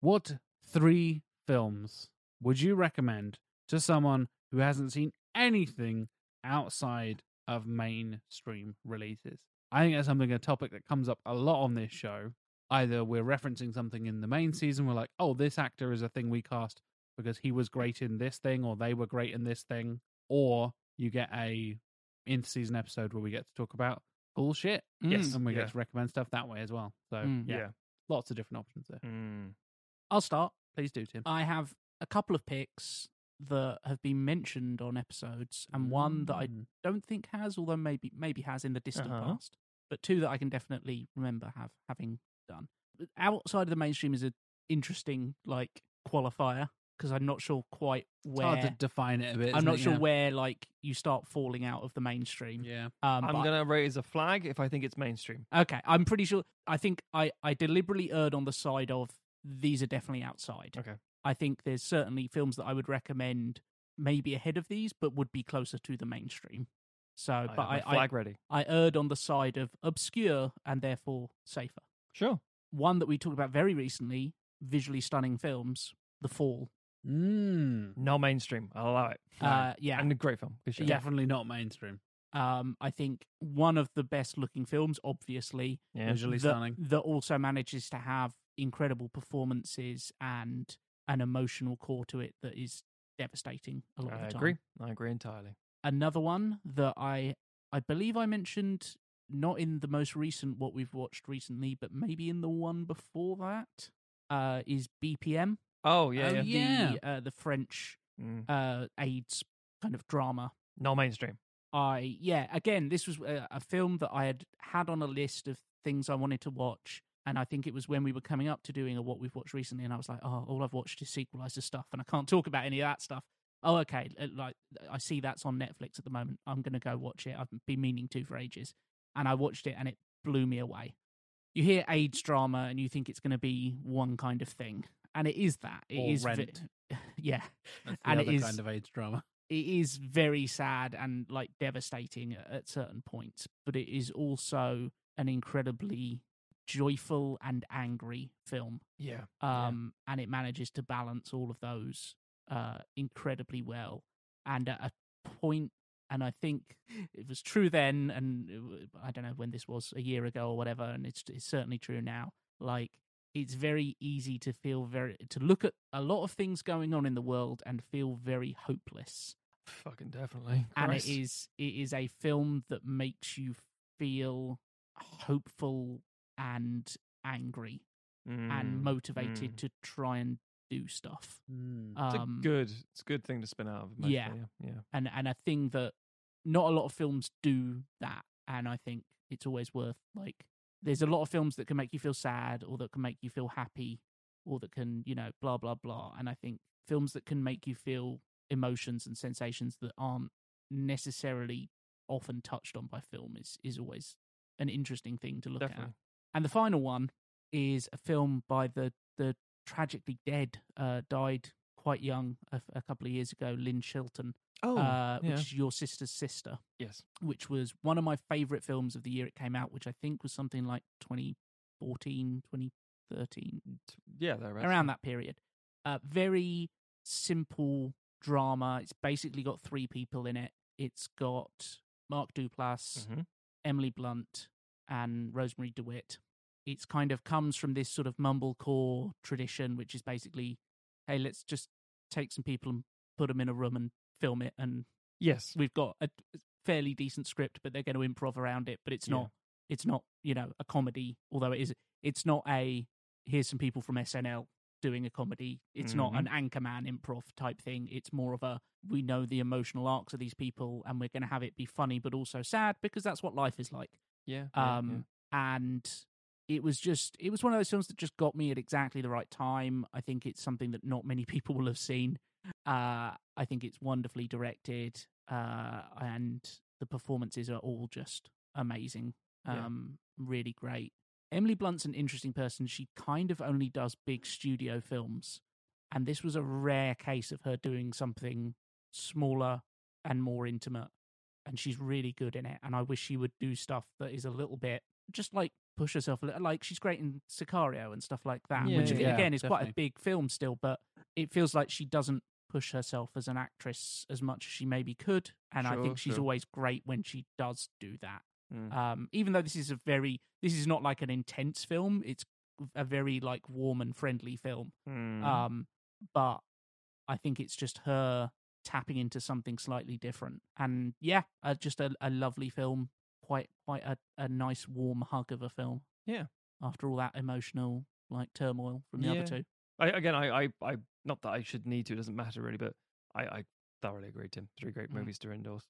S1: What three films would you recommend to someone who hasn't seen anything outside of mainstream releases? I think that's something a topic that comes up a lot on this show. Either we're referencing something in the main season, we're like, oh, this actor is a thing we cast because he was great in this thing or they were great in this thing, or you get a inter-season episode where we get to talk about cool shit
S2: Yes.
S3: Mm.
S1: and we
S2: Yeah. Hmm,
S1: get to recommend stuff that way as well. So
S3: Mm.
S1: yeah, lots of different options there.
S2: Yeah. Mm.
S3: I'll start.
S1: Please do, Tim.
S3: I have a couple of picks that have been mentioned on episodes, and one that I
S1: Mm.
S3: don't think has, although maybe maybe has in the distant
S2: Uh-huh.
S3: past. But two that I can definitely remember have having done. But Outside of the mainstream is an interesting like qualifier because I'm not sure quite
S1: It's
S3: where.
S1: hard to define it a bit.
S3: I'm
S1: isn't
S3: not
S1: it?
S3: sure
S1: Yeah.
S3: where like you start falling out of the mainstream.
S1: Yeah.
S3: Um,
S2: I'm
S3: but-
S2: gonna rate it as a flag if I think it's mainstream.
S3: Okay, I'm pretty sure. I think I I deliberately erred on the side of these are definitely outside.
S2: Okay.
S3: I think there's certainly films that I would recommend maybe ahead of these, but would be closer to the mainstream. So,
S2: I
S3: Uh,
S2: have
S3: but
S2: my
S3: I, I
S2: Oh, flag ready.
S3: I erred on the side of obscure and therefore safer.
S2: Sure.
S3: One that we talked about very recently, visually stunning films, The Fall.
S1: Mm.
S2: No mainstream. I'll allow it.
S3: Uh, yeah,
S2: And a great film. Good show.
S1: Definitely not mainstream.
S3: um, I think one of the best looking films, obviously,
S2: Yeah.
S1: Visually
S3: that,
S1: stunning.
S3: that also manages to have incredible performances and an emotional core to it that is devastating a lot of
S2: I
S3: the time.
S2: agree. I agree entirely.
S3: Another one that I I believe I mentioned not in the most recent what we've watched recently, but maybe in the one before that uh, is BPM.
S2: Oh yeah.
S1: Oh,
S2: yeah.
S1: Yeah.
S3: the, uh, the French
S2: Mm.
S3: uh, AIDS kind of drama
S2: No mainstream.
S3: I yeah, again, this was uh, a, a film that I had had on a list of things I wanted to watch, and I think it was when we were coming up to doing a what we've watched recently, and I was like, oh, all I've watched is sequelizer stuff, and I can't talk about any of that stuff. Oh, okay, uh, like I see that's on Netflix at the moment. I'm gonna go watch it. I've been meaning to for ages, and I watched it, and it blew me away. You hear AIDS drama, and you think it's gonna be one kind of thing, and it is that. It
S1: Or
S3: is ve-
S1: Rent.
S3: (laughs) yeah,
S1: That's the
S3: and
S1: other
S3: it is
S1: kind of AIDS drama.
S3: it is very sad and like devastating at, at certain points, but it is also an incredibly joyful and angry film.
S2: Yeah.
S3: Um, and it manages to balance all of those uh, incredibly well. And at a point, and I think it was true then, and it w- I don't know when this was a year ago or whatever, and it's it's certainly true now. Like it's very easy to feel very to look at a lot of things going on in the world and feel very hopeless.
S2: Fucking definitely.
S3: (laughs) And it
S2: Christ.
S3: is it is a film that makes you feel hopeful and angry
S2: Mm,
S3: and motivated
S2: mm.
S3: to try and do stuff.
S2: It's
S3: Um,
S2: a good. It's a good thing to spin out of. mostly,
S3: yeah.
S2: yeah.
S3: and and a thing that not a lot of films do that and i think it's always worth like there's a lot of films that can make you feel sad or that can make you feel happy or that can you know blah blah blah and i think films that can make you feel emotions and sensations that aren't necessarily often touched on by film is is always an interesting thing to look at
S2: Definitely.
S3: and the final one is a film by the the tragically dead, uh, died quite young a, a couple of years ago, Lynn Shilton.
S2: Oh,
S3: uh,
S2: yeah.
S3: which is your sister's sister.
S2: Yes.
S3: which was one of my favorite films of the year it came out, which I think was something like 2014, 2013,
S2: Yeah, thereabouts,
S3: around
S2: yeah.
S3: that period. Uh, very simple drama. It's basically got three people in it. It's got Mark Duplass,
S2: Mhm.
S3: Emily Blunt, and Rosemary DeWitt. It's kind of comes from this sort of mumblecore tradition, which is basically, hey, let's just take some people and put them in a room and film it. And
S2: yes,
S3: we've got a fairly decent script, but they're going to improv around it. But it's
S2: Yeah.
S3: not, it's not, you know, a comedy. Although it is, it's not a here's some people from SNL doing a comedy. It's not
S2: Mhm.
S3: an Anchorman improv type thing. It's more of a we know the emotional arcs of these people, and we're going to have it be funny but also sad because that's what life is like.
S2: Yeah. yeah, yeah.
S3: Um, and it was just it was one of those films that just got me at exactly the right time. I think it's something that not many (laughs) people will have seen. Uh, I think it's wonderfully directed, uh, and the performances are all just amazing.
S2: Yeah.
S3: Um, really great. Emily Blunt's an interesting person. She kind of only does big studio films, and this was a rare case of her doing something smaller and more intimate and she's really good in it. And I wish she would do stuff that is a little bit just like push herself a little. Like she's great in Sicario and stuff like that,
S1: Yeah,
S3: which
S1: yeah, yeah.
S3: again is quite a
S1: Definitely.
S3: big film still, but it feels like she doesn't push herself as an actress as much as she maybe could. And I
S2: Sure,
S3: think she's
S2: sure.
S3: always great when she does do that.
S2: Mm.
S3: Um, even though this is a very this is not like an intense film, it's a very like warm and friendly film.
S2: Mm.
S3: Um, but I think it's just her tapping into something slightly different. And yeah, uh, just a, a lovely film. Quite quite a, a nice warm hug of a film.
S2: Yeah.
S3: After all that emotional like turmoil from the
S2: Yeah.
S3: other two.
S2: I, again, I, I, I, not that I should need to. It doesn't matter really, but I, I thoroughly agree, Tim. Three great
S3: Mm.
S2: movies to endorse.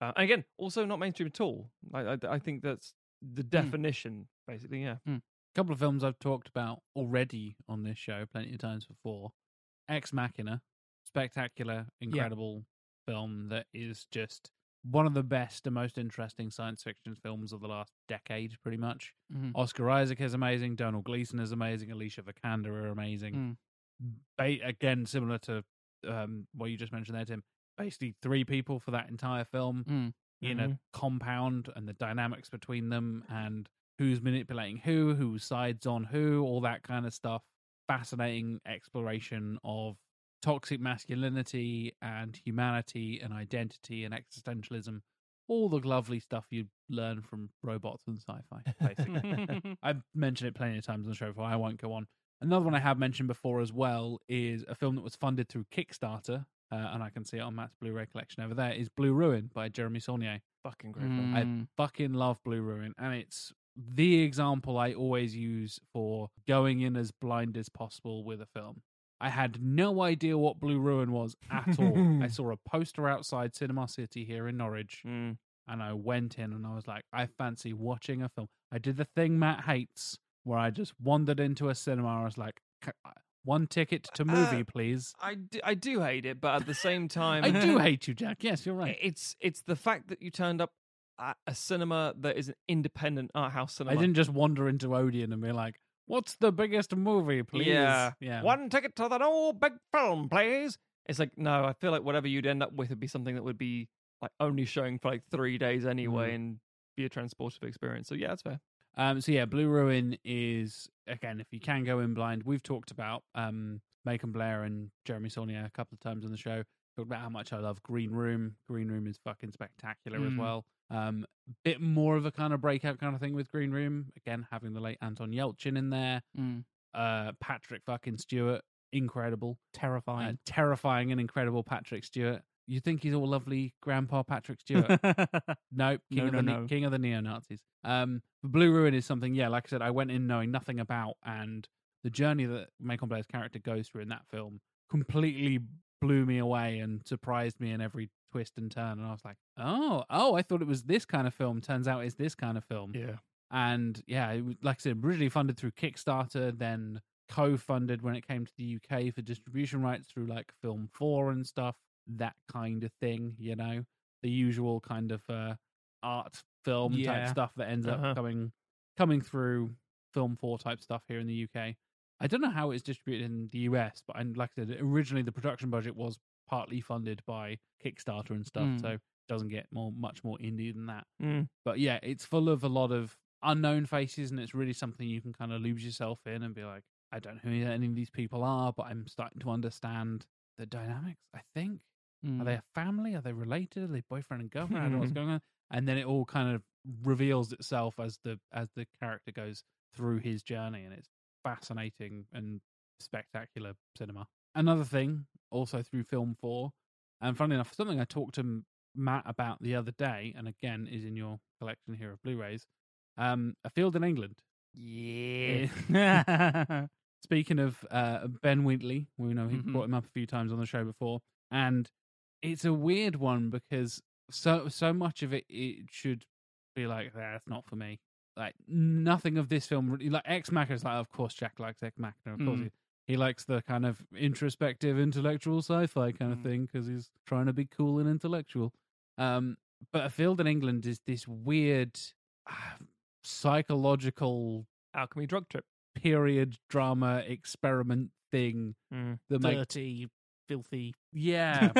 S2: Uh, and again, also not mainstream at all. I, I, I think that's the definition, basically. Yeah.
S1: couple of films I've talked about already on this show plenty of times before. Ex Machina, spectacular, incredible film that is just one of the best and most interesting science fiction films of the last decade, pretty much.
S3: Mhm.
S1: Oscar Isaac is amazing, Donald Gleason is amazing, Alicia Vikander are amazing. Ba- again, similar to um, what you just mentioned there, Tim. Basically, three people for that entire film
S3: Mm.
S1: in
S2: Mm-hmm.
S1: a compound and the dynamics between them and who's manipulating who, who sides on who, all that kind of stuff. Fascinating exploration of toxic masculinity and humanity and identity and existentialism. All the lovely stuff you learn from robots and sci fi,
S3: (laughs)
S1: basically. I've mentioned it plenty of times on the show before. I won't go on. Another one I have mentioned before as well is a film that was funded through Kickstarter, uh, and I can see it on Matt's Blu ray collection over there, is Blue Ruin by Jeremy Saulnier.
S2: Fucking great
S3: Mm.
S2: film.
S1: I fucking love Blue Ruin, and it's the example I always use for going in as blind as possible with a film. I had no idea what Blue Ruin was at all. I saw a poster outside Cinema City here in Norwich,
S2: Mm.
S1: and I went in and I was like, I fancy watching a film. I did the thing Matt hates, where I just wandered into a cinema. I was like, "C- uh, one ticket to movie, please.
S2: I, do, I do hate it, but at the same time,
S1: I
S2: (laughs)
S1: do hate you, Jack. Yes, you're
S2: i-
S1: right.
S2: It's it's the fact that you turned up at a cinema that is an independent art house cinema.
S1: I didn't just wander into Odeon and be like, "What's the biggest movie, please?"
S2: Yeah.
S1: yeah.
S2: One ticket to that old big film, please. It's like, no, I feel like whatever you'd end up with would be something that would be like only showing for like three days
S1: Mm.
S2: anyway and be a transportive experience. So yeah, that's fair.
S1: Um, so yeah, Blue Ruin is again, if you can go in blind, we've talked about um Macon Blair and Jeremy Saulnier a couple of times on the show. Talked about how much I love Green Room. Green Room is fucking spectacular as
S3: Mm.
S1: well. Um, bit more of a kind of breakout kind of thing with Green Room. Again, having the late Anton Yelchin in there.
S3: Mm.
S1: Uh, Patrick fucking Stewart, incredible.
S3: Terrifying.
S1: Uh, terrifying and incredible Patrick Stewart. You think he's all lovely Grandpa
S3: (laughs)
S1: Patrick
S2: (laughs)
S1: Stewart. nope. King,
S3: No,
S1: of
S3: no,
S1: the, ne-
S3: no.
S1: King of the neo-Nazis. Um, Blue Ruin is something, yeah, like I said, I went in knowing nothing about and the journey that Macon Blair's character goes through in that film completely blew me away and surprised me in every twist and turn. And I was like, oh, oh, I thought it was this kind of film. Turns out it's this kind of film.
S2: Yeah.
S1: And yeah, it was, like I said, originally funded through Kickstarter, then co funded when it came to the UK for distribution rights through like Film 4 and stuff, that kind of thing, you know, the usual kind of uh, art film type
S3: Yeah.
S1: stuff that ends
S2: Uh-huh.
S1: up coming coming through Film 4 type stuff here in the UK. I don't know how it's distributed in the US, but and like I said, originally the production budget was partly funded by Kickstarter and stuff,
S3: Mm.
S1: so it doesn't get more much more indie than that.
S2: Mm.
S1: But yeah, it's full of a lot of unknown faces, and it's really something you can kind of lose yourself in and be like, I don't know who any of these people are, but I'm starting to understand the dynamics. I think
S3: Mm.
S1: are they a family? Are they related? Are they boyfriend and girlfriend? I don't know what's going on. And then it all kind of reveals itself as the as the character goes through his journey, and it's fascinating and spectacular cinema. Another thing, also through film four, and funnily enough, something I talked to M- Matt about the other day, and again is in your collection here of Blu-rays. Um, a field in England.
S3: (laughs) Yeah.
S1: Speaking of uh, Ben Wheatley, we know he
S3: Mhm.
S1: brought him up a few times on the show before, and it's a weird one because so so much of it it should be like that's not for me. Like nothing of this film really like Ex Machina is like of course Jack likes Ex Machina, of course
S3: Mm.
S1: he, he likes the kind of introspective intellectual sci-fi kind of
S3: Mm.
S1: thing because he's trying to be cool and intellectual. Um, but a field in England is this weird ah, psychological
S2: Alchemy drug trip.
S1: period drama experiment thing
S2: Mm.
S1: that make
S3: Dirty, filthy. (laughs)
S1: yeah
S2: (laughs)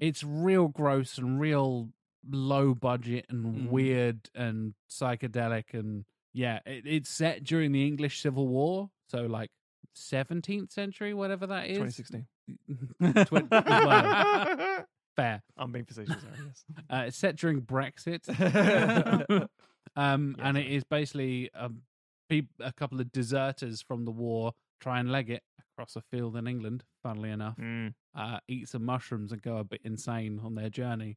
S1: it's real gross and real low budget and
S3: Mm.
S1: weird and psychedelic and yeah it, it's set during the english civil war so like 17th century whatever that is (laughs)
S2: 2016.
S1: Twen- well, fair
S2: (laughs) I'm being facetious. Sorry, yes.
S1: uh, it's set during
S3: (laughs)
S1: brexit um, (laughs)
S2: Yeah,
S1: and it
S2: sorry.
S1: is basically a, peop a couple of deserters from the war try and leg it across a field in england funnily enough
S2: Mm.
S1: uh, eat some mushrooms and go a bit insane on their journey.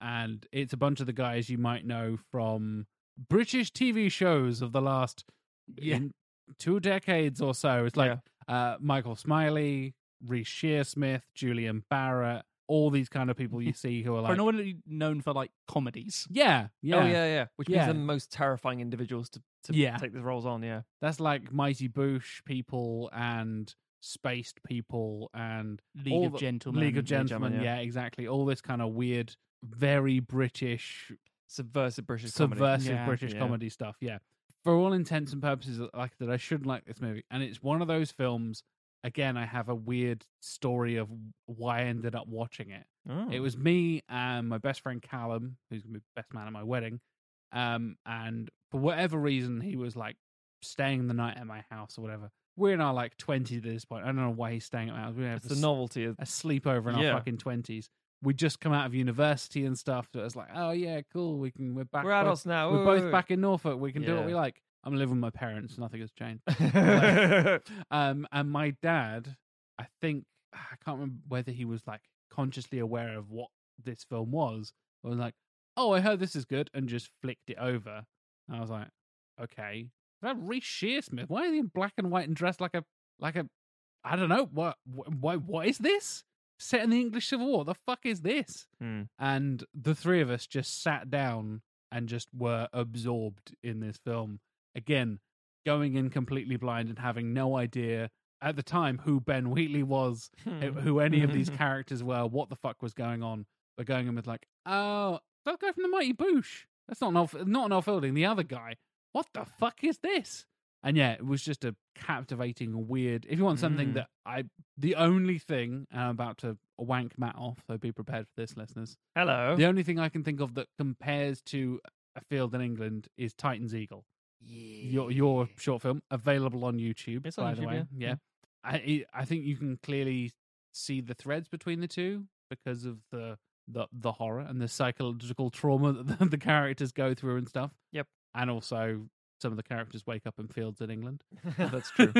S1: And it's a bunch of the guys you might know from British TV shows of the last uh,
S3: Yeah.
S1: in two decades or so. It's like uh, Michael Smiley, Reese Shearsmith, Julian Barrett, all these kind of people you see who are like,
S3: Predominantly known for like comedies.
S1: yeah, yeah,
S2: Oh yeah, yeah. Which means
S1: Yeah.
S2: they're the most terrifying individuals to, to
S1: Yeah.
S2: take these roles on. Yeah.
S1: That's like Mighty Boosh people and spaced people and
S3: League
S1: all
S3: of
S1: the-
S3: Gentlemen.
S1: League of
S2: League of Gentlemen,
S1: Gentlemen, yeah.
S2: yeah.
S1: exactly. All this kind of weird, very British,
S2: Subversive British comedy.
S1: subversive
S3: Yeah.
S1: British
S2: Yeah.
S1: comedy stuff. Yeah, for all intents and purposes, uh, like that, I shouldn't like this movie, and it's one of those films. Again, I have a weird story of why I ended up watching it.
S2: Oh.
S1: It was me and my best friend Callum, who's gonna be best man at my wedding. Um, and for whatever reason, he was like staying the night at my house or whatever. We're in our like twenties at this point. I don't know why he's staying at my house. We have
S2: It's the novelty of
S1: a sleepover in
S2: Yeah.
S1: our fucking twenties. We'd just come out of university and stuff, so it was like, oh yeah, cool. We can we're back.
S2: we're
S1: both-
S2: adults now.
S1: We're
S2: woo,
S1: both
S2: woo, woo. (laughs)
S1: back in Norfolk. We can do what we
S2: Oh. Yeah.
S1: like. I'm living with my parents. Nothing has changed.
S2: yeah,
S1: Um, and my dad, I think I can't remember whether he was like consciously aware of what this film was, or was like, "Oh, I heard this is good," and just flicked it over. And I was like, "Okay, that Reese Shearsmith. Why is he in black and white and dressed like a like a I don't know what what what is this set in the English Civil War? The fuck is this?"
S2: Hmm.
S1: And the three of us just sat down and just were absorbed in this film. Again, going in completely blind and having no idea at the time who Ben Wheatley was,
S2: Hmm.
S1: who- (laughs) who any of these characters were, what the fuck was going on. But going in with like, oh, that guy from the Mighty Boosh. That's not an off, not an off fielding. The other guy. What the fuck is this? And yeah, it was just a captivating, weird. If you want something
S2: Mm.
S1: that I, the only thing and I'm about to wank Matt off, so be prepared for this, listeners.
S2: Hello.
S1: The only thing I can think of that compares to a field in England is Titans Eagle your your short film available on YouTube.
S2: It's
S1: by
S2: on
S1: the
S2: YouTube,
S1: way,
S2: yeah.
S1: yeah. I I think you can clearly see the threads between the two because of the the, the horror and the psychological trauma that the, the characters go through and stuff.
S2: Yep.
S1: And also some of the characters wake up in fields in England.
S2: (laughs) (laughs)
S1: (laughs)
S2: That's true.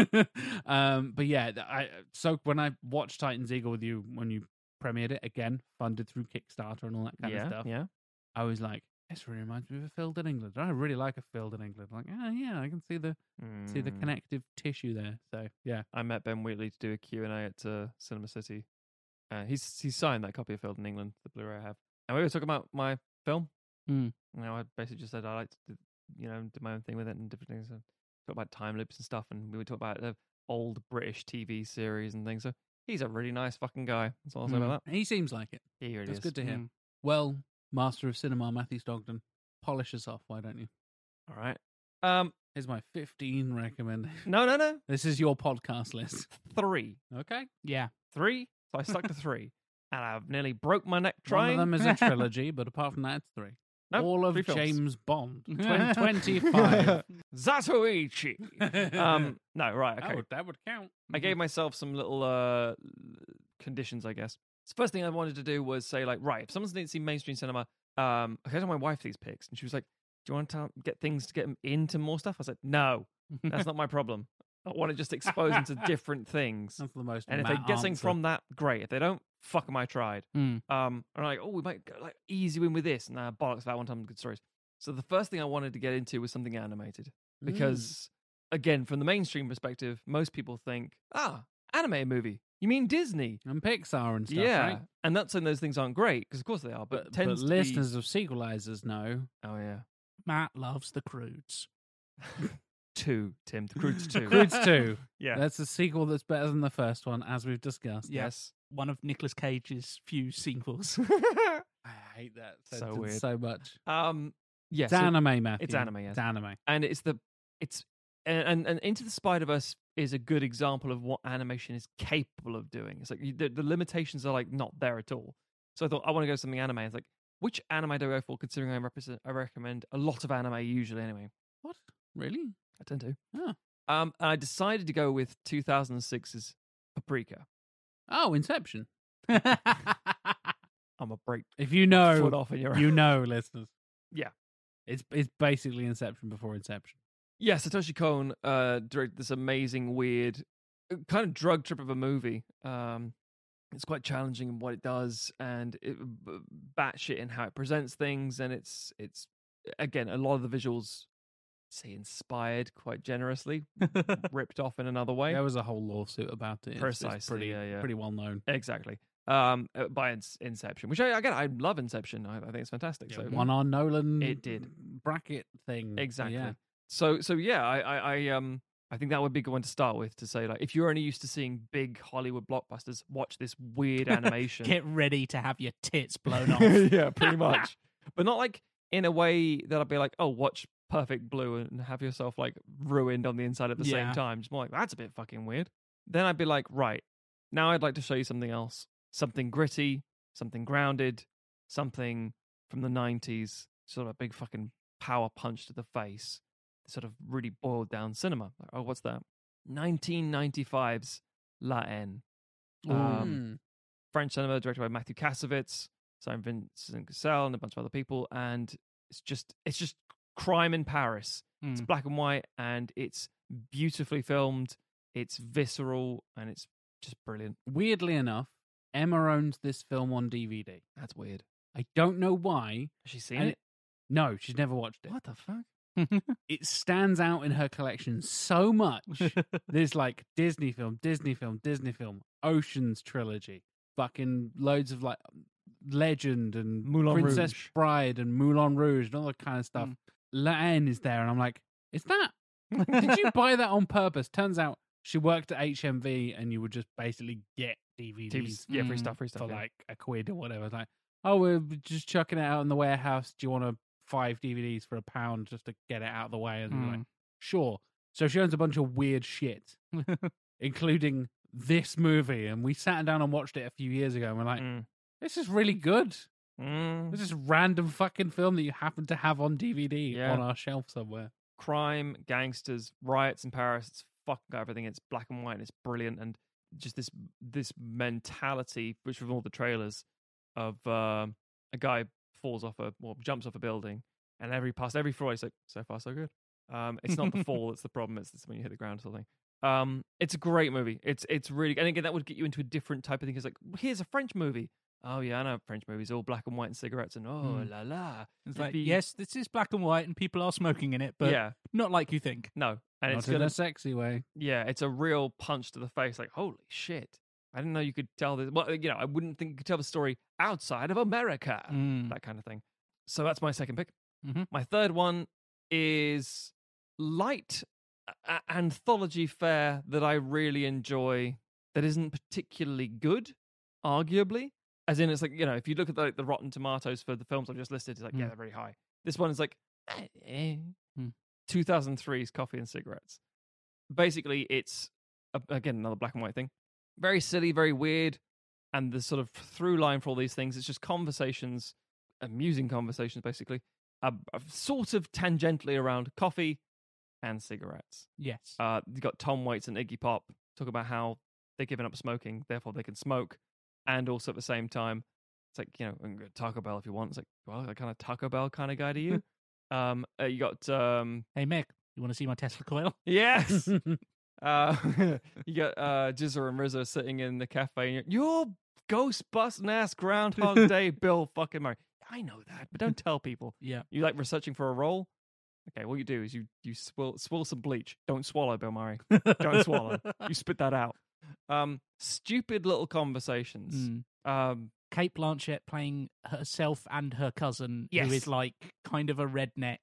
S1: um, but yeah, th- I so when I watched Titan's Eagle with you when you premiered it again, funded through Kickstarter and all that kind
S2: yeah,
S1: of stuff.
S2: yeah.
S1: I was like, this really reminds me of a field in England. I really like a field in England. Like, ah, yeah, I can see the see the
S2: Mm.
S1: connective tissue there. So yeah,
S2: I met Ben Wheatley to do a Q&A at uh, Cinema City. Uh, he's he signed that copy of Field in England, the Blu-ray I have. And we were talking about my film.
S3: Mm.
S2: You know, I basically just said I like to, do, you know, do my own thing with it and different things. And talk about time loops and stuff. And we would talk about the old British TV series and things. So he's a really nice fucking guy. That's all I'll say about
S1: Mm. He seems like it.
S2: that. He really
S1: That's
S2: is.
S1: good to hear.
S3: Mm.
S1: Well, master of cinema, Matthew Stogden, polish us off, why don't you?
S2: All right. Um,
S1: Here's my 15 recommendation.
S2: no, no, no.
S1: (laughs) This is your podcast list.
S2: Three.
S1: Okay.
S3: Yeah.
S2: Three. So
S1: (laughs)
S2: I stuck to three. And I've nearly broke my neck
S1: One
S2: trying.
S1: of them is
S2: (laughs)
S1: a trilogy, but apart from that, it's three.
S2: Nope,
S1: All of
S2: three films.
S1: James
S2: (laughs)
S1: Bond. Twen- 25. (laughs)
S2: Zatoichi. um, no, right. Okay.
S1: that, would, mm-hmm. that would count.
S2: I
S1: (laughs)
S2: gave myself some little uh, l- conditions, I guess. So first thing I wanted to do was say, like, right, if someone's didn't see mainstream cinema, um, I told my wife these picks, and she was like, "Do you want to get things to get them into more stuff?" I was like, "No, (laughs)
S10: (laughs)
S2: that's not my problem. I want to just expose
S1: (laughs)
S2: them to different things."
S1: That's the most.
S2: And if they
S1: Matt
S2: get something
S1: answer.
S2: from that, great. If they don't, fuck 'em, I tried.
S3: Mm.
S2: Um, and I'm like, oh, we might go, like easy win with this. Nah, bollocks. That one time, good stories. So the first thing I wanted to get into was something animated
S1: Mm.
S2: because, again, from the mainstream perspective, most people think, ah, animated movie. You mean Disney?
S1: and Pixar and stuff,
S2: yeah.
S1: right?
S2: And that's when those things aren't great because, of course, they are. But,
S1: But, but
S2: tends to be-
S1: listeners of sequelizers know
S2: Oh yeah,
S3: Matt loves the crudes.
S2: two Tim
S1: (laughs)
S2: the (laughs) Croods two.
S1: Croods Two.
S2: Yeah.
S1: that's a sequel that's better than the first one, as we've discussed.
S3: Yeah.
S2: Yes.
S3: One of Nicolas Cage's
S2: (laughs)
S3: few sequels.
S1: I hate that
S2: So
S1: sentence so,
S2: weird.
S1: much.
S2: um. Yes.
S1: It's anime, Matthew.
S2: it's anime, yes.
S1: It's anime.
S2: and it's the it's and and, and into the spider verse is a good example of what animation is capable of doing it's like you, the, the limitations are like not there at all so i thought i want to go something anime it's like which anime do i go for considering i represent i recommend a lot of anime usually anyway
S1: What? Really?
S2: i tend to
S1: Oh.
S2: um and i decided to go with 2006's paprika
S1: Oh,
S2: (laughs)
S1: Inception.
S2: i'm a break
S1: if you
S2: my foot
S1: know,
S2: off in your
S1: you know, listeners.
S2: Yeah.
S1: It's it's basically Inception before Inception.
S2: Yeah, Satoshi Kon uh, directed this amazing, weird, uh, kind of drug trip of a movie. Um, it's quite challenging in what it does, and it, b- batshit in how it presents things, and it's it's again a lot of the visuals say inspired quite generously, ripped off in another way.
S1: There was a whole lawsuit about it. It's- it's
S2: Precisely,
S1: pretty,
S2: yeah, yeah.
S1: pretty well known.
S2: Exactly. Um, uh, by ins- Inception, which I again I love Inception. I, I think it's fantastic. so
S1: one on Nolan.
S2: It did.
S1: bracket thing.
S2: Exactly.
S1: Yeah.
S2: So so yeah, I, I I um I think that would be a good one to start with to say like if you're only used to seeing big Hollywood blockbusters, watch this
S1: (laughs)
S2: weird animation.
S3: Get ready to have your
S2: (laughs)
S3: tits blown off.
S2: yeah, pretty much. (laughs) but not like in a way that'll be like, oh, watch Perfect Blue and have yourself like ruined on the inside at the
S3: Yeah.
S2: same time. Just more like that's a bit fucking weird. Then I'd be like, right, now I'd like to show you something else. Something gritty, something grounded, something from the nineties, sort of a big fucking power punch to the face. Sort of really boiled down cinema. Like, oh, what's that? 1995's La Haine. Um,
S1: Mm.
S2: French cinema directed by Matthew Kassovitz, Simon Vincent Cassell, and a bunch of other people. And it's just it's just crime in Paris. It's
S3: Mm.
S2: black and white, and it's beautifully filmed. It's visceral, and it's just brilliant.
S1: Weirdly enough, Emma owns this film on DVD.
S2: That's weird.
S1: I don't know why.
S2: Has she seen
S1: And
S2: it?
S1: No, she's never watched it.
S2: What the fuck? (laughs)
S1: It stands out in her collection so
S2: (laughs)
S1: much. There's like Disney film, Disney film, Disney film, Oceans trilogy, fucking loads of like Legend and
S2: Moulin
S1: Princess
S2: Rouge. Hmm.
S1: Bride and Moulin Rouge and all that kind of stuff.
S3: Mm.
S1: La Haine is there, and I'm like, is that? Did
S2: (laughs)
S1: you buy that on purpose? Turns out she worked at HMV, and you would just basically get DVDs
S2: TV's, yeah, free
S3: Mm,
S2: stuff, free stuff.
S1: for
S2: yeah.
S1: like a quid or whatever. It's like, oh, we're just chucking it out in the warehouse. Do you want a five DVDs for a pound just to get it out of the way? And we're
S2: Mm.
S1: like, sure. So she owns a bunch of weird
S2: (laughs)
S1: shit, including this movie. And we sat down and watched it a few years ago, and we're like,
S2: Mm.
S1: this is really good.
S2: Mm.
S1: This is random fucking film that you happen to have on DVD
S2: Yeah.
S1: on our shelf somewhere.
S2: crime, gangsters, riots in Paris. It's fucking got everything. It's black and white and it's brilliant. And just this this mentality, which from all the trailers, of um a guy falls off a or jumps off a building, and every past every Friday, like so far so good. Um, it's not the fall that's the problem; it's, it's when you hit the ground or something. Um, it's a great movie. It's it's really and again that would get you into a different type of thing. It's like here's a French movie. Oh yeah, I know French movies, all black and white and cigarettes and oh
S3: Hmm.
S10: Mm.
S2: la la.
S10: It's
S2: It'd
S10: like,
S2: be-
S10: yes, this is black and white and people are smoking in it, but
S2: Yeah.
S10: not like you think.
S2: no, and
S1: Not
S2: it's
S1: in
S2: gonna
S1: a sexy way.
S2: yeah, it's a real punch to the face. Like, holy shit. I didn't know you could tell this. Well, you know, I wouldn't think you could tell the story outside of America,
S3: Mm.
S10: Mm,
S2: that kind of thing. So that's my second pick.
S10: Mhm.
S2: My third one is light a- a- anthology fare that I really enjoy that isn't particularly good, arguably. As in, it's like, you know, if you look at the, like, the Rotten Tomatoes for the films I've just listed, it's like, yeah,
S10: Mm.
S2: they're very high. This one is like, eh, eh. 2003's Coffee and Cigarettes basically it's a- again another black and white thing very silly very weird and the sort of through line for all these things it's just conversations amusing conversations basically uh, uh, sort of tangentially around coffee and cigarettes
S10: Yes.
S2: uh, you got Tom Waits and Iggy Pop talk about how they're giving up smoking, therefore they can smoke, and also at the same time, it's like you know and go to Taco Bell if you want. It's like well, that kind of Taco Bell kind of guy to you. um, uh, you got um,
S10: hey Meg, you want to see my Tesla coil?
S2: Yes. uh, (laughs) you got uh, Jizzer and Rizzo sitting in the cafe, and you're, you're Ghostbusting ass Groundhog Day, Bill fucking Murray. I know that, but don't tell people.
S10: Yeah.
S2: You like researching for a role? Okay, what you do is you you swill, swill some bleach. Don't swallow, Bill Murray. Don't swallow. You spit that out. Um, stupid little conversations.
S10: Hmm. Mm.
S2: Um,
S10: Kate Blanchett playing herself and her cousin,
S2: Yes.
S10: who is like kind of a redneck.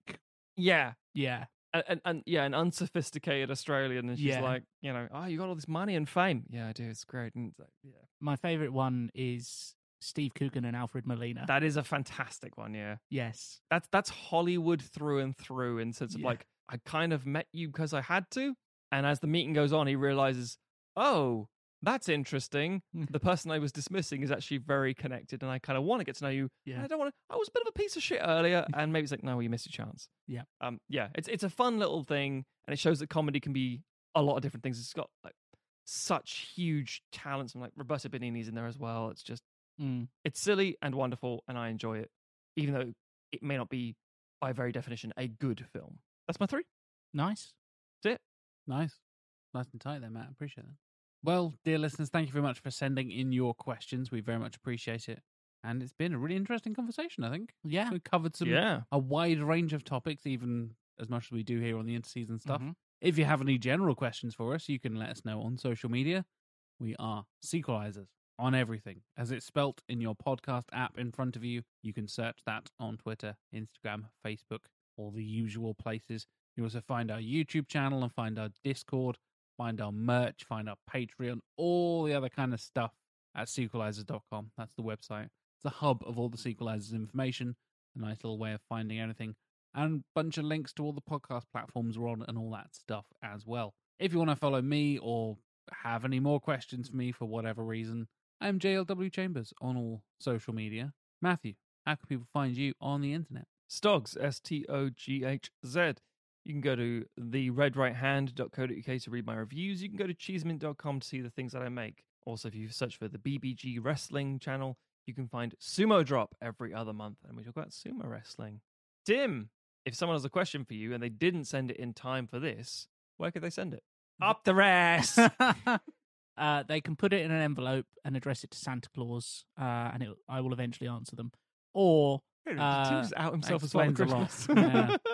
S2: Yeah.
S10: Yeah.
S2: And, and, and yeah, an unsophisticated Australian, and she's
S10: Yeah.
S2: like, you know, oh, you got all this money and fame. Yeah, I do. It's great. And it's like, yeah.
S10: My favorite one is Steve Coogan and Alfred Molina.
S2: That is a fantastic one, yeah.
S10: yes.
S2: That's that's Hollywood through and through in sense of
S10: Yeah.
S2: like I kind of met you because I had to, and as the meeting goes on, he realizes, oh, that's interesting.
S10: (laughs)
S2: the person I was dismissing is actually very connected, and I kind of want to get to know you. and
S10: Yeah.
S2: I don't want to. I was a bit of a piece of shit
S10: (laughs)
S2: earlier, and maybe it's like, no, well, you missed your chance.
S10: Yeah.
S2: Um, yeah, it's it's a fun little thing, and it shows that comedy can be a lot of different things. It's got like such huge talents, and like Roberta Benigni's in there as well. It's just
S10: Mm.
S2: it's silly and wonderful, and I enjoy it, even though it may not be, by very definition, a good film. That's my three.
S10: Nice.
S2: That's it.
S1: Nice. Nice and tight there, Matt. I appreciate that. Well, dear listeners, thank you very much for sending in your questions. We very much appreciate it. And it's been a really interesting conversation, I think.
S10: Yeah.
S1: We covered some
S2: Yeah.
S1: a wide range of topics, even as much as we do here on the interseason stuff.
S10: Mhm.
S1: If you have any general questions for us, you can let us know on social media. We are sequelizers on everything. As it's spelt in your podcast app in front of you, you can search that on Twitter, Instagram, Facebook, all the usual places. You also find our YouTube channel and find our Discord, find our merch, find our Patreon, all the other kind of stuff at sequelizers.com. That's the website. It's the hub of all the sequelizers information, a nice little way of finding everything, and bunch of links to all the podcast platforms we're on and all that stuff as well. If you want to follow me or have any more questions for me for whatever reason, I'm JLW Chambers on all social media. Matthew, how can people find you on the internet?
S2: Stogs, S T O G H Z. You can go to theredrighthand.co.uk to read my reviews. You can go to cheesemint.com to see the things that I make. Also, if you search for the BBG Wrestling channel, you can find Sumo Drop every other month, and we talk about sumo wrestling. Tim, if someone has a question for you and they didn't send it in time for this, where could they send it? Up the rest.
S10: (laughs) Uh, they can put it in an envelope and address it to Santa Claus, uh, and it, I will eventually answer them. Or
S2: Hey,
S10: uh,
S2: Tim's out himself as well on
S10: explains a lot.
S2: Christmas. (laughs)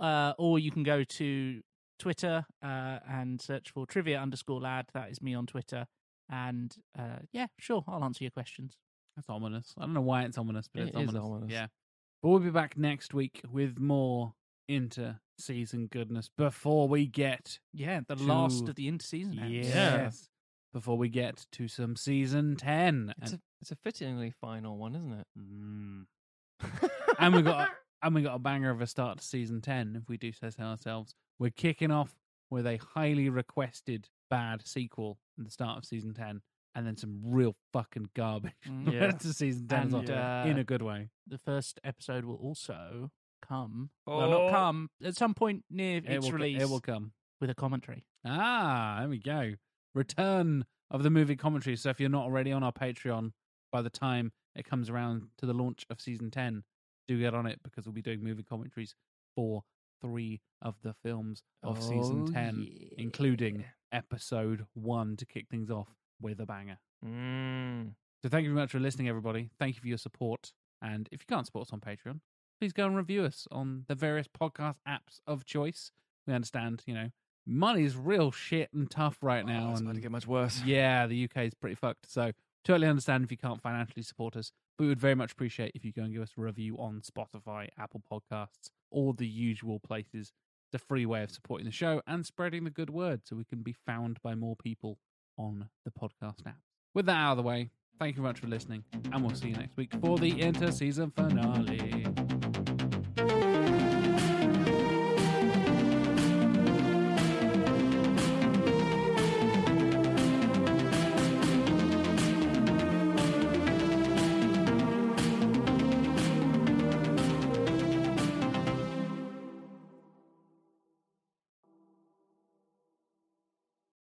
S10: Yeah. uh, or you can go to Twitter uh, and search for trivia underscore lad. That is me on Twitter. And uh, yeah, sure, I'll answer your questions.
S1: That's ominous. I don't know why it's ominous, but
S2: It
S1: it's
S2: is
S1: ominous.
S2: ominous.
S1: Yeah. But we'll be back next week with more inter season goodness before we get
S10: Yeah, the
S1: to-
S10: last of the interseason. acts.
S1: Yes. Before we get to some season 10.
S2: It's
S1: And,
S2: a, it's a fittingly final one, isn't it?
S10: (laughs)
S1: Mm. and we got and we got a banger of a start to season 10 if we do say so ourselves. We're kicking off with a highly requested bad sequel at the start of season 10 and then some real fucking garbage (laughs)
S10: Mm.
S2: Yeah.
S1: to season 10 as
S10: And,
S1: well,
S10: uh,
S1: in a good way.
S10: The first episode will also come. Well, not
S2: Oh.
S10: come. At some point near
S1: It
S10: its
S1: will,
S10: release
S1: it will come.
S10: with a commentary.
S1: Ah, there we go. Return of the movie commentary. So if you're not already on our Patreon by the time it comes around to the launch of season 10, do get on it because we'll be doing movie commentaries for three of the films of
S2: Oh,
S1: season 10, including episode one to kick things off with a banger.
S2: Mm.
S1: So thank you very much for listening, everybody. Thank you for your support. And if you can't support us on Patreon, please go and review us on the various podcast apps of choice. We understand, you know, money's real shit and tough right now. and
S2: to Oh, get much worse.
S1: Yeah, the UK is pretty fucked. So totally understand if you can't financially support us. But we would very much appreciate if you go and give us a review on Spotify, Apple Podcasts, all the usual places. It's a free way of supporting the show and spreading the good word so we can be found by more people on the podcast app. With that out of the way, thank you very much for listening, and we'll see you next week for the inter season finale.